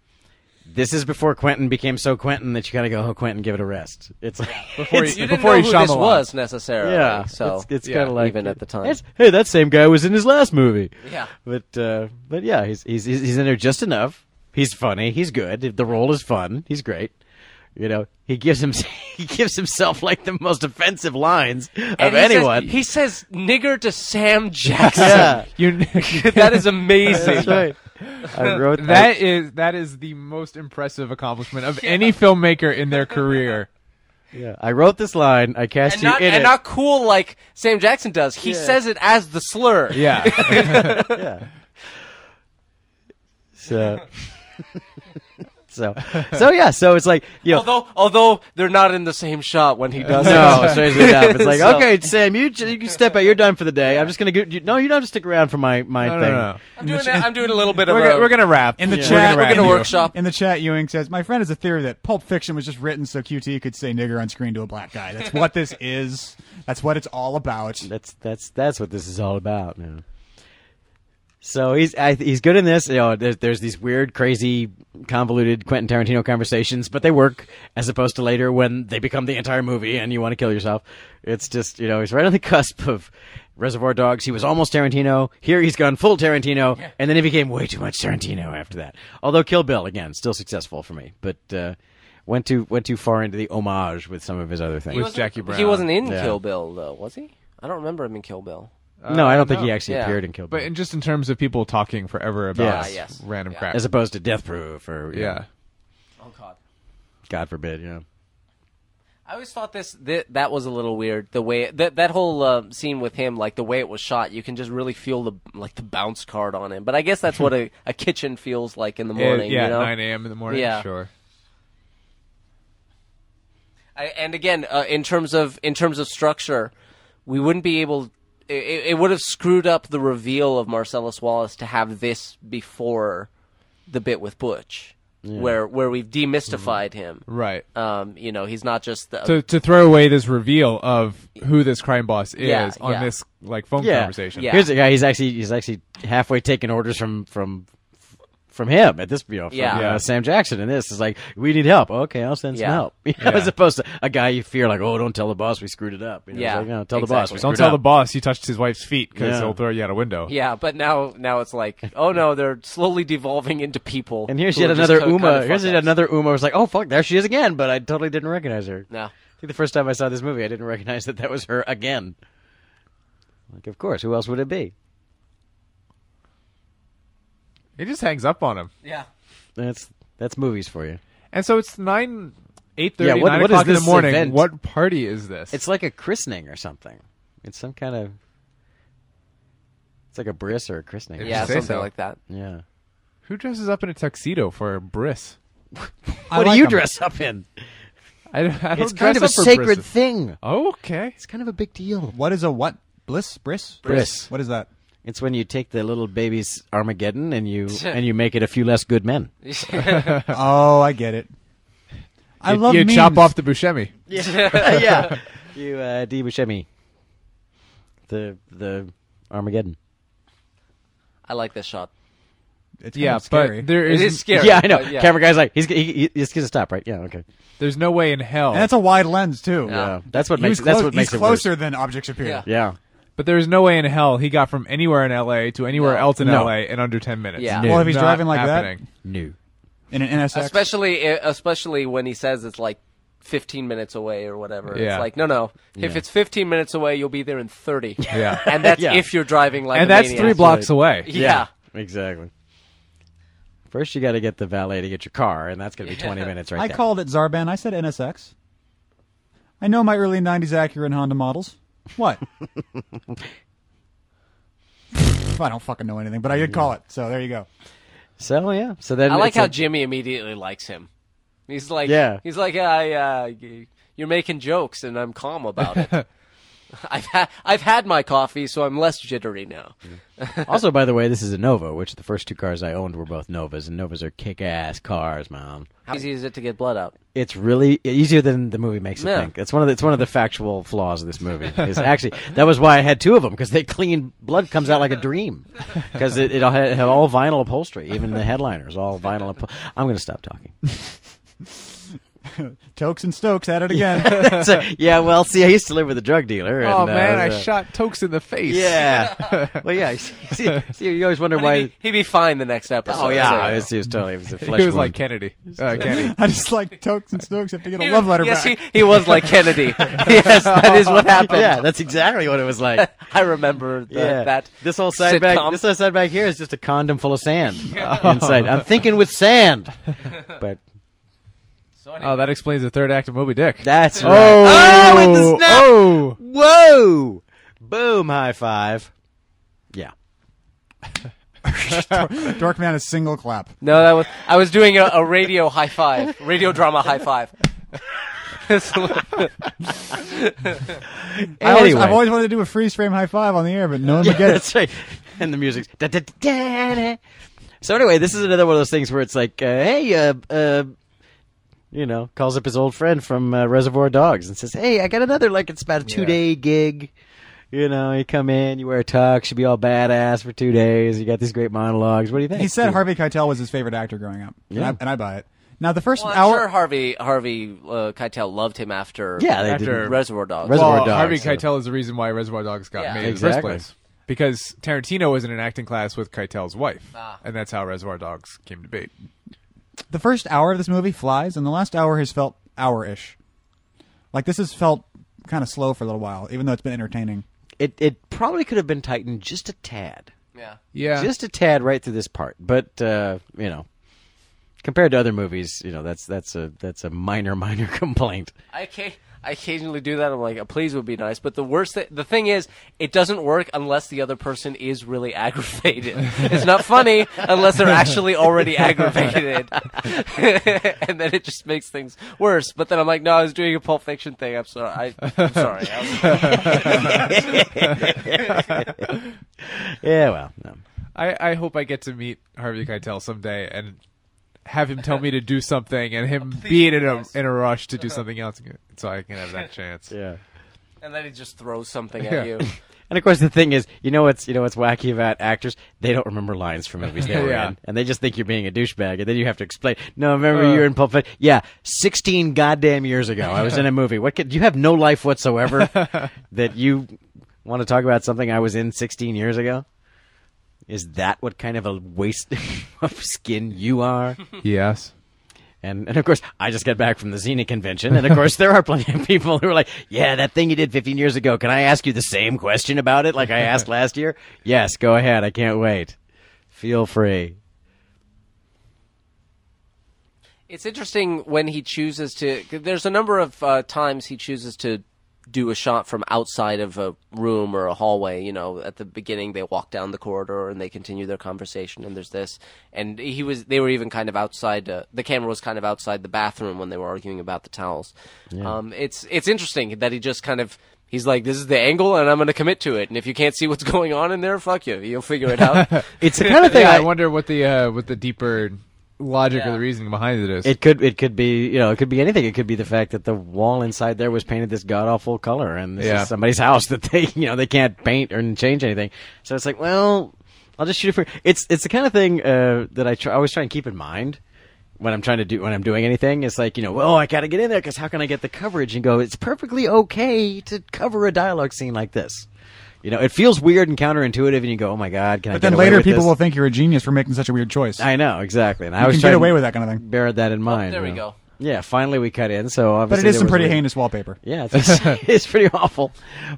[SPEAKER 5] this is before Quentin became so Quentin that you kind of go, oh, Quentin, give it a rest. It's like
[SPEAKER 4] Before
[SPEAKER 5] it's-
[SPEAKER 4] he-
[SPEAKER 3] you didn't
[SPEAKER 4] before
[SPEAKER 3] know
[SPEAKER 4] he
[SPEAKER 3] who this
[SPEAKER 4] Shyamalan.
[SPEAKER 3] was necessarily.
[SPEAKER 5] yeah,
[SPEAKER 3] so
[SPEAKER 5] it's, it's
[SPEAKER 4] yeah,
[SPEAKER 5] kind of like
[SPEAKER 3] even at the time.
[SPEAKER 5] it's, hey, that same guy was in his last movie.
[SPEAKER 3] Yeah.
[SPEAKER 5] but uh, but yeah, he's, he's he's he's in there just enough. He's funny. He's good. The role is fun. He's great. You know, he gives him he gives himself like the most offensive lines of
[SPEAKER 3] And he says-
[SPEAKER 5] anyone.
[SPEAKER 3] he says nigger to Sam Jackson.
[SPEAKER 5] Yeah.
[SPEAKER 4] You
[SPEAKER 3] that is amazing.
[SPEAKER 5] That's right. I wrote
[SPEAKER 4] that is that is the most impressive accomplishment of any filmmaker in their career.
[SPEAKER 5] Yeah, I wrote this line. I cast
[SPEAKER 3] And
[SPEAKER 5] you
[SPEAKER 3] not,
[SPEAKER 5] in
[SPEAKER 3] and
[SPEAKER 5] it.
[SPEAKER 3] not cool like Sam Jackson does. He says it as the slur.
[SPEAKER 4] Yeah,
[SPEAKER 5] yeah. So. so. So yeah. So it's like you know.
[SPEAKER 3] Although although they're not in the same shot when he does it.
[SPEAKER 5] no, strangely enough, it's like
[SPEAKER 3] So-
[SPEAKER 5] okay, Sam, you j- you can step out. You're done for the day. I'm just gonna go. You, no, you don't have to stick around for my my
[SPEAKER 4] no,
[SPEAKER 5] thing.
[SPEAKER 4] no, no.
[SPEAKER 3] I'm doing, a, I'm doing a little bit of
[SPEAKER 4] We're,
[SPEAKER 3] a.
[SPEAKER 4] gonna, we're gonna wrap
[SPEAKER 2] In the
[SPEAKER 4] Yeah.
[SPEAKER 2] chat,
[SPEAKER 3] we're
[SPEAKER 2] Right.
[SPEAKER 3] gonna
[SPEAKER 2] You.
[SPEAKER 3] workshop.
[SPEAKER 2] In the chat, Ewing says, "My friend has a theory that Pulp Fiction was just written so QT could say nigger on screen to a black guy. That's what this is. That's what it's all about."
[SPEAKER 5] That's that's that's what this is all about, man. So he's I, he's good in this. You know, there's, there's these weird, crazy, convoluted Quentin Tarantino conversations, but they work as opposed to later when they become the entire movie and you want to kill yourself. It's just you know he's right on the cusp of Reservoir Dogs. He was almost Tarantino. Here he's gone full Tarantino, and then he became way too much Tarantino after that. Although Kill Bill again still successful for me, but uh, went too went too far into the homage with some of his other things.
[SPEAKER 4] With Jackie Brown.
[SPEAKER 3] He wasn't in
[SPEAKER 5] Yeah.
[SPEAKER 3] Kill Bill though, was he? I don't remember him in Kill Bill.
[SPEAKER 5] no, I don't think he
[SPEAKER 4] no.
[SPEAKER 5] actually
[SPEAKER 3] Yeah.
[SPEAKER 5] appeared in Kill Bill.
[SPEAKER 4] But in, just in terms of people talking forever
[SPEAKER 5] Yes.
[SPEAKER 4] about
[SPEAKER 5] Ah,
[SPEAKER 3] yes.
[SPEAKER 4] random
[SPEAKER 3] Yeah.
[SPEAKER 4] crap.
[SPEAKER 5] as opposed to Death Proof or you know,
[SPEAKER 4] yeah.
[SPEAKER 3] Oh God.
[SPEAKER 5] God forbid, you know.
[SPEAKER 3] I always thought this th- that was a little weird. The way that that whole uh, scene with him, like the way it was shot, you can just really feel the like the bounce card on him. But I guess that's what a, a kitchen feels like in the morning.
[SPEAKER 4] yeah,
[SPEAKER 3] you know?
[SPEAKER 4] 9 a.m. in the morning.
[SPEAKER 3] Yeah.
[SPEAKER 4] Sure.
[SPEAKER 3] I, and again, uh, in terms of in terms of structure, we wouldn't be able. It, it would have screwed up the reveal of Marcellus Wallace to have this before the bit with Butch, where where we've demystified him.
[SPEAKER 4] Right.
[SPEAKER 5] Uh,
[SPEAKER 3] Um, you know, he's not just the,
[SPEAKER 4] to, to throw away this reveal of who this crime boss is
[SPEAKER 3] Yeah,
[SPEAKER 4] on
[SPEAKER 3] yeah.
[SPEAKER 4] this like phone
[SPEAKER 5] Yeah.
[SPEAKER 4] conversation.
[SPEAKER 3] Yeah.
[SPEAKER 5] Here's a guy. He's actually he's actually halfway taking orders from from from him at this you know, from,
[SPEAKER 3] Yeah.
[SPEAKER 5] uh,
[SPEAKER 4] Yeah.
[SPEAKER 5] Sam Jackson. And this is like we need help. Okay, I'll send
[SPEAKER 3] Yeah.
[SPEAKER 5] some help. You know, As opposed to a guy you fear like, oh, don't tell the boss we screwed it up. You know, it's
[SPEAKER 3] Yeah.
[SPEAKER 5] like, no, tell the boss.
[SPEAKER 3] Exactly.
[SPEAKER 5] we
[SPEAKER 4] Don't
[SPEAKER 5] screwed
[SPEAKER 4] tell
[SPEAKER 5] up.
[SPEAKER 4] the boss you touched his wife's feet because
[SPEAKER 5] Yeah.
[SPEAKER 4] he'll throw you out a window.
[SPEAKER 3] Yeah, but now now it's like, oh no, they're slowly devolving into people.
[SPEAKER 5] And here's
[SPEAKER 3] who
[SPEAKER 5] yet
[SPEAKER 3] are just
[SPEAKER 5] another
[SPEAKER 3] co- kind
[SPEAKER 5] Uma.
[SPEAKER 3] of
[SPEAKER 5] here's
[SPEAKER 3] fuck-ups.
[SPEAKER 5] yet another Uma. Was like, oh fuck, there she is again. But I totally didn't recognize her.
[SPEAKER 3] No.
[SPEAKER 5] I think the first time I saw this movie, I didn't recognize that that was her again. Like, of course, who else would it be?
[SPEAKER 4] He just hangs up on him.
[SPEAKER 3] Yeah.
[SPEAKER 5] That's that's movies for you.
[SPEAKER 4] And so it's nine, eight thirty,
[SPEAKER 5] Yeah,
[SPEAKER 4] nine
[SPEAKER 5] what- what is
[SPEAKER 4] o'clock in the
[SPEAKER 5] this
[SPEAKER 4] morning.
[SPEAKER 5] event?
[SPEAKER 4] What party is this?
[SPEAKER 5] It's like a christening or something. It's some kind of. It's like a bris or a christening.
[SPEAKER 4] If
[SPEAKER 3] Yeah,
[SPEAKER 4] you say
[SPEAKER 3] something
[SPEAKER 4] so.
[SPEAKER 3] like that.
[SPEAKER 5] Yeah.
[SPEAKER 4] who dresses up in a tuxedo for a bris?
[SPEAKER 2] I
[SPEAKER 5] what
[SPEAKER 2] like
[SPEAKER 5] do you
[SPEAKER 2] them.
[SPEAKER 5] dress up in?
[SPEAKER 4] I, I don't dress
[SPEAKER 5] It's kind of a
[SPEAKER 4] up for
[SPEAKER 5] sacred
[SPEAKER 4] brises.
[SPEAKER 5] thing.
[SPEAKER 4] Oh, okay.
[SPEAKER 5] It's kind of a big deal.
[SPEAKER 2] What is a what? Bliss? Briss?
[SPEAKER 5] Briss.
[SPEAKER 2] What is that?
[SPEAKER 5] It's when you take the little baby's Armageddon and you and you make it a few less good men.
[SPEAKER 2] oh, I get it. I
[SPEAKER 4] you,
[SPEAKER 2] love
[SPEAKER 4] you
[SPEAKER 2] memes.
[SPEAKER 4] chop off the Buscemi.
[SPEAKER 5] Yeah, yeah. You uh, D. Buscemi. The the Armageddon.
[SPEAKER 3] I like this shot.
[SPEAKER 2] It's kind
[SPEAKER 4] Yeah,
[SPEAKER 2] of scary.
[SPEAKER 4] but there
[SPEAKER 3] It
[SPEAKER 4] is,
[SPEAKER 3] is scary.
[SPEAKER 5] yeah, I know.
[SPEAKER 3] but yeah.
[SPEAKER 5] Camera guy's like he's g- he, he, he's gonna stop right. Yeah, okay.
[SPEAKER 4] there's no way in hell.
[SPEAKER 2] and that's a wide lens too.
[SPEAKER 5] Yeah, that's what
[SPEAKER 2] He was
[SPEAKER 5] makes that's
[SPEAKER 2] clo-
[SPEAKER 5] what makes
[SPEAKER 2] he's
[SPEAKER 5] it worse.
[SPEAKER 2] closer than objects appear.
[SPEAKER 3] Yeah.
[SPEAKER 5] Yeah.
[SPEAKER 4] but there's no way in hell he got from anywhere in L.A. to anywhere
[SPEAKER 3] No.
[SPEAKER 4] else in
[SPEAKER 5] No.
[SPEAKER 4] L.A. in under ten minutes.
[SPEAKER 3] Yeah.
[SPEAKER 2] Well, if he's
[SPEAKER 4] Not
[SPEAKER 2] driving like that-
[SPEAKER 4] happening.
[SPEAKER 5] New.
[SPEAKER 2] In an NSX.
[SPEAKER 3] Especially eh, especially when he says it's like 15 minutes away or whatever.
[SPEAKER 4] Yeah.
[SPEAKER 3] It's like, no, no. If
[SPEAKER 5] Yeah.
[SPEAKER 3] it's 15 minutes away, you'll be there in 30.
[SPEAKER 4] Yeah.
[SPEAKER 3] And that's
[SPEAKER 5] Yeah.
[SPEAKER 3] if you're driving like
[SPEAKER 4] and
[SPEAKER 3] a
[SPEAKER 4] that's
[SPEAKER 3] maniac.
[SPEAKER 4] three blocks away.
[SPEAKER 3] Yeah.
[SPEAKER 5] Exactly. First, you got to get the valet to get your car, and that's going to be 20 minutes right
[SPEAKER 2] I
[SPEAKER 5] there.
[SPEAKER 2] called it Zarban. I said NSX. I know my early '90s Acura and Honda models. What? I don't fucking know anything, but I did call it. So there you go.
[SPEAKER 5] So, yeah. So then
[SPEAKER 3] I like
[SPEAKER 5] it's
[SPEAKER 3] how
[SPEAKER 5] a-
[SPEAKER 3] Jimmy immediately likes him. He's like
[SPEAKER 5] Yeah.
[SPEAKER 3] he's like I uh, y- you're making jokes and I'm calm about it. I've had I've had my coffee, so I'm less jittery now.
[SPEAKER 5] also, by the way, this is a Nova, which the first two cars I owned were both Novas, and Novas are kick ass cars, man.
[SPEAKER 3] How easy is it to get blood out?
[SPEAKER 5] It's really easier than the movie makes you
[SPEAKER 3] Yeah.
[SPEAKER 5] think. It's one of the, it's one of the factual flaws of this movie. Is actually that was why I had two of them because they clean blood comes out like a dream because it, it all had, had all vinyl upholstery, even the headliners all vinyl. Upho- I'm going to stop talking.
[SPEAKER 2] Tokes and Stokes at it again.
[SPEAKER 5] So, yeah, well, see, I used to live with a drug dealer.
[SPEAKER 4] Oh
[SPEAKER 5] and, uh,
[SPEAKER 4] man, I
[SPEAKER 5] uh,
[SPEAKER 4] shot Tokes in the face.
[SPEAKER 5] Yeah. well, yeah. See, see, you always wonder why.
[SPEAKER 3] He'd, he'd be fine the next episode.
[SPEAKER 5] Oh yeah,
[SPEAKER 3] So-
[SPEAKER 5] it was, it was totally. It was a
[SPEAKER 4] he
[SPEAKER 5] flesh
[SPEAKER 4] was like
[SPEAKER 5] wound.
[SPEAKER 4] Kennedy. Uh, Kennedy.
[SPEAKER 2] I just like Tokes and Stokes have to get a love letter
[SPEAKER 3] yes,
[SPEAKER 2] back.
[SPEAKER 3] He, he was like Kennedy. yes, that is what happened.
[SPEAKER 5] yeah, that's exactly what it was like.
[SPEAKER 3] I remember the,
[SPEAKER 5] yeah.
[SPEAKER 3] that.
[SPEAKER 5] this whole side
[SPEAKER 3] sitcom.
[SPEAKER 5] back, this whole side back here is just a condom full of sand Uh, inside. I'm thinking with sand, but
[SPEAKER 4] Oh, that explains the third act of Moby Dick.
[SPEAKER 5] that's
[SPEAKER 4] oh,
[SPEAKER 5] right.
[SPEAKER 4] oh,
[SPEAKER 5] with the snap!
[SPEAKER 4] oh,
[SPEAKER 5] Whoa! Boom! High five. Yeah.
[SPEAKER 2] Dork man is single clap.
[SPEAKER 3] No, that was I was doing a, a radio high five, radio drama high five.
[SPEAKER 2] I always,
[SPEAKER 5] Anyway.
[SPEAKER 2] I've always wanted to do a freeze frame high five on the air, but no one would get it.
[SPEAKER 5] That's right. And the music's da, da, da, da, da. So anyway, this is another one of those things where it's like, uh, hey, uh, uh, you know, calls up his old friend from uh, Reservoir Dogs and says, hey, I got another like it's about a two day gig. You know, you come in, you wear a tux, you be all badass for two days. You got these great monologues. What do you think?
[SPEAKER 2] He said Harvey Keitel was his favorite actor growing up. And, I,
[SPEAKER 5] Yeah.
[SPEAKER 2] and I buy it. Now, the first
[SPEAKER 3] Well, I'm
[SPEAKER 2] hour.
[SPEAKER 3] sure Harvey Harvey uh, Keitel loved him after
[SPEAKER 5] Yeah, they
[SPEAKER 4] After-
[SPEAKER 5] did.
[SPEAKER 3] Reservoir Dogs.
[SPEAKER 5] Reservoir
[SPEAKER 4] well,
[SPEAKER 5] Dogs,
[SPEAKER 4] Harvey
[SPEAKER 5] so-
[SPEAKER 4] Keitel is the reason why Reservoir Dogs got
[SPEAKER 3] Yeah.
[SPEAKER 4] made
[SPEAKER 5] Exactly.
[SPEAKER 4] in the first place. Because Tarantino was in an acting class with Keitel's wife, and that's how Reservoir Dogs came to be.
[SPEAKER 2] the first hour of this movie flies, and the last hour has felt hour-ish. Like this has felt kind of slow for a little while, even though it's been entertaining.
[SPEAKER 5] it it probably could have been tightened just a tad,
[SPEAKER 3] yeah.
[SPEAKER 4] Yeah,
[SPEAKER 5] just a tad right through this part. But uh, you know, compared to other movies, you know that's that's a that's a minor minor complaint.
[SPEAKER 3] I ca- I occasionally do that. I'm like, a please would be nice, but the worst thi- the thing is, it doesn't work unless the other person is really aggravated. it's not funny unless they're actually already aggravated, and then it just makes things worse. But then I'm like, no, I was doing a Pulp Fiction thing. I'm sorry. I, I'm sorry. I was-
[SPEAKER 5] Yeah, well, no.
[SPEAKER 4] I, I hope I get to meet Harvey Keitel someday and have him tell me to do something and him being in a in a rush to do something else, so I can have that chance.
[SPEAKER 5] yeah.
[SPEAKER 3] and then he just throws something at
[SPEAKER 4] Yeah.
[SPEAKER 3] you.
[SPEAKER 5] And of course, the thing is, you know what's you know what's wacky about actors? They don't remember lines from movies they were
[SPEAKER 4] Yeah.
[SPEAKER 5] in, and they just think you're being a douchebag, and then you have to explain. No, remember
[SPEAKER 4] Uh.
[SPEAKER 5] you were in Pulp Fiction. Yeah, sixteen goddamn years ago, I was in a movie. What could you have no life whatsoever that you want to talk about something I was in sixteen years ago? Is that what kind of a waste of skin you are?
[SPEAKER 4] Yes.
[SPEAKER 5] And and of course, I just got back from the Xena convention, and of course, there are plenty of people who are like, "Yeah, that thing you did 15 years ago. Can I ask you the same question about it, like I asked last year?" Yes, go ahead. I can't wait. Feel free.
[SPEAKER 3] It's interesting when he chooses to. 'cause There's a number of uh, times he chooses to do a shot from outside of a room or a hallway. You know, at the beginning they walk down the corridor and they continue their conversation, and there's this. And he was. They were even kind of outside. Uh, the camera was kind of outside the bathroom when they were arguing about the towels. Um, it's it's interesting that he just kind of. He's like, this is the angle, and I'm going to commit to it. And if you can't see what's going on in there, fuck you. You'll figure it out.
[SPEAKER 5] It's the kind of thing
[SPEAKER 4] yeah, I,
[SPEAKER 5] I,
[SPEAKER 4] wonder what the uh, what the deeper logic
[SPEAKER 3] Yeah.
[SPEAKER 4] or the reasoning behind it is.
[SPEAKER 5] It could it could be you know it could be anything. It could be the fact that the wall inside there was painted this god awful color, and this
[SPEAKER 4] Yeah.
[SPEAKER 5] is somebody's house that they you know they can't paint or change anything. So it's like, well, I'll just shoot it for. It's it's the kind of thing uh, that I try, I always try and keep in mind when I'm trying to do when I'm doing anything. It's like you know, well, I got to get in there because how can I get the coverage? And go, it's perfectly okay to cover a dialogue scene like this. You know, it feels weird and counterintuitive, and you go, oh my god, can I?
[SPEAKER 2] But then
[SPEAKER 5] get away
[SPEAKER 2] later,
[SPEAKER 5] with
[SPEAKER 2] people
[SPEAKER 5] this?
[SPEAKER 2] will think you're a genius for making such a weird choice.
[SPEAKER 5] I know exactly, and I
[SPEAKER 2] you
[SPEAKER 5] was
[SPEAKER 2] can
[SPEAKER 5] trying
[SPEAKER 2] get
[SPEAKER 5] to-
[SPEAKER 2] away with that kind of thing.
[SPEAKER 5] bear that in mind.
[SPEAKER 3] Oh, there
[SPEAKER 5] you
[SPEAKER 3] we
[SPEAKER 5] know.
[SPEAKER 3] go.
[SPEAKER 5] Yeah, finally we cut in. So
[SPEAKER 2] But
[SPEAKER 5] obviously,
[SPEAKER 2] it is
[SPEAKER 5] there
[SPEAKER 2] some
[SPEAKER 5] was
[SPEAKER 2] pretty
[SPEAKER 5] a-
[SPEAKER 2] heinous wallpaper.
[SPEAKER 5] Yeah, it's, it's pretty awful.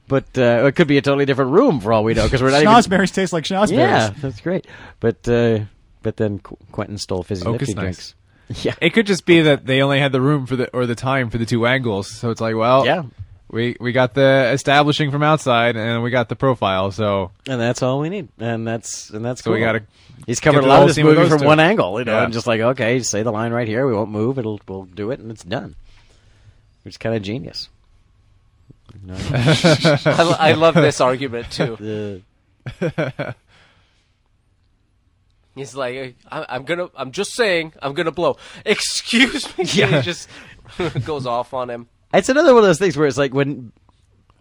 [SPEAKER 5] But uh, it could be a totally different room for all we know because we're not even.
[SPEAKER 2] Schnozberries taste like schnozberries.
[SPEAKER 5] Yeah, that's great. But uh, but then Qu- Quentin stole fizzy
[SPEAKER 4] Oak is
[SPEAKER 5] nifty
[SPEAKER 4] nice.
[SPEAKER 5] drinks. Yeah,
[SPEAKER 4] It could just be that they only had the room for the or the time for the two angles, so it's like, well,
[SPEAKER 5] Yeah.
[SPEAKER 4] we we got the establishing from outside and we got the profile, so
[SPEAKER 5] and that's all we need, and that's and that's
[SPEAKER 4] So
[SPEAKER 5] cool.
[SPEAKER 4] we gotta
[SPEAKER 5] He's
[SPEAKER 4] get
[SPEAKER 5] covered
[SPEAKER 4] the
[SPEAKER 5] a lot
[SPEAKER 4] whole
[SPEAKER 5] of this
[SPEAKER 4] scene with
[SPEAKER 5] movie
[SPEAKER 4] those
[SPEAKER 5] from
[SPEAKER 4] two.
[SPEAKER 5] one angle, you know.
[SPEAKER 4] Yeah.
[SPEAKER 5] I'm just like, okay, say the line right here. We won't move. It'll we'll do it, and it's done. It's kind of genius.
[SPEAKER 3] I, lo- I love this argument too.
[SPEAKER 5] The
[SPEAKER 3] He's like, I, I'm gonna, I'm just saying, I'm gonna blow. Excuse me. Yeah. He just goes off on him.
[SPEAKER 5] It's another one of those things where it's like when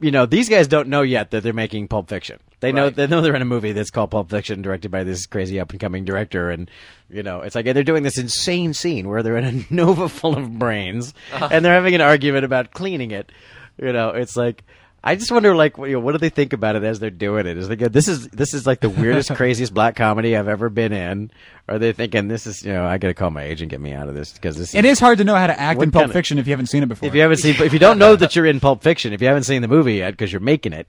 [SPEAKER 5] you know these guys don't know yet that they're making Pulp Fiction. They know
[SPEAKER 3] Right.
[SPEAKER 5] they know they're in a movie that's called Pulp Fiction, directed by this crazy up and coming director, and you know it's like they're doing this insane scene where they're in a Nova full of brains and they're having an argument about cleaning it. You know, it's like. I just wonder, like, what, you know, what do they think about it as they're doing it? Is they go, "This is this is like the weirdest, craziest black comedy I've ever been in," or are they thinking, "This is, you know, I gotta call my agent, get me out of this because this is
[SPEAKER 2] It is hard to know how to act
[SPEAKER 5] What
[SPEAKER 2] in Pulp
[SPEAKER 5] kind of-
[SPEAKER 2] Fiction if you haven't seen it before.
[SPEAKER 5] if you haven't seen, if you don't know that you're in Pulp Fiction, if you haven't seen the movie yet because you're making it,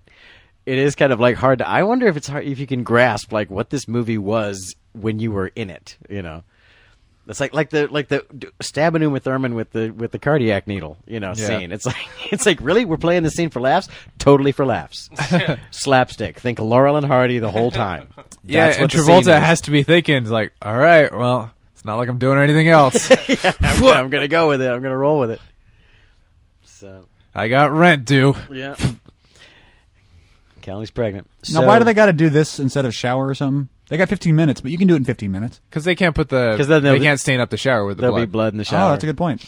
[SPEAKER 5] it is kind of like hard to. I wonder if it's hard if you can grasp like what this movie was when you were in it. You know, it's like like the like the d- stabbing Uma Thurman with the with the cardiac needle. You know,
[SPEAKER 4] Yeah.
[SPEAKER 5] scene. It's like it's like really we're playing this scene for laughs, totally for laughs, slapstick. Think Laurel and Hardy the whole time.
[SPEAKER 4] yeah,
[SPEAKER 5] That's
[SPEAKER 4] and
[SPEAKER 5] what the scene
[SPEAKER 4] Travolta
[SPEAKER 5] is.
[SPEAKER 4] has to be thinking, like, all right, well, it's not like I'm doing anything else.
[SPEAKER 5] I'm, I'm gonna go with it. I'm gonna roll with it. So
[SPEAKER 4] I got rent due.
[SPEAKER 5] yeah. Callie's pregnant.
[SPEAKER 2] now,
[SPEAKER 5] So-
[SPEAKER 2] why do they got to do this instead of shower or something? They got 15 minutes, but you can do it in 15 minutes.
[SPEAKER 4] Because they can't put the
[SPEAKER 5] 'Cause then
[SPEAKER 4] they
[SPEAKER 5] they'll-
[SPEAKER 4] can't stain up the shower with the
[SPEAKER 5] There'll
[SPEAKER 4] blood.
[SPEAKER 5] be blood in the shower.
[SPEAKER 2] Oh, that's a good point.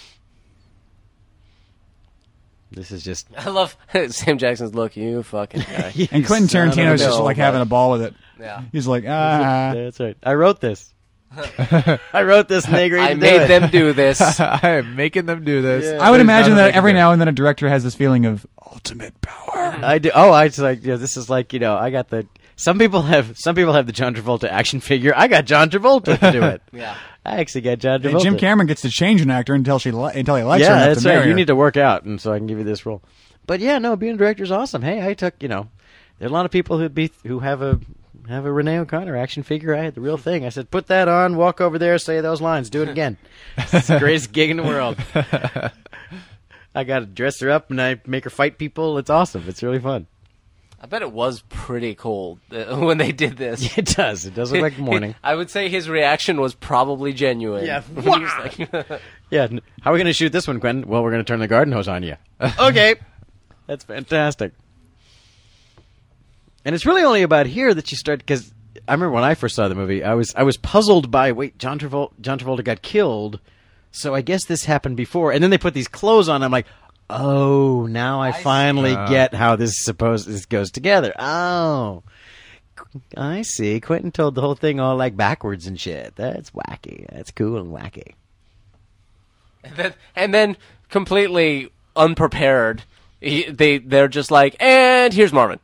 [SPEAKER 5] This is just
[SPEAKER 3] I love Sam Jackson's look. You fucking guy.
[SPEAKER 2] And Quentin
[SPEAKER 5] Son of a
[SPEAKER 2] Tarantino's just
[SPEAKER 3] bitch.
[SPEAKER 2] like having a ball with it.
[SPEAKER 3] Yeah.
[SPEAKER 2] He's like, ah.
[SPEAKER 5] That's right. I wrote this. I wrote this, and they agreed
[SPEAKER 3] I
[SPEAKER 5] to do
[SPEAKER 3] made
[SPEAKER 5] it.
[SPEAKER 3] them do this.
[SPEAKER 4] I am making them do this.
[SPEAKER 5] Yeah.
[SPEAKER 2] I would
[SPEAKER 4] There's
[SPEAKER 2] imagine
[SPEAKER 4] nothing I
[SPEAKER 2] that
[SPEAKER 4] can
[SPEAKER 2] every
[SPEAKER 4] do.
[SPEAKER 2] now and then a director has this feeling of ultimate power.
[SPEAKER 5] I do. Oh, I just like. Yeah, this is like you know. I got the. Some people have. Some people have the John Travolta action figure. I got John Travolta to do it.
[SPEAKER 3] Yeah.
[SPEAKER 5] I actually got John
[SPEAKER 2] And
[SPEAKER 5] Travolta.
[SPEAKER 2] Jim Cameron gets to change an actor until she li- until he likes her.
[SPEAKER 5] Yeah,
[SPEAKER 2] enough
[SPEAKER 5] that's
[SPEAKER 2] to marry
[SPEAKER 5] right. You
[SPEAKER 2] her.
[SPEAKER 5] need to work out, and so I can give you this role. But yeah, no, being a director is awesome. Hey, I took you know, there are a lot of people who be who have a have a Renee O'Connor action figure. I had the real thing. I said, put that on, walk over there, say those lines, do it again. it's the greatest gig in the world. I got to dress her up and I make her fight people. It's awesome. It's really fun.
[SPEAKER 3] I bet it was pretty cool uh, when they did this.
[SPEAKER 5] It does. It does look like morning.
[SPEAKER 3] I would say his reaction was probably genuine.
[SPEAKER 5] Yeah.
[SPEAKER 3] He was like-
[SPEAKER 5] Yeah. n- How are we going to shoot this one, Quentin? Well, we're going to turn the garden hose on you. okay. That's fantastic. And it's really only about here that you start because I remember when I first saw the movie, I was I was puzzled by wait John Travolta John Travolta got killed, so I guess this happened before. And then they put these clothes on. I'm like, oh, now I, finally get how this is supposed this goes together. Oh. I see. Quentin told the whole thing all like backwards and shit. That's wacky. That's cool and wacky.
[SPEAKER 3] and then- and then completely unprepared, he, they they're just like, and here's Marvin.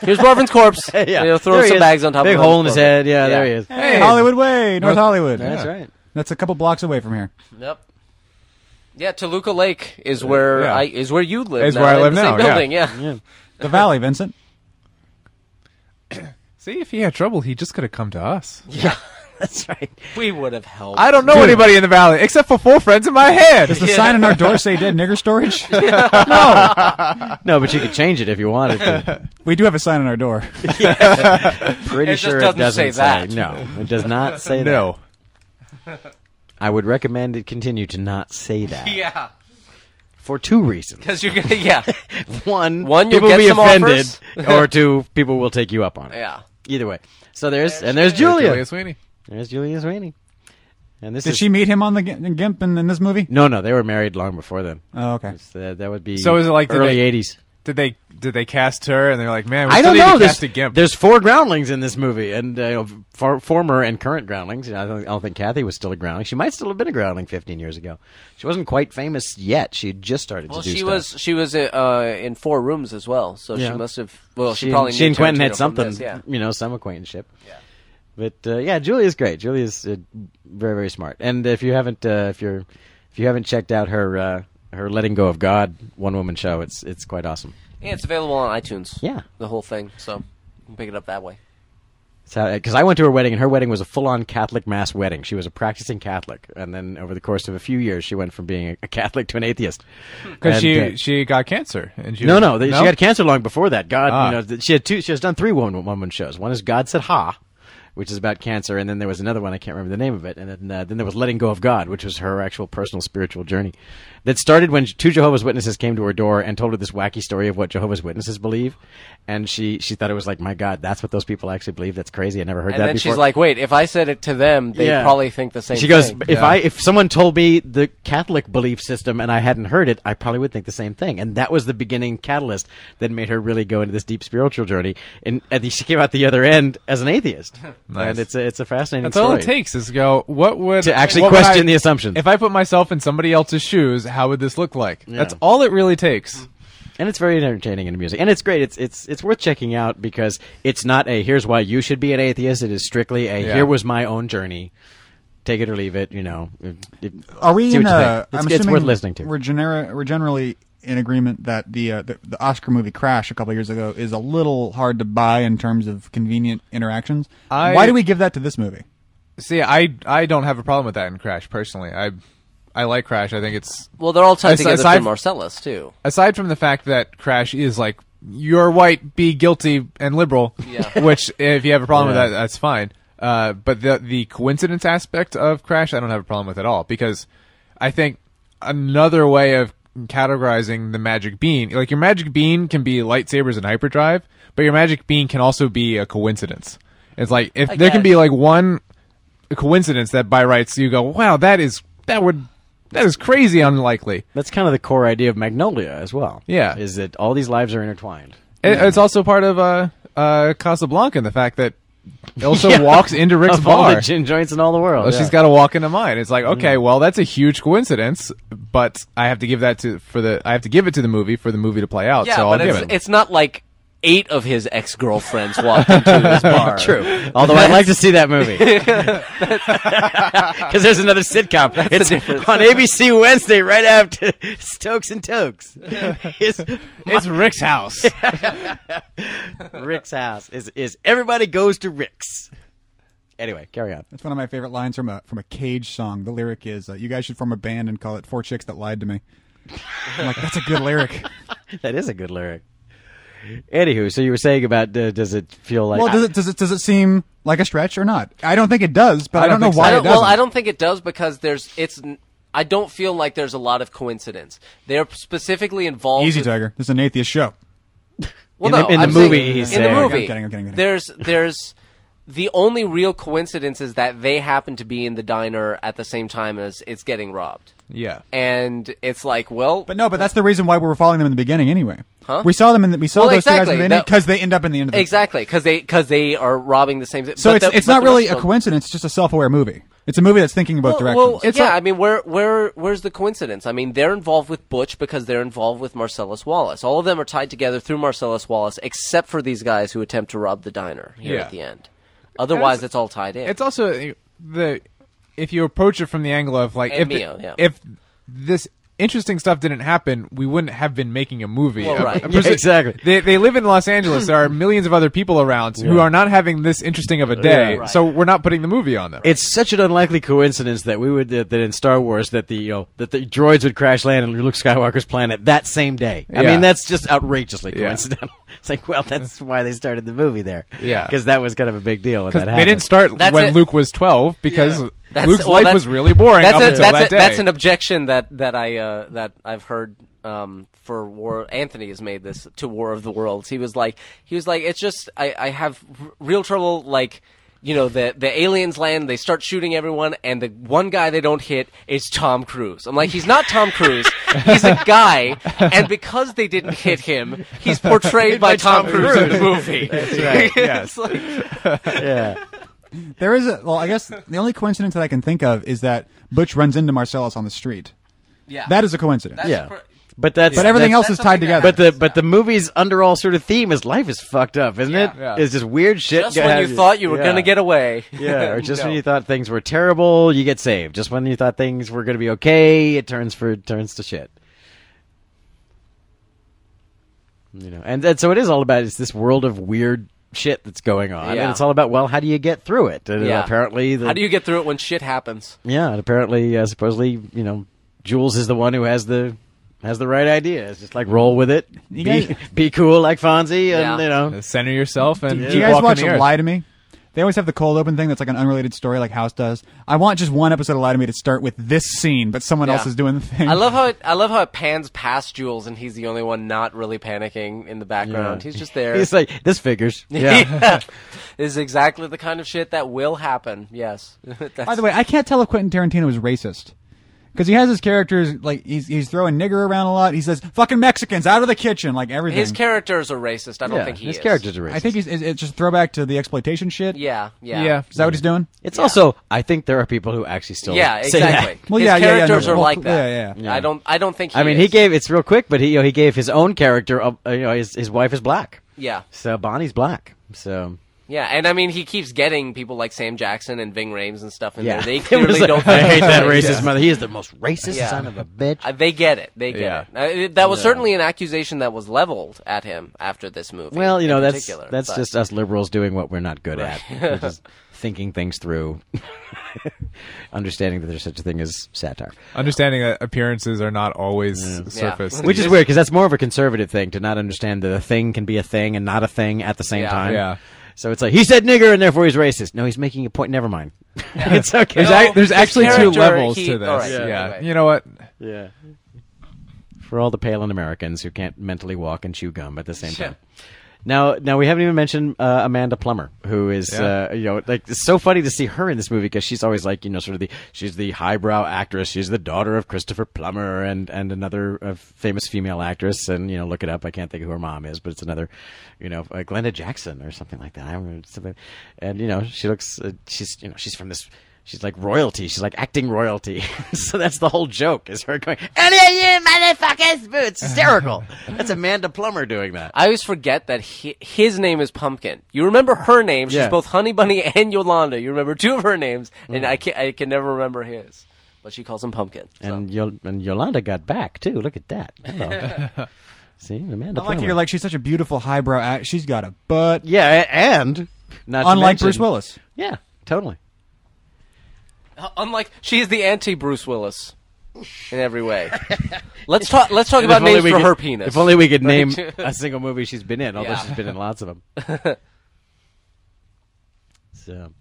[SPEAKER 3] Here's Marvin's corpse.
[SPEAKER 5] yeah.
[SPEAKER 3] They'll throw
[SPEAKER 5] There he
[SPEAKER 3] some
[SPEAKER 5] is.
[SPEAKER 3] bags on top
[SPEAKER 5] Big
[SPEAKER 3] of
[SPEAKER 5] hole in his head. Yeah, there he is.
[SPEAKER 2] Hey, Hollywood Way, North Hollywood.
[SPEAKER 5] That's
[SPEAKER 4] Yeah.
[SPEAKER 5] right.
[SPEAKER 2] That's a couple blocks away from here.
[SPEAKER 3] Yep. Yeah, Toluca Lake is where
[SPEAKER 4] Yeah.
[SPEAKER 3] I is where you live.
[SPEAKER 4] Is
[SPEAKER 3] now,
[SPEAKER 4] where I
[SPEAKER 3] in
[SPEAKER 4] live
[SPEAKER 3] the same
[SPEAKER 4] now, yeah.
[SPEAKER 3] Building, yeah.
[SPEAKER 2] The Valley, Vincent.
[SPEAKER 4] See, if he had trouble, he just could have come to us.
[SPEAKER 5] That's right.
[SPEAKER 3] We would have helped.
[SPEAKER 4] I don't know anybody in the valley except for four friends in my head.
[SPEAKER 2] Does the sign on our door say "Dead Nigger Storage"?
[SPEAKER 5] No, but you could change it if you wanted. To.
[SPEAKER 2] we do have a sign on our door.
[SPEAKER 5] Pretty
[SPEAKER 3] It just
[SPEAKER 5] sure
[SPEAKER 3] doesn't
[SPEAKER 5] it doesn't
[SPEAKER 3] say that.
[SPEAKER 5] No, it does not say that.
[SPEAKER 4] no.
[SPEAKER 5] I would recommend it continue to not say that
[SPEAKER 3] Yeah,
[SPEAKER 5] for two reasons.
[SPEAKER 3] because you're gonna. Yeah,
[SPEAKER 5] One,
[SPEAKER 3] One, you'll
[SPEAKER 5] people will
[SPEAKER 3] get
[SPEAKER 5] be
[SPEAKER 3] some
[SPEAKER 5] offended,
[SPEAKER 3] offers.
[SPEAKER 5] or two, people will take you up on it.
[SPEAKER 3] yeah.
[SPEAKER 5] Either way. So there's and there's Julia.
[SPEAKER 4] Julia Sweeney.
[SPEAKER 5] There's Julia Sweeney. And this
[SPEAKER 2] Did
[SPEAKER 5] is
[SPEAKER 2] she meet him on the G- Gimp in, in this movie?
[SPEAKER 5] no, no. They were married long before then.
[SPEAKER 2] Oh, okay.
[SPEAKER 5] So that would be
[SPEAKER 4] So is it like the
[SPEAKER 5] early
[SPEAKER 4] day-
[SPEAKER 5] '80s?
[SPEAKER 4] Did they did they cast her and they're like, man, we
[SPEAKER 5] I
[SPEAKER 4] still
[SPEAKER 5] don't
[SPEAKER 4] need
[SPEAKER 5] know.
[SPEAKER 4] to
[SPEAKER 5] There's,
[SPEAKER 4] cast a gimp.
[SPEAKER 5] there's four groundlings in this movie, and uh, for, former and current groundlings. You know, I, don't, I don't think Kathy was still a groundling. She might still have been a groundling 15 years ago. She wasn't quite famous yet. She had just started
[SPEAKER 3] Well,
[SPEAKER 5] to do
[SPEAKER 3] she
[SPEAKER 5] stuff.
[SPEAKER 3] was she was uh, in four rooms as well, so
[SPEAKER 5] Yeah.
[SPEAKER 3] she must have. Well, she,
[SPEAKER 5] and-
[SPEAKER 3] probably
[SPEAKER 5] she
[SPEAKER 3] knew
[SPEAKER 5] and Quentin
[SPEAKER 3] Tarantino
[SPEAKER 5] had
[SPEAKER 3] from
[SPEAKER 5] something,
[SPEAKER 3] this, yeah.
[SPEAKER 5] you know, some acquaintanceship. Yeah. But uh, yeah, Julia's great. Julia's uh, very very smart. And if you haven't uh, if you're if you haven't checked out her uh, her Letting Go of God one woman show, it's it's quite awesome.
[SPEAKER 3] yeah, it's available on iTunes.
[SPEAKER 5] Yeah.
[SPEAKER 3] the whole thing, so you can pick it up that way.
[SPEAKER 5] Because uh, I went to her wedding, and her wedding was a full-on Catholic mass wedding. She was a practicing Catholic, and then over the course of a few years, she went from being a Catholic to an atheist.
[SPEAKER 4] Because
[SPEAKER 5] And,
[SPEAKER 4] she
[SPEAKER 5] uh,
[SPEAKER 4] she got cancer and she
[SPEAKER 5] no,
[SPEAKER 4] was-
[SPEAKER 5] no, they, she had cancer long before that. God,
[SPEAKER 4] Ah.
[SPEAKER 5] you know, th- she had two. She has done three one woman shows. One is God said ha, which is about cancer, and then there was another one I can't remember the name of it, and then uh, then there was Letting Go of God, which was her actual personal spiritual journey that started when two Jehovah's Witnesses came to her door and told her this wacky story of what Jehovah's Witnesses believe, and she she thought it was like, my God, that's what those people actually believe. That's crazy. I never heard
[SPEAKER 3] And
[SPEAKER 5] that
[SPEAKER 3] then
[SPEAKER 5] before.
[SPEAKER 3] she's like, "Wait, if I said it to them, they
[SPEAKER 5] Yeah.
[SPEAKER 3] probably think the same."
[SPEAKER 5] She goes,
[SPEAKER 3] thing.
[SPEAKER 5] if I if someone told me the Catholic belief system and I hadn't heard it, I probably would think the same thing. And that was the beginning catalyst that made her really go into this deep spiritual journey. And at the, she came out the other end as an atheist.
[SPEAKER 4] Nice.
[SPEAKER 5] And it's a, it's a fascinating
[SPEAKER 4] That's
[SPEAKER 5] story
[SPEAKER 4] all it takes is go. What would
[SPEAKER 5] to actually
[SPEAKER 4] what would
[SPEAKER 5] question
[SPEAKER 4] I-
[SPEAKER 5] the assumptions.
[SPEAKER 4] If I put myself in somebody else's shoes, how would this look like? That's
[SPEAKER 5] Yeah.
[SPEAKER 4] all it really takes.
[SPEAKER 5] and it's very entertaining and amusing, and it's great. It's it's it's worth checking out because it's not a here's why you should be an atheist. It is strictly a
[SPEAKER 4] Yeah.
[SPEAKER 5] here was my own journey. Take it or leave it. You know. It-
[SPEAKER 2] Are we
[SPEAKER 5] see
[SPEAKER 2] in?
[SPEAKER 5] what you
[SPEAKER 2] uh,
[SPEAKER 5] think. It's,
[SPEAKER 2] I'm
[SPEAKER 5] it's
[SPEAKER 2] assuming
[SPEAKER 5] worth listening to.
[SPEAKER 2] We're, genera- we're generally in agreement that the, uh, the the Oscar movie Crash a couple years ago is a little hard to buy in terms of convenient interactions.
[SPEAKER 4] I-
[SPEAKER 2] Why do we give that to this movie?
[SPEAKER 4] See, I I don't have a problem with that in Crash personally. I I like Crash. I think it's
[SPEAKER 3] "Well, they're all tied
[SPEAKER 4] As-
[SPEAKER 3] together
[SPEAKER 4] aside-
[SPEAKER 3] through Marcellus too."
[SPEAKER 4] aside from the fact that Crash is like you're white, be guilty and liberal.
[SPEAKER 3] Yeah.
[SPEAKER 4] Which if you have a problem
[SPEAKER 5] Yeah.
[SPEAKER 4] with that, that's fine. Uh, but the the coincidence aspect of Crash, I don't have a problem with at all because I think another way of categorizing the magic bean, like your magic bean can be lightsabers and hyperdrive, but your magic bean can also be a coincidence. It's like if
[SPEAKER 3] I
[SPEAKER 4] there can
[SPEAKER 3] guess.
[SPEAKER 4] be like one coincidence that by rights you go, wow, that is that would That is crazy unlikely.
[SPEAKER 5] That's kind of the core idea of Magnolia as well.
[SPEAKER 4] Yeah.
[SPEAKER 5] Is that all these lives are intertwined.
[SPEAKER 4] It, it's also part of uh, uh, Casablanca, and the fact that Elsa walks into Rick's
[SPEAKER 5] of all
[SPEAKER 4] bar.
[SPEAKER 5] the gin joints in all the world.
[SPEAKER 4] Well,
[SPEAKER 5] yeah.
[SPEAKER 4] she's got to walk into mine. It's like,
[SPEAKER 3] Mm-hmm.
[SPEAKER 4] okay, well, that's a huge coincidence, but I have to give that to for the I have to give it to the movie for the movie to play out.
[SPEAKER 3] Yeah,
[SPEAKER 4] so I'll
[SPEAKER 3] but
[SPEAKER 4] give
[SPEAKER 3] it's,
[SPEAKER 4] it.
[SPEAKER 3] it's not like eight of his ex girlfriends walked into his bar.
[SPEAKER 5] True. Although I'd like to see that movie. Because there's another sitcom. it's on ABC Wednesday right after Stokes and Tokes. It's
[SPEAKER 4] It's Rick's house.
[SPEAKER 5] Rick's house. Is is everybody goes to Rick's. Anyway, carry on.
[SPEAKER 2] That's one of my favorite lines from a from a Cage song. The lyric is, uh, "You guys should form a band and call it Four Chicks That Lied to Me." I'm like, that's a good lyric.
[SPEAKER 5] That is a good lyric. Anywho, so you were saying about uh, does it feel like
[SPEAKER 2] Well, does it does it does it seem like a stretch or not? I don't think it does, but I, don't,
[SPEAKER 4] don't
[SPEAKER 2] know
[SPEAKER 4] think so.
[SPEAKER 2] why
[SPEAKER 3] I
[SPEAKER 2] it
[SPEAKER 3] don't,
[SPEAKER 2] does.
[SPEAKER 3] well, I don't think it does because there's it's. n- I don't feel like there's a lot of coincidence. They're specifically involved.
[SPEAKER 2] Easy,
[SPEAKER 3] with-
[SPEAKER 2] Tiger. This is an atheist show.
[SPEAKER 3] Well,
[SPEAKER 5] In the-
[SPEAKER 3] no,
[SPEAKER 5] in the
[SPEAKER 3] I'm saying-
[SPEAKER 5] movie, he's
[SPEAKER 3] in the
[SPEAKER 5] saying.
[SPEAKER 3] movie.
[SPEAKER 2] I'm kidding, I'm kidding, I'm kidding.
[SPEAKER 3] There's there's the only real coincidence is that they happen to be in the diner at the same time as it's getting robbed.
[SPEAKER 4] yeah.
[SPEAKER 3] And it's like, well,
[SPEAKER 2] But no, but that's the reason why we were following them in the beginning anyway.
[SPEAKER 3] Huh?
[SPEAKER 2] We saw them in the, we saw
[SPEAKER 3] Well,
[SPEAKER 2] those two guys
[SPEAKER 3] exactly.
[SPEAKER 2] in the beginning
[SPEAKER 3] That-
[SPEAKER 2] because they end up in the end of the
[SPEAKER 3] exactly because they because they are robbing the same. thing.
[SPEAKER 2] So
[SPEAKER 3] But
[SPEAKER 2] it's
[SPEAKER 3] the-
[SPEAKER 2] it's
[SPEAKER 3] but
[SPEAKER 2] not
[SPEAKER 3] the
[SPEAKER 2] really
[SPEAKER 3] rest
[SPEAKER 2] a
[SPEAKER 3] of them-
[SPEAKER 2] coincidence. It's just a self aware movie. It's a movie that's thinking in both
[SPEAKER 3] Well,
[SPEAKER 2] directions.
[SPEAKER 3] well, yeah. I mean, where where where's the coincidence? I mean, they're involved with Butch because they're involved with Marcellus Wallace. All of them are tied together through Marcellus Wallace, except for these guys who attempt to rob the diner here
[SPEAKER 4] Yeah.
[SPEAKER 3] at the end. Otherwise, it's all tied in.
[SPEAKER 4] It's also uh, the if you approach it from the angle of like
[SPEAKER 3] And
[SPEAKER 4] if
[SPEAKER 3] Mio, yeah.
[SPEAKER 4] if this interesting stuff didn't happen, we wouldn't have been making a movie.
[SPEAKER 3] Well,
[SPEAKER 4] Uh,
[SPEAKER 3] right.
[SPEAKER 4] uh,
[SPEAKER 5] Yeah, exactly.
[SPEAKER 4] They they live in Los Angeles. there are millions of other people around who are not having this interesting of a day.
[SPEAKER 5] right.
[SPEAKER 4] So we're not putting the movie on them.
[SPEAKER 5] it's such an unlikely coincidence that we would that, that in Star Wars that the you know that the droids would crash land on Luke Skywalker's planet that same day. I
[SPEAKER 4] Yeah.
[SPEAKER 5] mean, that's just outrageously
[SPEAKER 4] Yeah.
[SPEAKER 5] coincidental. It's like, well, that's why they started the movie there.
[SPEAKER 4] Yeah.
[SPEAKER 5] because that was kind of a big deal when that happened.
[SPEAKER 4] they didn't start
[SPEAKER 3] That's
[SPEAKER 4] when
[SPEAKER 3] it.
[SPEAKER 4] Luke was twelve because
[SPEAKER 3] That's-
[SPEAKER 4] Luke's
[SPEAKER 3] well,
[SPEAKER 4] life
[SPEAKER 3] that's-
[SPEAKER 4] was really boring
[SPEAKER 3] That's,
[SPEAKER 4] up
[SPEAKER 3] a-
[SPEAKER 4] until
[SPEAKER 3] that's,
[SPEAKER 4] that
[SPEAKER 3] a-
[SPEAKER 4] day.
[SPEAKER 3] that's an objection that that I uh, that I've heard um, for War. Anthony has made this to War of the Worlds. He was like, he was like, it's just I, I have r- real trouble like. You know the the aliens land. They start shooting everyone, and the one guy they don't hit is Tom Cruise. I'm like, he's not Tom Cruise. He's a guy, and because they didn't hit him, he's portrayed by, Tom, Cruise in the movie.
[SPEAKER 4] right, yes.
[SPEAKER 3] It's like-
[SPEAKER 5] Yeah,
[SPEAKER 2] There is a well, I guess the only coincidence that I can think of is that Butch runs into Marcellus on the street.
[SPEAKER 3] yeah,
[SPEAKER 2] That is a coincidence.
[SPEAKER 3] That's
[SPEAKER 5] yeah,
[SPEAKER 3] cr-
[SPEAKER 5] but that's
[SPEAKER 2] But everything else
[SPEAKER 5] that's-
[SPEAKER 2] is
[SPEAKER 3] something
[SPEAKER 2] tied
[SPEAKER 3] that
[SPEAKER 2] together.
[SPEAKER 5] But the but the movie's under all sort of theme is life is fucked up, isn't it?
[SPEAKER 4] Yeah.
[SPEAKER 5] It's just weird shit.
[SPEAKER 3] just when you thought you were gonna get away.
[SPEAKER 5] Yeah, or just when you thought things were terrible, you get saved. Just when you thought things were going to be okay, it turns for turns to shit. You know, and, and so it is all about it's this world of weird shit that's going on, and
[SPEAKER 3] Yeah.
[SPEAKER 5] it's all about well, how do you get through it? And uh,
[SPEAKER 3] Yeah.
[SPEAKER 5] apparently, the,
[SPEAKER 3] How do you get through it when shit happens?
[SPEAKER 5] Yeah, and apparently, uh, supposedly, you know, Jules is the one who has the has the right idea. It's just like roll with it,
[SPEAKER 2] You
[SPEAKER 5] be,
[SPEAKER 2] guys-
[SPEAKER 5] be cool like Fonzie,
[SPEAKER 3] Yeah.
[SPEAKER 5] and you know,
[SPEAKER 4] Center yourself and
[SPEAKER 2] Do
[SPEAKER 4] keep
[SPEAKER 2] you guys
[SPEAKER 4] walking
[SPEAKER 2] watch
[SPEAKER 4] the earth.
[SPEAKER 2] Lie to Me? They always have the cold open thing that's like an unrelated story, like House does. I want just one episode of Lie to Me to start with this scene, but someone
[SPEAKER 3] Yeah.
[SPEAKER 2] else is doing the thing.
[SPEAKER 3] I love how it, I love how it pans past Jules and he's the only one not really panicking in the background. He's just there.
[SPEAKER 5] it's like this figures.
[SPEAKER 3] yeah. this is exactly the kind of shit that will happen. Yes. That's-
[SPEAKER 2] By the way, I can't tell if Quentin Tarantino was racist because he has his characters like he's he's throwing nigger around a lot. He says "fucking Mexicans out of the kitchen," like everything.
[SPEAKER 3] his characters are racist. I don't
[SPEAKER 5] Yeah,
[SPEAKER 3] think he
[SPEAKER 5] his
[SPEAKER 3] is.
[SPEAKER 5] characters are racist.
[SPEAKER 2] I think he's it's it's just a throwback to the exploitation shit.
[SPEAKER 3] Yeah. Yeah.
[SPEAKER 4] Yeah.
[SPEAKER 2] is that what he's doing?
[SPEAKER 5] It's also, I think there are people who actually still
[SPEAKER 3] Yeah,
[SPEAKER 5] say that.
[SPEAKER 3] exactly.
[SPEAKER 2] Well,
[SPEAKER 3] his
[SPEAKER 2] yeah, yeah, yeah,
[SPEAKER 3] characters
[SPEAKER 2] no,
[SPEAKER 3] are
[SPEAKER 2] well,
[SPEAKER 3] like that.
[SPEAKER 2] yeah, yeah.
[SPEAKER 3] I don't. I don't think. He
[SPEAKER 5] I mean, he
[SPEAKER 3] is.
[SPEAKER 5] gave it's real quick, but he you know, he gave his own character. Uh, you know, his his wife is black,
[SPEAKER 3] Yeah.
[SPEAKER 5] so Bonnie's black. So
[SPEAKER 3] Yeah, and I mean, he keeps getting people like Sam Jackson and Ving Rhames and stuff in there.
[SPEAKER 5] yeah,
[SPEAKER 3] They
[SPEAKER 5] It was
[SPEAKER 3] clearly
[SPEAKER 5] like,
[SPEAKER 3] don't.
[SPEAKER 5] I hate that
[SPEAKER 3] Yeah.
[SPEAKER 5] racist mother. He is the most racist
[SPEAKER 3] Yeah.
[SPEAKER 5] son of a bitch.
[SPEAKER 3] Uh, they get it. They get
[SPEAKER 4] Yeah.
[SPEAKER 3] it. Uh, it. That was certainly an accusation that was leveled at him after this movie.
[SPEAKER 5] well, you know
[SPEAKER 3] in
[SPEAKER 5] that's
[SPEAKER 3] particular,
[SPEAKER 5] that's
[SPEAKER 3] but-
[SPEAKER 5] just us liberals doing what we're not good at, We're just thinking things through, understanding that there's such a thing as satire.
[SPEAKER 4] Understanding that appearances are not always surface.
[SPEAKER 5] Which is weird because that's more of a conservative thing to not understand that a thing can be a thing and not a thing at the same
[SPEAKER 3] Yeah.
[SPEAKER 5] time.
[SPEAKER 4] Yeah.
[SPEAKER 5] So it's like he said nigger and therefore he's racist. No, he's making a point. Never mind. it's okay.
[SPEAKER 4] There's, ac- there's
[SPEAKER 3] his
[SPEAKER 4] actually two
[SPEAKER 3] character,
[SPEAKER 4] levels
[SPEAKER 3] he-
[SPEAKER 4] to this.
[SPEAKER 3] alright,
[SPEAKER 4] yeah.
[SPEAKER 3] yeah, okay.
[SPEAKER 4] You know what?
[SPEAKER 5] yeah. For all the pale in Americans who can't mentally walk and chew gum at the same time. Now, now we haven't even mentioned uh, Amanda Plummer, who is
[SPEAKER 4] Yeah.
[SPEAKER 5] uh, you know like it's so funny to see her in this movie because she's always like you know sort of the she's the highbrow actress. She's the daughter of Christopher Plummer and and another uh, famous female actress. And you know look it up. I can't think of who her mom is, but it's another you know uh, Glenda Jackson or something like that. I remember something. And you know she looks uh, she's you know she's from this. She's like royalty. She's like acting royalty. so that's the whole joke is her going, Any of you motherfuckers, it's hysterical. that's Amanda Plummer doing that.
[SPEAKER 3] I always forget that he, his name is Pumpkin. You remember her name. She's
[SPEAKER 5] Yeah. Mm.
[SPEAKER 3] both Honey Bunny and Yolanda. You remember two of her names, and I can I can never remember his. But she calls him Pumpkin. so.
[SPEAKER 5] And Yol- and Yolanda got back too. Look at that. Hello. See, Amanda.
[SPEAKER 2] I like
[SPEAKER 5] Plummer.
[SPEAKER 2] that you're like she's such a beautiful highbrow act. She's got a butt,
[SPEAKER 5] yeah, a- and not to
[SPEAKER 2] unlike
[SPEAKER 5] mention-
[SPEAKER 2] Bruce Willis.
[SPEAKER 5] Yeah, totally.
[SPEAKER 3] Uh, Unlike she is the anti Bruce Willis in every way. let's talk. Let's talk about
[SPEAKER 5] If only
[SPEAKER 3] names
[SPEAKER 5] we
[SPEAKER 3] for
[SPEAKER 5] could-
[SPEAKER 3] her penis.
[SPEAKER 5] If only we could name
[SPEAKER 3] Right?
[SPEAKER 5] a single movie she's been in, although
[SPEAKER 3] Yeah.
[SPEAKER 5] she's been in lots of them. so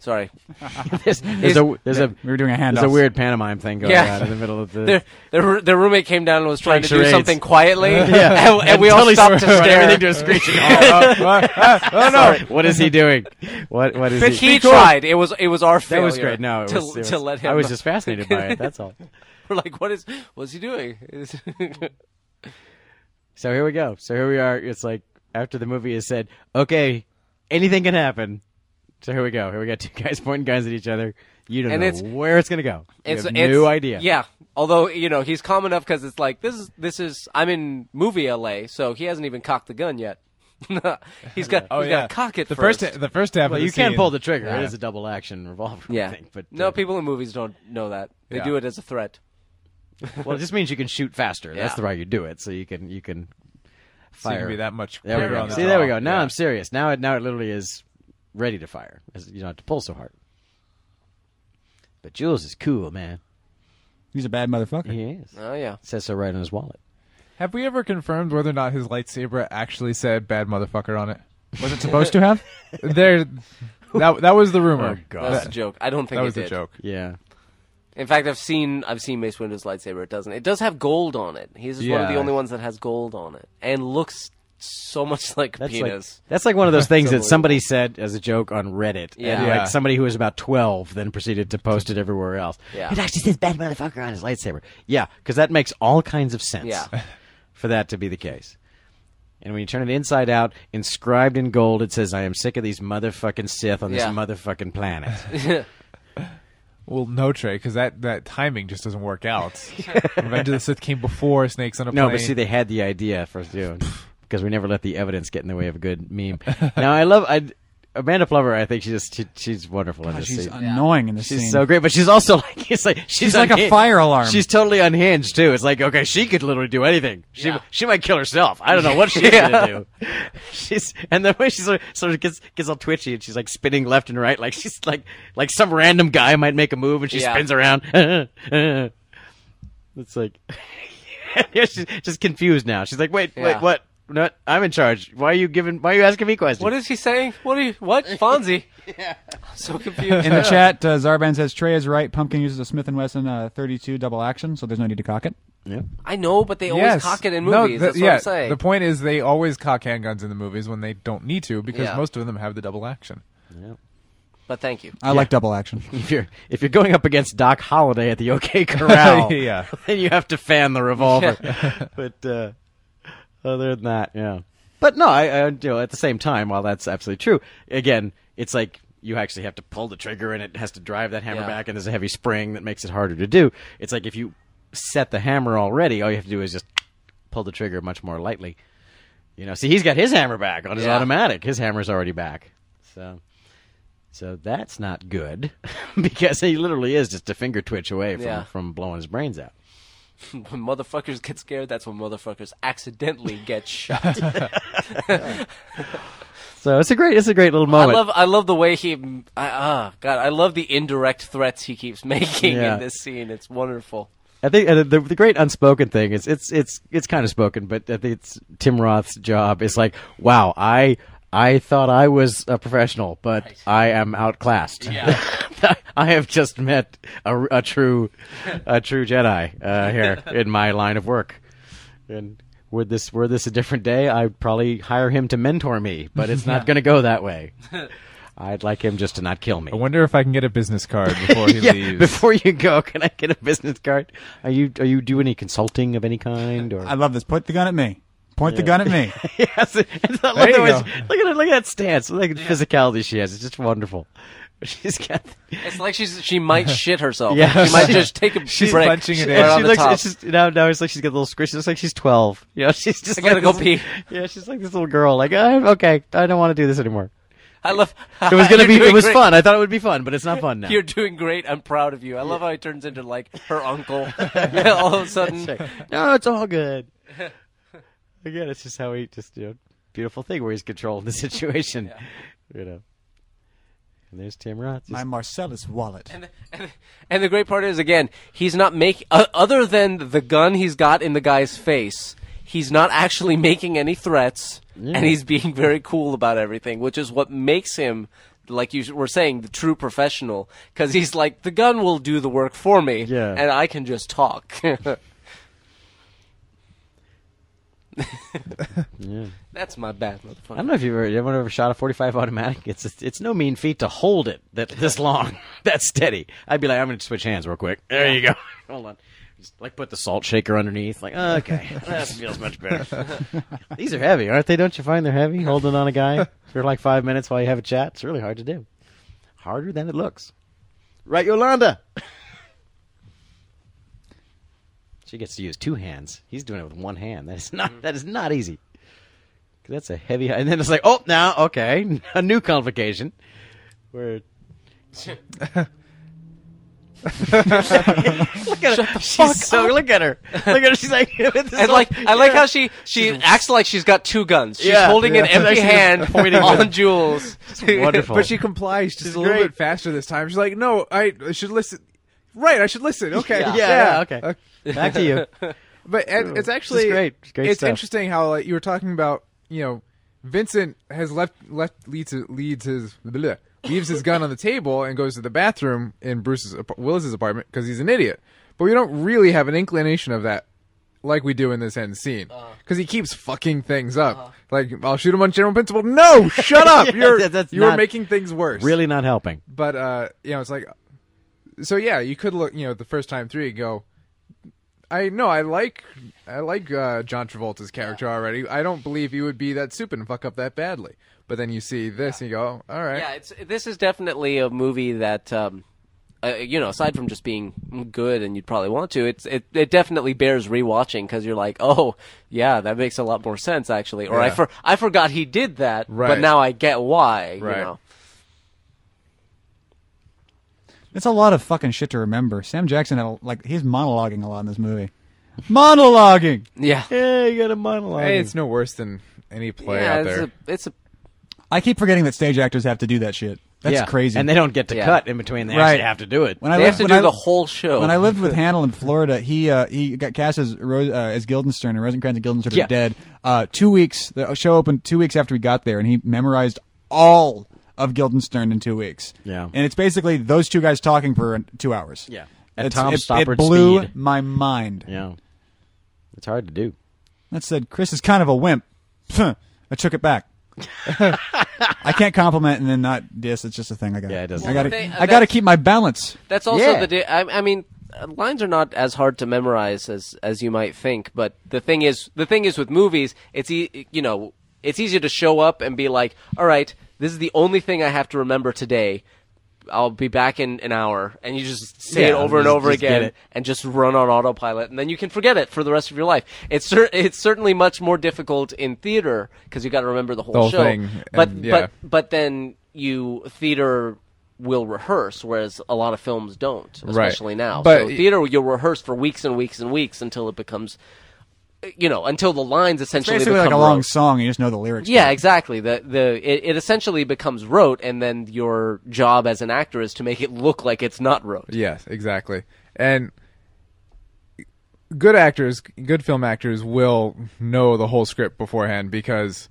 [SPEAKER 3] Sorry.
[SPEAKER 5] there's, there's a there's a
[SPEAKER 2] We were doing a handoff.
[SPEAKER 5] there's a weird pantomime thing going
[SPEAKER 3] Yeah.
[SPEAKER 5] on in the middle of the.
[SPEAKER 3] Their, their roo- their roommate came down and was trying to
[SPEAKER 5] Playing
[SPEAKER 3] do
[SPEAKER 5] charades.
[SPEAKER 3] something quietly,
[SPEAKER 5] yeah,
[SPEAKER 3] and, and we all
[SPEAKER 5] totally
[SPEAKER 3] stopped to
[SPEAKER 5] brought
[SPEAKER 3] stare.
[SPEAKER 5] Everything to a screeching. halt.
[SPEAKER 2] oh
[SPEAKER 5] Sorry, what is he doing? What what is
[SPEAKER 3] But
[SPEAKER 5] he?
[SPEAKER 3] he tried. It was it was our
[SPEAKER 5] That
[SPEAKER 3] failure.
[SPEAKER 5] was great. No, it
[SPEAKER 3] to,
[SPEAKER 5] was, it
[SPEAKER 3] to
[SPEAKER 5] was-
[SPEAKER 3] let him.
[SPEAKER 5] I was just fascinated by it. That's all.
[SPEAKER 3] We're like, what is what's he doing? Is-
[SPEAKER 5] So here we go. So here we are. It's like after the movie is said, okay, anything can happen. So here we go. Here we got two guys pointing guns at each other. You don't
[SPEAKER 3] And
[SPEAKER 5] know
[SPEAKER 3] it's-
[SPEAKER 5] where it's gonna go. You
[SPEAKER 3] it's
[SPEAKER 5] have
[SPEAKER 3] it's-
[SPEAKER 5] no idea.
[SPEAKER 3] Yeah. Although you know he's calm enough because it's like this is this is I'm in movie LA, so he hasn't even cocked the gun yet. he's got
[SPEAKER 4] Oh
[SPEAKER 3] he's
[SPEAKER 4] yeah,
[SPEAKER 3] got to cock it
[SPEAKER 4] the
[SPEAKER 3] first.
[SPEAKER 4] The first half.
[SPEAKER 5] Well,
[SPEAKER 4] of the
[SPEAKER 5] you can
[SPEAKER 4] scene-
[SPEAKER 5] pull the trigger.
[SPEAKER 4] Yeah.
[SPEAKER 5] It is a double action revolver.
[SPEAKER 3] yeah.
[SPEAKER 5] I think, but
[SPEAKER 3] no,
[SPEAKER 5] uh,
[SPEAKER 3] people in movies don't know that. They
[SPEAKER 4] Yeah.
[SPEAKER 3] do it as a threat.
[SPEAKER 5] Well, it just means you can shoot faster. That's
[SPEAKER 3] Yeah.
[SPEAKER 5] the way you do it. So you can you can
[SPEAKER 4] So you
[SPEAKER 5] fire.
[SPEAKER 4] can be that much.
[SPEAKER 5] there we
[SPEAKER 4] quicker
[SPEAKER 5] go.
[SPEAKER 4] on the
[SPEAKER 5] See, there we
[SPEAKER 4] draw.
[SPEAKER 5] go. Now
[SPEAKER 4] Yeah.
[SPEAKER 5] I'm serious. Now it now it literally is ready to fire. As- You don't have to pull so hard. But Jules is cool, man.
[SPEAKER 2] He's a bad motherfucker.
[SPEAKER 5] He is.
[SPEAKER 3] Oh yeah.
[SPEAKER 5] Says so right on his wallet.
[SPEAKER 4] Have we ever confirmed whether or not his lightsaber actually said "bad motherfucker" on it?
[SPEAKER 2] Was it
[SPEAKER 4] Supposed to have? there. That that was the rumor.
[SPEAKER 5] Oh,
[SPEAKER 3] That
[SPEAKER 5] God.
[SPEAKER 3] was a joke. I don't think
[SPEAKER 4] That
[SPEAKER 3] it
[SPEAKER 4] was the
[SPEAKER 3] did.
[SPEAKER 4] joke.
[SPEAKER 5] Yeah.
[SPEAKER 3] In fact, I've seen I've seen Mace Windu's lightsaber. It doesn't. It does have gold on it. He's one of the
[SPEAKER 4] Yeah.
[SPEAKER 3] only ones that has gold on it and looks so much like penis.
[SPEAKER 5] Like, that's like one of those things that
[SPEAKER 3] unbelievable.
[SPEAKER 5] somebody said as a joke on Reddit. and,
[SPEAKER 3] Yeah.
[SPEAKER 4] Yeah.
[SPEAKER 5] like somebody who was about twelve then proceeded to post it everywhere else.
[SPEAKER 3] Yeah.
[SPEAKER 5] It actually says "bad motherfucker" on his lightsaber. Yeah, because that makes all kinds of sense.
[SPEAKER 3] Yeah.
[SPEAKER 5] For that to be the case. And when you turn it inside out, inscribed in gold, it says, "I am sick of these motherfucking Sith on
[SPEAKER 3] Yeah.
[SPEAKER 5] this motherfucking planet."
[SPEAKER 4] Well, no, Trey, because that, that timing just doesn't work out. Revenge of the Sith came before Snakes on a Plane.
[SPEAKER 5] No, but see, they had the idea for you because we never let the evidence get in the way of a good meme. now, I love I, Amanda Plummer. I think she just she, she's wonderful in this
[SPEAKER 2] She's
[SPEAKER 5] scene.
[SPEAKER 2] annoying in this
[SPEAKER 5] She's
[SPEAKER 2] scene.
[SPEAKER 5] so great, but she's also like it's like she's,
[SPEAKER 2] like a
[SPEAKER 5] unhinged.
[SPEAKER 2] fire alarm.
[SPEAKER 5] She's totally unhinged too. It's like okay, she could literally do anything. She
[SPEAKER 3] Yeah.
[SPEAKER 5] she might kill herself. I don't know what she's gonna do. She's and the way she sort of, sort of gets gets all twitchy and she's like spinning left and right, like she's like like some random guy might make a move and she
[SPEAKER 3] Yeah.
[SPEAKER 5] spins around. it's like yeah, she's just confused now. She's like, wait,
[SPEAKER 3] Yeah.
[SPEAKER 5] wait, what? No, I'm in charge. Why are you giving? Why are you asking me questions?
[SPEAKER 3] What is he saying? What are you? What Fonzie? I'm so confused.
[SPEAKER 2] in the chat, uh, Zarban says Trey is right. Pumpkin uses a Smith and Wesson uh, 32 double action, so there's no need to cock it.
[SPEAKER 5] Yeah.
[SPEAKER 3] I know, but they always
[SPEAKER 4] yes.
[SPEAKER 3] cock it in
[SPEAKER 4] No,
[SPEAKER 3] movies.
[SPEAKER 4] the-
[SPEAKER 3] That's what
[SPEAKER 4] yeah,
[SPEAKER 3] I'm saying.
[SPEAKER 4] The point is, they always cock handguns in the movies when they don't need to, because
[SPEAKER 3] Yeah.
[SPEAKER 4] most of them have the double action.
[SPEAKER 3] but thank you.
[SPEAKER 2] I like double action.
[SPEAKER 5] if you're if you're going up against Doc Holliday at the OK Corral,
[SPEAKER 4] Yeah.
[SPEAKER 5] then you have to fan the revolver. but uh, other than that, yeah. But no, I, I you know at the same time, while that's absolutely true, again, it's like you actually have to pull the trigger and it has to drive that hammer
[SPEAKER 3] Yeah.
[SPEAKER 5] back, and there's a heavy spring that makes it harder to do. It's like if you set the hammer already, all you have to do is just pull the trigger much more lightly. You know, see, he's got his hammer back on his
[SPEAKER 3] Yeah.
[SPEAKER 5] automatic. His hammer's already back. So, so that's not good because he literally is just a finger twitch away from,
[SPEAKER 3] Yeah.
[SPEAKER 5] from blowing his brains out.
[SPEAKER 3] When motherfuckers get scared, that's when motherfuckers accidentally get shot.
[SPEAKER 5] So it's a great, it's a great little
[SPEAKER 3] I
[SPEAKER 5] moment.
[SPEAKER 3] love, I love the way he. I, ah, God, I love the indirect threats he keeps making
[SPEAKER 5] Yeah.
[SPEAKER 3] in this scene. It's wonderful.
[SPEAKER 5] I think uh, the, the great unspoken thing is it's it's it's kind of spoken, but I think it's Tim Roth's job is like, wow, I I thought I was a professional, but I am outclassed. I have just met a, a true a true Jedi uh, here in my line of work, and Would this were this a different day, I'd probably hire him to mentor me, but it's not going to go that way. I'd like him just to not kill me.
[SPEAKER 4] I wonder if I can get a business card before he
[SPEAKER 5] Yeah,
[SPEAKER 4] leaves.
[SPEAKER 5] Before you go, can I get a business card? Are you are you do any consulting of any kind or
[SPEAKER 2] I love this. Point the gun at me. Point the gun at me.
[SPEAKER 5] yes, it- it's- I love
[SPEAKER 4] There
[SPEAKER 5] the
[SPEAKER 4] you
[SPEAKER 5] way
[SPEAKER 4] go.
[SPEAKER 5] she- look at her, look at that stance, look at the physicality she has. It's just wonderful. She's got.
[SPEAKER 3] It's like she's she might shit herself.
[SPEAKER 5] Yeah.
[SPEAKER 3] she might just take a
[SPEAKER 4] She's
[SPEAKER 3] break.
[SPEAKER 4] punching it
[SPEAKER 3] right
[SPEAKER 4] in.
[SPEAKER 3] on
[SPEAKER 5] she
[SPEAKER 3] the
[SPEAKER 5] looks.
[SPEAKER 3] top.
[SPEAKER 5] It's just now. Now it's like she's got a little squish. She looks like she's twelve. You know, she's just.
[SPEAKER 3] I gotta
[SPEAKER 5] like
[SPEAKER 3] go
[SPEAKER 5] this-
[SPEAKER 3] pee.
[SPEAKER 5] Yeah, she's like this little girl. Like, I'm okay. I don't want to do this anymore.
[SPEAKER 3] I love.
[SPEAKER 5] It was gonna
[SPEAKER 3] You're
[SPEAKER 5] be. It
[SPEAKER 3] doing
[SPEAKER 5] was
[SPEAKER 3] great.
[SPEAKER 5] fun. I thought it would be fun, but it's not fun now.
[SPEAKER 3] You're doing great. I'm proud of you. I love how he turns into like her uncle all of a sudden.
[SPEAKER 5] It's like, no, it's all good. Again, it's just how he just you know beautiful thing where he's controlling the situation. You know. And there's Tim Roth.
[SPEAKER 2] My Marcellus wallet.
[SPEAKER 3] And the great part is, again, he's not making uh, other than the gun he's got in the guy's face. He's not actually making any threats, and he's being very cool about everything, which is what makes him, like you were saying, the true professional. Because he's like, the gun will do the work for me,
[SPEAKER 5] Yeah.
[SPEAKER 3] and I can just talk. That's my bad, motherfucker.
[SPEAKER 5] I don't know if you've ever, anyone ever shot a 45 automatic. It's it's no mean feat to hold it that this long, that steady. I'd be like, I'm going to switch hands real quick. There you go. Hold on. Just like put the salt shaker underneath. Like, okay, that feels much better. These are heavy, aren't they? Don't you find they're heavy? Holding on a guy for like five minutes while you have a chat. It's really hard to do. Harder than it looks. Right, Yolanda. She gets to use two hands. He's doing it with one hand. That is
[SPEAKER 3] Mm-hmm.
[SPEAKER 5] not. That is not easy. 'Cause that's a heavy. And then it's like, oh, now okay, a new complication. Where. look at her. she's so. Look at her. Look at her. She's like.
[SPEAKER 3] And like, I like how she she acts like she's got two guns. She's
[SPEAKER 5] Yeah.
[SPEAKER 3] holding an
[SPEAKER 5] Yeah.
[SPEAKER 3] empty
[SPEAKER 5] She's
[SPEAKER 3] hand
[SPEAKER 5] pointing with
[SPEAKER 3] on
[SPEAKER 5] it.
[SPEAKER 3] Jules.
[SPEAKER 5] wonderful.
[SPEAKER 4] But she complies just a little
[SPEAKER 5] great.
[SPEAKER 4] bit faster this time. She's like, "No, I, I should listen." Right, I should listen. Okay,
[SPEAKER 5] Yeah.
[SPEAKER 4] yeah,
[SPEAKER 5] Yeah, okay. Back to you.
[SPEAKER 4] But it, it's actually
[SPEAKER 5] It's great. It's great stuff.
[SPEAKER 4] interesting how like you were talking about, you know, Vincent has left left leads leads his bleh, leaves his gun on the table and goes to the bathroom in Bruce's ap- Willis's apartment because he's an idiot. But we don't really have an inclination of that like we do in this end scene because he keeps fucking things up. Like I'll shoot him on general principle. No, shut up.
[SPEAKER 5] Yeah,
[SPEAKER 4] you're
[SPEAKER 5] that- that's
[SPEAKER 4] you're
[SPEAKER 5] not-
[SPEAKER 4] making things worse
[SPEAKER 5] Really not helping.
[SPEAKER 4] but uh you know it's like so yeah you could look you know the first time through you go i no i like i like uh john travolta's character already i don't believe he would be that stupid and fuck up that badly but then you see this and you go all right
[SPEAKER 3] Yeah, it's this is definitely a movie that um, uh, you know, aside from just being good and you'd probably want to, it's it, it definitely bears rewatching because you're like, oh yeah, that makes a lot more sense actually. Or I
[SPEAKER 4] Yeah.
[SPEAKER 3] for I forgot he did that, but
[SPEAKER 4] Right.
[SPEAKER 3] now I get why.
[SPEAKER 4] Right.
[SPEAKER 3] You know,
[SPEAKER 2] It's a lot of fucking shit to remember. Sam Jackson had a, like he's monologuing a lot in this movie. Monologuing.
[SPEAKER 3] yeah,
[SPEAKER 5] Yeah, you got a monologue.
[SPEAKER 4] hey it's no worse than any play
[SPEAKER 3] yeah,
[SPEAKER 4] out
[SPEAKER 3] it's
[SPEAKER 4] there
[SPEAKER 3] a it's a
[SPEAKER 2] I keep forgetting that stage actors have to do that shit. That's
[SPEAKER 5] Yeah.
[SPEAKER 2] crazy.
[SPEAKER 5] And they don't get to
[SPEAKER 3] Yeah.
[SPEAKER 5] cut in between. They
[SPEAKER 2] Right.
[SPEAKER 5] actually have to do it.
[SPEAKER 2] When I
[SPEAKER 3] they have
[SPEAKER 2] lived-
[SPEAKER 3] to
[SPEAKER 2] when
[SPEAKER 3] do
[SPEAKER 2] I-
[SPEAKER 3] the whole show.
[SPEAKER 2] When I lived with Hannel in Florida, he uh, he got cast as Ro- uh, as Guildenstern, and Rosencrantz and Guildenstern
[SPEAKER 5] Yeah.
[SPEAKER 2] are dead. Uh, two weeks, the show opened two weeks after we got there, and he memorized all of Guildenstern in two weeks.
[SPEAKER 5] Yeah.
[SPEAKER 2] and it's basically those two guys talking for two hours.
[SPEAKER 5] Yeah. At
[SPEAKER 2] It's-
[SPEAKER 5] Tom
[SPEAKER 2] it,
[SPEAKER 5] Stoppard
[SPEAKER 2] it blew
[SPEAKER 5] speed.
[SPEAKER 2] my mind.
[SPEAKER 5] yeah, it's hard to do.
[SPEAKER 2] That said, Chris is kind of a wimp. I took it back. I can't compliment and then not diss. It's just a thing I got.
[SPEAKER 5] Yeah, it doesn't
[SPEAKER 2] I got
[SPEAKER 3] Well, they-
[SPEAKER 2] to. I got to
[SPEAKER 3] that's-
[SPEAKER 2] keep my balance.
[SPEAKER 3] That's also
[SPEAKER 5] Yeah.
[SPEAKER 3] the. Di- I, I mean, uh, lines are not as hard to memorize as as you might think. But the thing is, the thing is with movies, it's e- you know, it's easier to show up and be like, all right, this is the only thing I have to remember today. I'll be back in an hour, and you just say it
[SPEAKER 5] Yeah,
[SPEAKER 3] over and
[SPEAKER 5] just-
[SPEAKER 3] over
[SPEAKER 5] just get
[SPEAKER 3] again,
[SPEAKER 5] it.
[SPEAKER 3] and just run on autopilot, and then you can forget it for the rest of your life. It's cer- it's certainly much more difficult in theater because you got to remember the whole,
[SPEAKER 4] whole
[SPEAKER 3] show.
[SPEAKER 4] thing,
[SPEAKER 3] But
[SPEAKER 4] and-
[SPEAKER 3] but
[SPEAKER 4] yeah.
[SPEAKER 3] but then you theater will rehearse, whereas a lot of films don't, especially now.
[SPEAKER 4] But-
[SPEAKER 3] so theater, you'll rehearse for weeks and weeks and weeks until it becomes, you know, until the lines essentially
[SPEAKER 2] Basically,
[SPEAKER 3] become
[SPEAKER 2] like a long
[SPEAKER 3] rote.
[SPEAKER 2] song. You just know the lyrics.
[SPEAKER 3] Yeah, exactly. The the it, it essentially becomes rote, and then your job as an actor is to make it look like it's not rote.
[SPEAKER 4] Yes, exactly. And good actors, good film actors will know the whole script beforehand because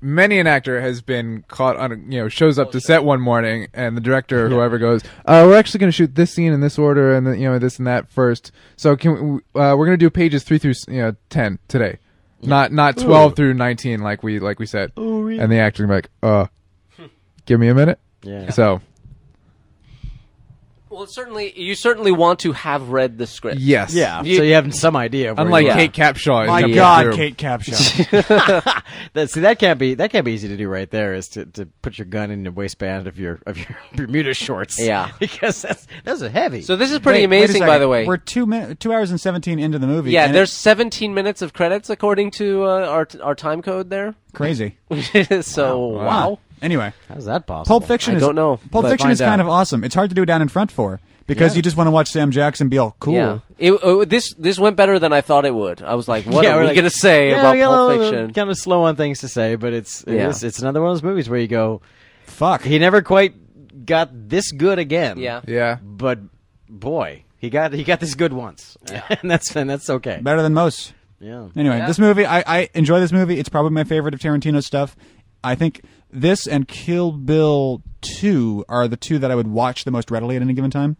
[SPEAKER 4] many an actor has been caught on, you know, shows up to set one morning and the director or whoever goes, "Oh, we're actually going to shoot this scene in this order and then, you know, this and that first. So can we, uh, we're going to do pages 3 through, you know, 10 today." not not twelve through nineteen like we like we said. Oh, really? And the actor's gonna be like, uh, give me a minute.
[SPEAKER 5] Yeah.
[SPEAKER 4] So
[SPEAKER 3] Well, it's certainly you certainly want to have read the script.
[SPEAKER 4] yes,
[SPEAKER 5] Yeah. so you have some idea. Of where
[SPEAKER 4] Unlike
[SPEAKER 5] you are.
[SPEAKER 4] Kate Capshaw, is
[SPEAKER 2] Oh My
[SPEAKER 4] coming
[SPEAKER 2] God,
[SPEAKER 4] through.
[SPEAKER 2] Kate Capshaw.
[SPEAKER 5] That, see, that can't be that can't be easy to do. Right there is to, to put your gun in the waistband of your of your Bermuda shorts.
[SPEAKER 3] Yeah.
[SPEAKER 5] because that's that's a heavy.
[SPEAKER 3] So this is pretty
[SPEAKER 2] Wait, wait a
[SPEAKER 3] amazing, by
[SPEAKER 2] second.
[SPEAKER 3] the way.
[SPEAKER 2] We're two min- two hours and seventeen into the movie.
[SPEAKER 3] yeah,
[SPEAKER 2] and
[SPEAKER 3] there's
[SPEAKER 2] it's
[SPEAKER 3] 17 minutes of credits according to uh, our our time code there.
[SPEAKER 2] crazy.
[SPEAKER 3] so wow.
[SPEAKER 2] Anyway,
[SPEAKER 5] how's that possible?
[SPEAKER 2] Pulp Fiction.
[SPEAKER 3] I
[SPEAKER 2] is,
[SPEAKER 3] don't know,
[SPEAKER 2] Pulp
[SPEAKER 3] but
[SPEAKER 2] Fiction
[SPEAKER 5] find
[SPEAKER 2] is kind
[SPEAKER 5] out.
[SPEAKER 2] of awesome. It's hard to do down in front for because you just want to watch Sam Jackson be all cool.
[SPEAKER 3] Yeah, it, uh, this this went better than I thought it would. I was like, what
[SPEAKER 5] yeah,
[SPEAKER 3] are
[SPEAKER 5] we're
[SPEAKER 3] we
[SPEAKER 5] like,
[SPEAKER 3] gonna say
[SPEAKER 5] yeah,
[SPEAKER 3] about
[SPEAKER 5] you
[SPEAKER 3] Pulp
[SPEAKER 5] know,
[SPEAKER 3] Fiction?
[SPEAKER 5] Kind of slow on things to say, but it's it
[SPEAKER 3] Yeah.
[SPEAKER 5] is- it's another one of those movies where you go,
[SPEAKER 2] Fuck.
[SPEAKER 5] he never quite got this good again.
[SPEAKER 3] Yeah.
[SPEAKER 4] Yeah.
[SPEAKER 5] but boy, he got he got this good once, and that's and that's okay.
[SPEAKER 2] Better than most.
[SPEAKER 5] Yeah.
[SPEAKER 2] Anyway, this movie, I, I enjoy this movie. It's probably my favorite of Tarantino's stuff. I think this and Kill Bill 2 are the two that I would watch the most readily at any given time.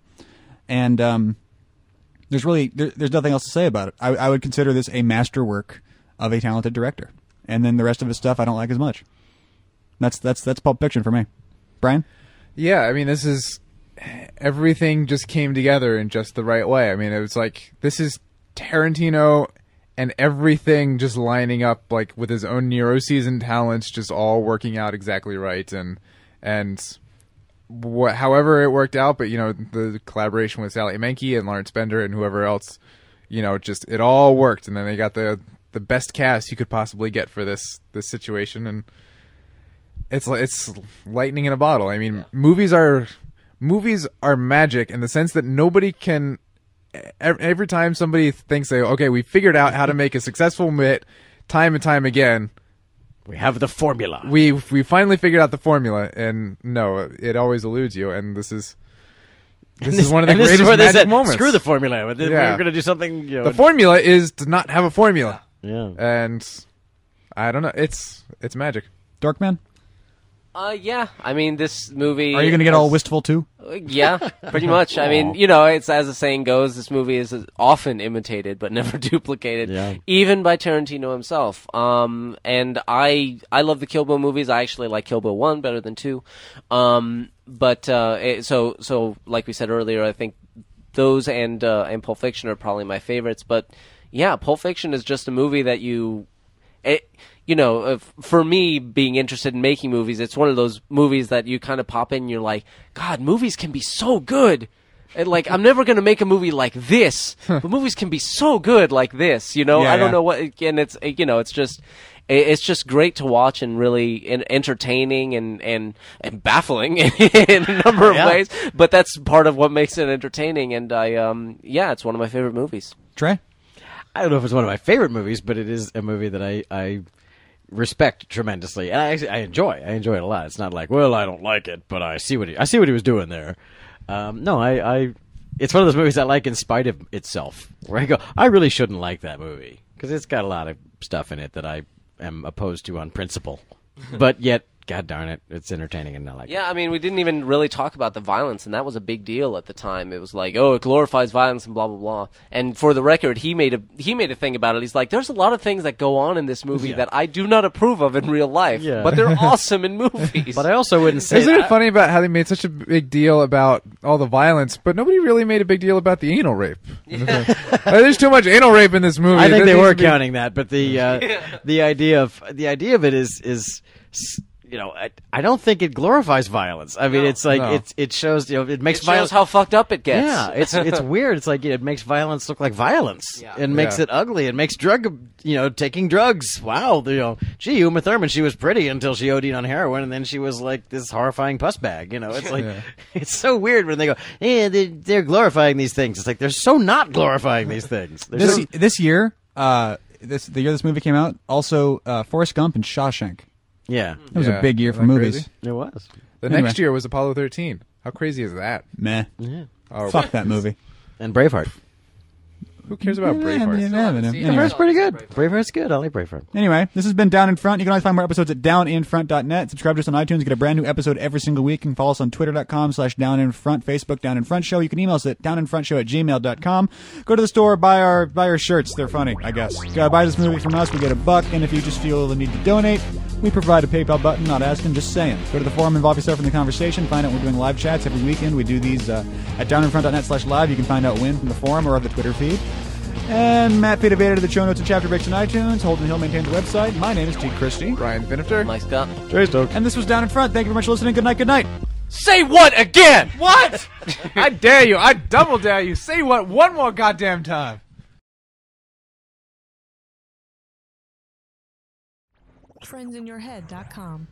[SPEAKER 2] And um, there's really there, there's nothing else to say about it. I, I would consider this a masterwork of a talented director. And then the rest of his stuff I don't like as much. That's that's that's Pulp Fiction for me. Brian?
[SPEAKER 4] Yeah, I mean, this is everything just came together in just the right way. I mean, it was like this is Tarantino and everything just lining up like with his own neuroses and talents just all working out exactly right and and what however it worked out, but you know, the collaboration with Sally Menke and Lawrence Bender and whoever else, you know, just it all worked and then they got the the best cast you could possibly get for this this situation and it's li- it's lightning in a bottle. I mean, movies are movies are magic in the sense that nobody can. e- Every time somebody thinks they okay, we figured out how to make a successful hit, time and time again,
[SPEAKER 5] We have the formula.
[SPEAKER 4] we we finally figured out the formula, and no, it always eludes you. And this is this, is one of the
[SPEAKER 5] and
[SPEAKER 4] greatest
[SPEAKER 5] this is where they
[SPEAKER 4] magic
[SPEAKER 5] said,
[SPEAKER 4] moments.
[SPEAKER 5] Screw the formula. We're
[SPEAKER 4] Yeah.
[SPEAKER 5] going to do something. You know,
[SPEAKER 4] the formula is to not have a formula,
[SPEAKER 5] yeah.
[SPEAKER 4] and I don't know. It's it's magic.
[SPEAKER 2] Dorkman?
[SPEAKER 3] Uh, yeah. I mean, this movie.
[SPEAKER 2] Are you going to get all
[SPEAKER 3] has-
[SPEAKER 2] wistful too?
[SPEAKER 3] Yeah, pretty much. I mean, you know, it's as the saying goes, this movie is often imitated but never duplicated,
[SPEAKER 5] Yeah.
[SPEAKER 3] even by Tarantino himself. Um, and I I love the Kill Bill movies. I actually like Kill Bill one better than two. Um, but uh, it, so so like we said earlier, I think those and uh, and Pulp Fiction are probably my favorites. But yeah, Pulp Fiction is just a movie that you it, you know, if, for me being interested in making movies, it's one of those movies that you kind of pop in. and You're like, God, movies can be so good. And like, I'm never gonna make a movie like this, but movies can be so good like this. You know,
[SPEAKER 4] Yeah,
[SPEAKER 3] I don't
[SPEAKER 4] yeah.
[SPEAKER 3] know what, and it's uh, you know, it's just. it- It's just great to watch and really en- entertaining and, and, and baffling in a number of
[SPEAKER 5] Yeah.
[SPEAKER 3] ways. But that's part of what makes it entertaining. And I, um, yeah, it's one of my favorite movies.
[SPEAKER 2] Trey?
[SPEAKER 5] I don't know if it's one of my favorite movies, but it is a movie that I, I respect tremendously, and I actually I enjoy. I enjoy it a lot. It's not like, well, I don't like it, but I see what he, I see what he was doing there. Um, no, I, I it's one of those movies I like in spite of itself. Where I go, I really shouldn't like that movie because it's got a lot of stuff in it that I am opposed to on principle, but yet, god darn it, it's entertaining and I like. it.
[SPEAKER 3] Yeah, I mean, we didn't even really talk about the violence, and that was a big deal at the time. It was like, oh, it glorifies violence and blah blah blah. And for the record, he made a he made a thing about it. He's like, there's a lot of things that go on in this movie that I do not approve of in real life,
[SPEAKER 5] Yeah.
[SPEAKER 3] but they're awesome in movies.
[SPEAKER 5] But I also wouldn't say
[SPEAKER 4] Isn't
[SPEAKER 5] I-
[SPEAKER 4] it funny about how they made such a big deal about all the violence, but nobody really made a big deal about the anal rape? There's too much anal rape in this movie.
[SPEAKER 5] I think
[SPEAKER 4] There
[SPEAKER 5] they
[SPEAKER 4] needs
[SPEAKER 5] were
[SPEAKER 4] to be-
[SPEAKER 5] counting that, but the uh, the idea of the idea of it is is s- you know I, I don't think it glorifies violence. I mean, it's like
[SPEAKER 4] No.
[SPEAKER 5] it's it shows you know it makes
[SPEAKER 3] it shows
[SPEAKER 5] violence
[SPEAKER 3] how fucked up it gets.
[SPEAKER 5] yeah it's it's weird. It's like it makes violence look like violence.
[SPEAKER 3] Yeah.
[SPEAKER 5] It makes
[SPEAKER 4] Yeah.
[SPEAKER 5] it ugly. It makes drug you know taking drugs. Wow, you know, gee, Uma Thurman, she was pretty until she OD'd on heroin, and then she was like this horrifying puss bag. You know, it's like it's so weird when they go, yeah, they, they're glorifying these things. It's like they're so not glorifying these things. They're
[SPEAKER 2] This
[SPEAKER 5] so-
[SPEAKER 2] this year, uh, this the year this movie came out, also uh, Forrest Gump and Shawshank.
[SPEAKER 5] yeah,
[SPEAKER 2] It was
[SPEAKER 4] Yeah,
[SPEAKER 2] a big year for
[SPEAKER 4] isn't that
[SPEAKER 2] movies.
[SPEAKER 4] crazy?
[SPEAKER 5] it was.
[SPEAKER 4] The
[SPEAKER 2] Anyway.
[SPEAKER 4] next year was Apollo 13. How crazy is that?
[SPEAKER 2] Meh.
[SPEAKER 4] Oh,
[SPEAKER 2] Fuck that movie.
[SPEAKER 5] and Braveheart.
[SPEAKER 4] Who cares about Braveheart?
[SPEAKER 2] Anyway.
[SPEAKER 5] Braveheart's pretty good. Braveheart's good. I like Braveheart.
[SPEAKER 2] Anyway, this has been Down in Front. You can always find more episodes at downinfront.net. Subscribe to us on iTunes. Get a brand new episode every single week. And follow us on twitter.com slash downinfront, Facebook Down in Front Show. You can email us at downinfrontshow at gmail.com. Go to the store, buy our buy our shirts. They're funny, I guess. Gotta buy this movie from us. We get a buck. And if you just feel the need to donate, we provide a PayPal button. Not asking, just saying. Go to the forum, involve yourself in the conversation. Find out when we're doing live chats every weekend. We do these uh, at downinfront.net slash live. You can find out when from the forum or on the Twitter feed. And Matt Pita Vader to the show notes and chapter breaks on iTunes. Holden Hill maintains the website. My name is T. Christie.
[SPEAKER 4] Brian Finifter.
[SPEAKER 3] Mike Scott.
[SPEAKER 2] And this was Down in Front. Thank you very much for listening. Good night. Good night.
[SPEAKER 3] Say what again?
[SPEAKER 4] What? I dare you. I double dare you. Say what one more goddamn time.
[SPEAKER 1] Friendsinyourhead.com.